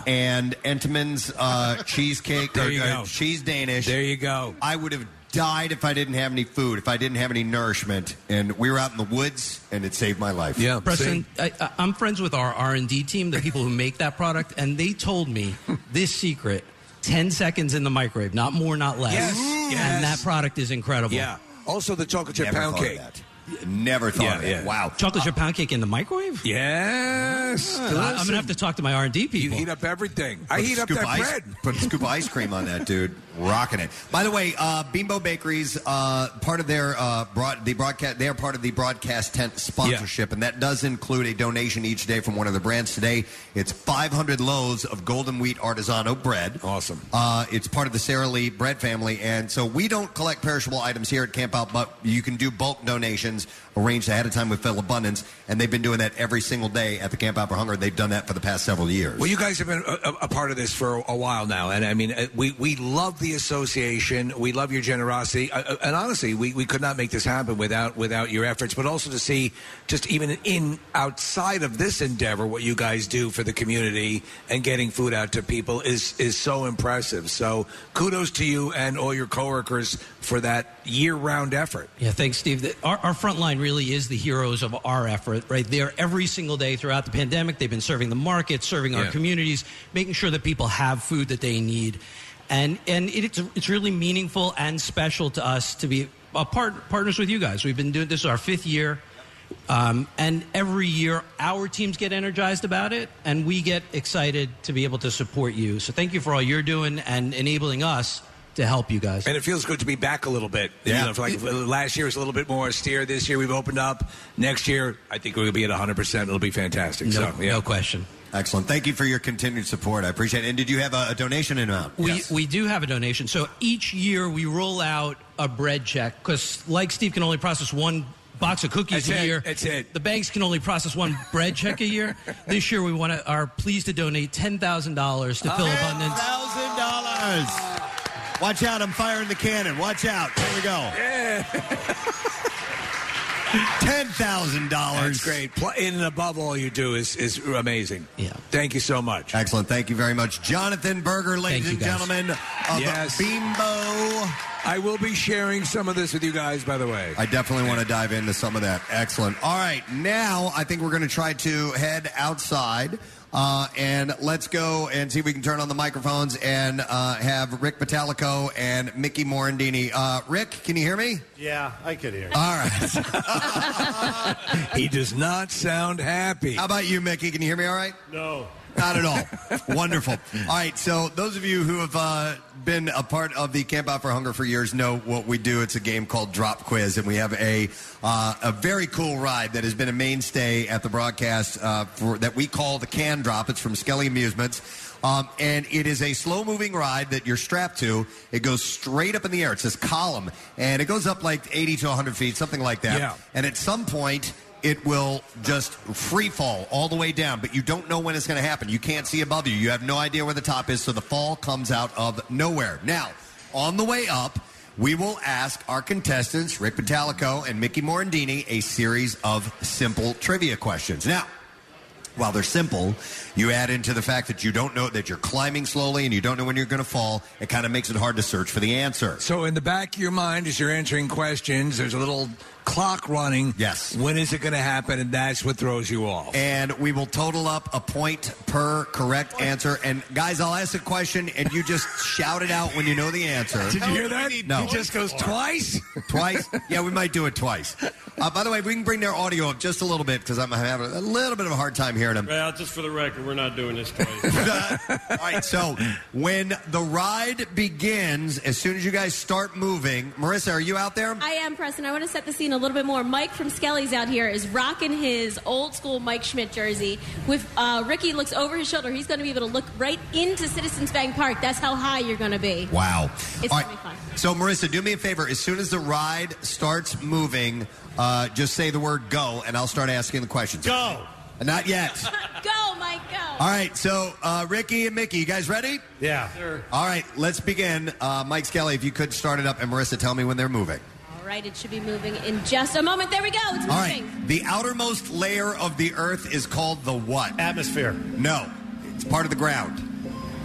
Speaker 1: and Entenmann's uh, cheesecake,
Speaker 3: Uh-huh. There
Speaker 1: or,
Speaker 3: you
Speaker 1: uh,
Speaker 3: go.
Speaker 1: cheese Danish. There
Speaker 3: you go.
Speaker 1: I would have died if I didn't have any food, if I didn't have any nourishment. And we were out in the woods, and it saved my life. Yeah,
Speaker 30: Preston, I, I- I'm friends with our R&D team, the people who make that product, and they told me this secret: 10 seconds in the microwave, not more, not less.
Speaker 3: Yes,
Speaker 30: and
Speaker 3: yes.
Speaker 30: that product is incredible.
Speaker 3: Yeah. Also, the chocolate chip
Speaker 30: Never
Speaker 3: pound
Speaker 30: thought of
Speaker 3: cake.
Speaker 30: that.
Speaker 1: Never
Speaker 3: thought Yeah, of that. yeah.
Speaker 1: Wow.
Speaker 30: Chocolate chip pound cake in the microwave?
Speaker 3: Yes.
Speaker 30: Uh, I- I'm going to have to talk to my R&D people.
Speaker 3: You heat up everything. I
Speaker 1: Put a
Speaker 3: heat up
Speaker 1: scoop
Speaker 3: that
Speaker 1: of ice-
Speaker 3: bread.
Speaker 1: Put a scoop of ice cream on that, dude. Rocking it. By the way, uh, Bimbo Bakeries, uh, part of their uh, broad, the broadcast, they are part of the broadcast tent sponsorship, and that does include a donation each day from one of the brands. Today, it's 500 loaves of golden wheat artisano bread.
Speaker 3: Awesome.
Speaker 1: Uh, it's part of the Sara Lee bread family, and so we don't collect perishable items here at Camp Out, but you can do bulk donations arranged ahead of time with Phil Abundance, and they've been doing that every single day at the Camp Out for Hunger. They've done that for the past several years.
Speaker 3: Well, you guys have been a, a- a part of this for a, a while now, and I mean, uh, we we love the association. We love your generosity, uh, uh, and honestly, we, we could not make this happen without without your efforts. But also to see just even in outside of this endeavor, what you guys do for the community and getting food out to people is is so impressive. So kudos to you and all your coworkers for that year round effort.
Speaker 30: Yeah, thanks, Steve. The, our, our front line really is the heroes of our effort, right? They're every single day throughout the pandemic. They've been serving the market, serving our
Speaker 3: Yeah.
Speaker 30: communities, making sure that people have food that they need. And, and it, it's, it's really meaningful and special to us to be a part, partners with you guys. We've been doing this our fifth year. Um, and every year, our teams get energized about it, and we get excited to be able to support you. So, thank you for all you're doing and enabling us to help you guys.
Speaker 3: And it feels good to be back a little bit.
Speaker 30: Yeah.
Speaker 3: You know, for like last year was a little bit more austere. This year we've opened up. Next year, I think we're going to be at 100%. It'll be fantastic.
Speaker 1: No-
Speaker 3: so, yeah.
Speaker 30: no question.
Speaker 1: Excellent. Thank you for your continued support. I appreciate it. And did you have a, a donation uh, amount?
Speaker 30: We, we do have a donation. So each year we roll out a bread check because, like Steve, can only process one box of cookies
Speaker 3: That's
Speaker 30: a
Speaker 3: it.
Speaker 30: year.
Speaker 3: That's it.
Speaker 30: The banks can only process one bread check a year. This year we want to are pleased to donate ten thousand dollars to Phil Abundance.
Speaker 1: Thousand dollars. Watch out! I'm firing the cannon. Watch out! There we go. Ten thousand dollars.
Speaker 3: That's great. Pl- In and above all you do is, is amazing. Yeah. Thank you so much.
Speaker 1: Excellent. Thank you very much. Jonathan Berger, ladies and gentlemen, of
Speaker 3: yes.
Speaker 1: Beambo.
Speaker 3: I will be sharing some of this with you guys, by the way.
Speaker 1: I definitely want to dive into some of that. Excellent. All right, now I think we're going to try to head outside. Uh, and let's go and see if we can turn on the microphones and uh, have Rick Vitalico and Mickey Morandini. Uh, Rick, can you hear me?
Speaker 21: Yeah, I could hear.
Speaker 1: All right.
Speaker 3: he does not sound happy.
Speaker 1: How about you, Mickey? Can you hear me all right?
Speaker 21: No.
Speaker 1: Not at all. Wonderful. All right. So those of you who have uh, been a part of the Camp Out for Hunger for years know what we do. It's a game called Drop Quiz, and we have a uh, a very cool ride that has been a mainstay at the broadcast uh, for, that we call the Can Drop. It's from Skelly Amusements. Um, and it is a slow moving ride that you're strapped to. It goes straight up in the air. It's this column, and it goes up like 80 to 100 feet, something like that.
Speaker 3: Yeah.
Speaker 1: And at some point, it will just free fall all the way down, but you don't know when it's going to happen. You can't see above you. You have no idea where the top is, so the fall comes out of nowhere. Now, on the way up, we will ask our contestants, Rick Vitalico and Mickey Morandini, a series of simple trivia questions. Now, while they're simple, you add into the fact that you don't know that you're climbing slowly and you don't know when you're going to fall. It kind of makes it hard to search for the answer.
Speaker 3: So in the back of your mind, as you're answering questions, there's a little clock running. Yes. When is it going to happen? And that's what throws you off.
Speaker 1: And we will total up a point per correct answer. And guys, I'll ask a question, and you just shout it out when you know the answer.
Speaker 3: Did you hear that?
Speaker 1: No.
Speaker 3: He just goes twice.
Speaker 1: Twice? Yeah, we might do it twice. Uh, by the way, we can bring their audio up just a little bit because I'm having a little bit of a hard time hearing them.
Speaker 29: Well, just for the record, we're not doing this twice.
Speaker 1: All right, so when the ride begins, as soon as you guys start moving, Marissa, are you out there?
Speaker 8: I am Preston. I want to set the scene a little bit more. Mike from Skelly's out here is rocking his old school Mike Schmidt jersey. With uh, Ricky looks over his shoulder, he's going to be able to look right into Citizens Bank Park. That's how high you're going to be.
Speaker 1: Wow.
Speaker 8: It's
Speaker 1: All
Speaker 8: going to be fun.
Speaker 1: So, Marissa, do me a favor. As soon as the ride starts moving, uh, just say the word go, and I'll start asking the questions.
Speaker 29: Go.
Speaker 1: Not yet.
Speaker 8: go, Mike, go.
Speaker 1: All right, so uh, Ricky and Mickey, you guys ready?
Speaker 21: Yeah.
Speaker 1: All right, let's begin. Uh, Mike Skelly, if you could start it up, and Marissa, tell me when they're moving.
Speaker 8: All right, it should be moving in just a moment. There we go. It's moving.
Speaker 1: All right, the outermost layer of the Earth is called the what?
Speaker 21: Atmosphere.
Speaker 1: No, it's part of the ground.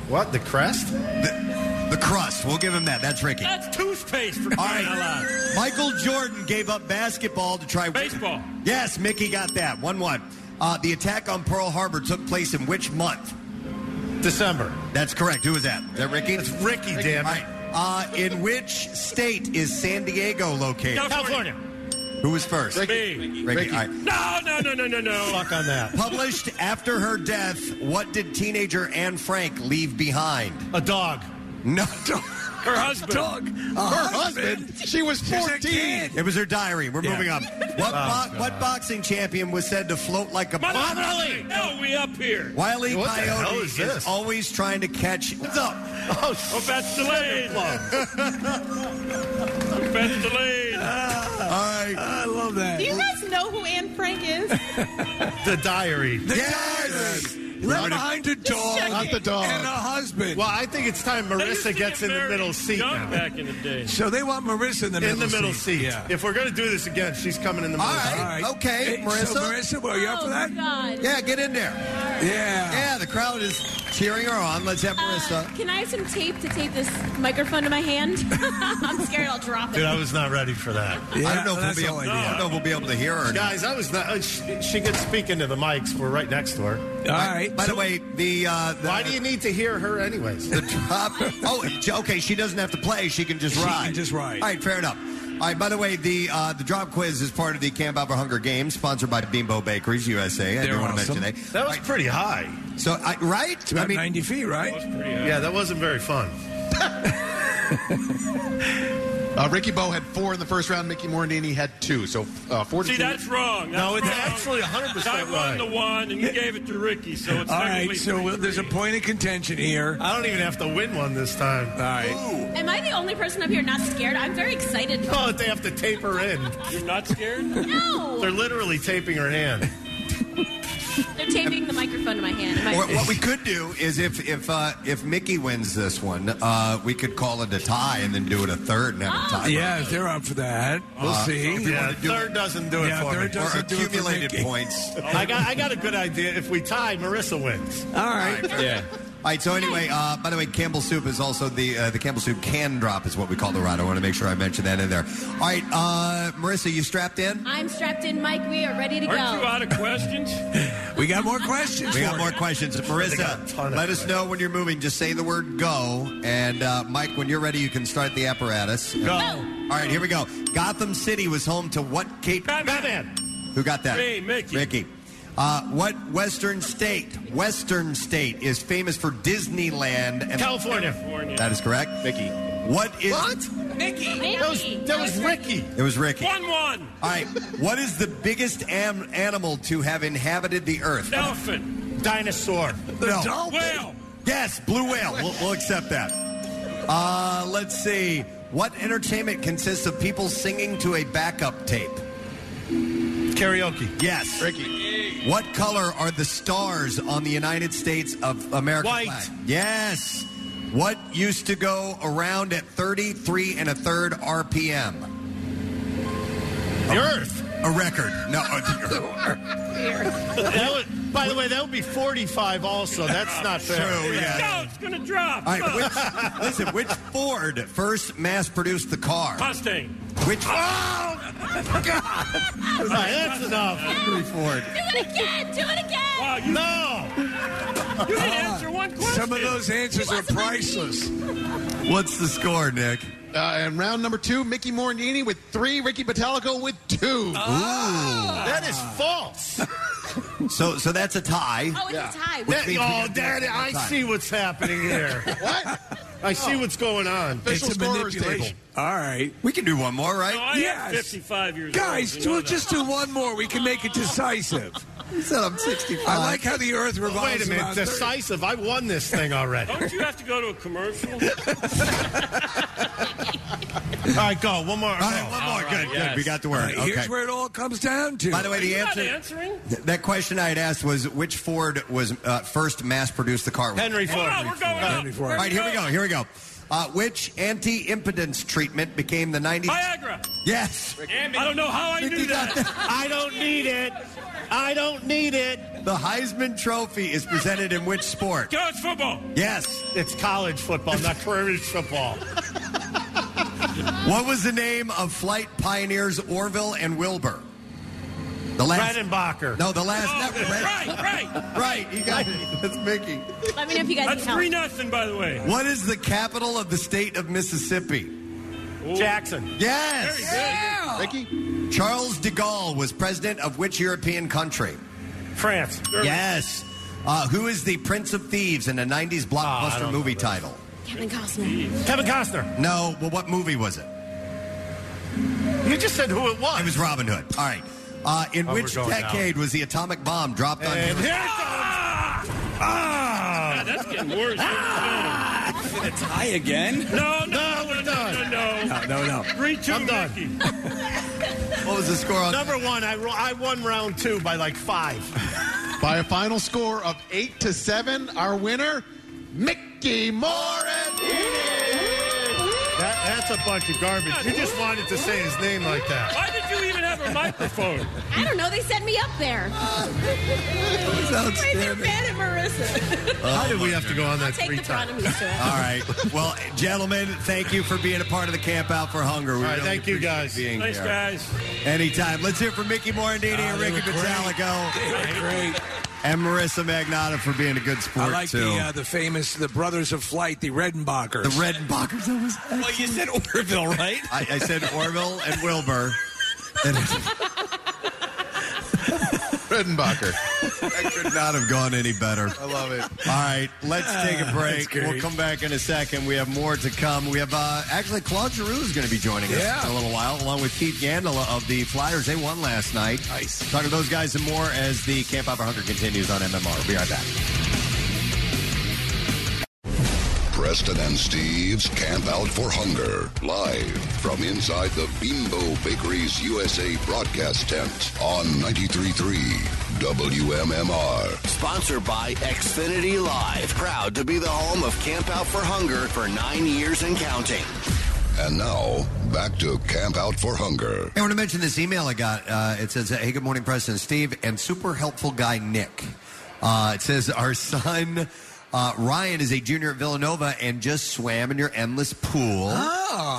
Speaker 21: What, the crest?
Speaker 1: The, the crust. We'll give him that. That's Ricky.
Speaker 29: That's toothpaste for
Speaker 1: All
Speaker 29: crying out
Speaker 1: right.
Speaker 29: loud.
Speaker 1: Michael Jordan gave up basketball to try
Speaker 29: baseball.
Speaker 1: Yes, Mickey got that. One one. Uh, the attack on Pearl Harbor took place in which month?
Speaker 21: December.
Speaker 1: That's correct. Who was that? Is that Ricky? It's
Speaker 21: Ricky, damn it.
Speaker 1: All right. Uh, in which state is San Diego located?
Speaker 29: California.
Speaker 1: Who was first?
Speaker 29: Ricky.
Speaker 1: Ricky.
Speaker 29: Me.
Speaker 1: All right.
Speaker 29: No, no, no, no, no, no.
Speaker 21: Fuck on that.
Speaker 1: Uh, Published after her death, what did teenager Anne Frank leave behind?
Speaker 21: A dog.
Speaker 1: No.
Speaker 29: Her husband.
Speaker 3: Dog.
Speaker 1: Her husband?
Speaker 6: She was 14.
Speaker 1: It was her diary. We're
Speaker 6: Yeah.
Speaker 1: moving on. What,
Speaker 6: Oh,
Speaker 1: bo- what boxing champion was said to float like a
Speaker 29: Muhammad Ali. No, we up here.
Speaker 1: Wiley
Speaker 29: What the hell
Speaker 1: Coyote
Speaker 29: is
Speaker 1: is,
Speaker 29: this?
Speaker 1: always trying to catch. What's up?
Speaker 29: Oh, that's delayed. That's delayed.
Speaker 1: I
Speaker 3: love
Speaker 2: Do you guys know who Anne Frank is?
Speaker 21: The diary.
Speaker 3: The yes! Left behind a dog.
Speaker 21: Not the dog.
Speaker 3: And a husband.
Speaker 21: Well, I think it's time Marissa gets in the middle seat now.
Speaker 29: Back in the day.
Speaker 3: So they want Marissa in the middle
Speaker 21: in the middle seat.
Speaker 3: Yeah.
Speaker 21: If we're going to do this again, she's coming in the middle seat.
Speaker 1: Okay,
Speaker 3: Hey,
Speaker 1: Marissa. Oh.
Speaker 3: So Marissa, well, are you up for that?
Speaker 1: Yeah, get in there.
Speaker 3: Yeah.
Speaker 1: Yeah, the crowd is cheering her on. Let's have Marissa.
Speaker 8: Can I have some tape to tape this microphone to my hand? I'm scared I'll drop it.
Speaker 21: Dude, I was not ready for that.
Speaker 1: I don't know if we'll be able. I don't know if we'll be able to hear her. or not.
Speaker 21: Guys, I was not. uh, She, she could speak into the mics. We're right next to her.
Speaker 3: All right.
Speaker 1: By the way, the, uh, the
Speaker 21: Why do you need to hear her anyways?
Speaker 1: the top? Oh, j- okay. She doesn't have to play. She can just
Speaker 3: She can
Speaker 1: ride.
Speaker 3: just ride.
Speaker 1: All right, fair enough. All right. By the way, the uh, the drop quiz is part of the Camp Out for Hunger Games, sponsored by Bimbo Bakeries USA. I
Speaker 3: They're
Speaker 1: do want
Speaker 3: awesome.
Speaker 1: to mention that.
Speaker 21: That was pretty high.
Speaker 1: So, I, right?
Speaker 3: It's about 90 feet, right?
Speaker 21: Yeah, that wasn't very fun.
Speaker 6: Uh, Ricky Bo had four in the first round. Mickey Morandini had two. So uh, four to
Speaker 29: See,
Speaker 6: two.
Speaker 29: that's wrong. That's
Speaker 21: No, it's
Speaker 29: wrong.
Speaker 21: actually 100%
Speaker 29: I won
Speaker 21: right.
Speaker 29: the one, and you gave it to Ricky, so it's
Speaker 3: All
Speaker 29: technically
Speaker 3: right, so
Speaker 29: three,
Speaker 3: well, there's a
Speaker 29: three.
Speaker 3: point of contention here.
Speaker 21: I don't even have to win one this time.
Speaker 3: All right.
Speaker 8: Am I the only person up here not scared? I'm very excited.
Speaker 21: Oh, they have to tape her in.
Speaker 29: You're not scared?
Speaker 8: No!
Speaker 21: They're literally taping her hand.
Speaker 8: They're taping the microphone to my hand. My-
Speaker 1: Or what we could do is if if uh, if Mickey wins this one, uh, we could call it a tie and then do it a third and have a tie.
Speaker 3: Yeah, if they're up for that. We'll
Speaker 1: Uh,
Speaker 3: see.
Speaker 21: Yeah, third doesn't do it
Speaker 3: Yeah,
Speaker 21: for
Speaker 3: third
Speaker 21: me.
Speaker 3: doesn't-
Speaker 1: Or
Speaker 3: do it for Oh.
Speaker 1: accumulated
Speaker 3: Mickey.
Speaker 1: points. All
Speaker 21: I got, I got a good idea. If we tie, Marissa wins.
Speaker 3: All right.
Speaker 32: Yeah.
Speaker 1: right. So anyway, uh, by the way, Campbell Soup is also the uh, the Campbell Soup can drop is what we call the ride. I want to make sure I mention that in there. All right, uh, Marissa, you strapped in?
Speaker 8: I'm strapped in, Mike. We are ready to
Speaker 29: Aren't you
Speaker 8: go.
Speaker 29: out of questions?
Speaker 3: We got more questions.
Speaker 1: We got
Speaker 3: for
Speaker 1: more
Speaker 3: you.
Speaker 1: questions,
Speaker 21: got a ton
Speaker 1: Marissa.
Speaker 21: of
Speaker 1: Let us know when you're moving. Just say the word "go," and uh, Mike, when you're ready, you can start the apparatus.
Speaker 21: Go.
Speaker 1: All right, here we go. Gotham City was home to what Kate
Speaker 21: Batman.
Speaker 1: Who got that?
Speaker 29: Me, Mickey.
Speaker 1: Mickey. Uh, what Western state? Western state is famous for Disneyland. And
Speaker 21: California.
Speaker 29: California.
Speaker 1: That is correct.
Speaker 6: Mickey.
Speaker 1: What is?
Speaker 8: Mickey.
Speaker 21: That was, that was Ricky.
Speaker 1: It was Ricky. All
Speaker 29: One one.
Speaker 1: right. What is the biggest am- animal to have inhabited the earth?
Speaker 29: Elephant.
Speaker 21: Dinosaur.
Speaker 1: No.
Speaker 29: Whale.
Speaker 1: Yes, blue whale. We'll, we'll accept that. Uh, let's see. What entertainment consists of people singing to a backup tape?
Speaker 21: Karaoke.
Speaker 1: Yes.
Speaker 6: Ricky.
Speaker 1: What color are the stars on the United States of America?
Speaker 21: White.
Speaker 1: flag? Yes. What used to go around at 33 and a third RPM?
Speaker 21: The Earth.
Speaker 1: A record. No. uh, a-
Speaker 21: that would, by the way, that would be 45 also. That's not fair.
Speaker 1: True, yeah.
Speaker 21: it's going to drop.
Speaker 1: All right, which, listen, which Ford first mass produced the car?
Speaker 21: Mustang.
Speaker 1: Which
Speaker 21: Oh, God. All right, that's enough.
Speaker 1: Henry Ford?
Speaker 29: Do it again! Do it again!
Speaker 21: Wow, you, no! You
Speaker 6: Uh-huh.
Speaker 21: didn't answer one question.
Speaker 3: Some of those answers are priceless.
Speaker 1: What's the score, Nick?
Speaker 6: Uh, and round number two, Mickey Morandini with three, Ricky Batalico with two.
Speaker 21: That is false.
Speaker 1: So, so that's a tie.
Speaker 29: Oh, it's a tie.
Speaker 1: Which
Speaker 21: That-
Speaker 1: means we
Speaker 21: oh,
Speaker 1: have to
Speaker 21: Daddy,
Speaker 1: do
Speaker 21: I
Speaker 1: another time.
Speaker 21: see what's happening here. what? I see what's going on.
Speaker 3: Official It's a scorer's manipulation. table.
Speaker 1: All right, we can do one more, right?
Speaker 21: No, I am
Speaker 3: Yes.
Speaker 21: 55 years
Speaker 3: Guys,
Speaker 21: old. you know
Speaker 3: we'll
Speaker 21: that.
Speaker 3: just do one more. We can make it decisive.
Speaker 1: He said I'm 65.
Speaker 3: I like how the earth
Speaker 21: Well,
Speaker 3: revolves
Speaker 21: Wait a minute,
Speaker 3: around thirty.
Speaker 21: decisive. I won this thing already.
Speaker 3: Don't
Speaker 21: you have to go to a commercial? All right, go. One more. All
Speaker 1: right, one more. Good, good. We got the word.
Speaker 3: All right, Here's
Speaker 1: Okay.
Speaker 3: where it all comes down to.
Speaker 1: By the way, the answer.
Speaker 21: answering?
Speaker 1: Th- That question I had asked was which Ford was uh, first mass produced the car?
Speaker 21: Henry Ford. Oh, we're going up.
Speaker 1: Henry Ford. All right, here we go. Here we go. Uh, which anti impotence treatment became the 90s?
Speaker 21: Viagra.
Speaker 1: Yes.
Speaker 21: I don't know how I knew that. I don't need it. I don't need it.
Speaker 1: The Heisman Trophy is presented in which sport?
Speaker 21: College football.
Speaker 1: Yes.
Speaker 21: It's college football, not college football.
Speaker 1: What was the name of flight pioneers Orville and Wilbur? The last.
Speaker 21: Redenbacher.
Speaker 1: No, the last. not Red-
Speaker 21: Oh, right, right.
Speaker 1: right, you got it. That's Mickey.
Speaker 29: Let me know if you guys
Speaker 21: That's
Speaker 29: need help.
Speaker 21: three nothing, by the way.
Speaker 1: What is the capital of the state of Mississippi?
Speaker 21: Jackson.
Speaker 1: Yes.
Speaker 21: Yeah.
Speaker 6: Ricky?
Speaker 1: Charles de Gaulle was president of which European country?
Speaker 21: France.
Speaker 1: Yes. Uh, who is the Prince of Thieves in a 90s blockbuster
Speaker 21: Ah, don't know
Speaker 1: movie title?
Speaker 29: Kevin Costner.
Speaker 21: Kevin Costner.
Speaker 1: No. Well, what movie was it?
Speaker 21: You just said who it was.
Speaker 1: It was Robin Hood. All right. Uh, in
Speaker 21: Oh,
Speaker 1: which
Speaker 21: we're going
Speaker 1: decade was the atomic bomb dropped on
Speaker 21: And
Speaker 1: Hiroshima?
Speaker 21: here it comes.
Speaker 4: Ah, that's getting worse. a tie again?
Speaker 21: No, no, no, no, no, no.
Speaker 3: No, no.
Speaker 21: Three, two,
Speaker 3: I'm done.
Speaker 21: Mickey.
Speaker 1: What was the score on
Speaker 21: Number one, I, ro- I won round two by like five.
Speaker 6: By a final score of eight to seven, our winner, Mickey Morandini.
Speaker 18: That, that's a bunch of garbage. You just wanted to say his name like that.
Speaker 21: Why did you even have a microphone?
Speaker 29: I don't know. They sent me up there.
Speaker 8: They're mad at Marissa.
Speaker 18: How did we have to go on that
Speaker 29: Take
Speaker 18: three
Speaker 29: the front.
Speaker 18: times?
Speaker 29: I'm used to it.
Speaker 1: All right. Well, gentlemen, thank you for being a part of the Camp Out for Hunger. We
Speaker 18: All right,
Speaker 1: really
Speaker 18: thank you,
Speaker 1: appreciate
Speaker 18: guys.
Speaker 1: Being
Speaker 21: Thanks,
Speaker 1: here.
Speaker 21: guys. Ah,
Speaker 1: Anytime. Let's hear from Mickey Morandini and Ricky Vitalico
Speaker 3: Great.
Speaker 1: and Marissa Magnata for being a good
Speaker 3: I
Speaker 1: sport,
Speaker 3: like
Speaker 1: too.
Speaker 3: the uh, the famous the Brothers of Flight, the Redenbachers.
Speaker 1: the Redenbachers. That was
Speaker 4: Well, you said Orville, right?
Speaker 1: I, I said Orville and Wilbur. And
Speaker 6: Redenbacher.
Speaker 1: I could not have gone any better.
Speaker 6: I love it.
Speaker 1: All right, let's take a break.
Speaker 3: great.
Speaker 1: We'll come back in a second. We have more to come. We have uh, actually Claude Giroux is going to be joining us
Speaker 3: Yeah.
Speaker 1: in a little while, along with Keith Gandola of the Flyers. They won last night.
Speaker 3: Nice.
Speaker 1: Talk to those guys and more as the Camp Out for Hunger continues on MMR. We'll be right back.
Speaker 15: Preston and Steve's Camp Out for Hunger, live from inside the Bimbo Bakeries USA broadcast tent on 93.3 WMMR.
Speaker 33: Sponsored by Xfinity Live. Proud to be the home of Camp Out for Hunger for nine years and counting.
Speaker 15: And now, back to Camp Out for Hunger.
Speaker 1: I want to mention this email I got. Uh, it says, "Hey, good morning, President Steve, and super helpful guy Nick." Uh, it says, "Our son uh, Ryan is a junior at Villanova and just swam in your endless pool to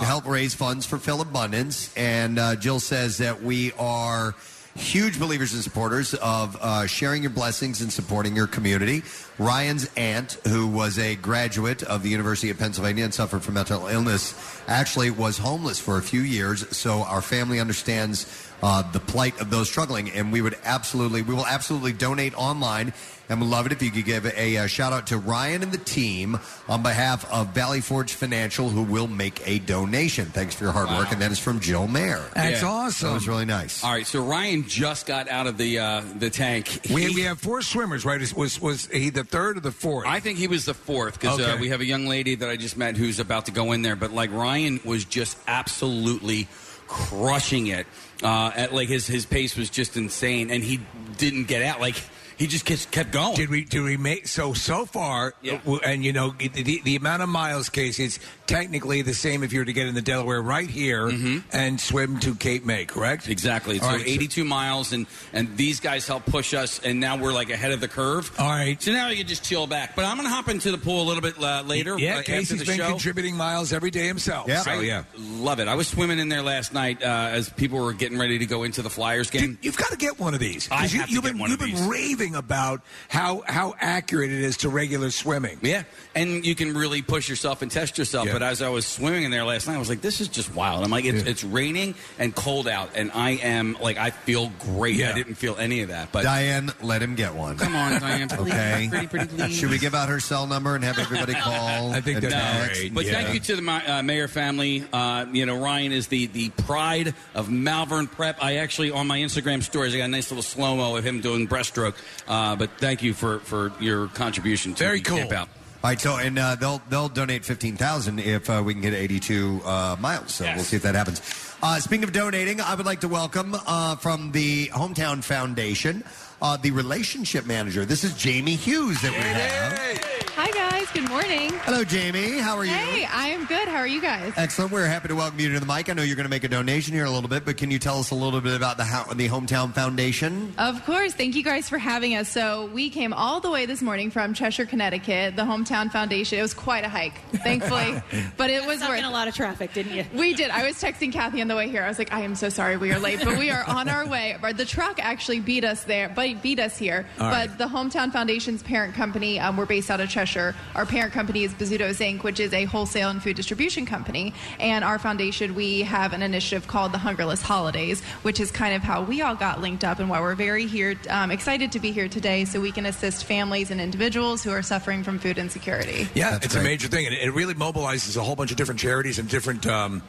Speaker 1: help raise funds for Phil Abundance." And uh, Jill says that we are huge believers and supporters of uh, sharing your blessings and supporting your community. Ryan's aunt, who was a graduate of the University of Pennsylvania and suffered from mental illness, actually was homeless for a few years. So our family understands uh, the plight of those struggling, and we would absolutely, we will absolutely donate online. And we love it if you could give a uh, shout out to Ryan and the team on behalf of Valley Forge Financial, who will make a donation. Thanks for your hard work. And that is from Jill Mayer.
Speaker 3: That's
Speaker 4: Yeah.
Speaker 1: That
Speaker 3: awesome.
Speaker 1: was really nice.
Speaker 4: All right, so Ryan just got out of the uh, the tank.
Speaker 3: We,
Speaker 4: He-
Speaker 3: we have four swimmers, right? Is- Was was he the third or the fourth?
Speaker 4: I think he was the fourth because uh,
Speaker 3: Okay.
Speaker 4: we have a young lady that I just met who's about to go in there. But like Ryan was just absolutely crushing it. Uh, at like his his pace was just insane, and he didn't get out. Like
Speaker 34: He just kept, kept going.
Speaker 3: Did we? Did we make so so far? w- And you know the, the, the amount of miles, Casey, it's technically the same if you were to get in the Delaware right here and swim to Cape May, correct?
Speaker 4: Mm-hmm. Exactly. So
Speaker 3: All right, so-
Speaker 4: 82 miles, and and these guys help push us, and now we're like ahead of the curve.
Speaker 3: All right.
Speaker 4: So now you just chill back. But I'm going to hop into the pool a little bit uh, later. uh,
Speaker 3: Yeah,
Speaker 4: after
Speaker 3: Casey's
Speaker 4: the
Speaker 3: been
Speaker 4: show.
Speaker 3: contributing miles every day himself.
Speaker 4: Yeah,
Speaker 3: So Oh, yeah.
Speaker 4: Oh, love it. I was swimming in there last night uh, as people were getting ready to go into the Flyers game.
Speaker 3: you've got to get one of these.
Speaker 4: I
Speaker 3: 'Cause you,
Speaker 4: have to
Speaker 3: you've
Speaker 4: get
Speaker 3: been,
Speaker 4: one
Speaker 3: you've
Speaker 4: of
Speaker 3: been
Speaker 4: these.
Speaker 3: raving about how how accurate it is to regular swimming.
Speaker 4: Yeah, and you can really push yourself and test yourself. But as I was swimming in there last night, I was like, "This is just wild." I'm like, "It's, it's raining and cold out, and I am like, I feel great.
Speaker 1: Yeah.
Speaker 4: I didn't feel any of that." But
Speaker 1: Diane, let him get one.
Speaker 4: Come on, Diane, please.
Speaker 1: okay.
Speaker 4: Pretty, pretty please.
Speaker 1: Should we give out her cell number and have everybody call?
Speaker 4: I think
Speaker 1: and
Speaker 4: that's
Speaker 1: text?
Speaker 4: But thank you to the Ma- uh, mayor family. Uh, you know, Ryan is the the pride of Malvern Prep. I actually on my Instagram stories, I got a nice little slow mo of him doing breaststroke. Uh, but thank you for for your contribution. to Very the cool. Campout.
Speaker 1: All right, so and uh, they'll they'll donate fifteen thousand if uh, we can get eighty-two uh, miles. So we'll see if that happens. Uh, speaking of donating, I would like to welcome uh, from the Hometown Foundation uh, the relationship manager. This is Jamie Hughes that we have.
Speaker 22: Hi, guys. Good morning.
Speaker 1: Hello, Jamie. How are you?
Speaker 22: Hey, I am good. How are you guys?
Speaker 1: Excellent. We're happy to welcome you to the mic. I know you're going to make a donation here in a little bit, but can you tell us a little bit about the ho- the Hometown Foundation?
Speaker 22: Of course. Thank you guys for having us. So, we came all the way this morning from Cheshire, Connecticut, the Hometown Foundation. It was quite a hike, thankfully, but it was worth in a lot of traffic, didn't you? We did. I was texting Kathy on the way here. I was like, I am so sorry we are late, but we are on our way. But The truck actually beat us there, but beat us here.
Speaker 14: All
Speaker 22: but
Speaker 14: right.
Speaker 22: the Hometown Foundation's parent company, um, we're based out of Cheshire. Our parent company is Bizzuto's Inc., which is a wholesale and food distribution company. And our foundation, we have an initiative called the Hungerless Holidays, which is kind of how we all got linked up and why we're very here, um, excited to be here today, so we can assist families and individuals who are suffering from food insecurity.
Speaker 3: Yeah, it's a major thing, and it it really mobilizes a whole bunch of different charities and different. Um,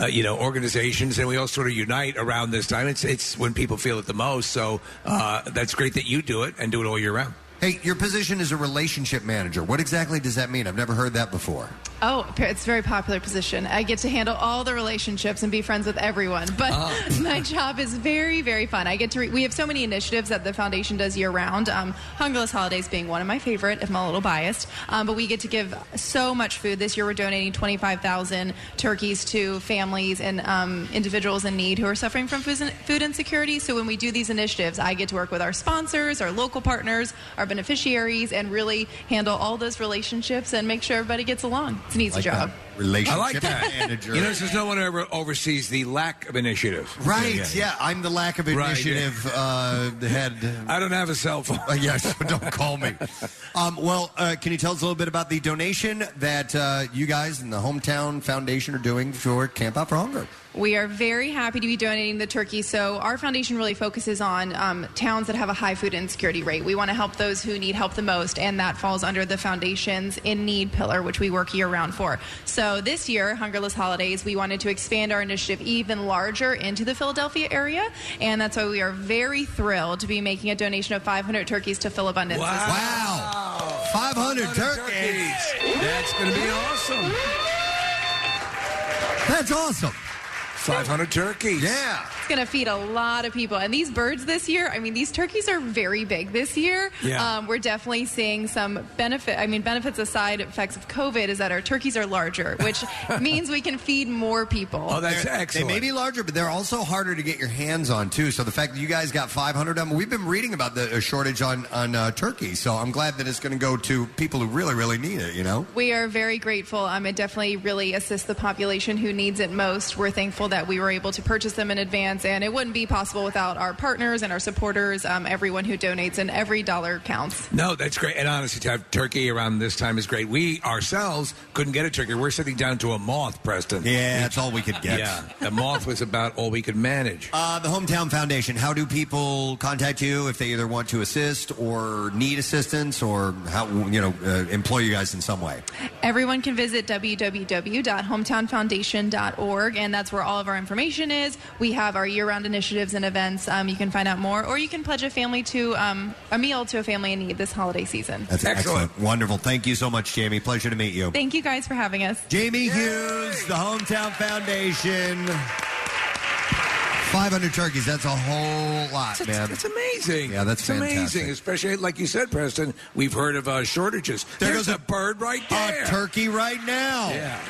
Speaker 3: uh, you know, organizations, and we all sort of unite around this time. It's it's when people feel it the most. So uh, that's great that you do it and do it all year round.
Speaker 1: Hey, your position is a relationship manager. What exactly does that mean? I've never heard that before.
Speaker 22: Oh, it's a very popular position. I get to handle all the relationships and be friends with everyone. But my job is very, very fun. I get to. Re- we have so many initiatives that the foundation does year round. Um, Hungerless Holidays being one of my favorite, if I'm a little biased. Um, but we get to give so much food. This year, we're donating 25,000 turkeys to families and um, individuals in need who are suffering from food, food insecurity. So when we do these initiatives, I get to work with our sponsors, our local partners, our beneficiaries, and really handle all those relationships and make sure everybody gets along. It's an easy job.
Speaker 1: Relationship
Speaker 3: I like that.
Speaker 1: manager.
Speaker 3: You know, there's no one ever oversees the lack of initiative.
Speaker 1: Right, yeah, I'm the lack of
Speaker 3: Right,
Speaker 1: initiative uh, head.
Speaker 3: I don't have a cell phone.
Speaker 1: yes, don't call me. Um, well, uh, can you tell us a little bit about the donation that uh, you guys and the Hometown Foundation are doing for Camp Out for Hunger?
Speaker 22: We are very happy to be donating the turkey. So, our foundation really focuses on um, towns that have a high food insecurity rate. We want to help those who need help the most, and that falls under the foundation's in need pillar, which we work year round for. So, this year, Hungerless Holidays, we wanted to expand our initiative even larger into the Philadelphia area, and that's why we are very thrilled to be making a donation of 500 turkeys to Phil Abundance.
Speaker 1: Wow. 500
Speaker 3: turkeys. That's going to be awesome.
Speaker 1: That's awesome.
Speaker 3: 500 turkeys.
Speaker 1: Yeah.
Speaker 22: It's going to feed a lot of people. And these birds this year, I mean, these turkeys are very big this year.
Speaker 14: Yeah.
Speaker 22: Um, we're definitely seeing some benefit. I mean, benefits aside, effects of COVID is that our turkeys are larger, which means we can feed more people.
Speaker 1: They're- They may be larger, but they're also harder to get your hands on too. So the fact that you guys got 500 of them, we've been reading about the uh, shortage on on uh, turkey. So I'm glad that it's going to go to people who really, really need it. You know.
Speaker 22: We are very grateful. Um, it definitely really assists the population who needs it most. We're thankful that we were able to purchase them in advance, and it wouldn't be possible without our partners and our supporters, um, everyone who donates, and every dollar counts.
Speaker 3: No, that's great. And honestly, to have turkey around this time is great. We ourselves couldn't get a turkey. We're sitting down to a moth, Preston.
Speaker 1: Yeah, that's all we could get.
Speaker 3: Yeah, the moth was about all we could manage.
Speaker 1: Uh, the Hometown Foundation. How do people contact you if they either want to assist or need assistance, or how you know uh, employ you guys in some way?
Speaker 22: Everyone can visit www.hometownfoundation.org, and that's where all of our information is. We have our year round initiatives and events. Um, you can find out more, or you can pledge a family to um, a meal to a family in need this holiday season.
Speaker 1: That's excellent. Wonderful. Thank you so much, Jamie. Pleasure to meet you.
Speaker 22: Thank you guys for having us.
Speaker 1: Jamie Hughes, the Hometown Foundation. 500 turkeys. That's a whole lot,
Speaker 3: It's-
Speaker 1: man.
Speaker 3: it's amazing.
Speaker 1: Yeah, that's
Speaker 3: it's
Speaker 1: fantastic.
Speaker 3: amazing, especially like you said, Preston. We've heard of uh, shortages.
Speaker 1: There
Speaker 3: There's
Speaker 1: goes
Speaker 3: a bird right there.
Speaker 1: A turkey right now.
Speaker 3: Yeah.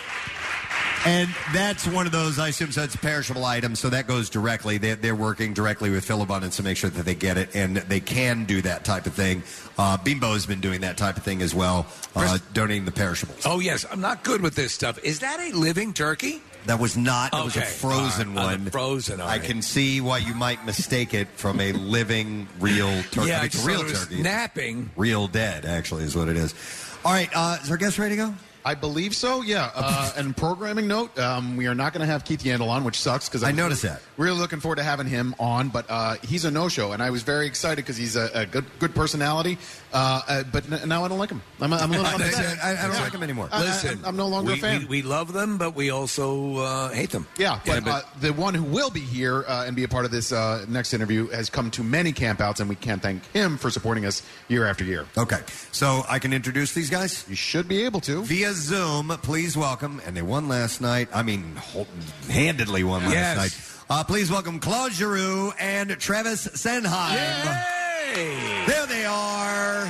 Speaker 1: And that's one of those, I assume, so it's a perishable item, so that goes directly. They're, they're working directly with Phil Abundance to make sure that they get it, and they can do that type of thing. Uh, Bimbo has been doing that type of thing as well, uh, donating the perishables.
Speaker 3: Oh yes, I'm not good with this stuff. Is that a living turkey?
Speaker 1: That was not, it was a
Speaker 3: Okay.
Speaker 1: frozen
Speaker 3: All right. Oh,
Speaker 1: one.
Speaker 3: the frozen, all
Speaker 1: I
Speaker 3: right.
Speaker 1: can see why you might mistake it from a living, real turkey.
Speaker 3: Yeah, I
Speaker 1: it's a
Speaker 3: just
Speaker 1: real
Speaker 3: thought it was
Speaker 1: turkey.
Speaker 3: napping.
Speaker 1: Real dead, actually, is what it is. All right, uh, is our guest ready to go?
Speaker 6: I believe so. Yeah. Uh, and programming note: um, we are not going to have Keith Yandel on, which sucks because I, was
Speaker 1: noticed
Speaker 6: really,
Speaker 1: that.
Speaker 6: Really looking forward to having him on, but uh, he's a no-show, and I was very excited because he's a, a good good personality. Uh, uh, but n- now I don't like him. I'm, a- I'm a little upset. Yeah. I- I-
Speaker 3: Listen,
Speaker 6: I'm no longer
Speaker 3: we-
Speaker 6: a fan.
Speaker 3: We, we love them, but we also uh, hate them.
Speaker 6: Yeah, but, uh, the one who will be here uh, and be a part of this uh, next interview has come to many campouts, and we can't thank him for supporting us year after year.
Speaker 1: Okay, so I can introduce these guys.
Speaker 6: You should be able to
Speaker 1: via Zoom. Please welcome, and they won last night. I mean, hol- handedly won last
Speaker 35: Yes.
Speaker 1: night. Uh, please welcome Claude Giroux and Travis Senheim. There they are.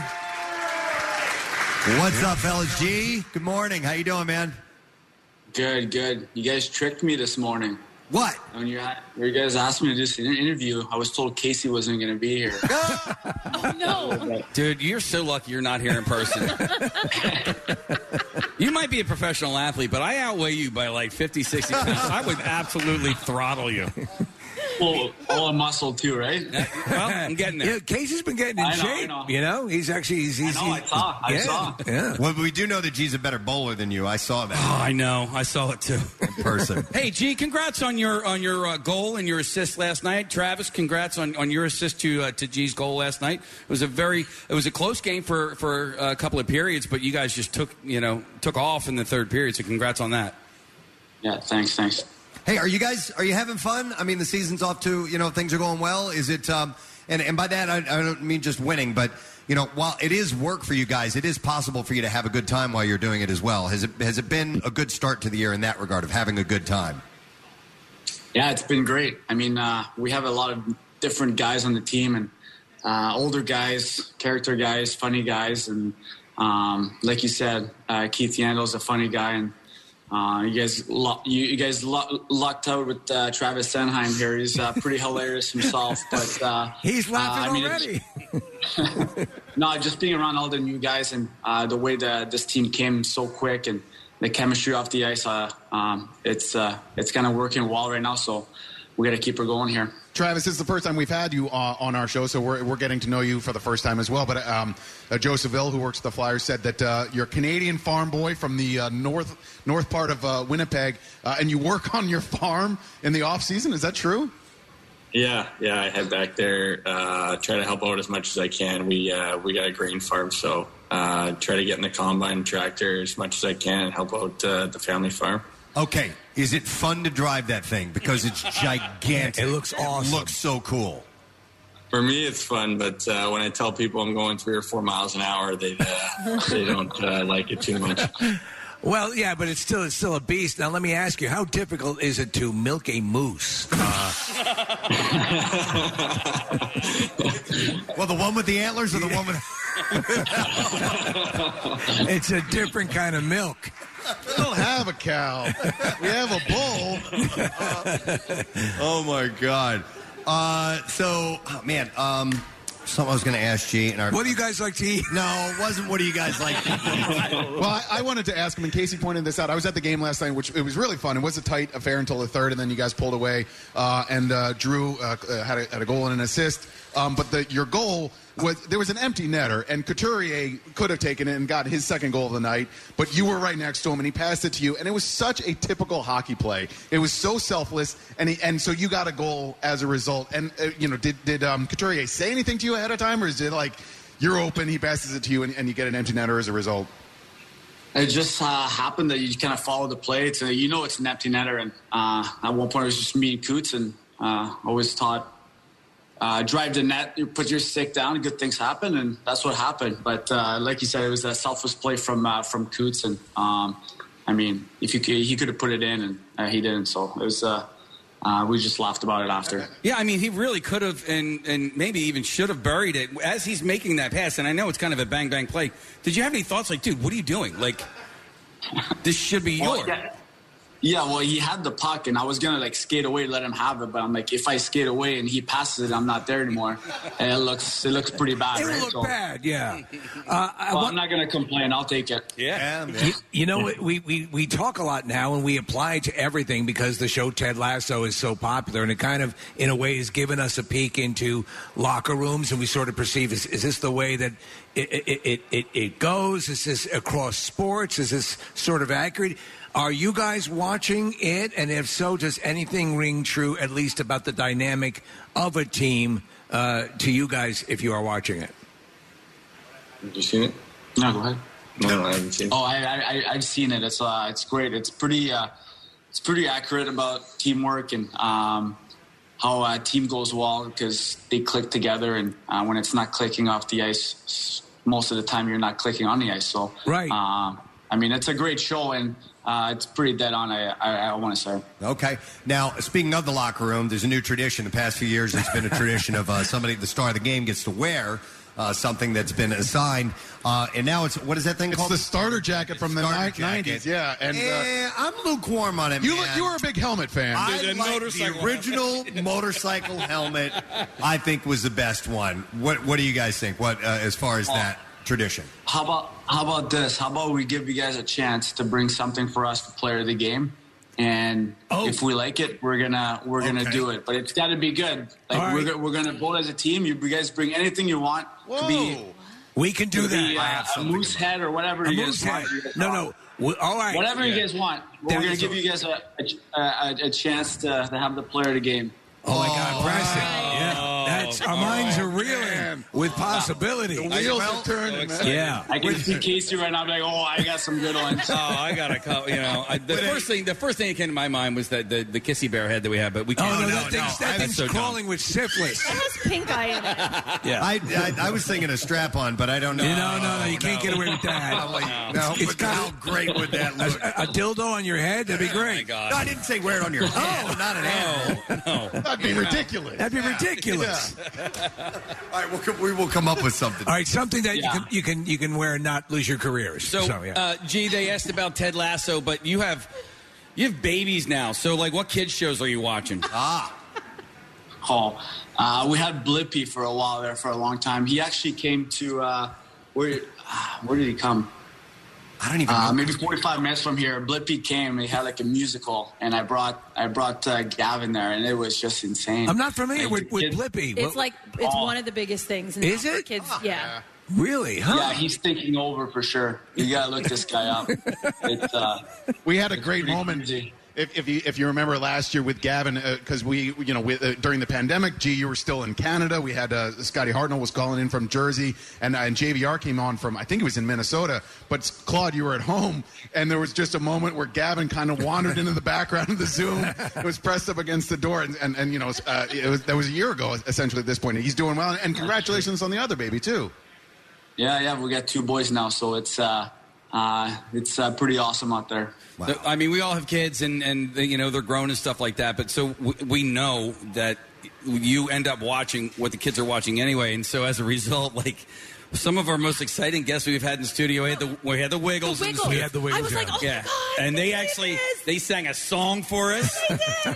Speaker 1: What's up, fellas? G. Good morning. How you doing, man?
Speaker 25: Good, good. You guys tricked me this morning.
Speaker 1: What?
Speaker 25: When you, when you guys asked me to do an interview, I was told Casey wasn't going to be here.
Speaker 4: Dude, you're so lucky you're not here in person. you might be a professional athlete, but I outweigh you by like 50, 60 pounds. I would absolutely throttle you.
Speaker 25: Well, all in muscle too, right?
Speaker 6: uh,
Speaker 4: Well, I'm getting there.
Speaker 3: Yeah, Casey's been getting in
Speaker 25: I know, I
Speaker 3: shape.
Speaker 25: know.
Speaker 3: You know, he's actually he's he's.
Speaker 25: know, I
Speaker 3: he's-
Speaker 25: saw, I
Speaker 3: yeah,
Speaker 25: saw.
Speaker 3: Yeah.
Speaker 1: Well, we do know that G's a better bowler than you. I saw that.
Speaker 4: Oh, I know. I saw it too.
Speaker 1: In person.
Speaker 4: Hey, G, congrats on your on your uh, goal and your assist last night. Travis, congrats on, on your assist to uh, to G's goal last night. It was a very it was a close game for for uh, a couple of periods, but you guys just took you know took off in the third period. So congrats on that.
Speaker 25: Yeah, thanks, thanks.
Speaker 1: Hey, are you guys are you having fun? I mean, the season's off to you know things are going well. Is it? Um, and and by that I, I don't mean just winning, but you know while it is work for you guys, it is possible for you to have a good time while you're doing it as well. Has it has it been a good start to the year in that regard of having a good time?
Speaker 25: Yeah, it's been great. I mean, uh, we have a lot of different guys on the team and uh, older guys, character guys, funny guys, and um, like you said, uh, Keith Yandel's a funny guy, and uh, you guys, lo- you, you guys lo- lucked out with uh, Travis Senheim here. He's uh, pretty hilarious himself, but uh,
Speaker 3: He's laughing
Speaker 25: uh, I mean, it's-
Speaker 3: already.
Speaker 25: no, just being around all the new guys and uh, the way that this team came so quick and the chemistry off the ice, uh, um, it's uh, it's kind of working well right now. So we got to keep her going here.
Speaker 6: Travis, this is the first time we've had you uh, on our show, so we're, we're getting to know you for the first time as well. But um, uh, Joe Seville, who works at the Flyers, said that uh, you're a Canadian farm boy from the uh, north north part of uh, Winnipeg, uh, and you work on your farm in the off season. Is that true?
Speaker 36: Yeah, yeah, I head back there, uh, try to help out as much as I can. We uh, we got a grain farm, so uh, try to get in the combine tractor as much as I can and help out uh, the family farm.
Speaker 1: Okay, is it fun to drive that thing because it's gigantic? it looks awesome. looks so cool.
Speaker 36: For me, it's fun, but uh, when I tell people I'm going three or four miles an hour, they uh, they don't uh, like it too much.
Speaker 3: Well, yeah, but it's still it's still a beast. Now, let me ask you, how difficult is it to milk a moose? Uh,
Speaker 1: well, the one with the antlers or the one with
Speaker 3: it's a different kind of milk.
Speaker 6: We don't have a cow. We have a bull.
Speaker 1: oh my god. Uh, so oh, man, um, something I was going to ask G and our.
Speaker 3: What do you guys like to eat?
Speaker 1: No, it wasn't. What do you guys like to eat?
Speaker 6: well, I, I wanted to ask him, and Casey pointed this out. I was at the game last night, which it was really fun. It was a tight affair until the third, and then you guys pulled away. Uh, and uh, Drew uh, uh, had, a, had a goal and an assist. Um, but the, your goal was there was an empty netter, and Couturier could have taken it and got his second goal of the night. But you were right next to him, and he passed it to you, and it was such a typical hockey play. It was so selfless, and he, and so you got a goal as a result. And uh, you know, did did um, Couturier say anything to you ahead of time, or is it like? You're open. He passes it to you, and, and you get an empty netter as a result.
Speaker 25: It just uh, happened that you kind of follow the play. It's, uh, you know it's an empty netter, and uh, at one point it was just me and Coots, and uh, always taught uh, drive the net, you put your stick down, good things happen, and that's what happened. But uh, like you said, it was a selfless play from uh, from Coots, and um, I mean, if you could, he could have put it in, and uh, he didn't. So it was uh, uh, we just laughed about it after.
Speaker 4: Yeah, I mean, he really could have and, and maybe even should have buried it as he's making that pass. And I know it's kind of a bang bang play. Did you have any thoughts like, dude, what are you doing? Like, this should be
Speaker 25: Well,
Speaker 4: yours.
Speaker 25: yeah. Yeah, well, he had the puck, and I was gonna like skate away, let him have it, but I'm like, if I skate away and he passes it, I'm not there anymore, and it looks it looks pretty bad.
Speaker 3: It'll
Speaker 25: right?
Speaker 3: look
Speaker 25: So-
Speaker 3: bad, yeah.
Speaker 25: Uh, well, I'm not gonna complain. I'll take it.
Speaker 3: Yeah. You, you know, we, we, we talk a lot now and we apply it to everything because the show Ted Lasso is so popular and it kind of, in a way, has given us a peek into locker rooms and we sort of perceive is, is this the way that it, it, it, it, it goes? Is this across sports? Is this sort of accurate? Are you guys watching it? And if so, does anything ring true, at least about the dynamic of a team uh, to you guys if you are watching it?
Speaker 25: Have you seen it? No, go ahead. I haven't seen. Oh, I, I, I- I've seen it. It's uh, it's great. It's pretty, uh, it's pretty accurate about teamwork and um, how a team goes well because they click together. And uh, when it's not clicking off the ice, s- most of the time you're not clicking on the ice. So,
Speaker 3: right.
Speaker 25: Um, I mean, it's a great show and uh, it's pretty dead on. I, I, I want to say.
Speaker 1: Okay. Now, speaking of the locker room, there's a new tradition. The past few years, it's been a tradition of uh, somebody, the star of the game, gets to wear uh, something that's been assigned. Uh, and now it's, what is that thing
Speaker 6: It's
Speaker 1: called?
Speaker 6: the starter jacket from the
Speaker 1: Starter
Speaker 6: ni- 90s, yeah, and, uh,
Speaker 1: Eh, I'm lukewarm on it,
Speaker 6: You,
Speaker 1: man.
Speaker 6: you were a big helmet fan.
Speaker 1: I like the original motorcycle helmet. I think was the best one. What What do you guys think? What uh, as far
Speaker 3: Oh.
Speaker 1: as that tradition?
Speaker 25: How about how about this? How about we give you guys a chance to bring something for us to player of the game, and
Speaker 3: Oh.
Speaker 25: if we like it, we're gonna we're gonna do it. But it's got to be good. Like
Speaker 3: All
Speaker 25: we're,
Speaker 3: right.
Speaker 25: go- we're gonna vote as a team. You guys bring anything you want. Could be,
Speaker 3: We can do
Speaker 25: could
Speaker 3: that.
Speaker 25: be, uh, a moose head or whatever
Speaker 3: A
Speaker 25: you
Speaker 3: moose
Speaker 25: guys want.
Speaker 3: head.
Speaker 25: You guys
Speaker 3: No,
Speaker 25: want.
Speaker 3: no.
Speaker 1: Oh,
Speaker 3: We- all right.
Speaker 25: Whatever you
Speaker 3: Yeah.
Speaker 25: guys want. We're
Speaker 3: That
Speaker 25: gonna
Speaker 3: is
Speaker 25: give you guys a a, a, a chance to, to have the player of the game.
Speaker 3: Oh my God, Preston! Yeah, that's our
Speaker 1: oh,
Speaker 3: minds are reeling with possibility.
Speaker 25: The wheels are turning, man.
Speaker 3: Yeah,
Speaker 25: I can see Casey right now. I'm like, oh, I got some good ones.
Speaker 4: oh, I got a couple. You know, I, the first thing the first thing that came to my mind was that the, the kissy bear head that we have, but we can't.
Speaker 3: Oh, no, that thing's- that
Speaker 4: That's
Speaker 3: thing's
Speaker 4: so dumb.
Speaker 3: crawling with syphilis.
Speaker 2: It has pink eye in it.
Speaker 4: Yeah.
Speaker 1: I, I, I was thinking a strap on, but I don't know.
Speaker 3: No, no, no, you can't get away with that.
Speaker 1: I'm like,
Speaker 3: No.
Speaker 1: no,
Speaker 3: It's
Speaker 1: but
Speaker 3: got-
Speaker 1: how great would that look?
Speaker 3: A, a dildo on your head? That'd be great.
Speaker 1: No, I didn't say wear it on your head. Oh, not an animal.
Speaker 3: That'd be ridiculous. That'd be ridiculous.
Speaker 1: All right, we'll, co- we will come up with something.
Speaker 3: All right, something that
Speaker 4: Yeah.
Speaker 3: you can you can you can wear and not lose your careers.
Speaker 4: So,
Speaker 3: So, yeah.
Speaker 4: uh, G, they asked about Ted Lasso, but you have you have babies now. So, like, what kids shows are you watching?
Speaker 25: Ah. Hall. Uh, we had Blippy for a while there for a long time. He actually came to uh, where? ah, Where did he come?
Speaker 1: I don't even.
Speaker 25: Uh, maybe 45 minutes from here, Blippy came. They had like a musical, and I brought I brought uh, Gavin there, and it was just insane.
Speaker 3: I'm not familiar with,
Speaker 25: Like,
Speaker 3: with
Speaker 25: the kid-
Speaker 3: Blippi.
Speaker 25: Well,
Speaker 2: It's like it's one of the biggest things.
Speaker 25: Is
Speaker 2: now for
Speaker 25: it?
Speaker 2: Kids, yeah.
Speaker 3: Really? Huh?
Speaker 25: Yeah, he's taking over for sure. You gotta look this guy up. It's, uh,
Speaker 6: We had a great moment. If, if you if you remember last year with Gavin, because we you know with, uh, during the pandemic, G you were still in Canada. We had uh, Scotty Hartnell was calling in from Jersey, and uh, and JVR came on from I think it was in Minnesota. But Claude, you were at home, and there was just a moment where Gavin kind of wandered into the background of the Zoom. It was pressed up against the door, and and, and you know uh, it was that was a year ago essentially at this point. And he's doing well, and congratulations on the other baby too.
Speaker 25: yeah, yeah, we got two boys now, so it's uh, uh, it's uh, pretty awesome out there.
Speaker 4: So, I mean, we all have kids, and and they- you know they're grown and stuff like that. But so we, we know that you end up watching what the kids are watching anyway, and so as a result, like. Some of our most exciting guests we've had in the studio. We had the we had the Wiggles. in
Speaker 2: Wiggles.
Speaker 4: studio.
Speaker 2: We had the Wiggles, I was like, yeah. oh my God,
Speaker 4: and they actually they sang a song for us.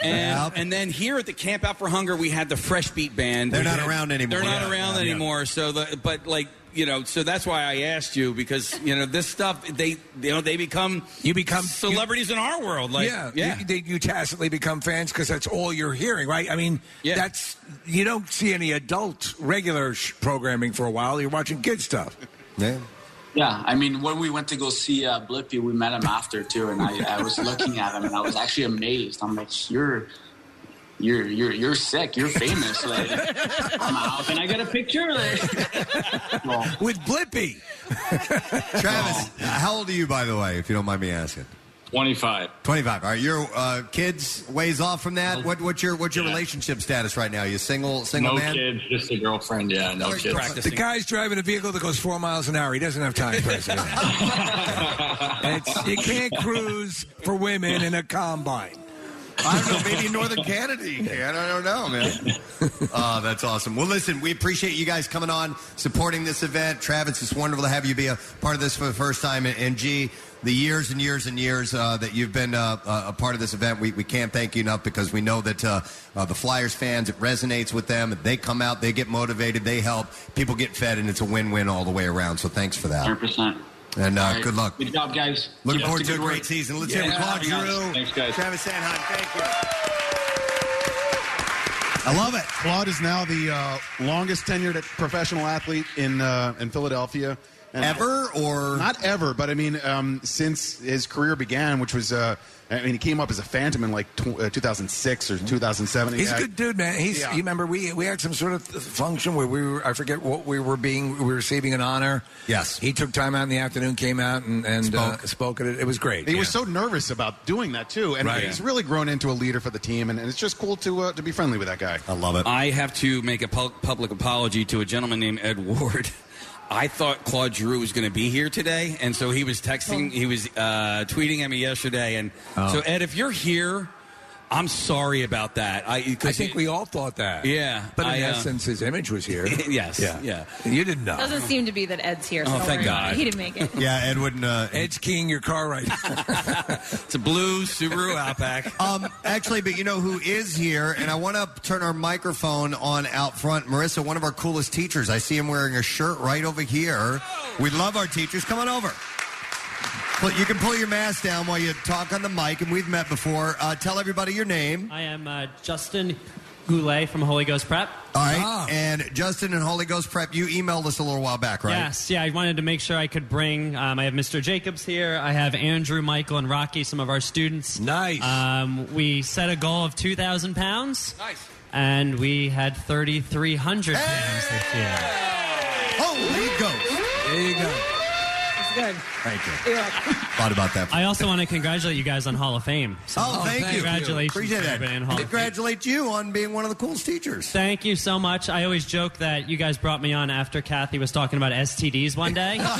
Speaker 4: And, and then here at the Camp Out for Hunger, we had the Fresh Beat Band.
Speaker 1: They're
Speaker 4: We
Speaker 1: not
Speaker 4: had-
Speaker 1: around anymore.
Speaker 4: They're not
Speaker 1: Yeah,
Speaker 4: around
Speaker 1: yeah, yeah.
Speaker 4: anymore. So, the, but like you know, so that's why I asked you because you know this stuff they you know they become
Speaker 3: you become
Speaker 4: celebrities in our world. Like
Speaker 3: yeah, You, they- you tacitly become fans because that's all you're hearing, right? I mean, that's you don't see any adult regular sh- programming for a while. You're watching kid stuff.
Speaker 1: Yeah.
Speaker 25: Yeah, I mean, when we went to go see uh, Blippi, we met him after too, and I, I was looking at him, and I was actually amazed. I'm like, you're, you're, you're, you're sick. You're famous. Like, I'm out. Can I get a picture? Like,
Speaker 3: With Blippy. Oh.
Speaker 1: Travis, how old are you, by the way, if you don't mind me asking?
Speaker 36: 25.
Speaker 1: 25. All right, your uh, kids ways off from that. What, what's your what's your relationship status right now? You single single
Speaker 36: no
Speaker 1: man?
Speaker 36: kids, just a girlfriend. Yeah, no kids.
Speaker 3: The guy's driving a vehicle that goes four miles an hour. He doesn't have time, President. it's, you can't cruise for women in a combine.
Speaker 1: I don't know, maybe in Northern Canada. you can. I don't know, man. Oh, that's awesome. Well, listen, we appreciate you guys coming on, supporting this event. Travis, it's wonderful to have you be a part of this for the first time. And, and G, the years and years and years uh, that you've been uh, a a part of this event, we, we can't thank you enough because we know that uh, uh, the Flyers fans, it resonates with them. They come out, they get motivated, they help, people get fed, and it's a win win all the way around. So thanks for that.
Speaker 25: 100%.
Speaker 1: And uh,
Speaker 25: All right.
Speaker 1: good luck.
Speaker 25: Good job, guys.
Speaker 1: Looking
Speaker 25: Yeah,
Speaker 1: forward
Speaker 25: it's
Speaker 1: to a
Speaker 25: good
Speaker 1: great
Speaker 25: work.
Speaker 1: season. Let's hear it
Speaker 25: Yeah.
Speaker 1: with Claude Giroux.
Speaker 25: Thanks, guys.
Speaker 1: Travis Sanheim, thank you.
Speaker 6: I love it. Claude is now the uh, longest tenured professional athlete in uh, in Philadelphia.
Speaker 1: Ever, or
Speaker 6: not ever, but I mean, um, since his career began, which was, uh, I mean, he came up as a phantom in like tw- uh, 2006 or 2007.
Speaker 3: He's
Speaker 6: Yeah.
Speaker 3: a good dude, man. He's.
Speaker 6: Yeah.
Speaker 3: You remember we we had some sort of function where we were. I forget what we were being. We were receiving an honor.
Speaker 1: Yes.
Speaker 3: He took time out in the afternoon, came out and and spoke, uh, spoke at it. It was great.
Speaker 6: He
Speaker 3: yeah.
Speaker 6: was so nervous about doing that too, and
Speaker 3: Right.
Speaker 6: he's really grown into a leader for the team, and, and it's just cool to uh, to be friendly with that guy.
Speaker 1: I love it.
Speaker 20: I have to make a pu- public apology to a gentleman named Ed Ward. I thought Claude Giroux was going to be here today, and so he was texting, he was uh, tweeting at me yesterday, and
Speaker 3: Oh.
Speaker 20: so Ed, if you're here, I'm sorry about that. I,
Speaker 3: I think we all thought that.
Speaker 20: Yeah,
Speaker 3: But in
Speaker 20: I, uh,
Speaker 3: essence, his image was here.
Speaker 20: yes,
Speaker 3: Yeah.
Speaker 20: yeah.
Speaker 3: You didn't know.
Speaker 2: Doesn't seem to be that Ed's here. So
Speaker 3: Oh,
Speaker 2: don't
Speaker 3: thank
Speaker 2: worry about
Speaker 3: God.
Speaker 2: it. He didn't make it.
Speaker 1: Yeah, Ed wouldn't. Uh,
Speaker 3: Ed's keying your car right.
Speaker 20: it's a blue Subaru Outback.
Speaker 1: Um, actually, but you know who is here, and I want to turn our microphone on out front. Marissa, one of our coolest teachers. I see him wearing a shirt right over here. We love our teachers. Come on over. But you can pull your mask down while you talk on the mic, and we've met before. Uh, tell everybody your name.
Speaker 13: I am uh, Justin Goulet from Holy Ghost Prep.
Speaker 1: All right. And Justin and Holy Ghost Prep, you emailed us a little while back, right?
Speaker 13: Yes, yeah. I wanted to make sure I could bring. Um, I have Mr. Jacobs here. I have Andrew, Michael, and Rocky, some of our students.
Speaker 3: Nice.
Speaker 13: Um, we set a goal of two thousand pounds.
Speaker 3: Nice.
Speaker 13: And we had thirty three hundred pounds this year.
Speaker 1: Holy Ghost!
Speaker 3: There you go.
Speaker 13: It's good.
Speaker 1: Thank you. Thought about that.
Speaker 13: I also want to congratulate you guys on Hall of Fame. So
Speaker 1: Oh, thank, you.
Speaker 13: Congratulations,
Speaker 1: Appreciate
Speaker 13: to
Speaker 1: that.
Speaker 13: everybody in Hall of Fame.
Speaker 1: Congratulate you on being one of the coolest teachers.
Speaker 13: Thank you so much. I always joke that you guys brought me on after Kathy was talking about STDs one day. and
Speaker 3: Oh,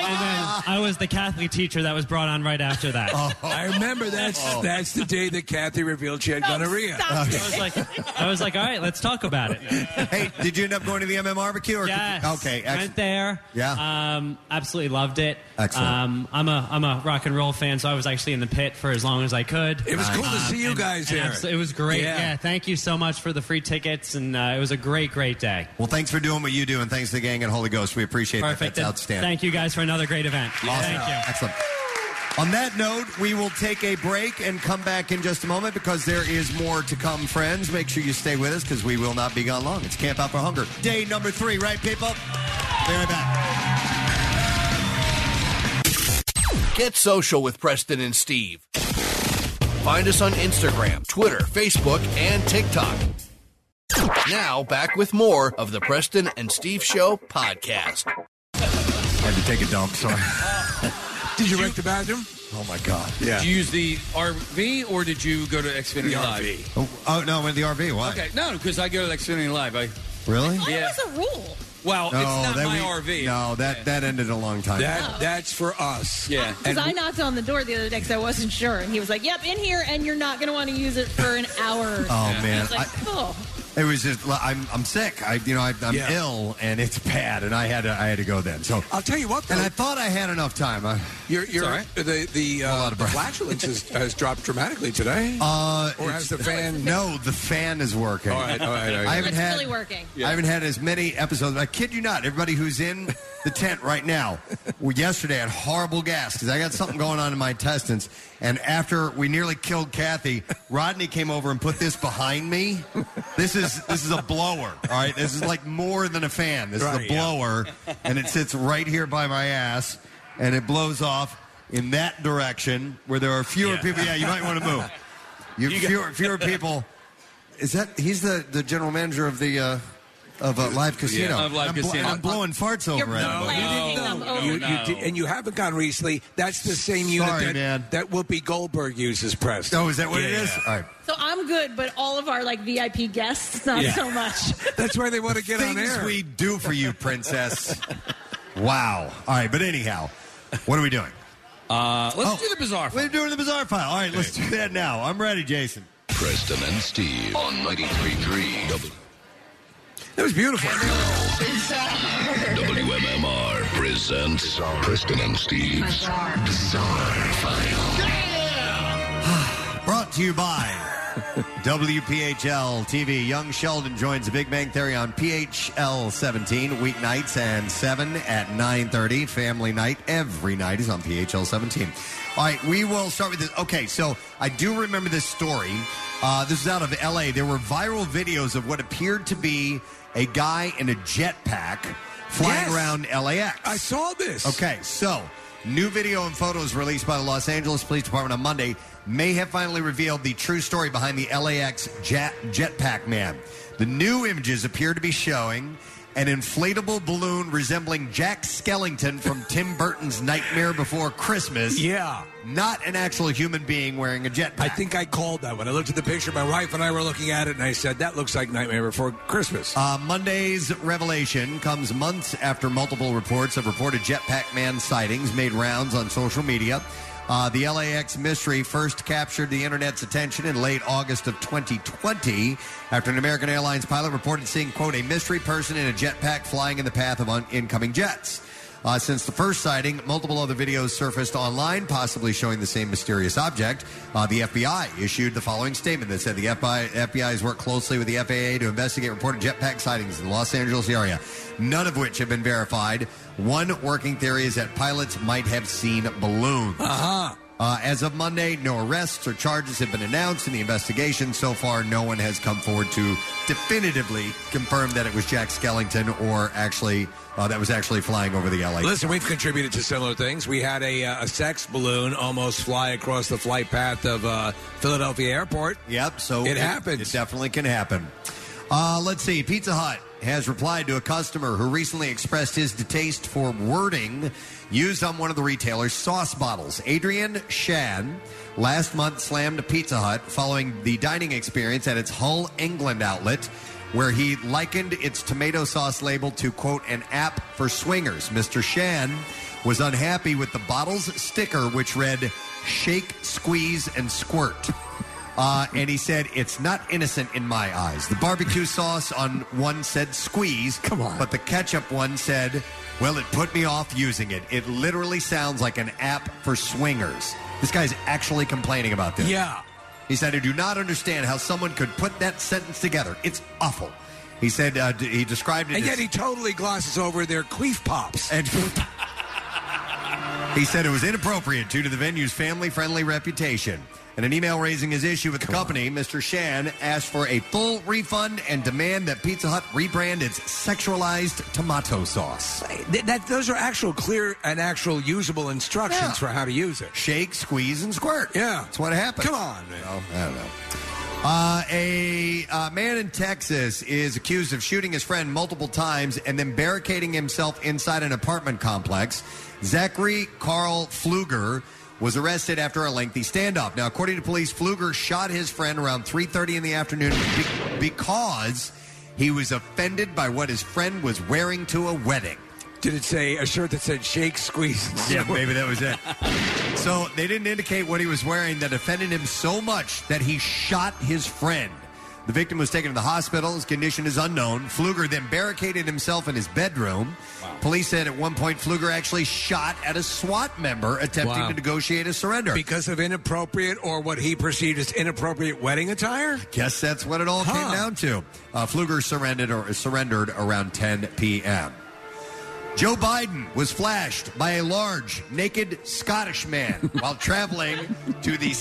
Speaker 13: then I was the Kathy teacher that was brought on right after that.
Speaker 3: I remember that's
Speaker 13: Oh.
Speaker 3: that's the day that Kathy revealed she had gonorrhea.
Speaker 13: I was like, I was like, all right, let's talk about it.
Speaker 1: hey, did you end up going to the MM barbecue? Or
Speaker 13: yes.
Speaker 1: Okay, excellent.
Speaker 13: Went there. Yeah. Um, absolutely loved it.
Speaker 1: Excellent.
Speaker 13: Um, I'm a I'm a rock and roll fan, so I was actually in the pit for as long as I could. Um,
Speaker 3: It was cool to see you
Speaker 13: and-
Speaker 3: guys
Speaker 13: and
Speaker 3: there.
Speaker 13: abso- It was great.
Speaker 3: Yeah.
Speaker 13: Yeah. Thank you so much for the free tickets, and uh, it was a great, great day.
Speaker 1: Well, thanks for doing what you do, and thanks to the gang at Holy Ghost. We appreciate
Speaker 13: Perfect.
Speaker 1: that. That's outstanding.
Speaker 13: Thank you guys for another great event. Thank you.
Speaker 1: Excellent. On that note, we will take a break and come back in just a moment because there is more to come, friends. Make sure you stay with us because we will not be gone long. It's Camp Out for Hunger, day number three, right, people? Be right back.
Speaker 10: Get social with Preston and Steve. Find us on Instagram, Twitter, Facebook, and TikTok. Now, back with more of the Preston and Steve Show podcast.
Speaker 1: Had to take a dump, sorry.
Speaker 3: Did you wreck the bathroom?
Speaker 1: Oh, my God.
Speaker 20: Did you use the RV or did you go to Xfinity Live?
Speaker 1: Oh, oh, no, in the RV. Why?
Speaker 20: Okay, no, because I go to Xfinity Live. I,
Speaker 1: Really?
Speaker 20: yeah.
Speaker 2: That's a rule.
Speaker 20: Well,
Speaker 1: No,
Speaker 20: it's not
Speaker 1: that
Speaker 20: my
Speaker 1: we-
Speaker 20: RV.
Speaker 1: No, that, that ended a long time ago.
Speaker 3: That that's for us.
Speaker 20: Yeah.
Speaker 2: Because I knocked on the door the other day because I wasn't sure, and he was like, "Yep, in here, and you're not going to want to use it for an hour."
Speaker 1: Oh, man.
Speaker 2: I was like,
Speaker 1: I-
Speaker 2: "Oh,
Speaker 1: It was just li- I'm I'm sick. I you know I, I'm
Speaker 3: Yeah.
Speaker 1: ill and it's bad, and I had to I had to go then. So
Speaker 3: I'll tell you what.
Speaker 1: and I thought I had enough time. I,
Speaker 3: Your your the the, uh, the flatulence has, has dropped dramatically today.
Speaker 1: uh,
Speaker 3: or has
Speaker 1: it's-
Speaker 3: the fan?
Speaker 1: No, the fan is working.
Speaker 3: All right, all right, all right.
Speaker 1: I haven't
Speaker 3: It's
Speaker 1: had
Speaker 3: really working.
Speaker 1: I haven't had as many episodes. I kid you not. Everybody who's in the tent right now. Well, yesterday I had horrible gas because I got something going on in my intestines. And after we nearly killed Kathy, Rodney came over and put this behind me. This is this is a blower. All right, this is like more than a fan. This
Speaker 3: Right,
Speaker 1: is a
Speaker 3: yeah.
Speaker 1: blower, and it sits right here by my ass, and it blows off in that direction where there are fewer
Speaker 3: Yeah.
Speaker 1: people. Yeah, you might want to move. You,
Speaker 3: You got-
Speaker 1: fewer fewer people. Is that he's the, the general manager of the uh, of uh, Live Casino?
Speaker 3: Yeah, of Live
Speaker 1: And I'm
Speaker 3: Casino.
Speaker 1: and I'm blowing farts over at him.
Speaker 3: no,
Speaker 13: Oh,
Speaker 3: no, you, you did, and you haven't gone recently. That's the same unit
Speaker 1: Sorry,
Speaker 3: that, that Whoopi Goldberg uses, Press.
Speaker 1: Oh, is that what it
Speaker 3: Yeah,
Speaker 1: is?
Speaker 3: yeah.
Speaker 1: All right.
Speaker 2: so I'm good, but all of our like VIP guests, not
Speaker 1: Yeah.
Speaker 2: so much."
Speaker 3: That's why they want to get
Speaker 1: Things
Speaker 3: on air.
Speaker 1: we do for you, princess. wow. All right, but anyhow, what are we doing?
Speaker 20: Uh, let's
Speaker 1: Oh.
Speaker 20: do the bizarre.
Speaker 1: We're doing the bizarre file. All right, let's do that now. I'm ready, Jason.
Speaker 15: Preston and Steve on 93.3 W.
Speaker 3: That was beautiful.
Speaker 15: WMMR presents Preston and Steve's Bizarre,
Speaker 1: Brought to you by WPHL TV. Young Sheldon joins The Big Bang Theory on PHL 17 weeknights and 7 at 9:30 family night every night is on PHL 17. All right, we will start with this. Okay, so I do remember this story. Uh, this is out of LA. There were viral videos of what appeared to be a guy in a jetpack flying around LAX. I
Speaker 3: saw this.
Speaker 1: Okay, so new video and photos released by the Los Angeles Police Department on Monday may have finally revealed the true story behind the LAX jet, jetpack man. The new images appear to be showing an inflatable balloon resembling Jack Skellington from Tim Burton's Nightmare Before Christmas.
Speaker 3: Yeah.
Speaker 1: Not an actual human being wearing a jetpack.
Speaker 3: I think I called that when I looked at the picture. My wife and I were looking at it, and I said, "That looks like Nightmare Before Christmas."
Speaker 1: Uh, Monday's revelation comes months after multiple reports of reported jetpack man sightings made rounds on social media. Uh, the LAX mystery first captured the internet's attention in late August of 2020 after an American Airlines pilot reported seeing, quote, a mystery person in a jetpack flying in the path of un- incoming jets. Uh, since the first sighting, multiple other videos surfaced online, possibly showing the same mysterious object. Uh, the FBI issued the following statement that said the FBI, FBI has worked closely with the FAA to investigate reported jetpack sightings in the Los Angeles area, none of which have been verified. One working theory is that pilots might have seen balloons.
Speaker 3: Uh-huh.
Speaker 1: Uh, as of Monday, no arrests or charges have been announced in the investigation. So far, no one has come forward to definitively confirm that it was Jack Skellington or actually uh, that was actually flying over the LA.
Speaker 3: Listen, we've contributed to similar things. We had a, uh, a sex balloon almost fly across the flight path of uh, Philadelphia Airport.
Speaker 1: Yep. So
Speaker 3: it happens.
Speaker 1: It definitely can happen. Uh, let's see. Pizza Hut has replied to a customer who recently expressed his distaste for wording used on one of the retailer's sauce bottles. Adrian Shan last month slammed Pizza Hut following the dining experience at its Hull, England outlet. Where he likened its tomato sauce label to, quote, an app for swingers. Mr. Shan was unhappy with the bottle's sticker, which read, shake, squeeze, and squirt. Uh, and he said, "It's not innocent in my eyes." The barbecue sauce on one said "squeeze," come on, but the ketchup one said, "Well, it put me off using it. It literally sounds like an app for swingers." This guy's actually complaining about this.
Speaker 3: Yeah,
Speaker 1: he said, "I do not understand how someone could put that sentence together. It's awful." He said uh, d- he described it.
Speaker 3: And
Speaker 1: as-
Speaker 3: yet he totally glosses over their queef pops.
Speaker 1: And He said it was inappropriate due to the venue's family friendly reputation. In an email raising his issue with the company, Mr. Shan asked for a full refund and demand that Pizza Hut rebrand its sexualized tomato sauce.
Speaker 3: Th- that, those are actual clear and actual usable instructions for how to use it.
Speaker 1: Shake, squeeze, and squirt.
Speaker 3: Yeah.
Speaker 1: That's what happened. Oh,
Speaker 3: Come on, man.
Speaker 1: I don't know. Uh, a uh, man in Texas is accused of shooting his friend multiple times and then barricading himself inside an apartment complex. Zachary Carl Pfluger was arrested after a lengthy standoff. Now, according to police, Pfluger shot his friend around 3:30 in the afternoon be- because he was offended by what his friend was wearing to a wedding.
Speaker 3: Did it say a shirt that said "Shake, Squeeze"?
Speaker 1: Yeah, maybe that was it. So they didn't indicate what he was wearing that offended him so much that he shot his friend. The victim was taken to the hospital. His condition is unknown. Pfluger then barricaded himself in his bedroom. Police said at one point Pfluger actually shot at a SWAT member attempting
Speaker 3: Wow.
Speaker 1: to negotiate a surrender.
Speaker 3: Because of inappropriate or what he perceived as inappropriate wedding attire?
Speaker 1: Guess that's what it all came down to. Uh, Pfluger surrendered or surrendered around 10 p.m. Joe Biden was flashed by a large, naked Scottish man while traveling to the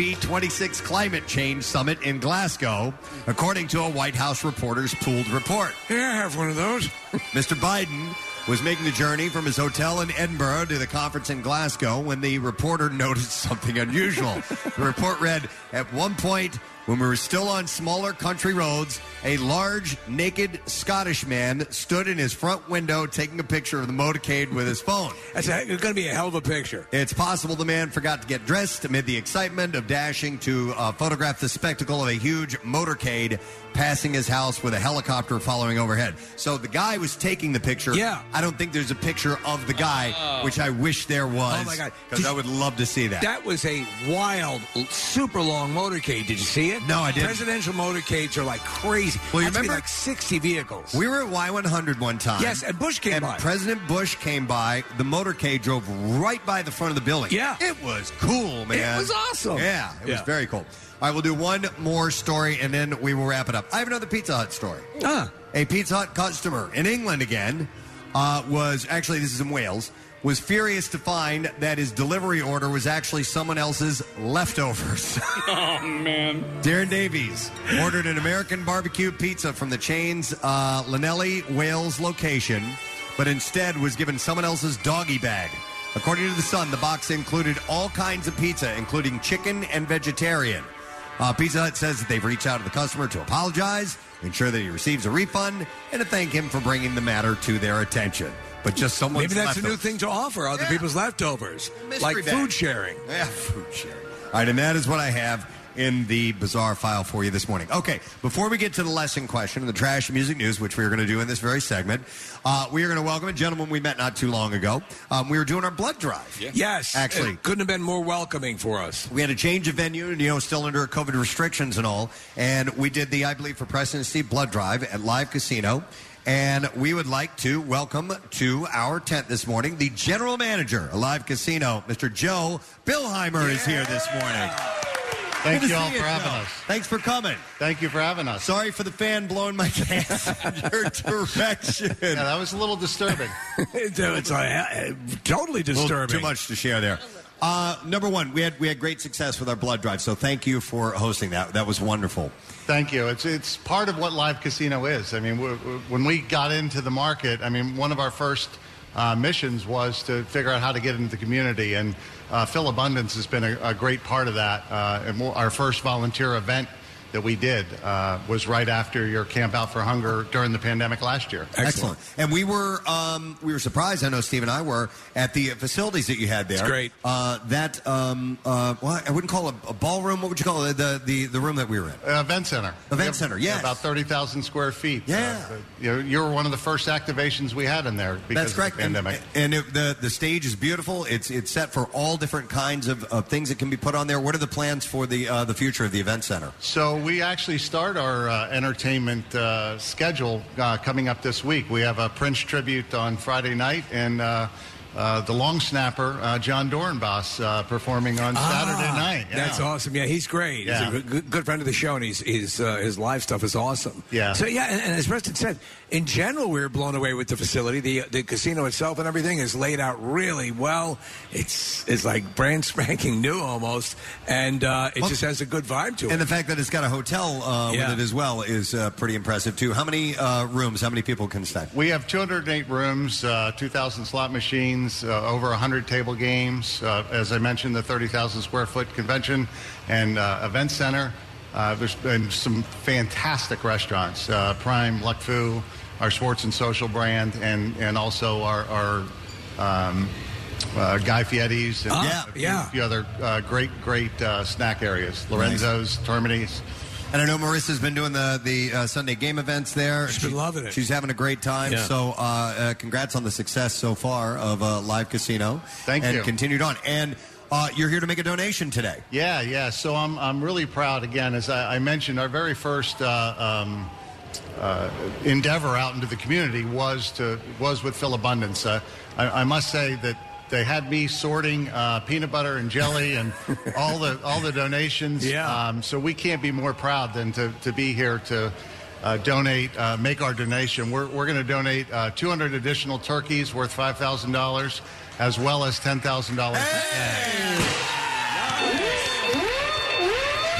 Speaker 1: COP26 climate change summit in Glasgow, according to a White House reporter's pooled report.
Speaker 3: Here, I have one of those.
Speaker 1: Mr. Biden was making the journey from his hotel in Edinburgh to the conference in Glasgow when the reporter noticed something unusual. the report read At one point, when we were still on smaller country roads, a large, naked Scottish man stood in his front window taking a picture of the motorcade with his phone.
Speaker 3: That's a, it's going to be a hell of a picture.
Speaker 1: It's possible the man forgot to get dressed amid the excitement of dashing to uh, photograph the spectacle of a huge motorcade passing his house with a helicopter following overhead. So the guy was taking the picture.
Speaker 3: Yeah.
Speaker 1: I don't think there's a picture of the guy,
Speaker 3: Oh.
Speaker 1: which I wish there was.
Speaker 3: Oh, my God.
Speaker 1: Because I would love to see that.
Speaker 3: That was a wild, l- super long motorcade. Did you see it?
Speaker 1: No, I didn't.
Speaker 3: Presidential motorcades are like crazy.
Speaker 1: Well, you
Speaker 3: That's been
Speaker 1: remember-
Speaker 3: like sixty vehicles.
Speaker 1: We were at Y100 one time.
Speaker 3: Yes, and Bush came
Speaker 1: and
Speaker 3: by.
Speaker 1: President Bush came by. The motorcade drove right by the front of the building.
Speaker 3: Yeah.
Speaker 1: It was cool, man.
Speaker 3: It was awesome.
Speaker 1: Yeah, it was
Speaker 3: Yeah.
Speaker 1: very cool. All right, we'll do one more story and then we will wrap it up. I have another Pizza Hut story. A Pizza Hut customer in England again uh, was actually, this is in Wales, was furious to find that his delivery order was actually someone else's leftovers.
Speaker 4: Oh man.
Speaker 1: Darren Davies ordered an American barbecue pizza from the chain's uh, Lanelli, Wales location, but instead was given someone else's doggy bag. According to The Sun, the box included all kinds of pizza, including chicken and vegetarian. Uh, pizza Hut says that they've reached out to the customer to apologize, ensure that he receives a refund, and to thank him for bringing the matter to their attention. But just someone
Speaker 3: Maybe that's a new thing to offer other people's leftovers,
Speaker 1: Mystery
Speaker 3: like
Speaker 1: bag.
Speaker 3: food sharing.
Speaker 1: Yeah, food sharing. All right, and that is what I have in the bizarre file for you this morning. Okay, before we get to the lesson question and the trash and music news, which we are going to do in this very segment, uh, we are going to welcome a gentleman we met not too long ago. Um, we were doing our blood drive.
Speaker 3: Yes,
Speaker 1: Actually.
Speaker 3: it couldn't have been more welcoming for us.
Speaker 1: We had a change of venue, and you know, still under COVID restrictions and all. And we did the, I believe, for President Steve Blood Drive at Live Casino. And we would like to welcome to our tent this morning the general manager of Live Casino, Mr. Joe Billheimer, is here this morning.
Speaker 12: Thank
Speaker 1: Good to
Speaker 12: you all
Speaker 1: see
Speaker 12: for having
Speaker 1: Joe.
Speaker 12: us.
Speaker 1: Thanks for coming.
Speaker 12: Thank you for having us.
Speaker 1: Sorry for the fan blowing my pants in your direction.
Speaker 12: Yeah, that was a little disturbing.
Speaker 3: it's uh, totally
Speaker 1: Well,
Speaker 3: disturbing.
Speaker 1: too much to share there. Uh, number one, we had we had great success with our blood drive, so thank you for hosting that. That was wonderful.
Speaker 12: Thank you. It's it's part of what live casino is. I mean, we when we got into the market, I mean, one of our first uh, missions was to figure out how to get into the community, and uh, Phil Abundance has been a, a great part of that. Uh, and we'll- our first volunteer event that we did uh, was right after your Camp Out for Hunger during the pandemic last year.
Speaker 1: Excellent. And we were um, we were surprised. I know Steve and I were at the facilities that you had there.
Speaker 3: It's great.
Speaker 1: Uh, that um, uh, well, I wouldn't call it a ballroom. What would you call it? The the, the room that we were in.
Speaker 12: Uh, event center.
Speaker 1: Event
Speaker 12: We have
Speaker 1: center, yes.
Speaker 12: About 30,000 square feet.
Speaker 1: Yeah.
Speaker 12: Uh, you, know, you were one of the first activations we had in there because
Speaker 1: That's correct.
Speaker 12: of the pandemic.
Speaker 1: And, and it, the the stage is beautiful. It's it's set for all different kinds of, of things that can be put on there. What are the plans for the uh, the future of the event center?
Speaker 12: So we actually start our uh, entertainment uh, schedule uh, coming up this week. We have a Prince tribute on Friday night and uh, uh, the long snapper, uh, John Dorenbos, uh, performing on Saturday night. Yeah.
Speaker 3: Ah, That's awesome. Yeah, he's great.
Speaker 12: Yeah.
Speaker 3: He's a good, good friend of the show, and he's, his uh, his live stuff is awesome.
Speaker 12: Yeah.
Speaker 3: So yeah, and, and as Preston said, in general, we were blown away with the facility. the The casino itself and everything is laid out really well. It's it's like brand spanking new almost, and uh, it
Speaker 1: Well-
Speaker 3: just has a good vibe to it.
Speaker 1: And the fact that it's got a hotel uh,
Speaker 3: Yeah.
Speaker 1: with it as well is uh, pretty impressive too. How many uh, rooms? How many people can stay?
Speaker 12: We have 208 rooms, uh, 2,000 slot machines, uh, over 100 table games. Uh, as I mentioned, the 30,000 square foot convention and uh, event center. Uh, there's been some fantastic restaurants: uh, Prime, Luck Fu, our Sports and Social brand, and and also our our. Um, uh, Guy Fieri's and
Speaker 3: Ah,
Speaker 12: a few,
Speaker 3: yeah.
Speaker 12: few other uh, great, great uh, snack areas. Lorenzo's, Termini's.
Speaker 1: And I know Marissa's been doing the the uh, Sunday game events there. She's
Speaker 3: been loving it.
Speaker 1: She's having a great time.
Speaker 3: Yeah.
Speaker 1: So, uh, uh, congrats on the success so far of uh, Live Casino.
Speaker 12: Thank
Speaker 1: and
Speaker 12: you.
Speaker 1: Continued on, and uh, you're here to make a donation today.
Speaker 12: Yeah, yeah. So I'm, I'm really proud. Again, as I, I mentioned, our very first uh, um, uh, endeavor out into the community was to was with Phil Abundance. Uh, I, I must say that they had me sorting uh, peanut butter and jelly and all the all the donations.
Speaker 3: Yeah.
Speaker 12: Um, so we can't be more proud than to, to be here to. Uh, donate, uh, make our donation. We're, we're going to donate uh, 200 additional turkeys worth $5,000 as well as $10,000.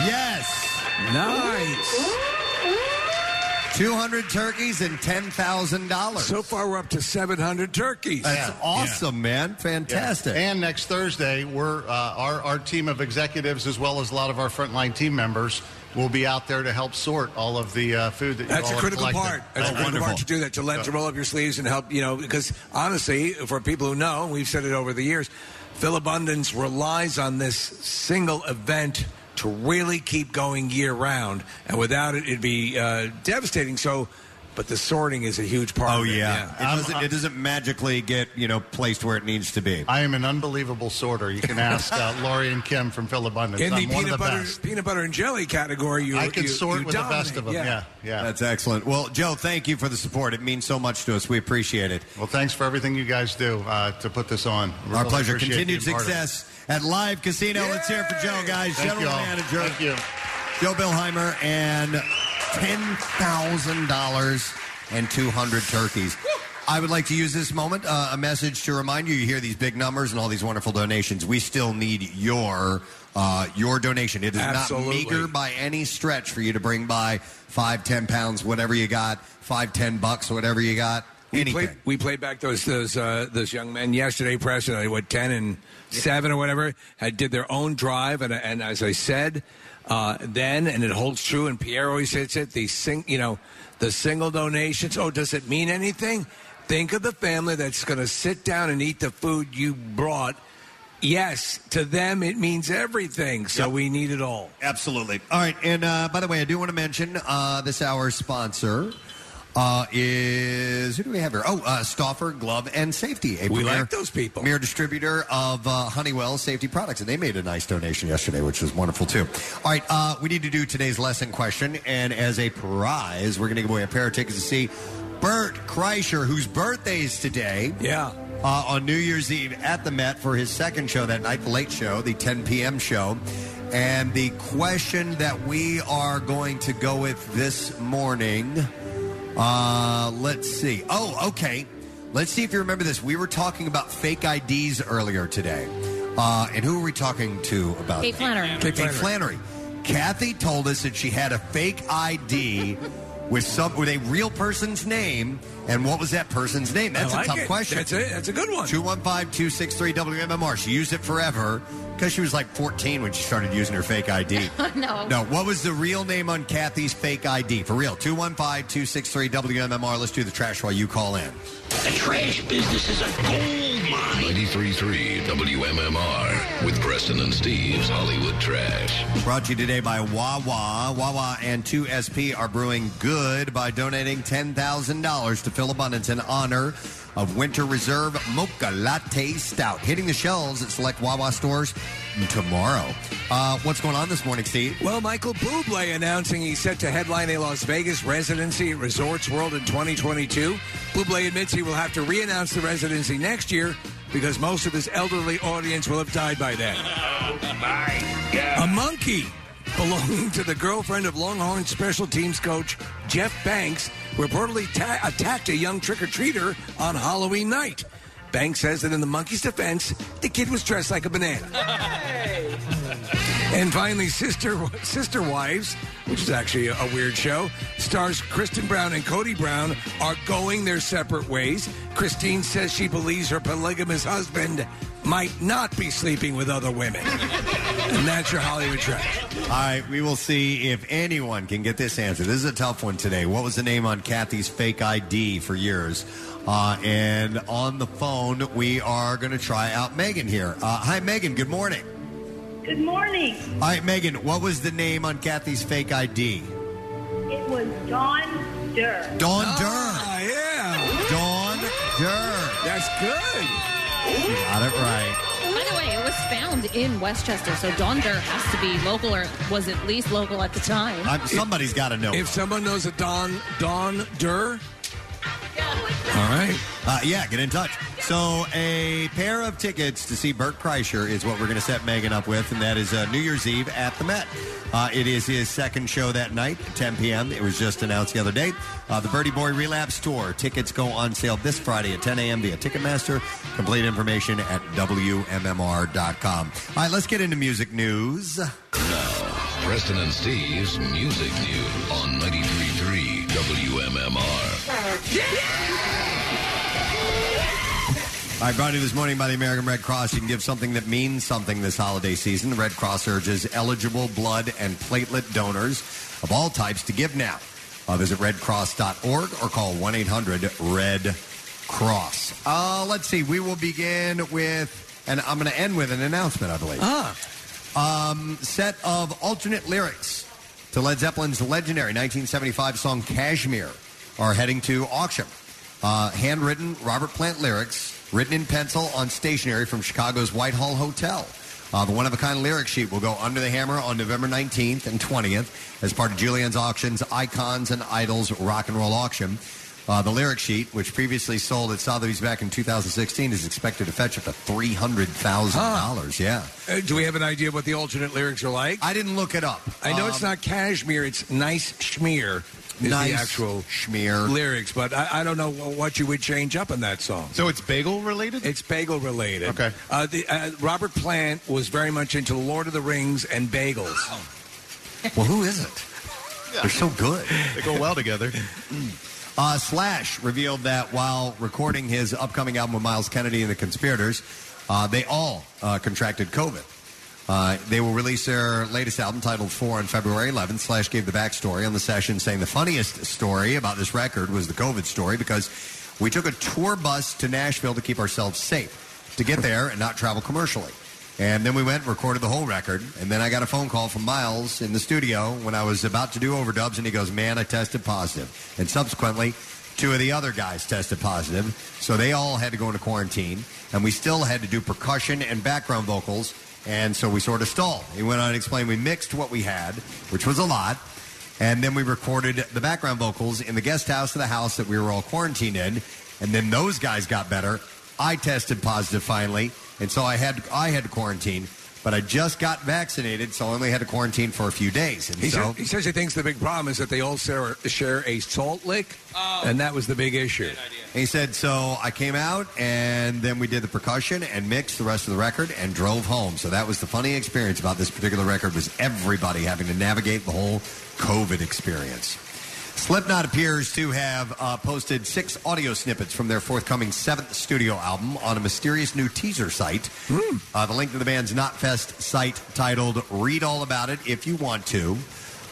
Speaker 1: Yes.
Speaker 3: Nice.
Speaker 1: Two hundred turkeys and ten thousand dollars.
Speaker 3: So far, we're up to 700 turkeys.
Speaker 1: That's awesome, man! Fantastic.
Speaker 12: Yeah. And next Thursday, we're uh, our our team of executives, as well as a lot of our frontline team members, will be out there to help sort all of the uh, food that. Oh,
Speaker 3: That's
Speaker 12: you
Speaker 3: a
Speaker 12: all have
Speaker 3: critical
Speaker 12: collected.
Speaker 3: part. That's a critical part to do that to let
Speaker 12: So-
Speaker 3: to roll up your sleeves and help. You know, because honestly, for people who know, we've said it over the years. Phil Abundance relies on this single event to really keep going year round. And without it, it'd be uh, devastating. So, but the sorting is a huge part.
Speaker 1: Oh
Speaker 3: of it.
Speaker 1: yeah, It, doesn't, it doesn't magically get you know placed where it needs to be.
Speaker 12: I am an unbelievable sorter. You can ask uh, Lori and Kim from Phil Abundance.
Speaker 3: In
Speaker 12: I'm
Speaker 3: the
Speaker 12: one of
Speaker 3: peanut
Speaker 12: the
Speaker 3: butter,
Speaker 12: best.
Speaker 3: peanut butter and jelly category, you
Speaker 12: I can
Speaker 3: you-
Speaker 12: sort
Speaker 3: you
Speaker 12: with the best of them,
Speaker 3: dominate.
Speaker 12: yeah. Yeah.
Speaker 1: That's excellent. Well, Joe, thank you for the support. It means so much to us. We appreciate it.
Speaker 12: Well, thanks for everything you guys do uh, to put this on.
Speaker 1: Our
Speaker 12: Really
Speaker 1: pleasure.
Speaker 12: appreciate
Speaker 1: Continued
Speaker 12: being part of it.
Speaker 1: success at Live Casino. Let's hear it for Joe, guys.
Speaker 12: Thank
Speaker 1: General
Speaker 12: you all.
Speaker 1: manager.
Speaker 12: Thank you.
Speaker 1: Joe Billheimer and $10,000 and 200 turkeys. I would like to use this moment, uh, a message to remind you, you hear these big numbers and all these wonderful donations. We still need your uh, your donation. It is
Speaker 3: Absolutely.
Speaker 1: not meager by any stretch for you to bring by five, ten pounds, whatever you got, five, ten bucks, whatever you got,
Speaker 3: We
Speaker 1: anything.
Speaker 3: played, we played back those those uh, those young men yesterday, Preston. They went ten and seven or whatever. Had did their own drive, and and as I said uh, then, and it holds true. And Pierre always hits it. The sing, you know, the single donations. Oh, does it mean anything? Think of the family that's going to sit down and eat the food you brought. Yes, to them it means everything. So we need it all.
Speaker 1: Absolutely. All right, and uh, by the way, I do want to mention uh, this hour's sponsor uh, is who do we have here? Oh, uh, Stoffer Glove and Safety. A
Speaker 3: We like those people.
Speaker 1: Mere distributor of uh, Honeywell Safety Products, and they made a nice donation yesterday, which was wonderful too. All right, uh, we need to do today's lesson question, and as a prize, we're going to give away a pair of tickets to see Bert Kreischer, whose birthday is today.
Speaker 3: Yeah.
Speaker 1: Uh, on New Year's Eve at the Met for his second show that night, the late show, the 10 p.m. show. And the question that we are going to go with this morning, uh, let's see. Oh, okay. Let's see if you remember this. We were talking about fake IDs earlier today. Uh, and who are we talking to about?
Speaker 2: Kate Flannery.
Speaker 1: Kate
Speaker 2: Kate
Speaker 1: Flannery.
Speaker 2: Flannery.
Speaker 1: Kathy told us that she had a fake ID with some with a real person's name. And what was that person's name? That's
Speaker 3: I like
Speaker 1: a tough
Speaker 3: it.
Speaker 1: question.
Speaker 3: That's it. That's a good one.
Speaker 1: 215-263-WMMR. She used it forever because she was like 14 when she started using her fake ID.
Speaker 8: Oh, no.
Speaker 1: No, what was the real name on Kathy's fake ID? For real. 215-263-WMMR. Let's do the trash while you call in.
Speaker 15: The trash business is a gold mine. 93.3 WMMR with Preston and Steve's Hollywood Trash.
Speaker 1: Brought to you today by Wawa. Wawa and 2SP are brewing good by donating $10,000 to Phil Abundance in honor of Winter Reserve Mocha Latte Stout. Hitting the shelves at select Wawa stores tomorrow. Uh, what's going on this morning, Steve?
Speaker 3: Well, Michael Bublé announcing he's set to headline a Las Vegas residency at Resorts World in 2022. Bublé admits he will have to re-announce the residency next year because most of his elderly audience will have died by then. A monkey belonging to the girlfriend of Longhorn special teams coach Jeff Banks reportedly ta- attacked a young trick or treater on Halloween night. Banks says that in the monkey's defense, the kid was dressed like a banana. And finally, Sister Sister Wives, which is actually a, a weird show, stars Kristen Brown and Cody Brown are going their separate ways. Christine says she believes her polygamous husband might not be sleeping with other women. and that's your Hollywood trash.
Speaker 1: All right, we will see if anyone can get this answer. This is a tough one today. What was the name on Kathy's fake ID for years? Uh, and on the phone, we are going to try out Megan here. Uh, hi, Megan. Good morning.
Speaker 37: Good morning.
Speaker 1: All right, Megan, what was the name on Kathy's fake ID?
Speaker 37: It was Dawn Durr.
Speaker 1: Dawn Durr.
Speaker 3: yeah.
Speaker 1: Dawn Durr.
Speaker 3: Ah. That's good.
Speaker 1: You got it right.
Speaker 2: By the way, it was found in Westchester, so Don Durr has to be local or was at least local at the time.
Speaker 1: I'm, somebody's got to know.
Speaker 3: If someone knows a Don Don Durr,
Speaker 1: All
Speaker 3: right.
Speaker 1: Uh, yeah, get in touch. So, a pair of tickets to see Bert Kreischer is what we're going to set Megan up with, and that is uh, New Year's Eve at the Met. Uh, it is his second show that night, 10 p.m. It was just announced the other day. Uh, the Birdie Boy Relapse Tour. Tickets go on sale this Friday at 10 a.m. via Ticketmaster. Complete information at WMMR.com. All right, let's get into music news.
Speaker 15: Now, Preston and Steve's Music News on 93.3 WMMR.
Speaker 1: All right, brought to you this morning by the American Red Cross. You can give something that means something this holiday season. The Red Cross urges eligible blood and platelet donors of all types to give now. Uh, visit redcross.org or call 1 800 Red Cross. Uh, let's see, we will begin with, and I'm going to end with an announcement, I believe. Ah. um, set of alternate lyrics to Led Zeppelin's legendary 1975 song Kashmir are heading to auction. Uh, handwritten Robert Plant lyrics, written in pencil on stationery from Chicago's Whitehall Hotel. Uh, the one of a kind lyric sheet will go under the hammer on November 19th and 20th as part of Julian's Auctions Icons and Idols Rock and Roll Auction. Uh, the lyric sheet, which previously sold at Sotheby's back in 2016, is expected to fetch up to $300,000. Yeah.
Speaker 3: Uh, do we have an idea what the alternate lyrics are like?
Speaker 1: I didn't look it up.
Speaker 3: I know it's
Speaker 1: Um,
Speaker 3: not cashmere; it's nice schmear. Is
Speaker 1: Nice
Speaker 3: the actual
Speaker 1: schmear
Speaker 3: lyrics, but I, I don't know wh- what you would change up in that song.
Speaker 6: So it's bagel related.
Speaker 3: It's bagel related. Okay. Uh, the, uh, Robert Plant was very much into Lord of the Rings and bagels.
Speaker 1: Oh, Well, who isn't? They're so good.
Speaker 6: They go well together.
Speaker 1: Uh, Slash revealed that while recording his upcoming album with Miles Kennedy and the Conspirators, uh, they all uh, contracted COVID. Uh, they will release their latest album titled Four on February 11th. Slash gave the backstory on the session, saying the funniest story about this record was the COVID story because we took a tour bus to Nashville to keep ourselves safe, to get there and not travel commercially. And then we went and recorded the whole record. And then I got a phone call from Miles in the studio when I was about to do overdubs, and he goes, Man, I tested positive. And subsequently, two of the other guys tested positive. So they all had to go into quarantine. And we still had to do percussion and background vocals. And so we sort of stalled. He went on and explained we mixed what we had, which was a lot. And then we recorded the background vocals in the guest house of the house that we were all quarantined in. And then those guys got better. I tested positive finally, and so I had I had to quarantine. But I just got vaccinated, so I only had to quarantine for a few days. And
Speaker 3: He,
Speaker 1: so
Speaker 3: says, he says he thinks the big problem is that they all share, share a salt lick,
Speaker 1: Oh.
Speaker 3: and that was the big issue.
Speaker 1: he said, so I came out, and then we did the percussion and mixed the rest of the record and drove home. So that was the funny experience about this particular record was everybody having to navigate the whole COVID experience. Slipknot appears to have uh, posted six audio snippets from their forthcoming seventh studio album on a mysterious new teaser site. Uh, the link to the band's Knotfest site titled Read All About It If You Want To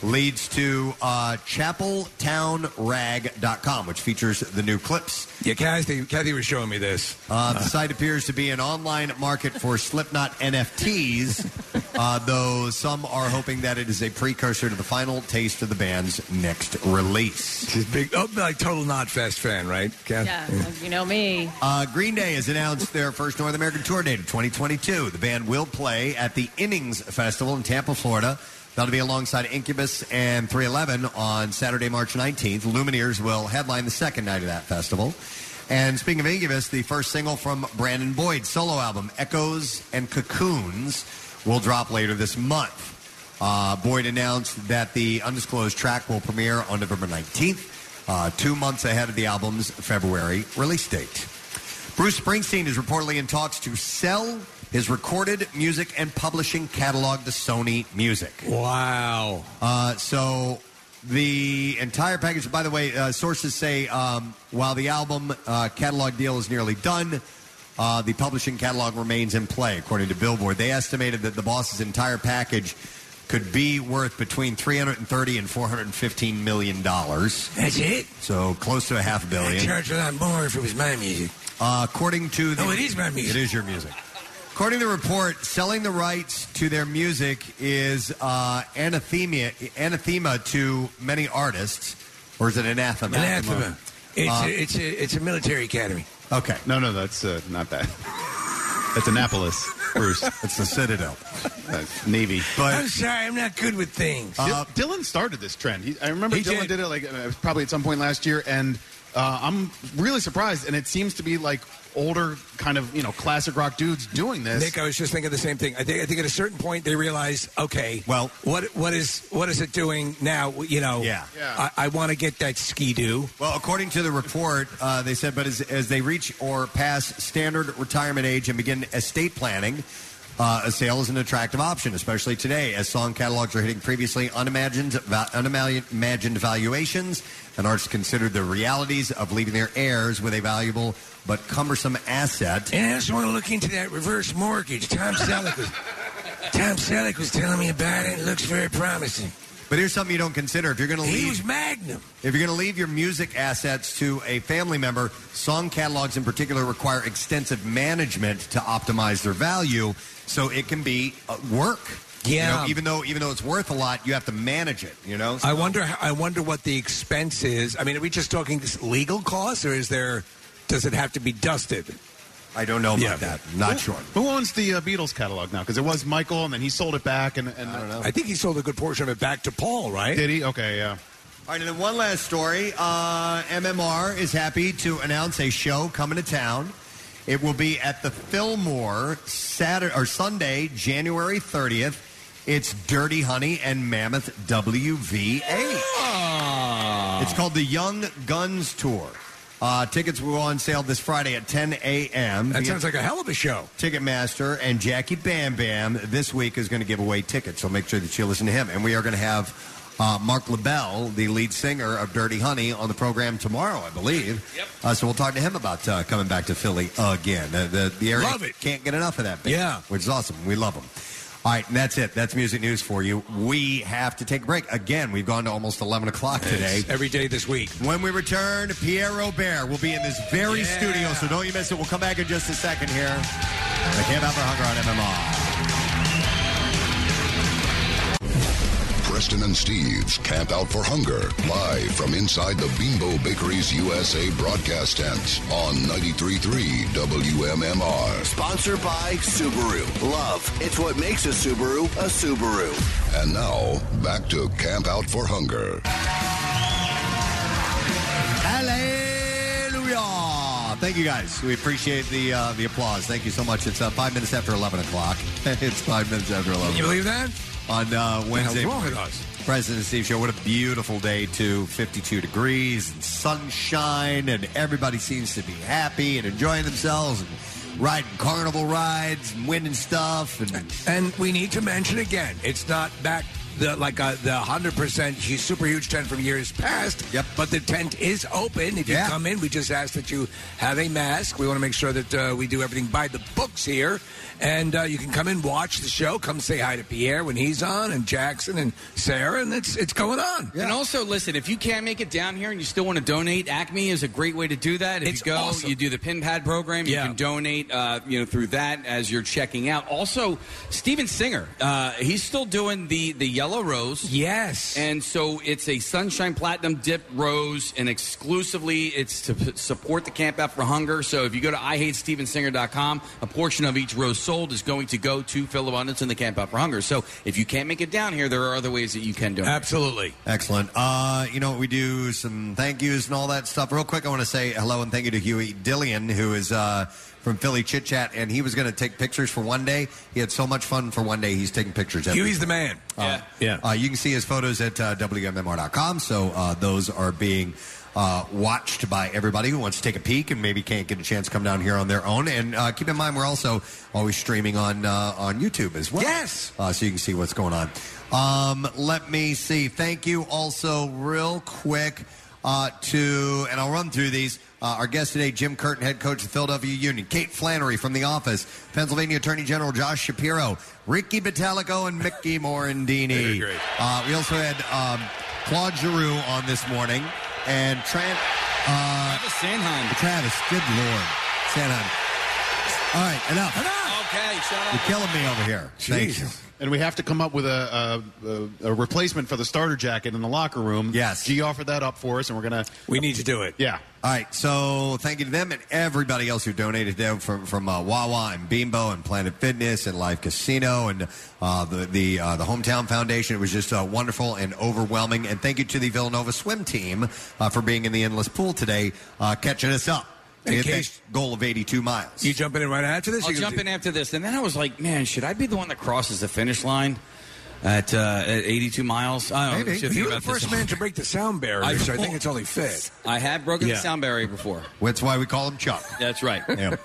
Speaker 1: leads to uh, chapeltownrag.com, which features the new clips.
Speaker 3: Yeah, Kathy, Kathy was showing me this.
Speaker 1: Uh, the site appears to be an online market for Slipknot NFTs, uh, though some are hoping that it is a precursor to the final taste of the band's next release.
Speaker 3: She's big, oh, like total Knotfest fan, right?
Speaker 2: Yeah, you know me.
Speaker 1: Uh, Green Day has announced their first North American tour date of 2022. The band will play at the Innings Festival in Tampa, Florida. That'll be alongside Incubus and 311 on Saturday, March 19th. Lumineers will headline the second night of that festival. And speaking of Incubus, the first single from Brandon Boyd's solo album, Echoes and Cocoons, will drop later this month. Uh, Boyd announced that the undisclosed track will premiere on November 19th, uh, two months ahead of the album's February release date. Bruce Springsteen is reportedly in talks to sell his recorded music and publishing catalog to Sony Music.
Speaker 3: Wow.
Speaker 1: Uh, so the entire package, by the way, uh, sources say um, while the album uh, catalog deal is nearly done, uh, the publishing catalog remains in play, according to Billboard. They estimated that the boss's entire package could be worth between 330 and 415 million dollars.
Speaker 3: That's it?
Speaker 1: So close to a half a billion.
Speaker 3: Charge a lot more if it was my music.
Speaker 1: Uh, according to the,
Speaker 3: Oh, it is my music.
Speaker 1: It is your music. According to the report, selling the rights to their music is uh, anathema, anathema to many artists, or is it anathema?
Speaker 3: Anathema. It's,
Speaker 1: Uh,
Speaker 3: a, it's, a, it's a military academy.
Speaker 1: Okay.
Speaker 6: No, no, that's uh, not that. That's Annapolis, Bruce.
Speaker 1: it's the Citadel,
Speaker 6: Navy.
Speaker 3: I'm sorry, I'm not good with things.
Speaker 6: Dil- Dylan started this trend. He, I remember
Speaker 3: He
Speaker 6: Dylan
Speaker 3: did.
Speaker 6: did. it like uh, probably at some point last year, and uh, I'm really surprised. And it seems to be like older kind of you know classic rock dudes doing this.
Speaker 3: Nick, I was just thinking the same thing. I think, I think at a certain point they realized, okay, well, what what is what is it doing now? You know, Uh,
Speaker 1: Yeah.
Speaker 3: I, I want to get that ski doo.
Speaker 1: Well, according to the report, uh, they said, but as, as they reach or pass standard retirement age and begin estate planning, uh, a sale is an attractive option, especially today, as song catalogs are hitting previously unimagined, va- unimagined valuations, and artists consider the realities of leaving their heirs with a valuable but cumbersome asset.
Speaker 3: And I also want to look into that reverse mortgage. Tom Selleck was Tom Selleck was telling me about it. It looks very promising.
Speaker 1: But here's something you don't consider: if you're going to
Speaker 3: He
Speaker 1: leave,
Speaker 3: was Magnum.
Speaker 1: If you're going to leave your music assets to a family member, song catalogs in particular require extensive management to optimize their value, so it can be uh, work. You know,
Speaker 3: Yeah.
Speaker 1: even though even though it's worth a lot, you have to manage it. You know.
Speaker 3: I wonder. I wonder what the expense is. I mean, are we just talking just legal costs, or is there? Does it have to be dusted?
Speaker 1: I don't know
Speaker 3: about that.
Speaker 1: Not sure.
Speaker 6: Who owns the uh, Beatles catalog now? Because it was Michael, and then he sold it back. And, and I don't know.
Speaker 3: I think he sold a good portion of it back to Paul, right?
Speaker 6: Did he? Okay, yeah.
Speaker 1: All right, and then one last story. Uh, MMR is happy to announce a show coming to town. It will be at the Fillmore Saturday or Sunday, January 30th. It's Dirty Honey and Mammoth WVA.
Speaker 3: Ah.
Speaker 1: It's called the Young Guns Tour. Uh, tickets were on sale this Friday at 10 a.m.
Speaker 3: That sounds like a hell of a show.
Speaker 1: Ticketmaster and Jackie Bam Bam this week is going to give away tickets, so make sure that you listen to him. And we are going to have uh, Mark LaBelle, the lead singer of Dirty Honey, on the program tomorrow, I believe. Yep. Uh, so we'll talk to him about uh, coming back to Philly again. Uh, the, the area
Speaker 3: Love it.
Speaker 1: can't get enough of that band, yeah. which is awesome. We love them. All right, and that's it. That's music news for you. We have to take a break. Again, we've gone to almost 11 o'clock today.
Speaker 3: Every day this week.
Speaker 1: When we return, Pierre Robert will be in this very studio, so don't you miss it. We'll come back in just a second here. The Camp Out for Hunger on MMR.
Speaker 15: Preston and Steve's Camp Out for Hunger, live from inside the Bimbo Bakeries USA broadcast tent on 93.3 WMMR.
Speaker 38: Sponsored by Subaru. Love. It's what makes a Subaru a Subaru.
Speaker 15: And now, back to Camp Out for Hunger.
Speaker 1: Hallelujah! Thank you guys. We appreciate the uh, the applause. Thank you so much. It's uh, five minutes after 11 o'clock. it's five minutes after 11.
Speaker 3: Can you believe that?
Speaker 1: On uh, Wednesday.
Speaker 3: wrong with
Speaker 1: morning. President Steve Show, what a beautiful day, too. 52 degrees and sunshine, and everybody seems to be happy and enjoying themselves and riding carnival rides and winning stuff. And
Speaker 3: And we need to mention again, it's not back the like uh, the hundred percent super huge tent from years past. Yep. But the tent is open. If you
Speaker 38: Yeah.
Speaker 3: come in, we just ask that you have a mask. We want to make sure that uh, we do everything by the books here. And uh, you can come in, watch the show, come say hi to Pierre when he's on, and Jackson and Sarah, and it's it's going on.
Speaker 4: And also, listen, if you can't make it down here and you still want to donate, Acme is a great way to do that. If
Speaker 3: It's
Speaker 4: you go,
Speaker 3: awesome.
Speaker 4: you do the pin pad program. You can donate, uh, you know, through that as you're checking out. Also, Steven Singer, uh, he's still doing the the yellow rose.
Speaker 3: Yes,
Speaker 4: and so it's a sunshine platinum dip rose, and exclusively it's to p- support the Camp Out for Hunger. So if you go to IHateStevenSinger.com, a portion of each rose sold is going to go to Phil Abundance and the Camp Out for Hunger. So if you can't make it down here, there are other ways that you can donate.
Speaker 3: Absolutely.
Speaker 1: Excellent. Uh, you know, we do some thank yous and all that stuff. Real quick, I want to say hello and thank you to Huey Dillion, who is uh, from Philly Chit Chat, and he was going to take pictures for one day. He had so much fun for one day, he's taking pictures. every
Speaker 3: Huey's
Speaker 1: day.
Speaker 3: the man.
Speaker 1: Uh,
Speaker 3: Yeah.
Speaker 1: Uh, you can see his photos at uh, WMMR.com. So uh, those are being uh, watched by everybody who wants to take a peek and maybe can't get a chance to come down here on their own. And uh, keep in mind, we're also always streaming on uh, on YouTube as well. Yes. Uh, so you can see what's going on. Um, let me see. Thank you also, real quick. Uh, to and I'll run through these. Uh, our guest today, Jim Curtin, head coach of Philadelphia Union, Kate Flannery from the office, Pennsylvania Attorney General Josh Shapiro, Ricky Batalico, and Mickey Morandini. Uh, we also had um, Claude Giroux on this morning, and Trent uh,
Speaker 4: Travis Sanheim.
Speaker 1: Travis, good lord, Sanheim. All right, enough.
Speaker 4: Okay, shut up.
Speaker 1: You're killing me over here. Thank you.
Speaker 6: And we have to come up with a, a, a, a replacement for the starter jacket in the locker room. Yes. G offered that up for us, and we're going to.
Speaker 3: We need to do it.
Speaker 6: Yeah.
Speaker 1: All right, so thank you to them and everybody else who donated them from from uh, Wawa and Bimbo and Planet Fitness and Live Casino and uh, the the uh, the Hometown Foundation. It was just uh, wonderful and overwhelming. And thank you to the Villanova swim team uh, for being in the endless pool today, uh, catching us up.
Speaker 3: In
Speaker 1: They hit that
Speaker 3: case-
Speaker 1: goal of eighty two miles.
Speaker 3: You jumping in right after this?
Speaker 4: I'll
Speaker 3: You can-
Speaker 4: jump in after this. And then I was like, man, should I be the one that crosses the finish line at, uh, at 82 miles? I don't know. Oh, Should think
Speaker 3: You're the
Speaker 4: about this.
Speaker 3: first man to break the sound barrier,
Speaker 4: I-
Speaker 3: so I think it's only fit.
Speaker 4: I have broken
Speaker 1: Yeah.
Speaker 4: the sound barrier before.
Speaker 1: That's why we call him Chuck.
Speaker 4: That's right.
Speaker 1: Yeah.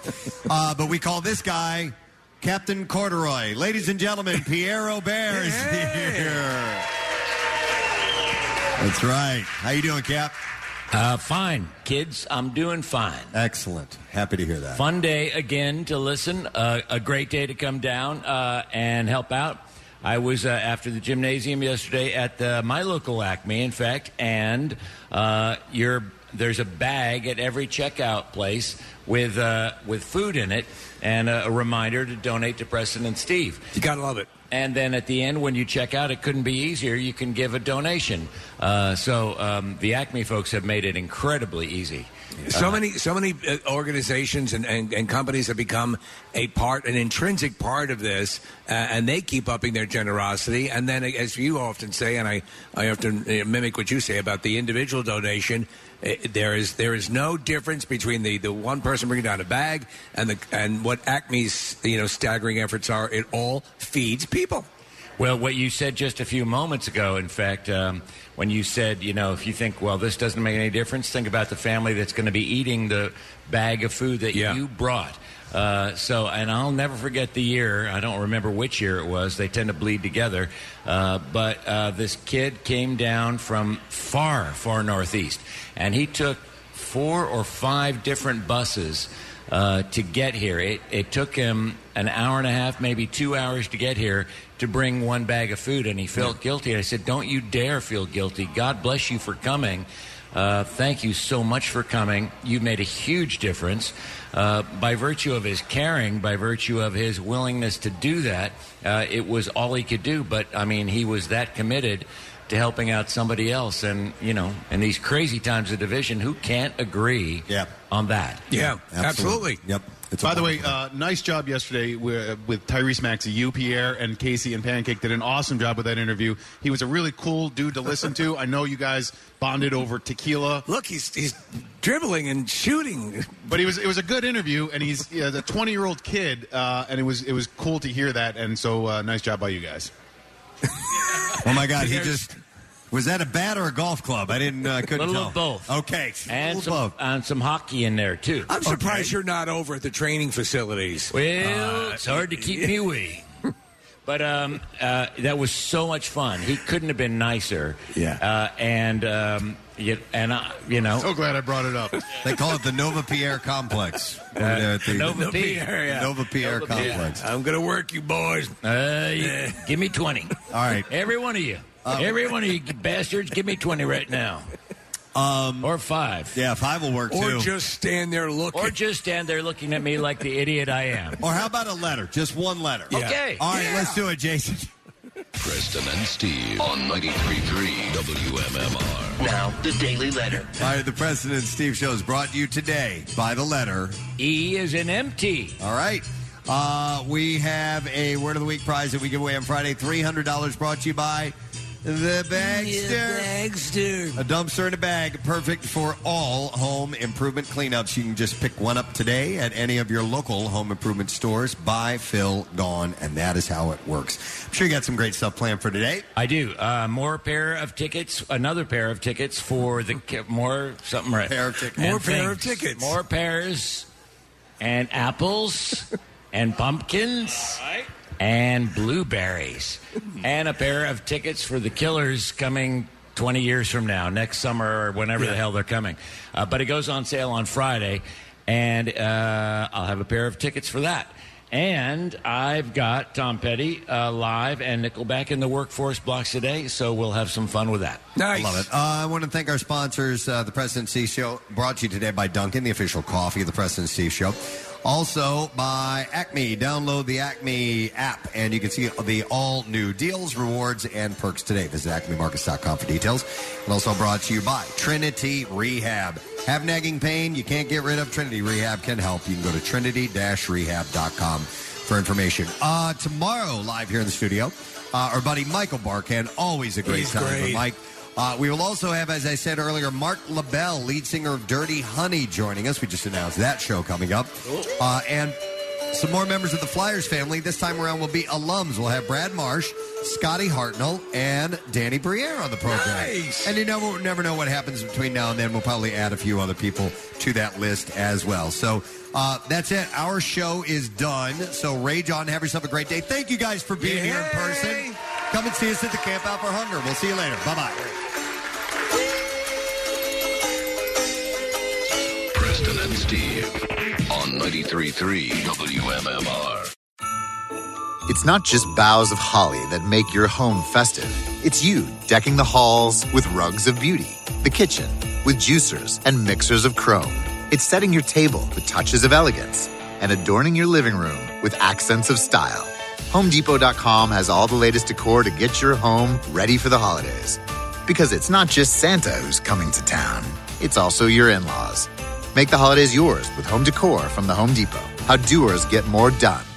Speaker 1: uh, but we call this guy Captain Corduroy. Ladies and gentlemen, Pierre Robert is here. That's right. How you doing, Cap?
Speaker 9: Uh, fine, kids. I'm doing fine.
Speaker 1: Excellent. Happy to hear that.
Speaker 9: Fun day again to listen. Uh, a great day to come down uh, and help out. I was uh, after the gymnasium yesterday at the, my local Acme, in fact, and uh, your there's a bag at every checkout place with uh, with food in it and a, a reminder to donate to Preston and Steve. You
Speaker 11: gotta love it.
Speaker 9: And then at the end, when you check out, it couldn't be easier. You can give a donation. Uh, so um, the Acme folks have made it incredibly easy.
Speaker 11: So many, so many uh, organizations and, and, and companies have become a part, an intrinsic part of this, uh, and they keep upping their generosity. And then, as you often say, and I, I often uh, mimic what you say about the individual donation, eh, there is there is no difference between the, the one person bringing down a bag and the and what Acme's you know staggering efforts are. It all feeds people.
Speaker 9: Well, what you said just a few moments ago, in fact, um, when you said, you know, if you think, well, this doesn't make any difference, think about the family that's going to be eating the bag of food that you brought. Uh, so, and I'll never forget the year. I don't remember which year it was. They tend to bleed together. Uh, but uh, this kid came down from far, far northeast, and he took four or five different buses uh, to get here. It, it took him an hour and a half, maybe two hours to get here to bring one bag of food, and he felt guilty. I said, Don't you dare feel guilty. God bless you for coming. Uh, thank you so much for coming. You made a huge difference. Uh, by virtue of his caring, by virtue of his willingness to do that, uh, it was all he could do. But I mean, he was that committed to helping out somebody else. And, you know, in these crazy times of division, who can't agree on that?
Speaker 11: Yeah,
Speaker 14: absolutely.
Speaker 1: Yep.
Speaker 6: By the way, uh, nice job yesterday with, uh, with Tyrese Maxey. You, Pierre, and Casey and Pancake did an awesome job with that interview. He was a really cool dude to listen to. I know you guys bonded over tequila.
Speaker 11: Look, he's he's dribbling and shooting.
Speaker 6: But he was it was a good interview, and he's yeah, a 20 year old kid, uh, and it was it was cool to hear that. And so, uh, nice job by you guys.
Speaker 1: Oh my God, he just was that a bat or a golf club? I didn't uh, couldn't
Speaker 9: little
Speaker 1: tell.
Speaker 9: of both.
Speaker 1: Okay,
Speaker 9: and
Speaker 1: little
Speaker 9: some,
Speaker 1: both.
Speaker 9: and some hockey in there too.
Speaker 11: I'm surprised you're not over at the training facilities. Uh,
Speaker 9: Well, it's hard to keep me away. Uh, But um, uh, that was so much fun. He couldn't have been nicer. Yeah. Uh, and um, you, and uh, you know.
Speaker 1: So
Speaker 6: glad I brought it up.
Speaker 1: They call it the Nova Pierre Complex. over
Speaker 9: Uh,
Speaker 1: there at the-
Speaker 9: Nova Pierre, yeah.
Speaker 1: Nova Pierre
Speaker 9: Nova Pierre.
Speaker 1: Complex.
Speaker 11: I'm gonna work you boys.
Speaker 9: Uh, you- give me twenty. All
Speaker 1: right.
Speaker 9: Every one of you.
Speaker 1: Uh,
Speaker 9: Every one of you bastards, give me twenty right now.
Speaker 1: Um,
Speaker 9: or five.
Speaker 1: Yeah, five will work
Speaker 9: Or
Speaker 1: too.
Speaker 9: just
Speaker 11: stand there looking.
Speaker 9: Or just stand there looking at me like the idiot I am.
Speaker 1: Or how about a letter? Just one letter.
Speaker 9: Yeah. Okay.
Speaker 1: All right, let's do it, Jason.
Speaker 15: Preston and Steve on 93.3 WMMR.
Speaker 1: Now,
Speaker 15: the Daily Letter.
Speaker 1: All right, the President and Steve Show is brought to you today by the letter
Speaker 9: E is in empty.
Speaker 1: All right. Uh, we have a Word of the Week prize that we give away on Friday. $300 brought to you by The Bagster. A dumpster in a bag, perfect for all home improvement cleanups. You can just pick one up today at any of your local home improvement stores. Buy, fill, gone, and that is how it works. I'm sure you got some great stuff planned for today.
Speaker 9: I do. Uh, more pair of tickets, another pair of tickets for the ki- more something right. Pair of tickets.
Speaker 11: More pair of tickets.
Speaker 9: More pairs and apples and pumpkins and blueberries and a pair of tickets for the Killers coming 20 years from now, next summer or whenever the hell they're coming. Uh, but it goes on sale on Friday, and uh, I'll have a pair of tickets for that. And I've got Tom Petty uh, live and Nickelback in the workforce blocks today, so we'll have some fun with that.
Speaker 1: I love it. Uh, I want to thank our sponsors, uh, the President Steve Show, brought to you today by Duncan, the official coffee of the President Steve Show. Also by Acme. Download the Acme app and you can see the all new deals, rewards, and perks today. Visit acmemarkets.com for details. And also brought to you by Trinity Rehab. Have nagging pain you can't get rid of? Trinity Rehab can help. You can go to trinity rehab.com for information. Uh, tomorrow, live here in the studio, uh, our buddy Michael Barkan, always a great
Speaker 11: He's
Speaker 1: time. with
Speaker 11: great.
Speaker 1: Mike. Uh, we will also have, as I said earlier, Mark LaBelle, lead singer of Dirty Honey, joining us. We just announced that show coming up. Uh, and some more members of the Flyers family. This time around will be alums. We'll have Brad Marsh, Scotty Hartnell, and Danny Briere on the program. And you never, never know what happens between now and then. We'll probably add a few other people to that list as well. So uh, that's it. Our show is done. So rage on. Have yourself a great day. Thank you guys for being here in person. Come and see us at the Camp Out for Hunger. We'll see you later. Bye bye.
Speaker 15: Preston and Steve on 93.3 WMMR.
Speaker 18: It's not just boughs of holly that make your home festive. It's you decking the halls with rugs of beauty, the kitchen,
Speaker 39: with juicers and mixers of chrome. It's setting your table with touches of elegance and adorning your living room with accents of style. HomeDepot.com has all the latest decor to get your home ready for the holidays. Because it's not just Santa who's coming to town, it's also your in laws. Make the holidays yours with home decor from the Home Depot. How doers get more done.